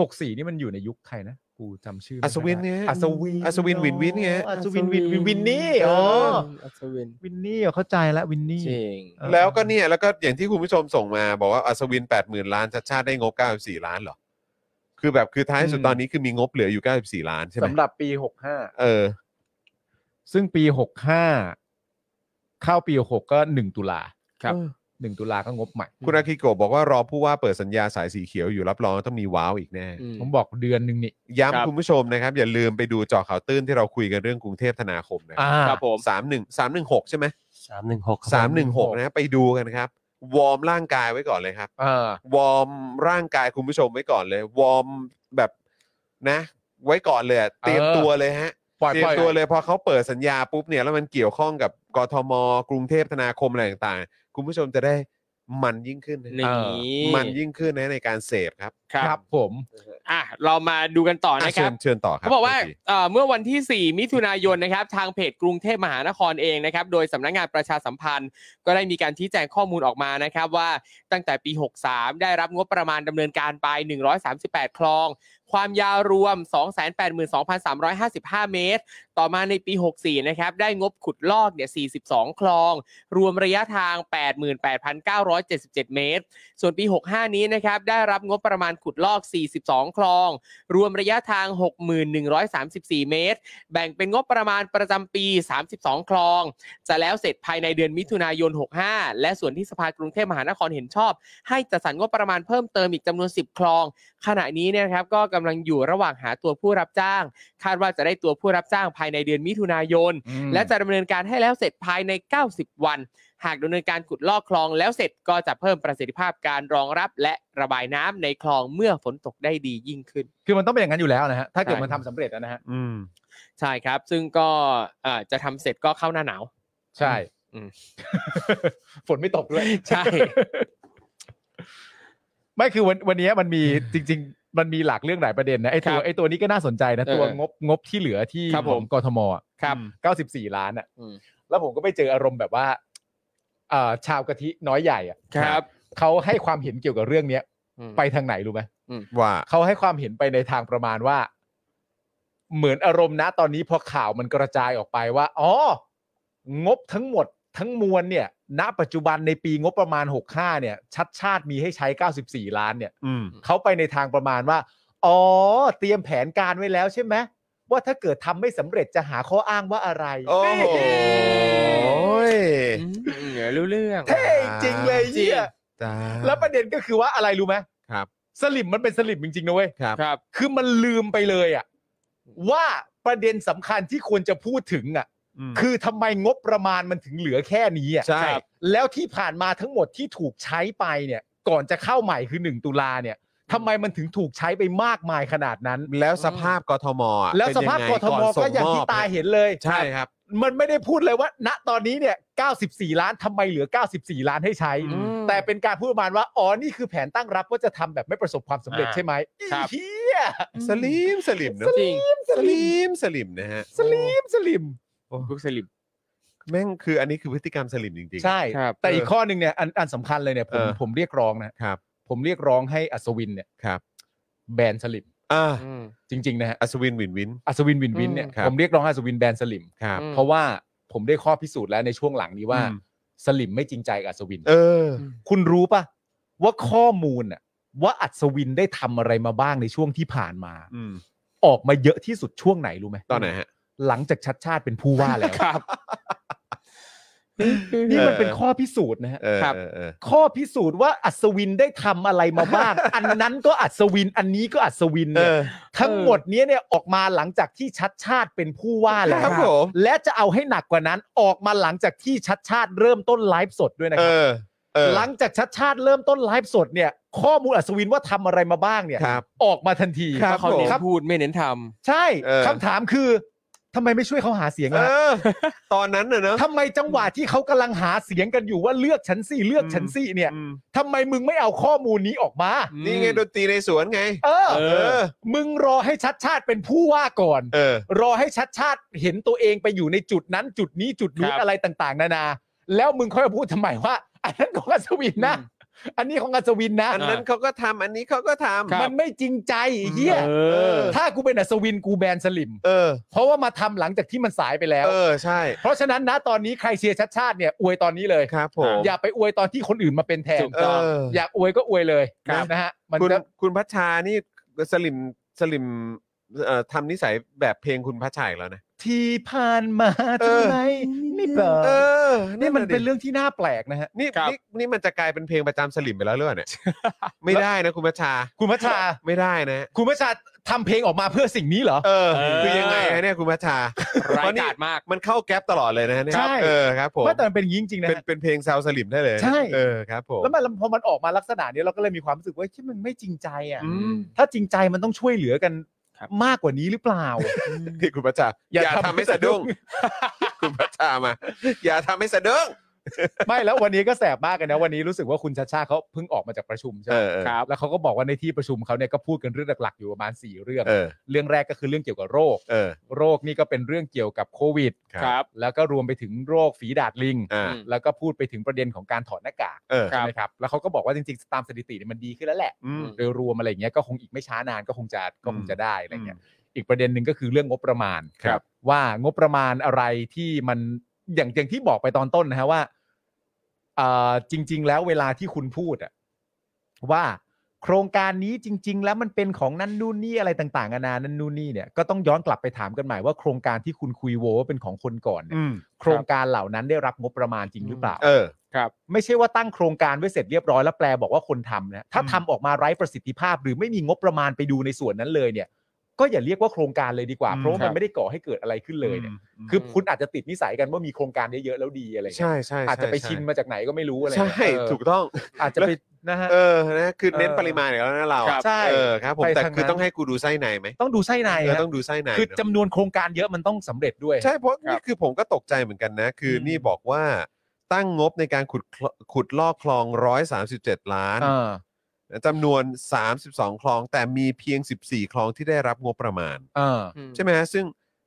D: หกสี่นี่มันอยู่ในยุคใครนะ กูจำชื่อไม่
B: อัศวิน
D: ได้
B: ไง
D: อัศวิน
B: อัศวินวินวินไง
D: อัศวินวินวินวินนี่อ๋อ
C: อัศวิน
D: วินนี่เข้าใจแล้ววินนี่
C: จริง
D: เออ
B: แล้วก็เนี่ย แล้วก็อย่างที่คุณผู้ชมส่งมาบอกว่าอัศวิน 80,000 ล้านชาติชาติได้งบ 94 ล้านเหรอ คือแบบคือท้ายสุด
D: อืม
B: ตอนนี้คือมีงบเหลืออยู่ 94 ล้านใช่ไหม
D: สำหรับปีหกห้า
B: เออ
D: ซึ่งปีหกห้าเข้าปีหกก็หนึ่งตุลา
C: ครับ
D: หนึ่งตุลาก็งบใหม่
B: คุณอาคิโกะบอกว่ารอผู้ว่าเปิดสัญญาสายสีเขียวอยู่รับรองต้องมีว้าวอีกแน่
C: อืม
D: ผมบอกเดือนหนึ่งนี่
C: ครั
B: ย้ำ
C: บ
B: คุณผู้ชมนะครับ อย่าลืมไปดูเจอข่าวตื้นที่เราคุยกันเรื่องกรุงเทพธนาคมนะ
D: อ่า
C: ครับผม
B: สามหนึ่งสามหนึ่งหกใช่ไหม
E: สามหนึ่งหก
B: สามหนึ่งหกนะไปดูกันครับ วอร์มร่างกายไว้ก่อนเลยครับ
D: เออ
B: วอร์มร่างกายคุณผู้ชมไว้ก่อนเลย วอร์มแบบนะ ไว้ก่อนเลยอะเตรียมตัวเลยฮะ
D: ปล่อย
B: เตรี
D: ป
B: ยม
D: ล่อย
B: ตัวเลยพอเขาเปิดสัญญาปุ๊บเนี่ยแล้วมันเกี่ยวข้องกับกทมกรุงเทพธนาคมอะไรต่างๆ คุณผู้ชมจะได้มันยิ่งขึ้นนะ
C: นี่
B: มันยิ่งขึ้นนะในการเสพครับ
C: ครั
D: ครับ บผม
C: อ่ะเรามาดูกันต่อ
B: อ่ะ
C: นะค
B: เชิ
C: รับ
B: ญเชิญต่อครับ
C: เขาบอกว่า
B: โทษที
C: เอ่อเมื่อวันที่ 4 มิถุนายนนะครับทางเพจกรุงเทพมหานครเองนะครับโดยสำนักงานประชาสัมพันธ์ ก็ได้มีการชี้แจงข้อมูลออกมานะครับว่าตั้งแต่ปี 63 ได้รับงบประมาณดำเนินการไป 138 คลอง ความยาวรวม 282,355 เมตร ต่อมาในปี 64 นะครับได้งบขุดลอกเนี่ย 42 คลอง รวมระยะทาง 88,977 เมตร ส่วนปี 65 นี้นะครับได้รับงบประมาณขุดลอก 42 คลอง รวมระยะทาง 61,134 เมตร แบ่งเป็นงบประมาณประจำปี 32 คลอง จะแล้วเสร็จภายในเดือนมิถุนายน 65 และส่วนที่สภากรุงเทพมหานครเห็นชอบ ให้จัดสรรงบประมาณเพิ่มเติมอีกจำนวน 10 คลอง ขณะนี้เนี่ยนะครับก็กำลังอยู่ระหว่างหาตัวผู้รับจ้าง คาดว่าจะได้ตัวผู้รับจ้างภายในเดือนมิถุนายน
D: อืม
C: และจะดำเนินการให้แล้วเสร็จภายใน 90 วัน หากดำเนินการขุดลอกคลองแล้วเสร็จก็จะเพิ่มประสิทธิภาพการรองรับ และระบายน้ำในคลองเมื่อฝนตกได้ดียิ่งขึ้น
D: คือมันต้องเป็นอย่างนั้นอยู่แล้วนะฮะ ถ้าเกิด
C: ใช่
D: มันทำสำเร็จแล้วนะฮะ
C: ใช่ครับ ซึ่งก็เอ่อจะทำเสร็จก็เข้าหน้าหนาว
D: ใช่
C: อืม
D: [laughs] ฝนไม่
B: [laughs]
D: ตกด้วย
C: ใช่
D: ไม่คือวันวันนี้มันมีจริง มันมีหลากเรื่องหลายประเด็นนะไอตัว
C: ครับ
D: ไอตัวนี้ก็น่าสนใจนะ ตัว
C: เออง
D: บงบที่เหลือที่
C: ครับ
D: ข
C: ผ
D: อง
C: ม
D: กทมอ่ะ
C: ครับ
D: เก้าสิบสี่ล้านอ่ะ
C: อืม
D: แล้วผมก็ไปเจออารมณ์แบบว่าเอ่อชาวกะทิน้อยใหญ่อ่ะ
C: ครับ
D: เขาให้ความเห็นเกี่ยวกับเรื่องเนี้ย
C: อืม
D: ไปทางไหนรู้ไหม
B: ว่า
D: เขาให้ความเห็นไปในทางประมาณว่า เหมือนอารมณ์นะตอนนี้พอข่าวมันกระจายออกไปว่าอ๋องบทั้งหมดทั้งมวลเนี่ย ณ ปัจจุบันในปีงบประมาณ 65 เนี่ย ชัดชาติมีให้ใช้ 94 ล้านเนี่ย
B: อืม
D: เขาไปในทางประมาณว่า อ๋อ เตรียมแผนการไว้แล้วใช่ไหมว่าถ้าเกิดทำไม่สำเร็จจะหาข้ออ้างว่าอะไร
B: โอ้โหย
C: อืมเหนือรู้เรื่อง
D: เท่จริงเลยเหี้ย
B: จ้า
D: แล้วประเด็นก็คือว่าอะไรรู้ไหม
B: ครับ
D: สลิมมันเป็นสลิมจริงๆนะเว้ย
B: ครับ
C: ครับ
D: คือมันลืมไปเลยอะว่าประเด็นสำคัญที่ควรจะพูดถึงอะคือทำไมงบประมาณมันถึงเหลือแค่นี้อะ
B: ใช่
D: ครับแล้วที่ผ่านมาทั้งหมดที่ถูกใช้ไปเนี่ย ก่อนจะเข้าใหม่คือหนึ่งตุลาเนี่ยทำไมมันถึงถูกใช้ไปมากมายขนาดนั้น
B: แล้วสภาพกทมอ่ะ
D: แล้วสภาพ
B: เป็น
D: ก
B: ยัง
D: ท
B: ไง
D: ม
B: นส่
D: ก็อย่างที่
B: มบ
D: ตาเห็นเลย
B: ใช่ครับ
D: มันไม่ได้พูดเลยว่า ณตอนนี้เนี่ย 94 ล้านทำไมเหลือ 94 ล้านให้ใช้
C: อืม
D: แต่เป็นการพูดประมาณว่า อ๋อ นี่คือแผนตั้งรับว่าจะทำแบบไม่ประสบความสำเร็จ
E: อ่า
D: ใช่ไหม
C: ครับ
D: เฮีย
B: สลิมสลิมเนอะ
C: จริง
B: สลิมสลิมนะฮะ
D: สลิมสลิม
C: ลูกสลิม
B: แม่งคืออันนี้คือพฤติกรรมสลิมจริง
D: ใช่
C: ครับ
D: แต่อีกข้อหนึ่งเนี่ยอันอันสำคัญเลยเนี่ยผม
B: เออ
D: ผมเรียกร้องนะ
B: ๆครับ
D: ผมเรียกร้องให้อัศวินเนี่ย
B: ครับ
D: แบนสลิม
B: อ่า
C: อืม
D: จริงๆนะฮะ
B: อัศวินวินวิน
D: อัศวินวินวินเนี่ย
C: อืม
B: ครับ
D: ผมเรียกร้องให้อัศวินแบนสลิม
B: ครับ
C: อืม
D: เพราะว่าผมได้ข้อพิสูจน์แล้วในช่วงหลังนี้ว่า
B: อืม
D: สลิมไม่จริงใจกับอัศวิน
B: เออ
D: คุณรู้ปะว่าข้อมูลอะว่าอัศวินได้ทำอะไรมาบ้างในช่วงที่ผ่านมา
B: อืม
D: ออกมาเยอะที่สุดช่วงไหนรู้ไหม
B: ตอนไหนฮะ
D: หลังจากชัดชาติเป็นผู้ว่าแล้ว
C: ครับ
D: นี่
B: เอ
D: มัน
B: อ
D: เป็นข้อพิสูจน์นะฮะ
B: เออ
C: ครับ
B: เออเออ
D: ข้อพิสูจน์ว่าอัศวินได้ทำอะไรมาบ้าง
B: [laughs]
D: อันนั้นก็อัศวิน อันนี้ก็อัศวินเนี่ยทั้งหมดเนี้ยเนี่ยออกมาหลังจากที่ชัดชาติเป็นผู้ว่าแล้
B: ครั
D: ว
B: บผม
D: และจะเอาให้หนักกว่านั้นออกมาหลังจากที่ชัดชาติเริ่มต้นไลฟ์สดด้วยนะ
B: เอ
D: ครับ
B: อเออ
D: หลังจากชัดชาติเริ่มต้นไลฟ์สดเนี่ย ข้อมูลอัศวินว่าทำอะไรมาบ้างเนี่ย
B: ครับ
D: ออกมาทันที
B: ครั
C: ถ้า
B: บ
C: เขาเน้น
D: ครับ
C: พูดไม่เน้นท
D: ใช่
B: เออ
D: คำถามคือทำไมไม่ช่วยเขาหาเสียง
B: เอ
D: ล่ะ
B: อ ตอนนั้นน่ะเนอะ
D: ทำไมจังหวะที่เขากำลังหาเสียงกันอยู่ว่าเลือกฉันสิเลือกฉันสิเนี่ย
B: อืม
D: ทำไมมึงไม่เอาข้อมูลนี้ออกมา
B: นี่ไงดนตรีในสวนไง
D: เออ
C: เอ
B: เออ
D: มึงรอให้ชัดชาติเป็นผู้ว่าก่อน
B: เออ
D: รอให้ชัดชาติเห็นตัวเองไปอยู่ในจุดนั้นจุดนี้จุดนู้น
C: ครับ
D: อะไรต่าง ๆ นานา แล้วมึงค่อยมาพูดทำไมว่า อันนั้นของอัศวินนะ
C: อืม
D: อันนี้ของอัศวินนะ
B: อันนั้นเขาก็ทำอันนี้เขาก็ทำ
C: ครับ
D: มันไม่จริงใจไอ้เฮีย
C: ำเออ
D: ถ้ากูเป็นอัศวินกูแบนสลิม
B: เออ
D: เพราะว่ามาทำหลังจากที่มันสายไปแล้ว
B: เออ ใช่
D: เพราะฉะนั้นนะตอนนี้ใครเชียร์ชัดชาติเนี่ยอวยตอนนี้เลย
B: ครับผม
D: อย่าไปอวยตอนที่คนอื่นมาเป็นแทน
C: ถูก
B: เอ
C: ต้อง
B: อ
D: อยากอวยก็อวยเลย
B: ครับ
D: นะฮะมัน
B: คุณ
D: จะ
B: คุณพัชชานี่สลิมสลิมเอ่อทำนิสัยแบบเพลงคุณพัชชัยแล้วนะ
D: ที่ผ่านมา
B: เอ
D: ทำ
B: อ
D: ไมไม่บอก
B: เออ
D: นี่มันเป็น
B: ดิ
D: เรื่องที่น่าแปลกนะฮะ
B: นี่
C: ครับ
B: นี่นี่มันจะกลายเป็นเพลงประจำสลิมไปแล้วหรือเปล่าเนี่ย ไม่ได้นะคุณพัชชา
D: คุณพัชชา
B: ไม่ได้นะ
D: คุณพัชชาทำเพลงออกมาเพื่อสิ่งนี้เหรอ
B: เออ
C: เออ
B: คือยังไงฮะเนี่ยคุณพัชชา
C: ร้ายกาจมาก
B: มันเข้าแก๊ปตลอดเลยนะฮะเนี่ย
D: ใช่
B: เออครับผม
D: ว่าแต่มันเป็นอย่างนี้จริงๆนะ
B: เป็น
D: ฮะ
B: เป็นเพลงซาวสลิมได้เลยนะ
D: ใช่
B: เออครับผม
D: แล้วมันพอมันออกมาลักษณะนี้เราก็เลยมีความรู้สึกว่าที่มันไม่จริงใจอ่ะ
B: อืม
D: ถ้าจริงใจมันต้องช่วยเหลือกัน
C: ครับ
D: มากกว่านี้หรือเปล่า
B: ที่คุณประชาอ
D: อย่า
B: ย่าทำ
D: ทำให้
B: ให้สะดุ้ง
D: สะดุ้
B: คุณประชา [laughs] มา อย่าทำให้สะดุ้ง
D: ไม่แล้ววันนี้ก็แสบมากกันนะวันนี้รู้สึกว่าคุณชาชาเขาเพิ่งออกมาจากประชุมใช่
B: เอ
D: ไหม
B: อเออ
D: แล้วเขาก็บอกว่าในที่ประชุมเขาเนี่ยก็พูดกันเรื่องหลักๆอยู่ประมาณสี่เรื่อง
B: เออ
D: เรื่องแรกก็คือเรื่องเกี่ยวกับโรค
B: เออ
D: โรคนี่ก็เป็นเรื่องเกี่ยวกับโควิด
B: ครับ
C: ครับ
D: แล้วก็รวมไปถึงโรคฝีดาดลิง
B: อ่า
C: อืม
D: แล้วก็พูดไปถึงประเด็นของการถอดหน้ากาก
B: เออ
C: ค
D: ใช่
C: รับ
D: ไหมครับ แล้วเขาก็บอกว่าจริงๆตามสถิติเนี่ยมันดีขึ้นแล้วแหละ
B: อืม
D: โดยรวมอะไรอย่างเงี้ยก็คงอีกไม่ช้านานก็คงจะก็คงจะได้อะไรเงี้ย
B: อื
D: อีกประเด็นหนึ่งก็คือเรื่องงบประมาณ
B: ครับ
D: ว่างบประมาณอะไรที่มันอย่างอย่างที่บอกไปตอนต้นนะฮะว่าเอ่อจริง ๆ แล้วเวลาที่คุณพูดอะว่าโครงการนี้จริง ๆ แล้วมันเป็นของนั่นนู่นนี่อะไรต่างๆนานานั่นนู่นนี่เนี่ยก็ต้องย้อนกลับไปถามกันใหม่ว่าโครงการที่คุณคุยโวว่าเป็นของคนก่อนเนี่ย
B: อืม
D: โครงการเหล่านั้นได้รับงบประมาณจริงหรือเปล่า
B: เออ
D: ไม่ใช่ว่าตั้งโครงการไว้เสร็จเรียบร้อยแล้วแปลบอกว่าคนทำนะถ้าทำออกมาไร้ประสิทธิภาพ หรือไม่มีงบประมาณไปดูในส่วนนั้นเลยเนี่ย ก็อย่าเรียกว่าโครงการเลยดีกว่า
B: อืม
D: เพราะว่ามันไม่ได้ก่อให้เกิดอะไรขึ้นเลยเนี่ยคือคุณอาจจะติดนิสัยกันว่ามีโครงการเยอะๆแล้วดีอะไรเงี้ย
B: ใช่ใช่ใ
D: อาจจะไปชินมาจากไหนก็ไม่รู้อะไรเงี้ย
B: ใช่
D: เออ
B: ถูก [laughs] ต้อง
D: อาจจะไปนะฮะ
B: เออนะคือเน้น
D: เออ
B: ปริมาณอย่างแล้วนะเราอะ
D: ครับใช่
B: เออครับผม
D: ไป
B: แต่
D: ทางนั้น
B: คือต้องให้กูดูไส้ในไหม
D: ต้องดูไส้ใน
B: เออ
D: ฮะ
B: ต้องดูไส้ใน
D: คือ
B: เนอะ
D: จำนวนโครงการเยอะมันต้องสำเร็จด้วย
B: ใช่เพราะนี่คือผมก็ตกใจเหมือนกันนะ คืออ
D: ม
B: นี่บอกว่าตั้งงบในการขุดคลขุดลอกคลอง 137 ล้าน
D: เออ
B: จำนวน 32 คลอง แต่มีเพียง 14 คลองที่ได้รับงบประมาณ
D: เออ
C: อืม
B: ใช่ไหมฮะซึ่ง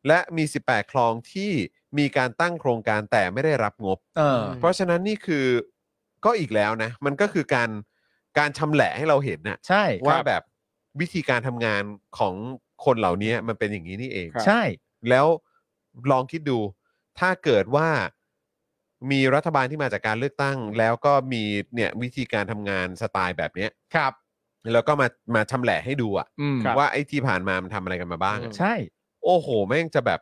B: และมี 18 คลองที่มีการตั้งโครงการแต่ไม่ได้รับงบ
D: เออ
B: เพราะฉะนั้นนี่คือก็อีกแล้วนะ มันก็คือการการชำแหละให้เราเห็นนะ
D: ใช่
B: ว่าแบบวิธีการทำงานของคนเหล่านี้มันเป็นอย่างนี้นี่เอง
D: ใช่
B: แล้วลองคิดดู ถ้าเกิดว่ามีรัฐบาลที่มาจากการเลือกตั้ง แล้วก็มีเนี่ยวิธีการทำงานสไตล์แบบเนี้ย
D: ครับ
B: แล้วก็มามาชำแหละให้ดูอะ
D: อืม
B: ว่าไอ้ที่ผ่านมามันทำอะไรกันมาบ้างอะ
D: ใช่
B: โอ้โห แม่งจะแบบ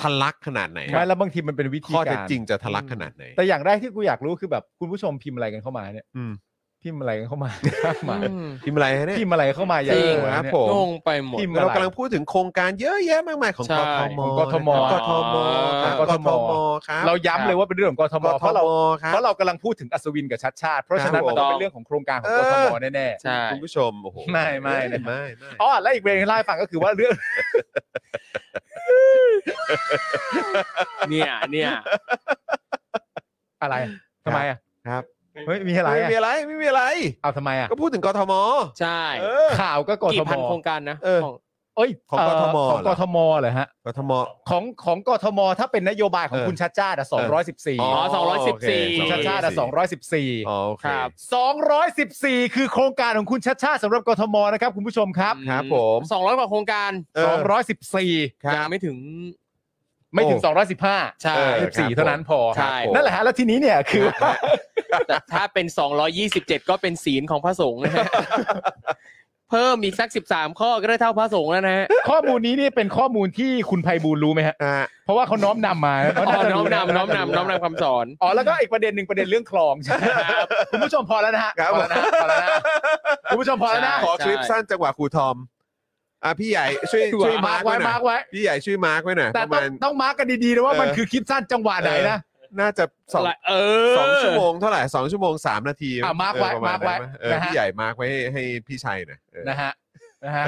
B: ทะลักขนาดไหนอะ
D: ไม่แล้วบางทีมันเป็นวิธี
B: ข้อ
D: การ
B: เท็จจริงจะทะลักขนาดไหน
D: แต่อย่างแรกที่กูอยากรู้คือแบบคุณผู้ชมพิมพ์อะไรกันเข้ามาเนี่ย
B: อืม
D: พิมพ์อะไรกันเข้ามา [laughs] มา
C: อืม
B: พิมพ์อะไรฮะเนี่ย
D: พิมพ์อะไรเข้ามาอย่า
C: จริ
D: ง
C: ง
D: เงี้ย
B: ครับผม
C: งงไปหมด
D: พิมพ์
B: เรากำลังพูดถึงโครงการเยอะแยะมากมายของ
C: ใช่
B: กทม
D: ของกทม
B: กทม
C: อ่า
B: กทมครับ
D: เราย้ำเลยว่าเป็นเรื่องของกทม
B: กท
D: เพราะเรา
B: มค
D: เพ
B: รับ
D: ราะเรากำลังพูดถึงอัศวินกับชัดชาติ เพราะฉะ
B: ครั
D: นั้น
B: บ
D: มันต้อง
C: ผม
D: เป็นเรื่องของโครงการของ
B: เอก อ
D: ทมแน่
C: ใช่
B: คุณผู้ชมโอ้โห
D: ไม่ไม่นะ
B: ไม่ไม่
D: ๆอ๋อและอีกเรื่องที่เล่าให้ฟังก็คือว่าเรื่อง [laughs]
C: เนี่ยเนี่ย
D: อะไรทำไมอ่ะ
B: ครับ
D: เฮ้ยมีอะไร
B: ไม่
D: อ่ะ
B: มีอะไรไม่มีอะไร
D: เอาทำไมอ่ะ
B: ก็พูดถึงกทม
C: ใช่
B: เออ
D: ข่าวก็กท
C: กี่
D: ม
C: พันโครงการนะ
B: เออ
C: ของ
D: เอ้ย
B: ของกทม
D: เอ่อของกทมเหรอฮะ
B: กทม
D: ของของกทมถ้าเป็นนโยบายของ
B: เออ
D: คุณชัดชาติอ่ะ
B: เออ
D: 214
C: อ๋อสองร้อยสิบสี่
B: โอเค
D: คุณชัดชาติอ่ะ214
B: อ๋อโอเค
C: ครับ
D: 214 คือโครงการของคุณชัดชาติสำหรับกทมนะครับคุณผู้ชมครับ
B: ครับผม
C: สองร้อยกว่าโครงการ
B: เออ
D: 214
C: ยังไม่ถึง
D: ไม่ถึง
B: โอ้
D: 215
C: ใช่
B: เออ
D: 14 เท่านั้นพอ
C: ใช่
B: ครับผม
D: นั่นแหละฮะแล้วทีนี้เนี่ยคือว่า
C: แต่ถ้าเป็น 227 ก็เป็นศีลของพระสงฆ์นะฮะ เพิ่มอีกสัก 13 ข้อก็ได้เท่าพระสงฆ์แล้วนะฮะ
D: ข้อมูลนี้เนี่ยเป็นข้อมูลที่คุณไพบูลย์รู้ไหมฮะ
B: อ่า
D: เพราะว่าเขาน้อมนำมาเขาาจะ
C: น้อม
D: รู้ะ
C: นำน้อมนำน้อมนำคำสอน
D: อ๋อแล้วก็อีกประเด็นหนึ่งประเด็นเรื่องคลองใช่ไหมครับคุณผู้ชมพอแล้วนะฮะ
B: ครับ
D: พอแล้วนะฮะพอแล้วนะฮะคุณผู้ชมพอแล้วนะ
B: ขอ
C: ใช่
B: คลิปสั้นจังหวะครูทอมอ่ะพี่
D: [laughs]
B: ใหญ่ช่วยช่วยมา
D: มา
B: ร์
D: ร์
B: ค
D: ก
B: ไว้
D: ไว้
B: หน่อ
D: มาร์
B: ย
D: กไว้
B: พี่ใหญ่ช่วยมาร์คไว้หน่อย
D: แต่
B: ประมา
D: ต้อ
B: ง ณ
D: ต้องมาร์กกันดีๆนะว่า
B: เออ
D: มันคือคลิปสั้นจังหวะไหนนะ
B: น่าจะสอง
C: เออ
B: สองชั่วโมงเท่าไหร่สองชั่วโมงสามนาที
D: อ่ะมาร์คไว้
B: เออประณ
D: มาร์คไว้
B: นั้นหเออ
D: นะฮะ
B: พี่ใหญ่มาร์คไว้ให้ให้พี่ชัยหน่อยเออ
D: นะฮะนะฮะ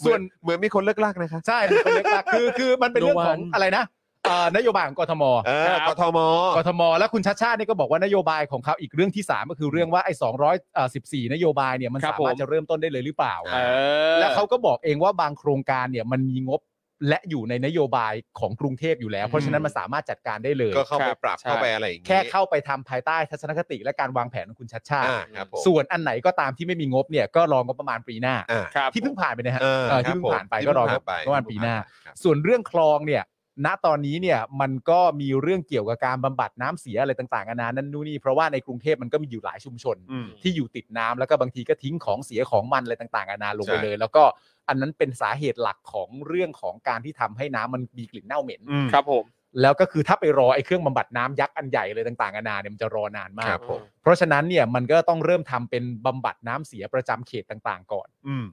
B: เหมื
D: ส่
B: อ
D: วน น
B: เหมือนมีคนเลิกลากนะคะ
D: ใช่เป็นคนเลือกตั้งคือคือมันเป็นเรื่องของ
C: ดูวัน
D: อะไรนะเอ่อนโยบายของกทม
B: เออ
C: ครับ
B: กทม
D: กทมแล้วคุณชัดชาติเนี่ยก็บอกว่านโยบายของเขาอีกเรื่องที่ 3 ก็คือเรื่องว่าไอ้สองร้อยสิบสี่นโยบายเนี่ยมัน
C: ครับ
D: สามารถ
C: ผม
D: จะเริ่มต้นได้เลยหรือเปล่า
C: เออ
D: แล้วเขาก็บอกเองว่าบางโครงการเนี่ยมันมีงบและอยู่ในนโยบายของกรุงเทพอยู่แล้ว เพราะฉะนั้นมันสามารถจัดการได้เลย
B: ก็เข้าไปปรับ
C: ใช่
B: เข้าไปอะไรอย่างงี้
D: แค่เข้าไปทำภายใต้ทัศนคติและการวางแผนของคุณชัดชาติ
B: อ่าครับผม
D: ส่วนอันไหนก็ตามที่ไม่มีงบเนี่ยก็รองบประมาณปีหน้า
B: อ่า
C: ครับ
D: ที่เพิ่งผ่านไปนะฮะ
B: เออ
D: เออ
B: ครับ
D: ที่เพิ่ง
B: ผม
D: ผ่านไป
B: ที่
D: ก็รอ
B: เพิ่
D: ง
B: ง
D: บ
B: ผ่านไป
D: ประมาณปีหน้า
B: ครับ
D: ส่วนเรื่องคลองเนี่ย ณตอนนี้เนี่ยมันก็มีเรื่องเกี่ยวกับการบำบัดน้ำเสียอะไรต่างๆนานานั่นนู่นนี่เพราะว่าในกรุงเทพมันก็มีอยู่หลายชุมชน
B: อืม
D: ที่อยู่ติดน้ำแล้วก็บางทีก็ทิ้งของเสียของมันอะไรต่างๆนานาลงไป
B: ใช่
D: เลย แล้วก็อันนั้นเป็นสาเหตุหลักของเรื่องของการที่ทำให้น้ำมันมีกลิ่นเน่าเหม็น
B: อืม
C: ครับผม
D: แล้วก็คือถ้าไปรอไอ้เครื่องบำบัดน้ำยักษ์อันใหญ่เลยต่างๆนานาเนี่ยมันจะรอนานมา
B: ครั
D: ก
B: บผม
D: เพราะฉะนั้นเนี่ยมันก็ต้องเริ่มทำเป็นบำบัดน้ำเสียประจำเขตต่างๆ ก่อน
B: อืม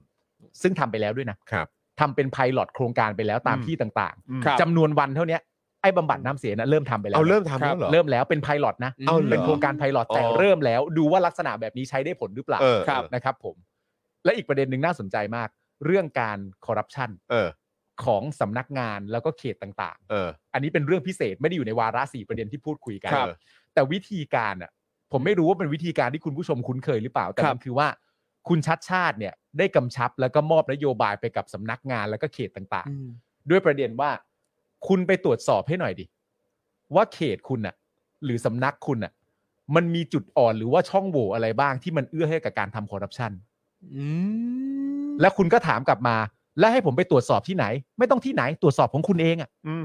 D: ซึ่งทำไปแล้วด้วยนะครับ ทำเป็นไพลอตโครงการไปแล้วตาม
B: อืม
D: ที่ต่าง
B: อืม
C: ครับ
D: ๆจำนวนวันเท่าเนี้ยไอ้บำบัดน้ำเสียนะเริ่มทำไปแล้ว
B: เอาเริ่มทำแล้วเหรอ
D: เริ่มแล้วเป็นไพลอตนะ
B: เอาเหรอ
D: เป็นโครงการไพลอตแต่
B: อ๋อ
D: เริ่มแล้วดูว่าลักษณะแบบนี้ใช้ได้ผลหรือเปล่า
B: เออ
C: ครับ
D: นะครับผม และอีกประเด็นหนึ่งน่าสนใจมาก เรื่องการคอร์รัปชัน
B: เออ
D: ของสำนักงานแล้วก็เขตต่าง
B: เออ
D: ๆ อันนี้เป็นเรื่องพิเศษไม่ได้อยู่ในวาระสี่ประเด็นที่พูดคุยกัน
B: ครับ
D: แต่วิธีการอ่ะ ผมไม่รู้ว่าเป็นวิธีการที่คุณผู้ชมคุ้นเคยหรือเปล่า แต่
C: ครั
D: มัน
C: บ
D: คือว่าคุณชัดชาติเนี่ย ได้กำชับแล้วก็มอบนโยบายไปกับสำนักงานแล้วก็เขตต่าง
C: อืม
D: ๆ ด้วยประเด็นว่า คุณไปตรวจสอบให้หน่อยดิว่าเขตคุณอ่ะ หรือสำนักคุณอ่ะ มันมีจุดอ่อนหรือว่าช่องโหว่อะไรบ้างที่มันเอื้อให้กับการทำคอร์รัปชัน
C: อืม
D: แล้วคุณก็ถามกลับมา แล้วให้ผมไปตรวจสอบที่ไหน ไม่ต้องที่ไหนตรวจสอบของคุณเองอะ
B: อืม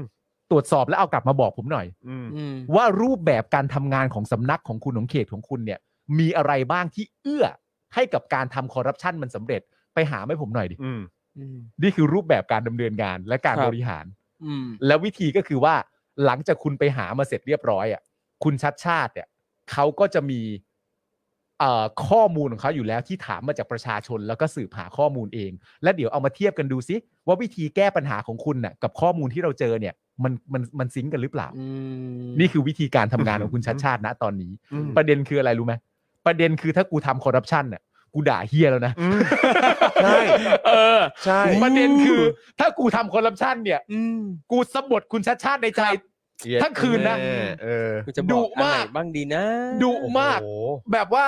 D: ตรวจสอบแล้วเอากลับมาบอกผมหน่อย
B: อืม
C: อืม
D: ว่ารูปแบบการทำงานของสำนักของคุณของเขตของคุณเนี่ย มีอะไรบ้างที่เอื้อให้กับการทำคอร์รัปชันมันสำเร็จไปหาให้ผมหน่อยดิ
B: อืม
D: นี่คือรูปแบบการดำเนินงานและการ
C: ครับ
D: บริหาร
C: อืม
D: แล้ววิธีก็คือว่าหลังจากคุณไปหามาเสร็จเรียบร้อยอ่ะคุณชัดชาติเนี่ยเขาก็จะมีเอ่อข้อมูลของเขาอยู่แล้วที่ถามมาจากประชาชนแล้วก็สืบหาข้อมูลเอง และเดี๋ยวเอามาเทียบกันดูซิว่าวิธีแก้ปัญหาของคุณน่ะกับข้อมูลที่เราเจอเนี่ยมันมันมันซิงก์กันหรือเปล่า
C: อืม
D: นี่คือวิธีการทำงานของคุณชัดชาตินะตอนนี้
B: อืม
D: ประเด็นคืออะไรรู้ไหมประเด็นคือถ้ากูทำคอร์รัปชันน่ะกูด่าเฮียแล้วนะ
B: อืมใช่
C: เออ
B: ใช่
D: ประเด็นคือ ถ้ากูทำคอร์รัปชันเนี่ย
C: อืม
D: กูสะบดคุณชัดชาติในใจ ทั้งคืนนะ
B: เออเออ
C: กูจะบอก
D: ดุมาก
C: อันไหนบ้างดีนะ
D: ดุมาก แบบว่า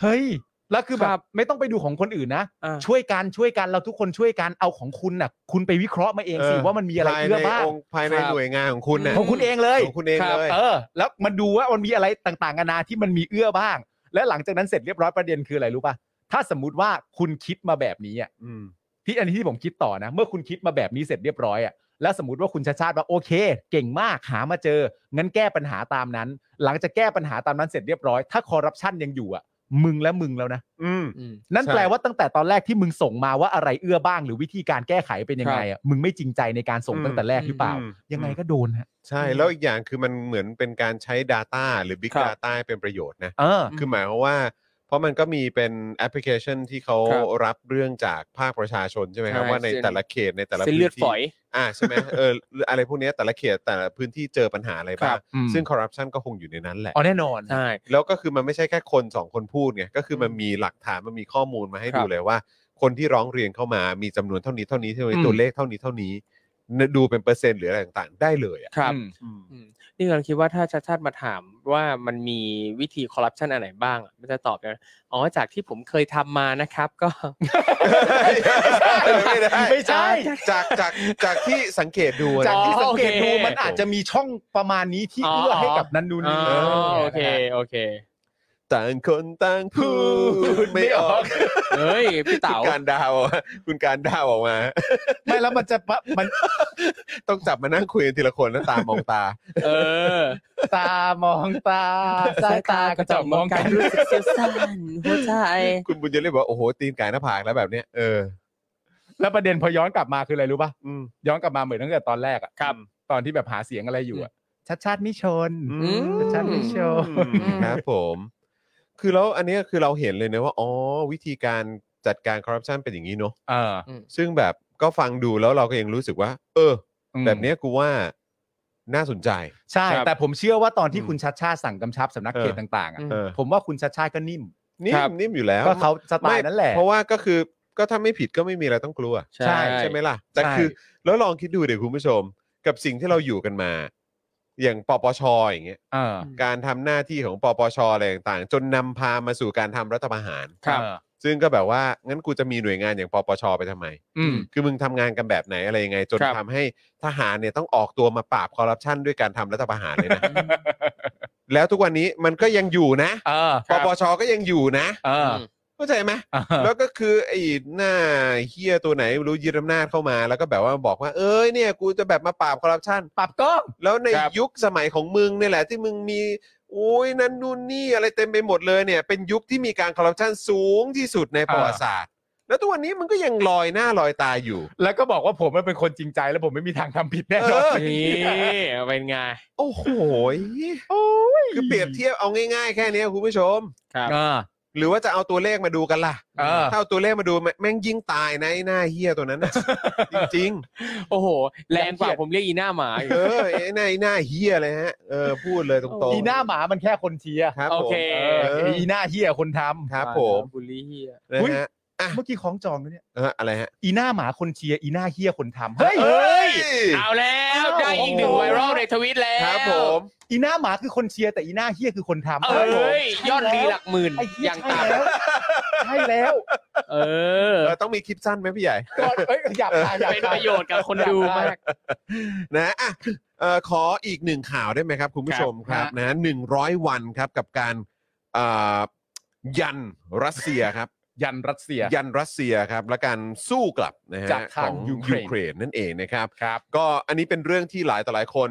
D: เฮ้ยแล้วคือแบ
C: ครับ บ
D: ไม่ต้องไปดูของคนอื่นนะ
C: อ่า
D: ช่วยกันช่วยกันเราทุกคนช่วยกันเอาของคุณน่ะ คุณไปวิเคราะห์มาเองสิ
B: เออ
D: ว่ามันมีอะไร
B: ภาย
D: เอื้
B: ใน
D: อบ้าง
B: องค์ภายใน
C: ครับ
B: หน่วยงานของคุณนะ
D: ของคุณเองเลย
B: ของคุณเองเลย
D: เออ แล้วมาดูว่ามันมีอะไรต่างๆนานาที่มันมีเอื้อบ้าง และหลังจากนั้นเสร็จเรียบร้อยประเด็นคืออะไรรู้ป่ะถ้าสมมติว่าคุณคิดมาแบบนี้อ่ะ
B: อืม
D: ที่อันนี้ที่ผมคิดต่อนะ เมื่อคุณคิดมาแบบนี้เสร็จเรียบร้อยอ่ะแล้วสมมติว่าคุณชาชาติว่าโอเค เก่งมากหามาเจองั้นแก้ปัญหาตามนั้น หลังจากแก้ปัญหาตามนั้นเสร็จเรียบร้อย ถ้าคอร์รัปชันยังอยู่อ่ะมึงและมึงแล้วนะ
B: อืม
C: อืม
D: นั่น
B: ใช่
D: แปลว่าตั้งแต่ตอนแรกที่มึงส่งมาว่าอะไรเอื้อบ้าง หรือวิธีการแก้ไขเป็นยังไงอ่ะมึงไม่จริงใจในการส่งตั้งแต่แรกหรือเปล่า
B: อืม
D: ยังไงก็โดนฮะ
B: ใช่แล้วอีกอย่างคือมันเหมือนเป็นการใช้ Data หรือ Big
C: ครับ
B: Data ให้เป็นประโยชน์นะ
D: เออ
B: คือหมายความว่า เพราะมันก็มีเป็นแอปพลิเคชันที่เขา
C: ครับ
B: รับเรื่องจากภาคประชาชนใช่ไหมครับ
C: ใช่
B: ว่าใน
C: เส้น
B: แต่ละเขตในแต่ละ
C: เส้นเลือด
B: พื้น
C: ฝ
B: ที่
C: อย
B: อ่าใช่ไหมเออหรืออะไรพวกเนี้ยแต่ละเขตแต่ละพื้นที่เจอปัญหาอะไรบ้า
C: ครั
B: ง
C: บ
D: อืม
B: ซึ่งคอร์รัปชันก็คงอยู่ในนั้นแหละ
D: อ๋อแน่นอน
C: ใช่
B: แล้วก็คือมันไม่ใช่แค่คนสองคนพูดไงก็คือมันมีหลักฐานมันมีข้อมูลมาให้
C: ครับ
B: ดูเลยว่า คนที่ร้องเรียนเข้ามามีจำนวนเท่านี้เท่านี้เท่านี้
D: อืม
B: ตัวเลขเท่านี้เท่านี้เนี่ยดูเป็นเปอร์เซ็นต์หรืออะไรต่างๆ ได้เลยอ่ะ
C: ครับ
D: อืม
B: อืม
C: นี่กำลังคิดว่าถ้าชาติชาติมาถามว่ามันมีวิธีคอร์รัปชันอันไหนบ้างอะมันจะตอบยังไงอ๋อจากที่ผมเคยทำมานะครับ ก็
B: ไม่ได้
D: ไม่ใช่
B: จากจากจากที่สังเกตดูนะ
D: จากที่สังเกตดู
C: อ๋อโอเค
D: มันอาจจะมีช่องประมาณนี้ที่เอื้อให้กับนั้นนู่น
C: อ๋
D: นี่
C: อ
D: นะ
C: โอเค โอเค
B: ต่างคนต่างพูดไม่ออก
C: เฮ้ย
B: คุ
C: พี่
B: ณ
C: เต๋า
B: การดาวอ่ะคุณการดาวออกมา
D: ไม่แล้วมันจะปะมัน
B: ต้องจับมานั่งคุยกันทีละคนแล้วตามมองตา
C: เออ
D: ตามองตาสายตาก็จ้องมองกัน
C: รู้สึกเสียวสั่นหัวใจ
B: คุณบุญเยรีบอกว่าโอ้โหตีนกายหน้าผากแล้วแบบเนี้ยเออ
D: แล้วประเด็นพอย้อนกลับมาคืออะไรรู้ป่ะ
B: อืม
D: ย้อนกลับมาเหมือนตั้งแต่ตอนแรกอ่ะ
C: ครับ
D: ตอนที่แบบหาเสียงอะไรอยู่อ่ะชัดชาติไม่ชน
B: อื
C: อืม
D: ชัดชาติไม่ชน
C: อืม
B: ครับผม คือแล้วอันเนี้ยคือเราเห็นเลยนะว่าอ๋อวิธีการจัดการคอร์รัปชันเป็นอย่างนี้เนาะ
D: เออ
B: ซึ่งแบบก็ฟังดูแล้วเราก็ยังรู้สึกว่า เออ แบบเนี้ยกูว่าน่าสนใจ
D: ใช่
C: ครับ
D: แต่ผมเชื่อว่าตอนที่
B: อืม
D: คุณชัดชาติสั่งกำชับสำนัก
B: เออ
D: เขตต่างๆอ่ะ
C: อืม
B: เออ
D: ผมว่าคุณชัดชาติก็นิ่ม
B: นิ่
C: ค
B: ม
C: รับ
B: นิ่มอยู่แล้ว
D: ก็เขาสไตล์นั่นแหละ
B: เพราะว่าก็คือก็ถ้าไม่ผิดก็ไม่มีอะไรต้องกลัว
C: ใช่
B: ใช่ไหมล่ะ แต่
D: ใช่
B: คือแล้วลองคิดดูเดี๋ยวคุณผู้ชม กับสิ่งที่เราอยู่กันมา อย่างปปชอย่างเงี้ย
D: เออ
B: การทำหน้าที่ของปปชอะไรต่างๆ จนนำพามาสู่การทำรัฐประหาร
C: ครับ
D: เออ
B: ซึ่งก็แบบว่างั้นกูจะมีหน่วยงานอย่างปปชไปทำไม
D: อืม
B: คือมึงทำงานกันแบบไหนอะไรยังไง จน
C: ครับ
B: ทำให้ทหารเนี่ยต้องออกตัวมาปราบคอร์รัปชันด้วยการทำรัฐประหารเลยนะ แล้วทุกวันนี้มันก็ยังอยู่นะ
D: เออ
B: ปปชก็ยังอยู่นะ
D: เออ
B: เข้าใจไหม
D: เออ
B: แล้วก็คือไอ้หน้าเฮียตัวไหนไม่รู้ยึดอำนาจเข้ามา แล้วก็แบบว่าบอกว่า เอ้ยเนี่ย กูจะแบบมาปราบคอร์รัปชัน
D: ปรับกล้อง
B: แล้วใน
D: ครับ
B: ยุคสมัยของมึงเนี่ยแหละที่มึงมีโอ้ยนั่นนู่นนี่อะไรเต็มไปหมดเลยเนี่ย เป็นยุคที่มีการคอร์รัปชันสูงที่สุดในประวัติศาสตร์ แล้วทุกวันนี้มันก็ยังลอยหน้าลอยตาอยู่
D: แล้วก็บอกว่าผมเป็นคนจริงใจแล้วผมไม่มีทางทำผิดแน่นอน
B: เออ
C: นี่เป็นไง
B: โอ้โหยคือเปรียบเทียบเอาง่ายๆแค่เนี้ยคุณผู้ชม
C: ครับ
D: เออ
B: หรือว่าจะเอาตัวเลขมาดูกันล่ะ
D: เออ
B: ถ้าเอาตัวเลขมาดูแม่งยิ่งตายนะไอ้หน้าเฮียตัวนั้น
D: [laughs]
B: น่ะ จริงๆ
C: โอ้โห แรงกว่าผมเรียกอีหน้าหมาอีก
B: เออไอ้หน้าไอ้หน้าเฮียเลยฮะ เออ พูดเลยตรงๆ
D: อีหน้าหมามันแค่คนเชียร์
B: ครับ
C: โอ
B: ผม
C: เค
D: เอออีหน้าเฮียคนทำ
B: ครับผม
C: บุลลี่เหี้ย
B: นะ
D: อุ๊ย
B: ฮะ
D: เมื่อกี้ของจองแล้วเนี่ย
B: เอออะไรฮะ
D: อีหน้าหมาคนเชียร์อีหน้าเฮียคนทำเฮ้ย
C: เฮ้ย
B: เอ้า
C: เอาแล้วได้อีกหนึ่งไวรัลในทวิตแล้ว
B: ครับผม
D: อีหน้าหมาคือคนเชียร์แต่อีหน้าเฮียคือคนทำ
C: เอ้ย
D: ใช่
C: ยอดดีหลักหมื่น
D: ไอ้เหี้
C: อย ย่าง
D: ใช่
C: ต่
D: แล้วใช่แล้ว
C: ำเออ
B: เออต้องมีคลิปสั้นไหมพี่ใหญ่
D: ก่อนเอ้ยอยากตายอยาก
C: เป็น
D: ตา
C: ป
D: ย
C: ระโยชน์กับคนดูมาก
B: นะอ่ะเออขออีกหนึ่งข่าวได้ไหมครับ คุณผู้ชมครับ
D: ครับ
B: นะหนึ่งร้อยวันครับกับการอ่ายันรัสเซียครับ
D: ยันรัสเซีย
B: ยันรัสเซียครับ และการสู้กลับนะฮะ
D: จากทาง
B: ของ
D: ยู
B: ยู
D: เค
B: เค
D: ร
B: ร
D: น
B: นนั่นเองนะครับ
D: ครับ
B: ก็อันนี้เป็นเรื่องที่หลายต่อหลายคน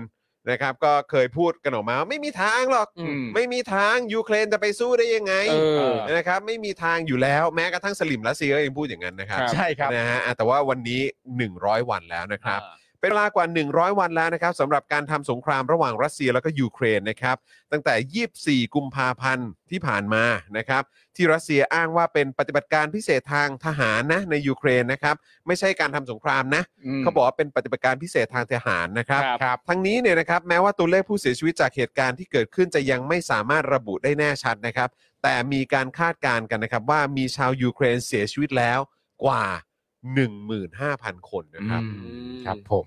B: นะครับ ก็เคยพูดกันออกมาว่าไม่มีทางหรอก
C: อืม
B: ไม่มีทางยูเครนจะไปสู้ได้ยังไง
C: เออ
B: นะครับ ไม่มีทางอยู่แล้วแม้กระทั่งสลิมรัสเซียก็ยังพูดอย่างนั้นนะครับ
D: ใช่ครับ
B: นะฮะอ่ะแต่ว่าวันนี้ 100 วันแล้วนะครับ เป็นเวลากว่า 100 วันแล้วนะครับสำหรับการทำสงครามระหว่างรัสเซียแล้วก็ยูเครนนะครับ ตั้งแต่ 24 กุมภาพันธ์ที่ผ่านมานะครับ ที่รัสเซียอ้างว่าเป็นปฏิบัติการพิเศษทางทหารนะในยูเครนนะครับ ไม่ใช่การทำสงครามนะ
D: ม
B: เขาบอกว่าเป็นปฏิบัติการพิเศษทางทหารนะครับ
C: ครับ
B: ทั้งนี้เนี่ยนะครับแม้ว่าตัวเลขผู้เสียชีวิตจากเหตุการณ์ที่เกิดขึ้นจะยังไม่สามารถระบุได้แน่ชัดนะครับ แต่มีการคาดการณ์กันนะครับ ว่ามีชาวยูเครนเสียชีวิตแล้วกว่า 15,000 คนนะครับ
D: ครับผม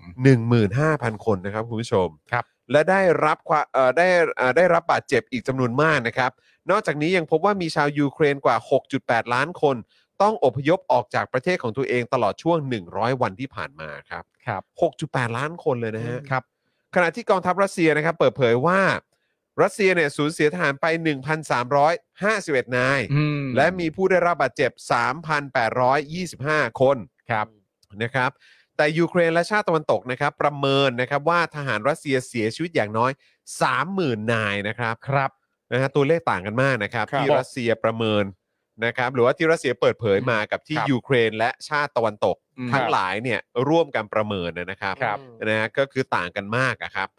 B: 15,000 คนนะครับคุณผู้ชม
D: ครับ
B: และได้รับความเอ่อได้เอ่อได้รับบาดเจ็บอีกจำนวนมากนะครับ นอกจากนี้ยังพบว่ามีชาวยูเครนกว่า 6.8 ล้านคน ต้องอพยพออกจากประเทศของตัวเองตลอดช่วง 100 วันที่ผ่านมาครับ
D: ครับ
B: 6.8 ล้านคนเลยนะฮะ
D: ครับ
B: ขณะที่กองทัพรัสเซียนะครับ เปิดเผยว่า รัสเซียเนี่ยสูญเสียทหารไป 1,351 นาย
D: อืม
B: และมีผู้ได้รับบาดเจ็บ 3,825 คน
D: ครับ
B: นะครับ แต่ยูเครนและชาติตะวันตกนะครับ ประเมินนะครับว่าทหารรัสเซียเสียชีวิตอย่างน้อย 30,000 นายนะครับ
D: ครับ
B: นะฮะตัวเลขต่างกันมากนะครับ
D: ครับ
B: ที่รัสเซียประเมินนะครับหรือว่าที่รัสเซียเปิดเผยมากับที่
D: ครับ
B: ยูเครนและชาติตะวันตก
D: อืม
B: ทั้ง
D: ครับ
B: หลายเนี่ยร่วมกันประเมินนะครับ
D: ครับ
B: นะฮะก็คือต่างกันมากอะครับ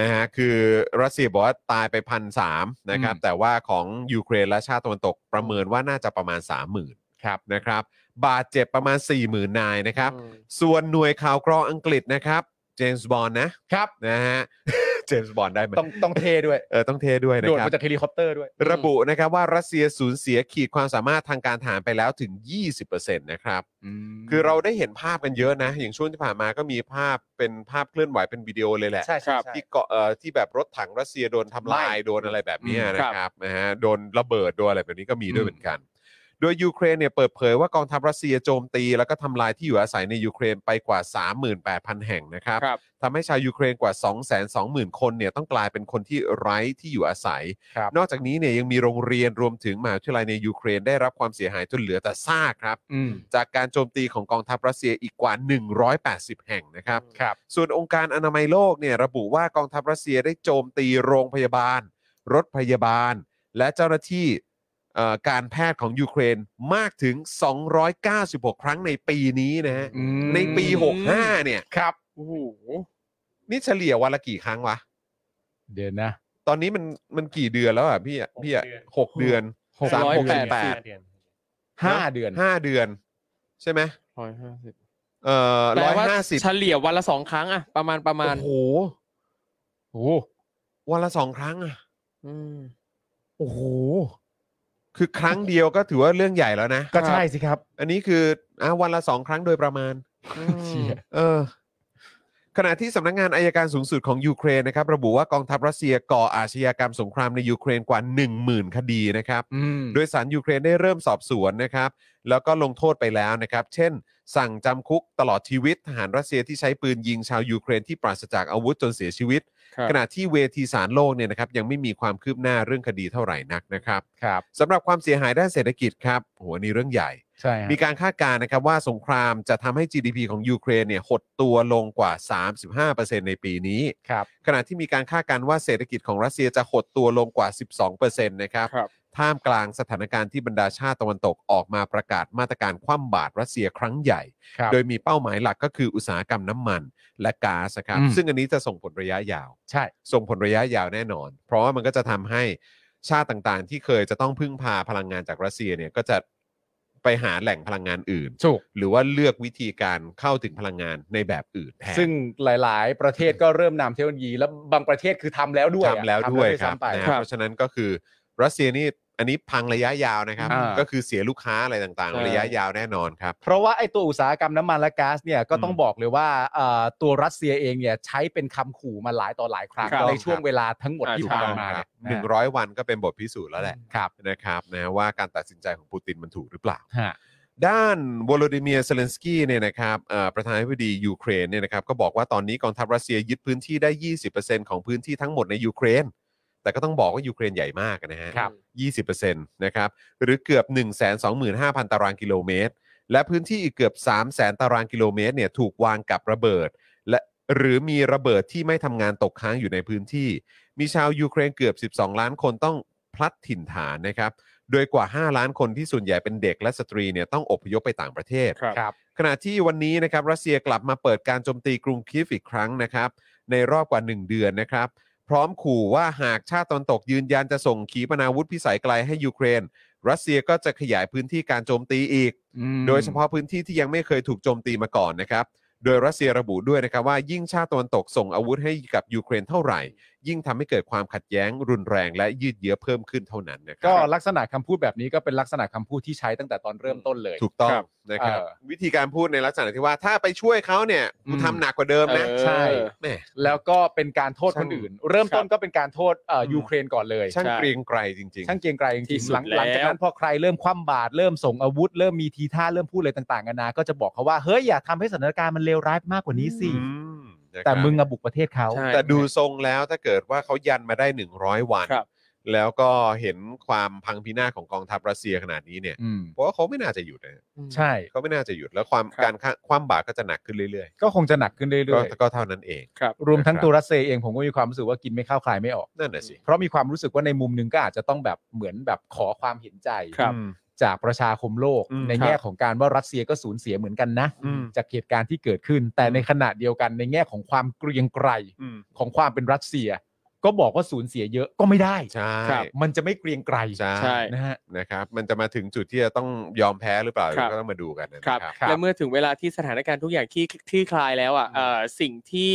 B: นะฮะคือรัสเซียบอกว่าตายไปพันสามนะครับแต่ว่าของยูเครนและชาติตะวันตกประเมินว่าน่าจะประมาณ 3 0,000ื่น
D: ครับ
B: นะครับ บาดเจ็บประมาณ 4 0,000ื่นนายนะครับ
C: อืม
B: ส่วนหน่วยข่าวกรองอังกฤษนะครับเจมส์บอนนะครับ นะฮะ [laughs] เจมส์บอนได้ไหม
D: ต้องต้องเทด้วย
B: เออต้องเทด้วยนะ
D: โดด
B: ครับ
D: มาจากเฮลิคอปเตอร์ด้วย
B: ระบุนะครับว่ารัสเซียสูญเสียขีดความสามารถทางการทหารไปแล้วถึง 20%นะครับ คือเราได้เห็นภาพกันเยอะนะ อย่างช่วงที่ผ่านมาก็มีภาพเป็นภาพเคลื่อนไหวเป็นวิดีโอเลยแหละ
D: ใช่ใช่ใช่
B: ที่เกาะเอ่อที่แบบรถถังรัสเซียโดนทำลาย
D: ไม่
B: โดนอะไรแบบเนี้ย
D: อืม
B: นะ
C: ค
B: ครับ รับนะฮะโดนระเบิดโดนอะไรแบบนี้ก็มีด้วย
D: อืม
B: เหมือนกัน โดยยูเครนเนี่ยเปิดเผยว่ากองทัพรัสเซียโจมตี แล้วก็ทำลายที่อยู่อาศัยในยูเครนไปกว่า 38,000 แห่งนะครับ
C: ครับ
B: ทำให้ชาวยูเครนกว่า 220,000 คนเนี่ยต้องกลายเป็นคนที่ไร้ที่อยู่อาศัย
D: ครับ
B: นอกจากนี้เนี่ยยังมีโรงเรียนรวมถึงมหาวิทยาลัยในยูเครนได้รับความเสียหายจนเหลือแต่ซากครับ
D: อืม
B: จากการโจมตีของกองทัพรัสเซียอีกกว่า 180 แห่งนะครับ
D: ครับ
B: ส่วนองค์การอนามัยโลกเนี่ยระบุว่ากองทัพรัสเซียได้โจมตีโรงพยาบาล รถพยาบาล และเจ้าหน้าที่เอ่อการแพทย์ของยูเครนมากถึง 296 ครั้งในปีนี้นะฮะ
D: อืม
B: ในปี 65 เนี่ย
D: ครับ
C: โอ้โห
B: นี่เฉลี่ยวันละกี่ครั้งวะ
D: เดี๋ยวนะ
B: ตอนนี้มันมันกี่เดือนแล้วอ่ะพี่อะพี่อะหกเดือน
D: หก
B: สามหกสิบแปด
E: เดือน
D: ห้า
B: นะ
D: เดือน
B: ห้าเดือน ใช่ไหม
C: ร้อยห้าสิบ
B: เอ่อ
C: แปล
B: ร้อย
C: ว่า
B: ห้าสิบ
C: เฉลี่ยวันละสองครั้งอะประมาณประมาณ
B: โอ้โห
D: โอ้โห
B: วันละสองครั้งอะ
C: อืม
D: โอ้โห
B: คือครั้งเดียวก็ถือว่าเรื่องใหญ่แล้วนะ
D: ก็ใช่สิครับ
B: อันนี้คืออ่ะวันละสองครั้งโดยประมาณ
D: เชี่ย
B: เออ ขณะที่สำนักงานอายการสูงสุดของยูเครนนะครับ ระบุว่ากองทัพรัสเซียก่ออาชญากรรมสงครามในยูเครนกว่า 10,000 คดีนะครับ
D: อืม
B: โดยสารยูเครนได้เริ่มสอบสวนนะครับ แล้วก็ลงโทษไปแล้วนะครับ เช่น สั่งจำคุกตลอดชีวิตทหารรัสเซียที่ใช้ปืนยิงชาวยูเครนที่ปราศจากอาวุธจนเสียชีวิต
C: ครับ
B: ขณะที่เวทีสารโลกเนี่ยนะครับยังไม่มีความคืบหน้าเรื่องคดีเท่าไหร่นักนะครับ
D: ครับ
B: สำหรับความเสียหายด้านเศรษฐกิจครับโอ้โหอันนี่เรื่องใหญ่
D: ใช่ฮะ
B: มีการคาดการณ์นะครับว่าสงครามจะทำให้ GDP ของยูเครนเนี่ยหดตัวลงกว่า 35%ในปีนี้
D: ครับ
B: ขณะที่มีการคาดการณ์ว่าเศรษฐกิจของรัสเซียจะหดตัวลงกว่า 12%นะครับ
C: ครับ
B: ท่ามกลางสถานการณ์ที่บรรดาชาติตะวันตกออกมาประกาศมาตรการคว่ำบาตรรัสเซียครั้งใหญ่
D: ครับ
B: โดยมีเป้าหมายหลักก็คืออุตสาหกรรมน้ำมันและก๊าซนะครับ
D: อืม
B: ซึ่งอันนี้จะส่งผลระยะยาว
D: ใช่
B: ส่งผลระยะยาวแน่นอน เพราะว่ามันก็จะทำให้ชาติต่างๆ ที่เคยจะต้องพึ่งพาพลังงานจากรัสเซียเนี่ยก็จะไปหาแหล่งพลังงานอื่น
D: ถูก
B: หรือว่าเลือกวิธีการเข้าถึงพลังงานในแบบอื่นแทน
D: ซึ่งหลาย ๆ ประเทศก็เริ่มนำเทคโนโลยี แล้วบางประเทศคือทำแล้วด้วยอะ
B: ทำแล้วด้วยค
D: ทำ
B: รับ
D: ซ้ำไป
B: นะฮะเพราะฉะนั้นก็คือรัสเซียนี่อันนี้พังระยะยาวนะครับ
D: อ่า
B: ก็คือเสียลูกค้าอะไรต่าง
C: ใช่
B: ๆ ระยะยาวแน่นอนครับ
D: เพราะว่าไอ้ตัวอุตสาหกรรมน้ำมันและก๊าซเนี่ยก็ต้องบอกเลยว่าเอ่อตัวรัสเซียเองเนี่ยใช้เป็นคำขู่มาหลายต่อหลายครั้ง
C: ครับ
D: ในช่วงเวลาทั้งหมด
C: อ่า
D: ที่
C: ถูก
D: ผ่าน
C: ต้ง
D: มา
B: ครับห
D: เนี่
B: นึ่
D: ย
B: งร้อยวันก็เป็นบทพิสูจน์แล้วแหละ
D: ครับ
B: นะครับนะว่าการตัดสินใจของปูตินมันถูกหรือเปล่า
D: ฮะ
B: ด้านวโลดิเมียร์เซเลนสกี้เนี่ยนะครับเอ่อประธานาธิบดียูเครนเนี่ยนะครับก็บอกว่าตอนนี้กองทัพรัสเซียยึดพื้นที่ได้ 20%ของพื้นที่ทั้งหมดในยูเครน แต่ก็ต้องบอกว่ายูเครนใหญ่มากนะฮะ
D: ครับ
B: 20%นะครับ หรือเกือบ 125,000 ตารางกิโลเมตร และพื้นที่อีกเกือบ 300,000 ตารางกิโลเมตรเนี่ยถูกวางกับระเบิด และหรือมีระเบิดที่ไม่ทำงานตกค้างอยู่ในพื้นที่ มีชาวยูเครนเกือบ 12 ล้านคนต้องพลัดถิ่นฐานนะครับ โดยกว่า 5 ล้านคนที่ส่วนใหญ่เป็นเด็กและสตรีเนี่ยต้องอพยพไปต่างประเทศ
C: ครับ
D: ครับ
B: ขณะที่วันนี้นะครับรัสเซียกลับมาเปิดการโจมตีกรุงคีฟอีกครั้งนะครับ ในรอบกว่า 1 เดือนนะครับ พร้อมขู่ว่าหากชาติตะวันตกยืนยันจะส่งขีปนาวุธพิสัยไกลให้ยูเครน รัสเซียก็จะขยายพื้นที่การโจมตีอีก
D: อืม
B: โดยเฉพาะพื้นที่ที่ยังไม่เคยถูกโจมตีมาก่อนนะครับ โดยรัสเซียระบุด้วยนะครับว่ายิ่งชาติตะวันตกส่งอาวุธให้กับยูเครนเท่าไหร่ ยิ่งทำให้เกิดความขัดแย้งรุนแรงและยืดเยื้อเพิ่มขึ้นเท่านั้นนะครั
D: ก็ลักษณะคำพูดแบบนี้ก็เป็นลักษณะคำพูดที่ใช้ตั้งแต่ตอนเริ่มต้นเลย
B: ถูกต้อง
D: ครับ
B: นะครับ
D: เออ
B: วิธีการพูดในลักษณะที่ว่าถ้าไปช่วยเขาเนี่ยกู
D: อืม
B: ทำหนักกว่าเดิมนะ
D: ใช่
B: แหม
D: แล้วก็เป็นการโทษคนอื่น เริ่มต้นก็เป็นการโทษเอ่อ
B: อืม
D: ยูเครนก่อนเลย
B: ช่างเกรียงไกรจริง
D: ช่างเกรียงไกรจ
E: ที่
D: ริง
E: สุ
D: ๆห
E: ด
D: ลังหลังจาก
E: แล้ว
D: นั้นพอใครเริ่มคว่ำบาตรเริ่มส่งอาวุธ เริ่มมีทีท่าเริ่มพูดอะไรต่างๆกันานาก็จะบอกเขาว่าเฮ้ยอย่าทำให้สถานการณ์มันเลวร้ายมากกว่านี้
B: ๆ
D: สิ
B: อืมนะครับ
D: แต่มึงอะบุกประเทศเขา
C: ใช่
B: แต่ดูทรงแล้วถ้าเกิดว่าเขายันมาได้ 100 วัน
C: ครับ
B: แล้วก็เห็นความพังพินาศของกองทัพรัสเซียขนาดนี้เนี่ย
D: อืม
B: เพราะว่าเขาไม่น่าจะหยุดนะ
D: ใช่
B: เขาไม่น่าจะหยุดแล้วความ
C: ครับ
B: การข้าความบาปก็จะหนักขึ้นเรื่อย
D: ก็คงจะหนักขึ้นเรื่
B: ๆก็
D: อย
B: ก็เท่านั้นเอง
D: ๆรวมทั้ง
B: นะครับ
D: ตัวรัสเซียเองผมก็มีความรู้สึกว่ากินไม่เข้าวคลายไม่ออก
B: นั่นน่ะสิ
D: เพราะมีความรู้สึกว่าในมุมหนึ่งก็อาจจะต้องแบบเหมือนแบบขอความเห็นใจ
C: ครับ
B: อืม
D: จากประชาคมโลก
B: อืม
D: ใน
B: ครับ
D: แง่ของการว่ารัสเซียก็สูญเสียเหมือนกันนะ
B: อืม
D: จากเหตุการณ์ที่เกิดขึ้น แต่ในขณะเดียวกันในแง่ของความเกรียงไกร
B: อืม
D: ของความเป็นรัสเซีย ก็บอกว่าสูญเสียเยอะก็ไม่ได้
B: ใช่
C: ครับ
D: มันจะไม่เกรียงไกร
B: ใช่
C: ใช่
D: นะฮะ
B: นะครับมันจะมาถึงจุดที่จะต้องยอมแพ้หรือเปล่า
C: ครับ
B: ก็ต้องมาดูกันนะค
C: ครั
B: รั
C: บบ และเมื่อถึงเวลาที่สถานการณ์ทุกอย่างที่ที่คลายแล้วอ่ะเอ่อสิ่งที่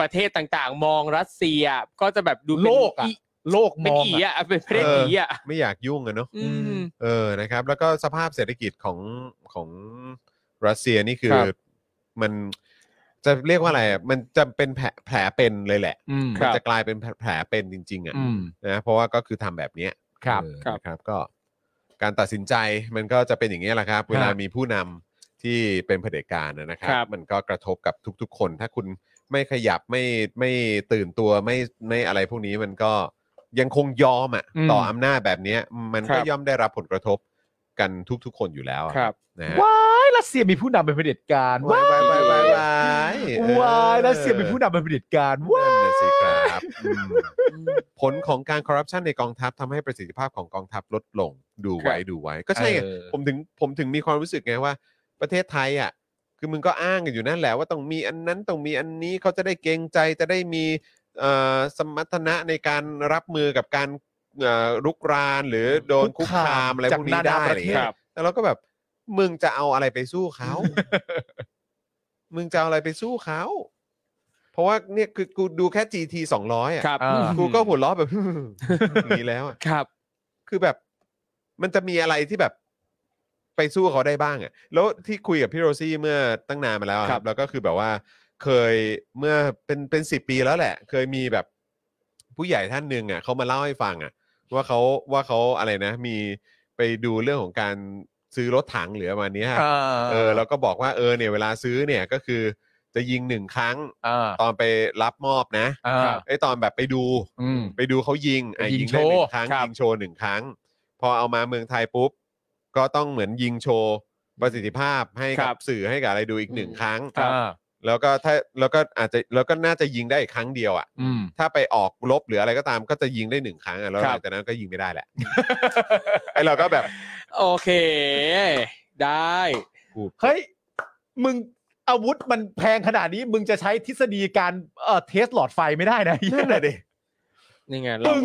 C: ประเทศต่างๆ มองรัสเซียก็จะแบบดูเป็น
D: โลกอะ
C: อี
D: โลกม
C: เป็น
D: อง
C: อี
D: อะ
C: อ่ะเป็นประเทศ
B: เอออี
C: อีอ่ะ
B: ไม่อยากยุ่งอะเนาะ
C: อืม
B: เออนะครับ แล้วก็สภาพเศรษฐกิจของของรัสเซียนี่คือ
C: ครับ
B: มันจะเรียกว่าอะไรอะมันจะเป็นแผลแผลเป็นเลยแหละ
D: อืม
C: ค
B: มั
C: รั
B: น
C: บ
B: จะกลายเป็นแผลเป็นจริง ๆอ่ะ
D: อืม
B: นะเพราะว่าก็คือทำแบบเนี้ย
D: ครับ
B: เออ
C: ครับ
B: นะครับก็ การตัดสินใจมันก็จะเป็นอย่างนี้ยแหละครับ เวลามีผู้นำที่เป็นเผด็จการนะครั
C: ครับ
B: มันก็กระทบกับทุก ๆ คน ถ้าคุณไม่ขยับไม่ไม่ตื่นตัวไม่ไม่อะไรพวกนี้มันก็ยังคงยอมอ่ะ
D: อืม
B: ต่ออำนาจแบบเนี้ย มันก็
C: ครับ
B: ย่อมได้รับผลกระทบกันทุก ๆ คนอยู่แล้วอะ
C: ครับ
B: นะฮะ
D: ว้ายรัสเซียมีผู้นำเป็นเผด็จการ
B: วา
D: ว้ายยว
B: ายวายวายวายเออ
D: ว้ายรัสเซียมีผู้นำเป็นเผด็จการว้า
B: นั่น
D: ย
B: น่ะสิครับอืมผลของการคอร์รัปชันในกองทัพทำให้ประสิทธิภาพของกองทัพลดลง ดูไว้ดูไว้ ก็ใช่ไง
D: เออ
B: ผมถึงผมถึงมีความรู้สึกไงว่า ประเทศไทยอ่ะ คือมึงก็อ้างกันอยู่นั่นแหละว่าต้องมีอันนั้นต้องมีอันนี้เขาจะได้เกรงใจจะได้มีเอ่อสมรรถนะในการรับมือกับการเอ่อรุกรานหรือโดนคุกคามอะไรพวกนี้
D: จากนานา
B: ได้อะ
D: ประ
B: ไร
D: เทศ
B: เงี้ยแต่เราก็แบบมึงจะเอาอะไรไปสู้เขา มึงจะเอาอะไรไปสู้เขา เพราะว่าเนี่ยคือกูดูแค่ GT 200อ่ะ
C: ครับ
D: อ่า
B: กูก็หัวล้อ
D: [laughs]
B: แบบ [laughs] อย่างนี้แล้วอะ
C: ครับ
B: คือแบบ มันจะมีอะไรที่แบบไปสู้เขาได้บ้างอ่ะ แล้วที่คุยกับพี่โรซี่เมื่อตั้งนานมาแล้วอะค
C: ครั
B: รับ
C: บ
B: แล้วก็คือแบบว่า เคยเมื่อเป็นเป็นสิบปีแล้วแหละ เคยมีแบบผู้ใหญ่ท่านหนึ่งอ่ะเขามาเล่าให้ฟังอ่ะ ว่าเขาว่าเขาอะไรนะ มีไปดูเรื่องของการซื้อรถถังหรือประมาณเนี้ยเออแล้วก็บอกว่าเออเนี่ยเวลาซื้อเนี่ยก็คือจะยิงหนึ่งครั้ง
D: อ่า
B: ตอนไปรับมอบนะ
D: อ่า
B: ไอ้ตอนแบบไปดู
D: อืม
B: ไปดูเขายิงไอ้
D: ยิง
B: ยิงได้หนึ่
D: โชว์
B: งครั้ง
D: ครับ
B: ยิงโชว์หนึ่งครั้ง พอเอามาเมืองไทยปุ๊บ ก็ต้องเหมือนยิงโชว์ประสิทธิภาพให้
C: ค
B: กั
C: รั
B: บบ สื่อให้กับอะไรดูอีกหนึ่งครั้ง
C: ครับ
D: อ่า
B: แล้วก็ถ้าแล้วก็อาจจะแล้วก็น่าจะยิงได้อีกครั้งเดียวอ่ะ
D: อืม
B: ถ้าไปออกลบหรืออะไรก็ตามก็จะยิงได้หนึ่งครั้งอ่ะแล้วห
C: ครั
B: ลั
C: บ
B: งจากนั้นก็ยิงไม่ได้แหละ [laughs] ไอ้เราก็แบบ
C: โอเค ได้
B: กู
D: เฮ้ย มึงอาวุธมันแพงขนาดนี้ มึงจะใช้ทฤษฎีการเอ่อเทสหลอดไฟไม่ได้นะ
B: นั่นแหละดิ
C: นี่ไงเรา
D: ปึ้ง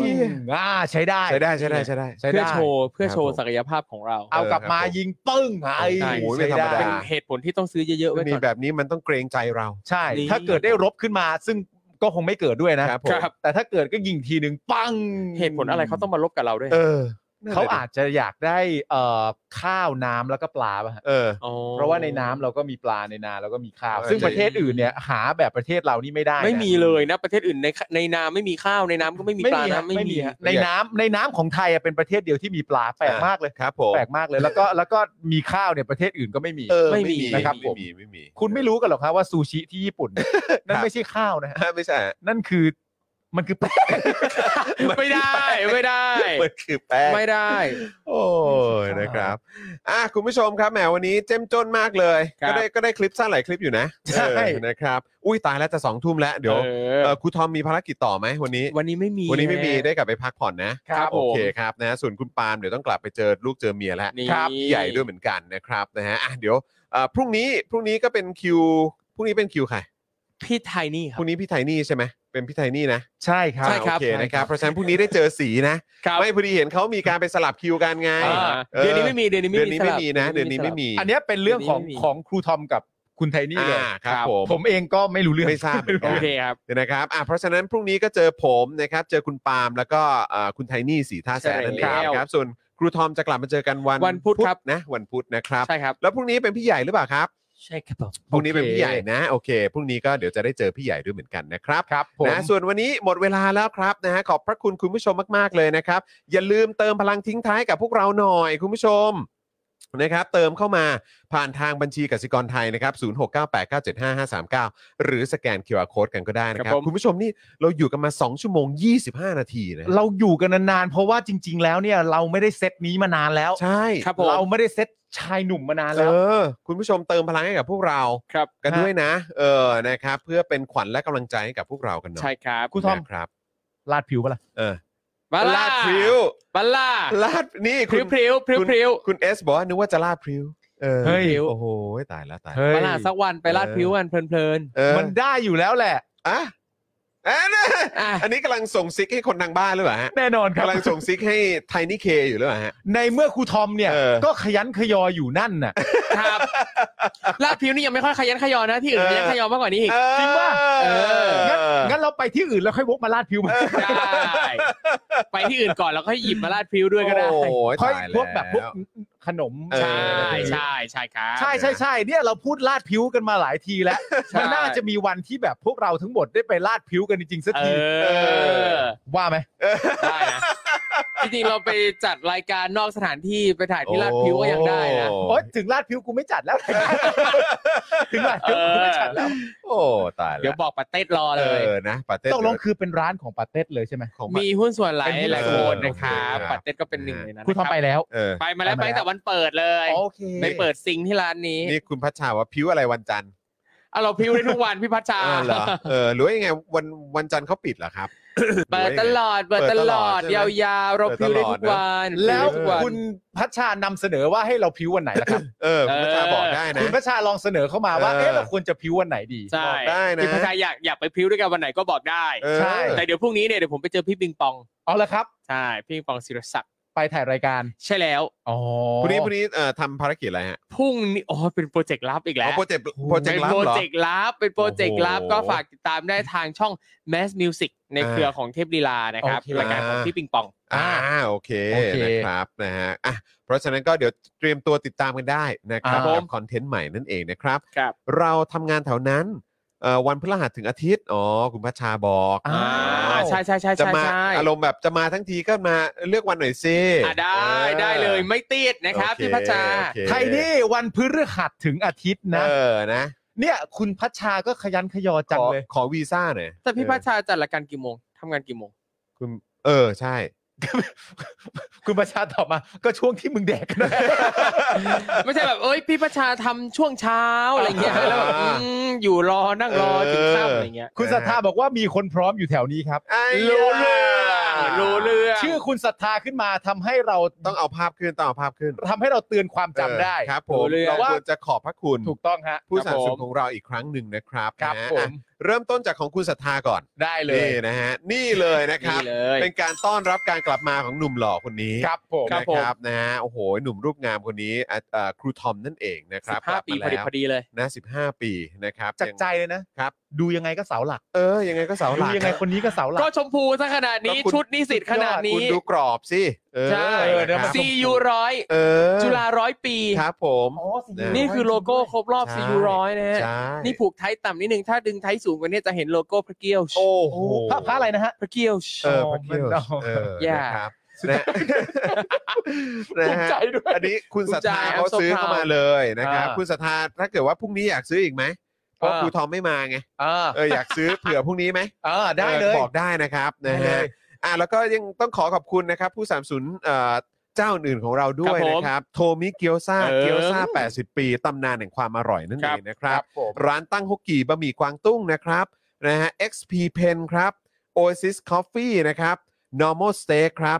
D: อ่าใช้ได้
B: ใช้ได้ใช้ได้ใช้ได้
D: ใช้
C: เพื่อ
D: ได้
C: โชว์เพื่อโช
B: ค
C: ว์
B: รับผม
C: ศักยภาพของเรา
D: เอากลับมา
B: เออครับ
D: ยิงปึ้งไอ้
C: ใช่
B: โอ้ย
D: ใช้
B: ไม่ธรรมดา
C: เป็นเหตุผลที่ต้องซื้อเยอะๆไว้
B: มี
C: ก่อน
B: แบบนี้มันต้องเกรงใจเรา
D: ใช่
C: นี่
D: ถ้าเกิดได้รบขึ้นมาซึ่งก็คงไม่เกิดด้วยนะครับ
B: ผม
D: ครับแต่ถ้าเกิดก็ยิงทีหนึ่งปัง
C: เหตุผลอะไรเขาต้องมาลบกับเราด้วย
B: เออ
D: เขาอาจจะอยากได้เอ่อข้าวน้ำแล้วก็ปลาป่ะฮะ
B: เออ
C: อ๋อ
D: เพราะว่าในน้ำเราก็มีปลาในนาเราก็มีข้าว
B: เออ
D: ซึ่งประเทศอื่นเนี่ยหาแบบประเทศเรานี่ไม่ได้นะ
C: ไม่มีเลยนะ ประเทศอื่นในในน้ำไม่มีข้าวในน้ำก็ไม่มีปลา
D: ฮะ
C: นะไม่มี
D: ฮะในน้ำในน้ำของไทยอะเป็นประเทศเดียวที่มีปลาแปลกมากเลย
B: ครับผม
D: แปลกมากเลยแล้วก็ [laughs] แล้วก็มีข้าวเนี่ยประเทศอื่นก็ไม่มี
B: เออ
C: ไม่มี
D: นะครับ
B: ไม่
D: ผม
B: มีไม่มี
D: คุณไม่รู้กันหรอกครับว่าซูชิที่ญี่ปุ่น นั่นไม่ใช่ข้าวนะฮะ
B: ฮะไม่ใช่ฮะ
D: นั่นคือมันคือแป้ง
C: ไม่ได้ไม่ได้
B: มันคือแป้ง
C: ไม่ได้
B: โอ้ยนะครับอ่ะคุณผู้ชมครับแหมวันนี้เจ้มจนมากเลย
C: ครับ
B: ก็ได้ก็ได้คลิปสั้นหลายคลิปอยู่นะ
D: ใช่
B: เออนะครับ อุ้ยตายแล้วจะสองทุ่มแล้วเดี๋ยว
C: อ
B: เอ
C: อ
B: อครูทอมมีภารกิจต่อไหมวันนี้
C: วันนี้ไม่มี
B: วันนี้ไม่มีได้กลับไปพักผ่อนนะครับ โอเค
C: ผม
B: ครับนะส่วนคุณปาล์มเดี๋ยวต้องกลับไปเจอลูกเจอเมียแล้ว
C: นี่
B: ครับพี่ใหญ่ด้วยเหมือนกันนะครับนะฮะอ่ะเดี๋ยวเอ่อพรุ่งนี้พรุ่งนี้ก็เป็นคิวพรุ่งนี้เป็นคิวใคร
C: พี่ไทนี่ค
B: พ
C: รับ
B: รุ่งนี้พี่ไทนี่ใช่ไหมเป็นพี่ไทนี่นะ
D: ใช่ครับ
C: ใช่ครับ
B: โอเคนะครับเพราะฉะนั้นพรุ่งนี้ได้เจอสีนะ
C: ครับ
B: ไม่พอดีเห็นเขามีการไปสลับคิวกันไง
C: อ่า
B: ออ
C: เดือนนี้ไม่มีเดือนนี้ไม่
B: เดือน
C: มี
B: นี้
C: ส
B: ไม่
C: ลับ
B: มีนะ เดือนนี้
C: สลั
B: ไม่
C: บ
B: มี
D: อันเนี้ยเป็นเรื่องของ
C: ไม่มี
D: ของครูทอมกับครู คุณไทนี่เลย
B: อ่าครับผม
D: ผมเองก็ไม่รู้เรื่อง
B: ไม่ทราบหมืนกัน
C: โอเคครับ
B: นะครับอ่ะเพราะฉะนั้นพรุ่งนี้ก็เจอผมนะครับ เจอคุณปาล์มแล้วก็อ่าคุณไทนี่สีท่าแสนนั่นเอง
C: ใช่แล้ว
B: ครับ ส่วนครูทอมจะกลับมาเจอกันวัน
C: วันพุธครับ
B: นะ วันพุธนะครับ
C: ใช่ครับ
B: แล้วพรุ่งนี้เป็นพี่ใหญ่หรือเปล่าครับ
C: ใช่ครับผม
B: พรุ่งนี้เป็นพี่ใหญ่นะ โอเค พรุ่งนี้ก็เดี๋ยวจะได้เจอพี่ใหญ่ด้วยเหมือนกันนะครับ
D: ครับผม
B: นะส่วนวันนี้หมดเวลาแล้วครับนะฮะขอบพระคุณคุณผู้ชมมาก ๆ เลยนะครับ อย่าลืมเติมพลังทิ้งท้ายกับพวกเราหน่อยคุณผู้ชมนะครับเติมเข้ามาผ่านทางบัญชีกสิกรไทยนะครับ 0698975539 หรือสแกน QR Code กันก็ได้นะค
C: ค
B: รั
C: รั
B: บบ
C: ผม
B: คุณผู้ชมนี่เราอยู่กันมา 2 ชั่วโมง 25 นาทีนะ
D: เราอยู่กันนานๆเพราะว่าจริง ๆ แล้วเนี่ยเราไม่ได้เซตนี้มานานแล้ว
B: ใช่
C: ครับผม
D: เราไม่ได้เซตชายหนุ่มมานาน
B: เอ
D: แล้ว
B: อคุณผู้ชมเติมพลังให้กับพวกเรา
C: ครับ
B: กันด้วยนะ เออนะครับเพื่อเป็นขวัญและกำลังใจให้กับพวกเรากันหน่อย
C: ใช่ครับ
D: คุณทอม
B: นะครับ
D: ลาดผิวปะล่ะ
B: เออ
C: มา
B: ลาดพริ้ว
C: มาล่า
B: ลาดนี่
C: พ
B: คุ
C: ริ้ว
B: ณ
C: พริ้วพริ้วพริ้ว
B: คุณเอสบอกว่านึกว่าจะลาดพริ้วเออ
D: เฮ้ย
B: โอ้โห ตายแล้วตายแล้ว
D: เฮ้ย
C: มาล่าสักวันไปลาดพริ้วกันเพลิน
B: เออ
D: มันได้อยู่แล้วแหละ
B: อ่ะอ่ะนะ
C: ๆอ่ะ
B: อันนี้กำลังส่งซิกให้คนทางบ้านหรือเปล่าฮะ
D: แน่นอนครับ
B: กำลังส่งซิกให้ไทนี่เคอยู่หรือเปล่าฮะ
D: ในเมื่อครูทอมเนี่ย
B: เออ
D: ก็ขยันขยออยู่นั่นน่ะ
B: [laughs]
C: ครับลาดพริ้วนี่ยังไม่ค่อยขยันขยอนะที่อื่น
B: เออ
C: ขยันขยอมากกว่านี้อีก
D: จริงป่ะ
B: เออ
D: งั้นงั้นเราไปที่อื่นแล้วค่อยวกมาลาดผิวมา
C: ได้ ไปที่อื่นก่อนแล้วค่อยหยิบมาลาดพริ้วด้วยก็ได้
B: โอ้ย
D: ค่อย
B: ตายล้ว
D: พวกแบบพวกขนม
B: เออ
C: ใช่ใช่ใช่ครับ
D: ใช่ใช่ใช่เนี่ยเราพูดลาดผิวกันมาหลายทีแล้ว
C: ใช่
D: มันน่าจะมีวันที่แบบพวกเราทั้งหมดได้ไปลาดผิวกันจริงๆสัก
C: เอ
D: ที
C: อ
D: ว่าไหม
C: ได้นะจริงๆเราไปจัดรายการนอกสถานที่ไปถ่ายที่ลาดพริ้วก็ยังได้นะ
B: โอ้
D: โอ๊ยถึงลาดผิวกูไม่จัดแล้ว [laughs] ถึงลาดผิวกูไม่จัดแล้ว
B: โอ้ตายแล้ว
C: เดี๋ยวบอกปาเต็ดรอเลย
B: ออนะปาเต้
D: [laughs] ตกลงคือเป็นร้านของปาเต็ดเลยใช่ไหม
B: ของ
C: มีหุ้นส่วนหลายหลายคนนะครับ
B: เออ
C: ปาเต็ดก็เป็นหนึ่งในนั้นนะ
D: คุณทอมไปแล้ว
B: เออ
C: ไปมาแล้ว
D: ไป
C: ไป
D: มาแล้ว
C: แต่วันเปิดเลย
D: โอเค
C: ไปเปิดซิงที่ร้านนี้
B: นี่คุณพัชชาว่าพริ้วอะไรวันจันทร์
C: เอาเราพริ้วได้ทุกวันพี่พัชชา
B: อ้าวเหรอเออหรือว่ายังไงวันวันจันทร์เขาปิดเหรอครับ
C: เปิดตลอดเปิดตลอด
B: เปิดตล
C: ยา
B: อด
C: วๆเราพริ้วได้ทุกวัน
D: แล้ว
C: พริ้ได้ทุกน
D: คุณพัชชานำเสนอว่าให้เราพิววันไหนล่ะครับ
B: เออคุณพัชชาบอกได้นะ
D: คุณพัชชาล [laughs] องเสนอเข้ามาว่า
B: เออ
D: เอ๊ะเราควรจะพิววันไหนดี
B: บ
C: ใช่
B: อกได้นะ
C: พี่พัชชายอยากอยากไปพริ้วด้วยกันวันไหนก็บอกได้
B: เออ
D: ใช่
C: แต่เดี๋ยวพรุ่งนี้เนี่ยเดี๋ยวผมไปเจอพี่ปิงปอง
D: เอาละครับ
C: ใช่พี่ปิงปองศิรศักดิ์
D: ไปถ่ายรายการ
C: ใช่แล้ว
D: อ๋อ
B: พรุ่งนี้พรุ่งนี้เอ่อทำภารกิจอะไรฮะ
C: พรุ่งนี้อ๋อเป็นโปรเจกต์ลับอีก
B: อ๋
C: แล้
B: อ
C: ว
B: โปรเจกต์โปรเจก
C: เป็
B: ต์
C: น
B: ลับ
C: โปร
B: เหรอ
C: เจกต์ลับเป็นโปรเจกต์ลับ
B: โอ้โห
C: ก็ฝากติดตามได้ทางช่อง Mass Music ในเครือของเทพลีลานะครับ
B: โอเค
C: รายการของพี่ปิงปอง
B: อ่าโอเค
D: โอเค
B: นะครับนะฮะอ่ะเพราะฉะนั้นก็เดี๋ยวเตรียมตัวติดตามกันได้นะครับ
C: ครับผม
B: กับคอนเทนต์ใหม่นั่นเองนะครับ
C: ครับ
B: เราทำงานแถวนั้นเอ่อวันพฤหัสถึงอาทิตย์อ๋อคุณพัชชาบอก
D: อ้า
C: อ่าว ใช่ใช่ใช่
B: จะ
C: ใช่
B: มา
C: ใช่
B: อารมณ์แบบจะมาทั้งทีก็มาเลือกวันหน่อยซิ
C: อ่ะได้ได้เลยไม่ติดนะครับ
B: โอเ
C: พี่พัชชา
B: โอเค
D: ไทยนี่วันพฤหัสถึงอาทิตย์นะ
B: เออนะ
D: เนี่ยคุณพัชชาก็ขยันขยอจัง
B: ขอ
D: เลย
B: ขอวีซ่าหน่อย
C: แต่พี่พัชชาจัดรายการกี่โมงทำงานกี่โมง
B: คุณเออใช่
D: คุณพัชชาตอบมา ก็ช่วงที่มึงแดกนะ
C: ไม่ใช่แบบเอ้ยพี่ประชาทำช่วงเช้าอะไรเงี้ย
B: อ่า
C: แล้วแบบอืมอยู่รอนั่งรอถึง
B: เอออ
C: ค่ำอะไรเงี้ย
D: [laughs] คุณศรัทธาบอกว่ามีคนพร้อมอยู่แถวนี้ครับ
B: ไอ้ย
C: รู้เรื่อง
B: า
C: รู้เรื่อง
D: ชื่อคุณศรัทธาขึ้นมาทำให้เรา
B: ต้องเอาภาพขึ้นต้องเอาภาพขึ้น
D: ทำให้เราเตือนความจำได้
B: เออครับผม
D: รู้เรื่อง
B: เราควรจะขอบพระคุณ
D: ถูกต้องฮะ
B: ผู้สนับสนุนข
D: ครับผม
B: องเราอีกครั้งหนึ่งนะครับ
D: ครับ
B: นะฮะ
D: ผ
B: อ่ะ
D: ม
B: เริ่มต้นจากของคุณศรัทธาก่อน
D: ได้เลย
B: นี่นะฮะนี่เลยนะครับ
C: นี่เลย
B: เป็นการต้อนรับการกลับมาของหนุ่มหล่อคนนี้
D: ครับผม
C: ครั
B: นะ
C: บผม
B: ครับนะฮะโอ้โหหนุ่มรูปงามคนนี้อ่ะเอ่อครูทอมนั่นเองนะค
C: สิ
B: รับบ
C: ห้าก
B: ลับ
C: ปี
B: มา
C: พอดี
B: แล้ว
C: พอดีเลย
B: นะ15 ปีนะครับ
D: จากใจเลยนะครับ ดูยังไงก็เสาหลัก
B: เออยังไงก็เสาห
D: ดู
B: ลัก
D: ยังไงคนนี้ก็เสาหลัก
C: ก็ชมพูซะขนาดนี้
B: แล้วคุณ
C: ชุดนิสิตขนาด
B: คุณ
C: นี้
B: ดูกรอบสิเออ
C: ใช่
D: เออเดี๋ยว
B: นะคน
D: มั
B: รับ
C: ซียูร้อย
B: เออ
C: จุฬาร้อยปี
B: ครับผม
D: อ๋อสี
B: นะ
C: นี่คือโลโก้ครบรอบซียูร้อยนะฮะ
B: ใช่
C: นี่ผูกไทยต่ำนิดนึงถ้าดึงไทยสูงกว่านี้จะเห็นโลโก้พระเกี้ยว
B: โอ้
D: โอ้
B: โห
D: พระพระอะไรนะฮะ
C: พระเกี้ยว
B: เออพระเกียว
D: มันเอา
B: เออ
C: อย่า
B: นะครับนะนะ
D: ภูมิ
B: ฮะ
D: ใจด้วย
B: อันนี้คุณศรัทธา
C: ภูมิใจ
B: เขา
C: I'm so
B: ซื้อเข้ามาเลยนะครับ
D: อ่า
B: คุณศรัทธาถ้าเกิดว่าพรุ่งนี้อยากซื้ออีกไหมเพราะ
C: อ่า
B: ครูทอมไม่มาไง
D: เออ
B: เอออยากซื้อ เผื่อพรุ่งนี้ไหม
D: เออได้เลย
B: ออบอกได้นะครับนะ
D: ได้
B: ฮะ
D: เลย
B: อ่ะแล้วก็ยังต้องขอขอบคุณนะครับ ผู้สามสูนเอ่อเจ้าอื่นๆของเราด้วย
C: ครับผม
B: นะครับ โทมิเกียวซา
C: เออ
B: เกียวซา80 ปีตำนานแห่งความอร่อยนั่น
C: ค
B: เอ
C: รับ
B: งนะครับ
D: ผม
B: ร้านตั้งฮกกี่บะหมี่กวางตุ้งนะครับนะฮะ XP Pen ครับ Oasis Coffee นะครับ Normal Steak ครับ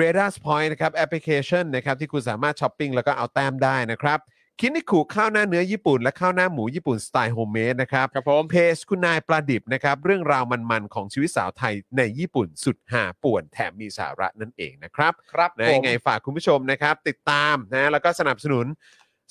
B: r a d a r Point นะครับแอปพลิเคชันนะครับที่คุณสามารถช้อปปิ้งแล้วก็เอาแต้มได้นะครับคินิคุข้าวหน้าเนื้อญี่ปุ่น และข้าวหน้าหมูญี่ปุ่นสไตล์โฮมเมดนะครับ
C: ครับผม
B: เพจคุณนายปลาดิบนะครับเรื่องราวมันๆ ของชีวิตสาวไทยในญี่ปุ่นสุดหาป่วนแถมมีสาระนั่นเองนะครับ
D: ครับ
B: นะ
D: ผม
B: ยังไงฝากคุณผู้ชมนะครับ ติดตามนะแล้วก็สนับสนุน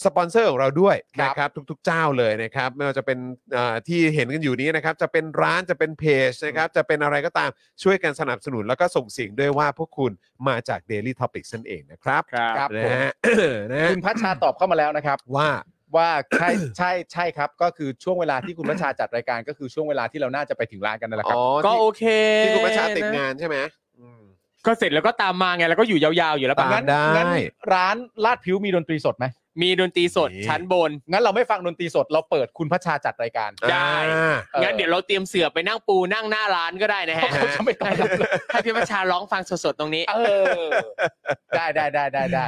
B: สปอนเซอร์ของเราด้วย
D: ครับ
B: นะครับทุกๆเจ้าเลยนะครับไม่ว่าจะเป็นอ่าที่เห็นกันอยู่นี้นะครับจะเป็นร้านจะเป็นเพจนะครับจะเป็นอะไรก็ตามช่วยกันสนับสนุนแล้วก็ส่งเสียงด้วยว่าพวกคุณมาจาก Daily Topic นั่นเองนะครับ
E: ครับ
D: ครับ
B: นะ
D: ผม
B: ฮะ นะ
D: คุณพัชชาตอบเข้ามาแล้วนะครับ
B: ว่า
D: ว่าใช่ใช่ใช่ครับก็คือช่วงเวลาที่คุณประชาจัดรายการก็คือช่วงเวลาที่เราน่าจะไปถึงร้านกันนั่นแหละครั
B: อ๋
D: บ
B: อ
C: ก็
B: ที่
C: โอเค
B: ที่คุณประชาติด
C: นะ
B: งานใช่ไหมอืม
C: ก็เสร็จแล้วก็ตามมาไงแล้วก็อยู่ยาวๆอยู่แล้วปะ
B: ตาม
C: งั้น
B: ได้
D: งั้นร้านลาดผิวมีดนตรีสดไหม
C: มีดนตรีสด
B: นี่
C: ชั้นบน
D: งั้นเราไม่ฟังดนตรีสดเราเปิดคุณพัชชาจัดรายการ
C: ได้
B: อ่า
D: ออ
C: งั้นเดี๋ยวเราเตรียมเสือไปนั่งปูนั่งหน้าร้านก็ได้นะฮะ
D: เขาจะไม่ต้อนรับเลย
C: ให้พี่ประชาร้องฟังสดๆตรงนี้
D: เออได้ได้ได้ได้ได้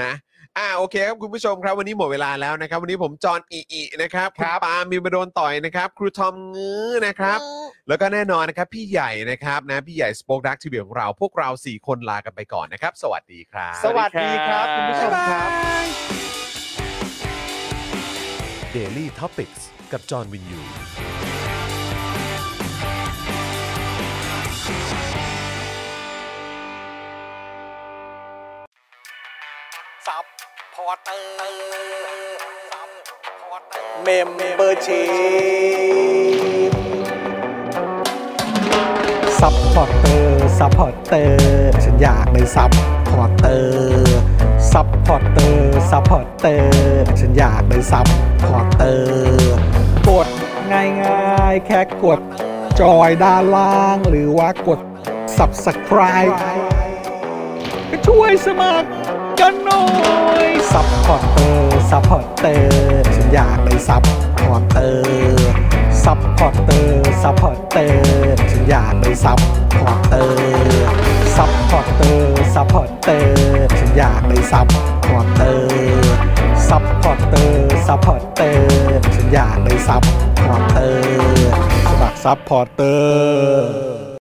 B: นะอ่าโอเคครับคุณผู้ชมครับวันนี้หมดเวลาแล้วนะครับ วันนี้ผมจอห์นอีอีนะครับคุ
D: ค
B: ณ
D: รับ
B: ปาล์มมีมาโดนต่อยนะครับ ครูทอมงื้อนะครับ แล้วก็แน่นอนนะครับ พี่ใหญ่นะครับนะพี่ใหญ่สป็อคดักทีวีของเราพวกเรา 4 คนลากันไปก่อนนะครับ สวัสดีครับ
D: สวัสดีครับคุณผู้ชมครับ
A: Daily Topics กับจอห์นวินยู
F: ซับพอร์เตอร์ซับพอร์เตอร์
G: เมมเบอร์ชีซัพพอร์เตอร์ซัพพอร์เตอร์ฉันอยากเป็นซัพพอร์เตอร์ซัพพอร์เตอร์ซัพพอร์เตอร์ฉันอยากเป็นซัพพอร์เตอร์กดง่ายๆ แค่กดจอยด้านล่าง หรือว่ากด subscribe ก็ช่วยสมัครกันหน่อยซัพพอร์เตอร์ซัพพอร์เตอร์ฉันอยากเป็นซัพพอร์เตอร์ซัพพอร์เตอร์ซัพพอร์เตอร์ฉันอยากเป็นซัพพอร์เตอร์ซัพพอร์เตอร์ซัพพอร์เตอร์ฉันอยากเป็นซัพพอร์เตอร์ซัพพอร์เตอร์ซัพพอร์เตอร์ฉันอยากเป็นซัพพอร์เตอร์สมัครซัพพอร์เตอร์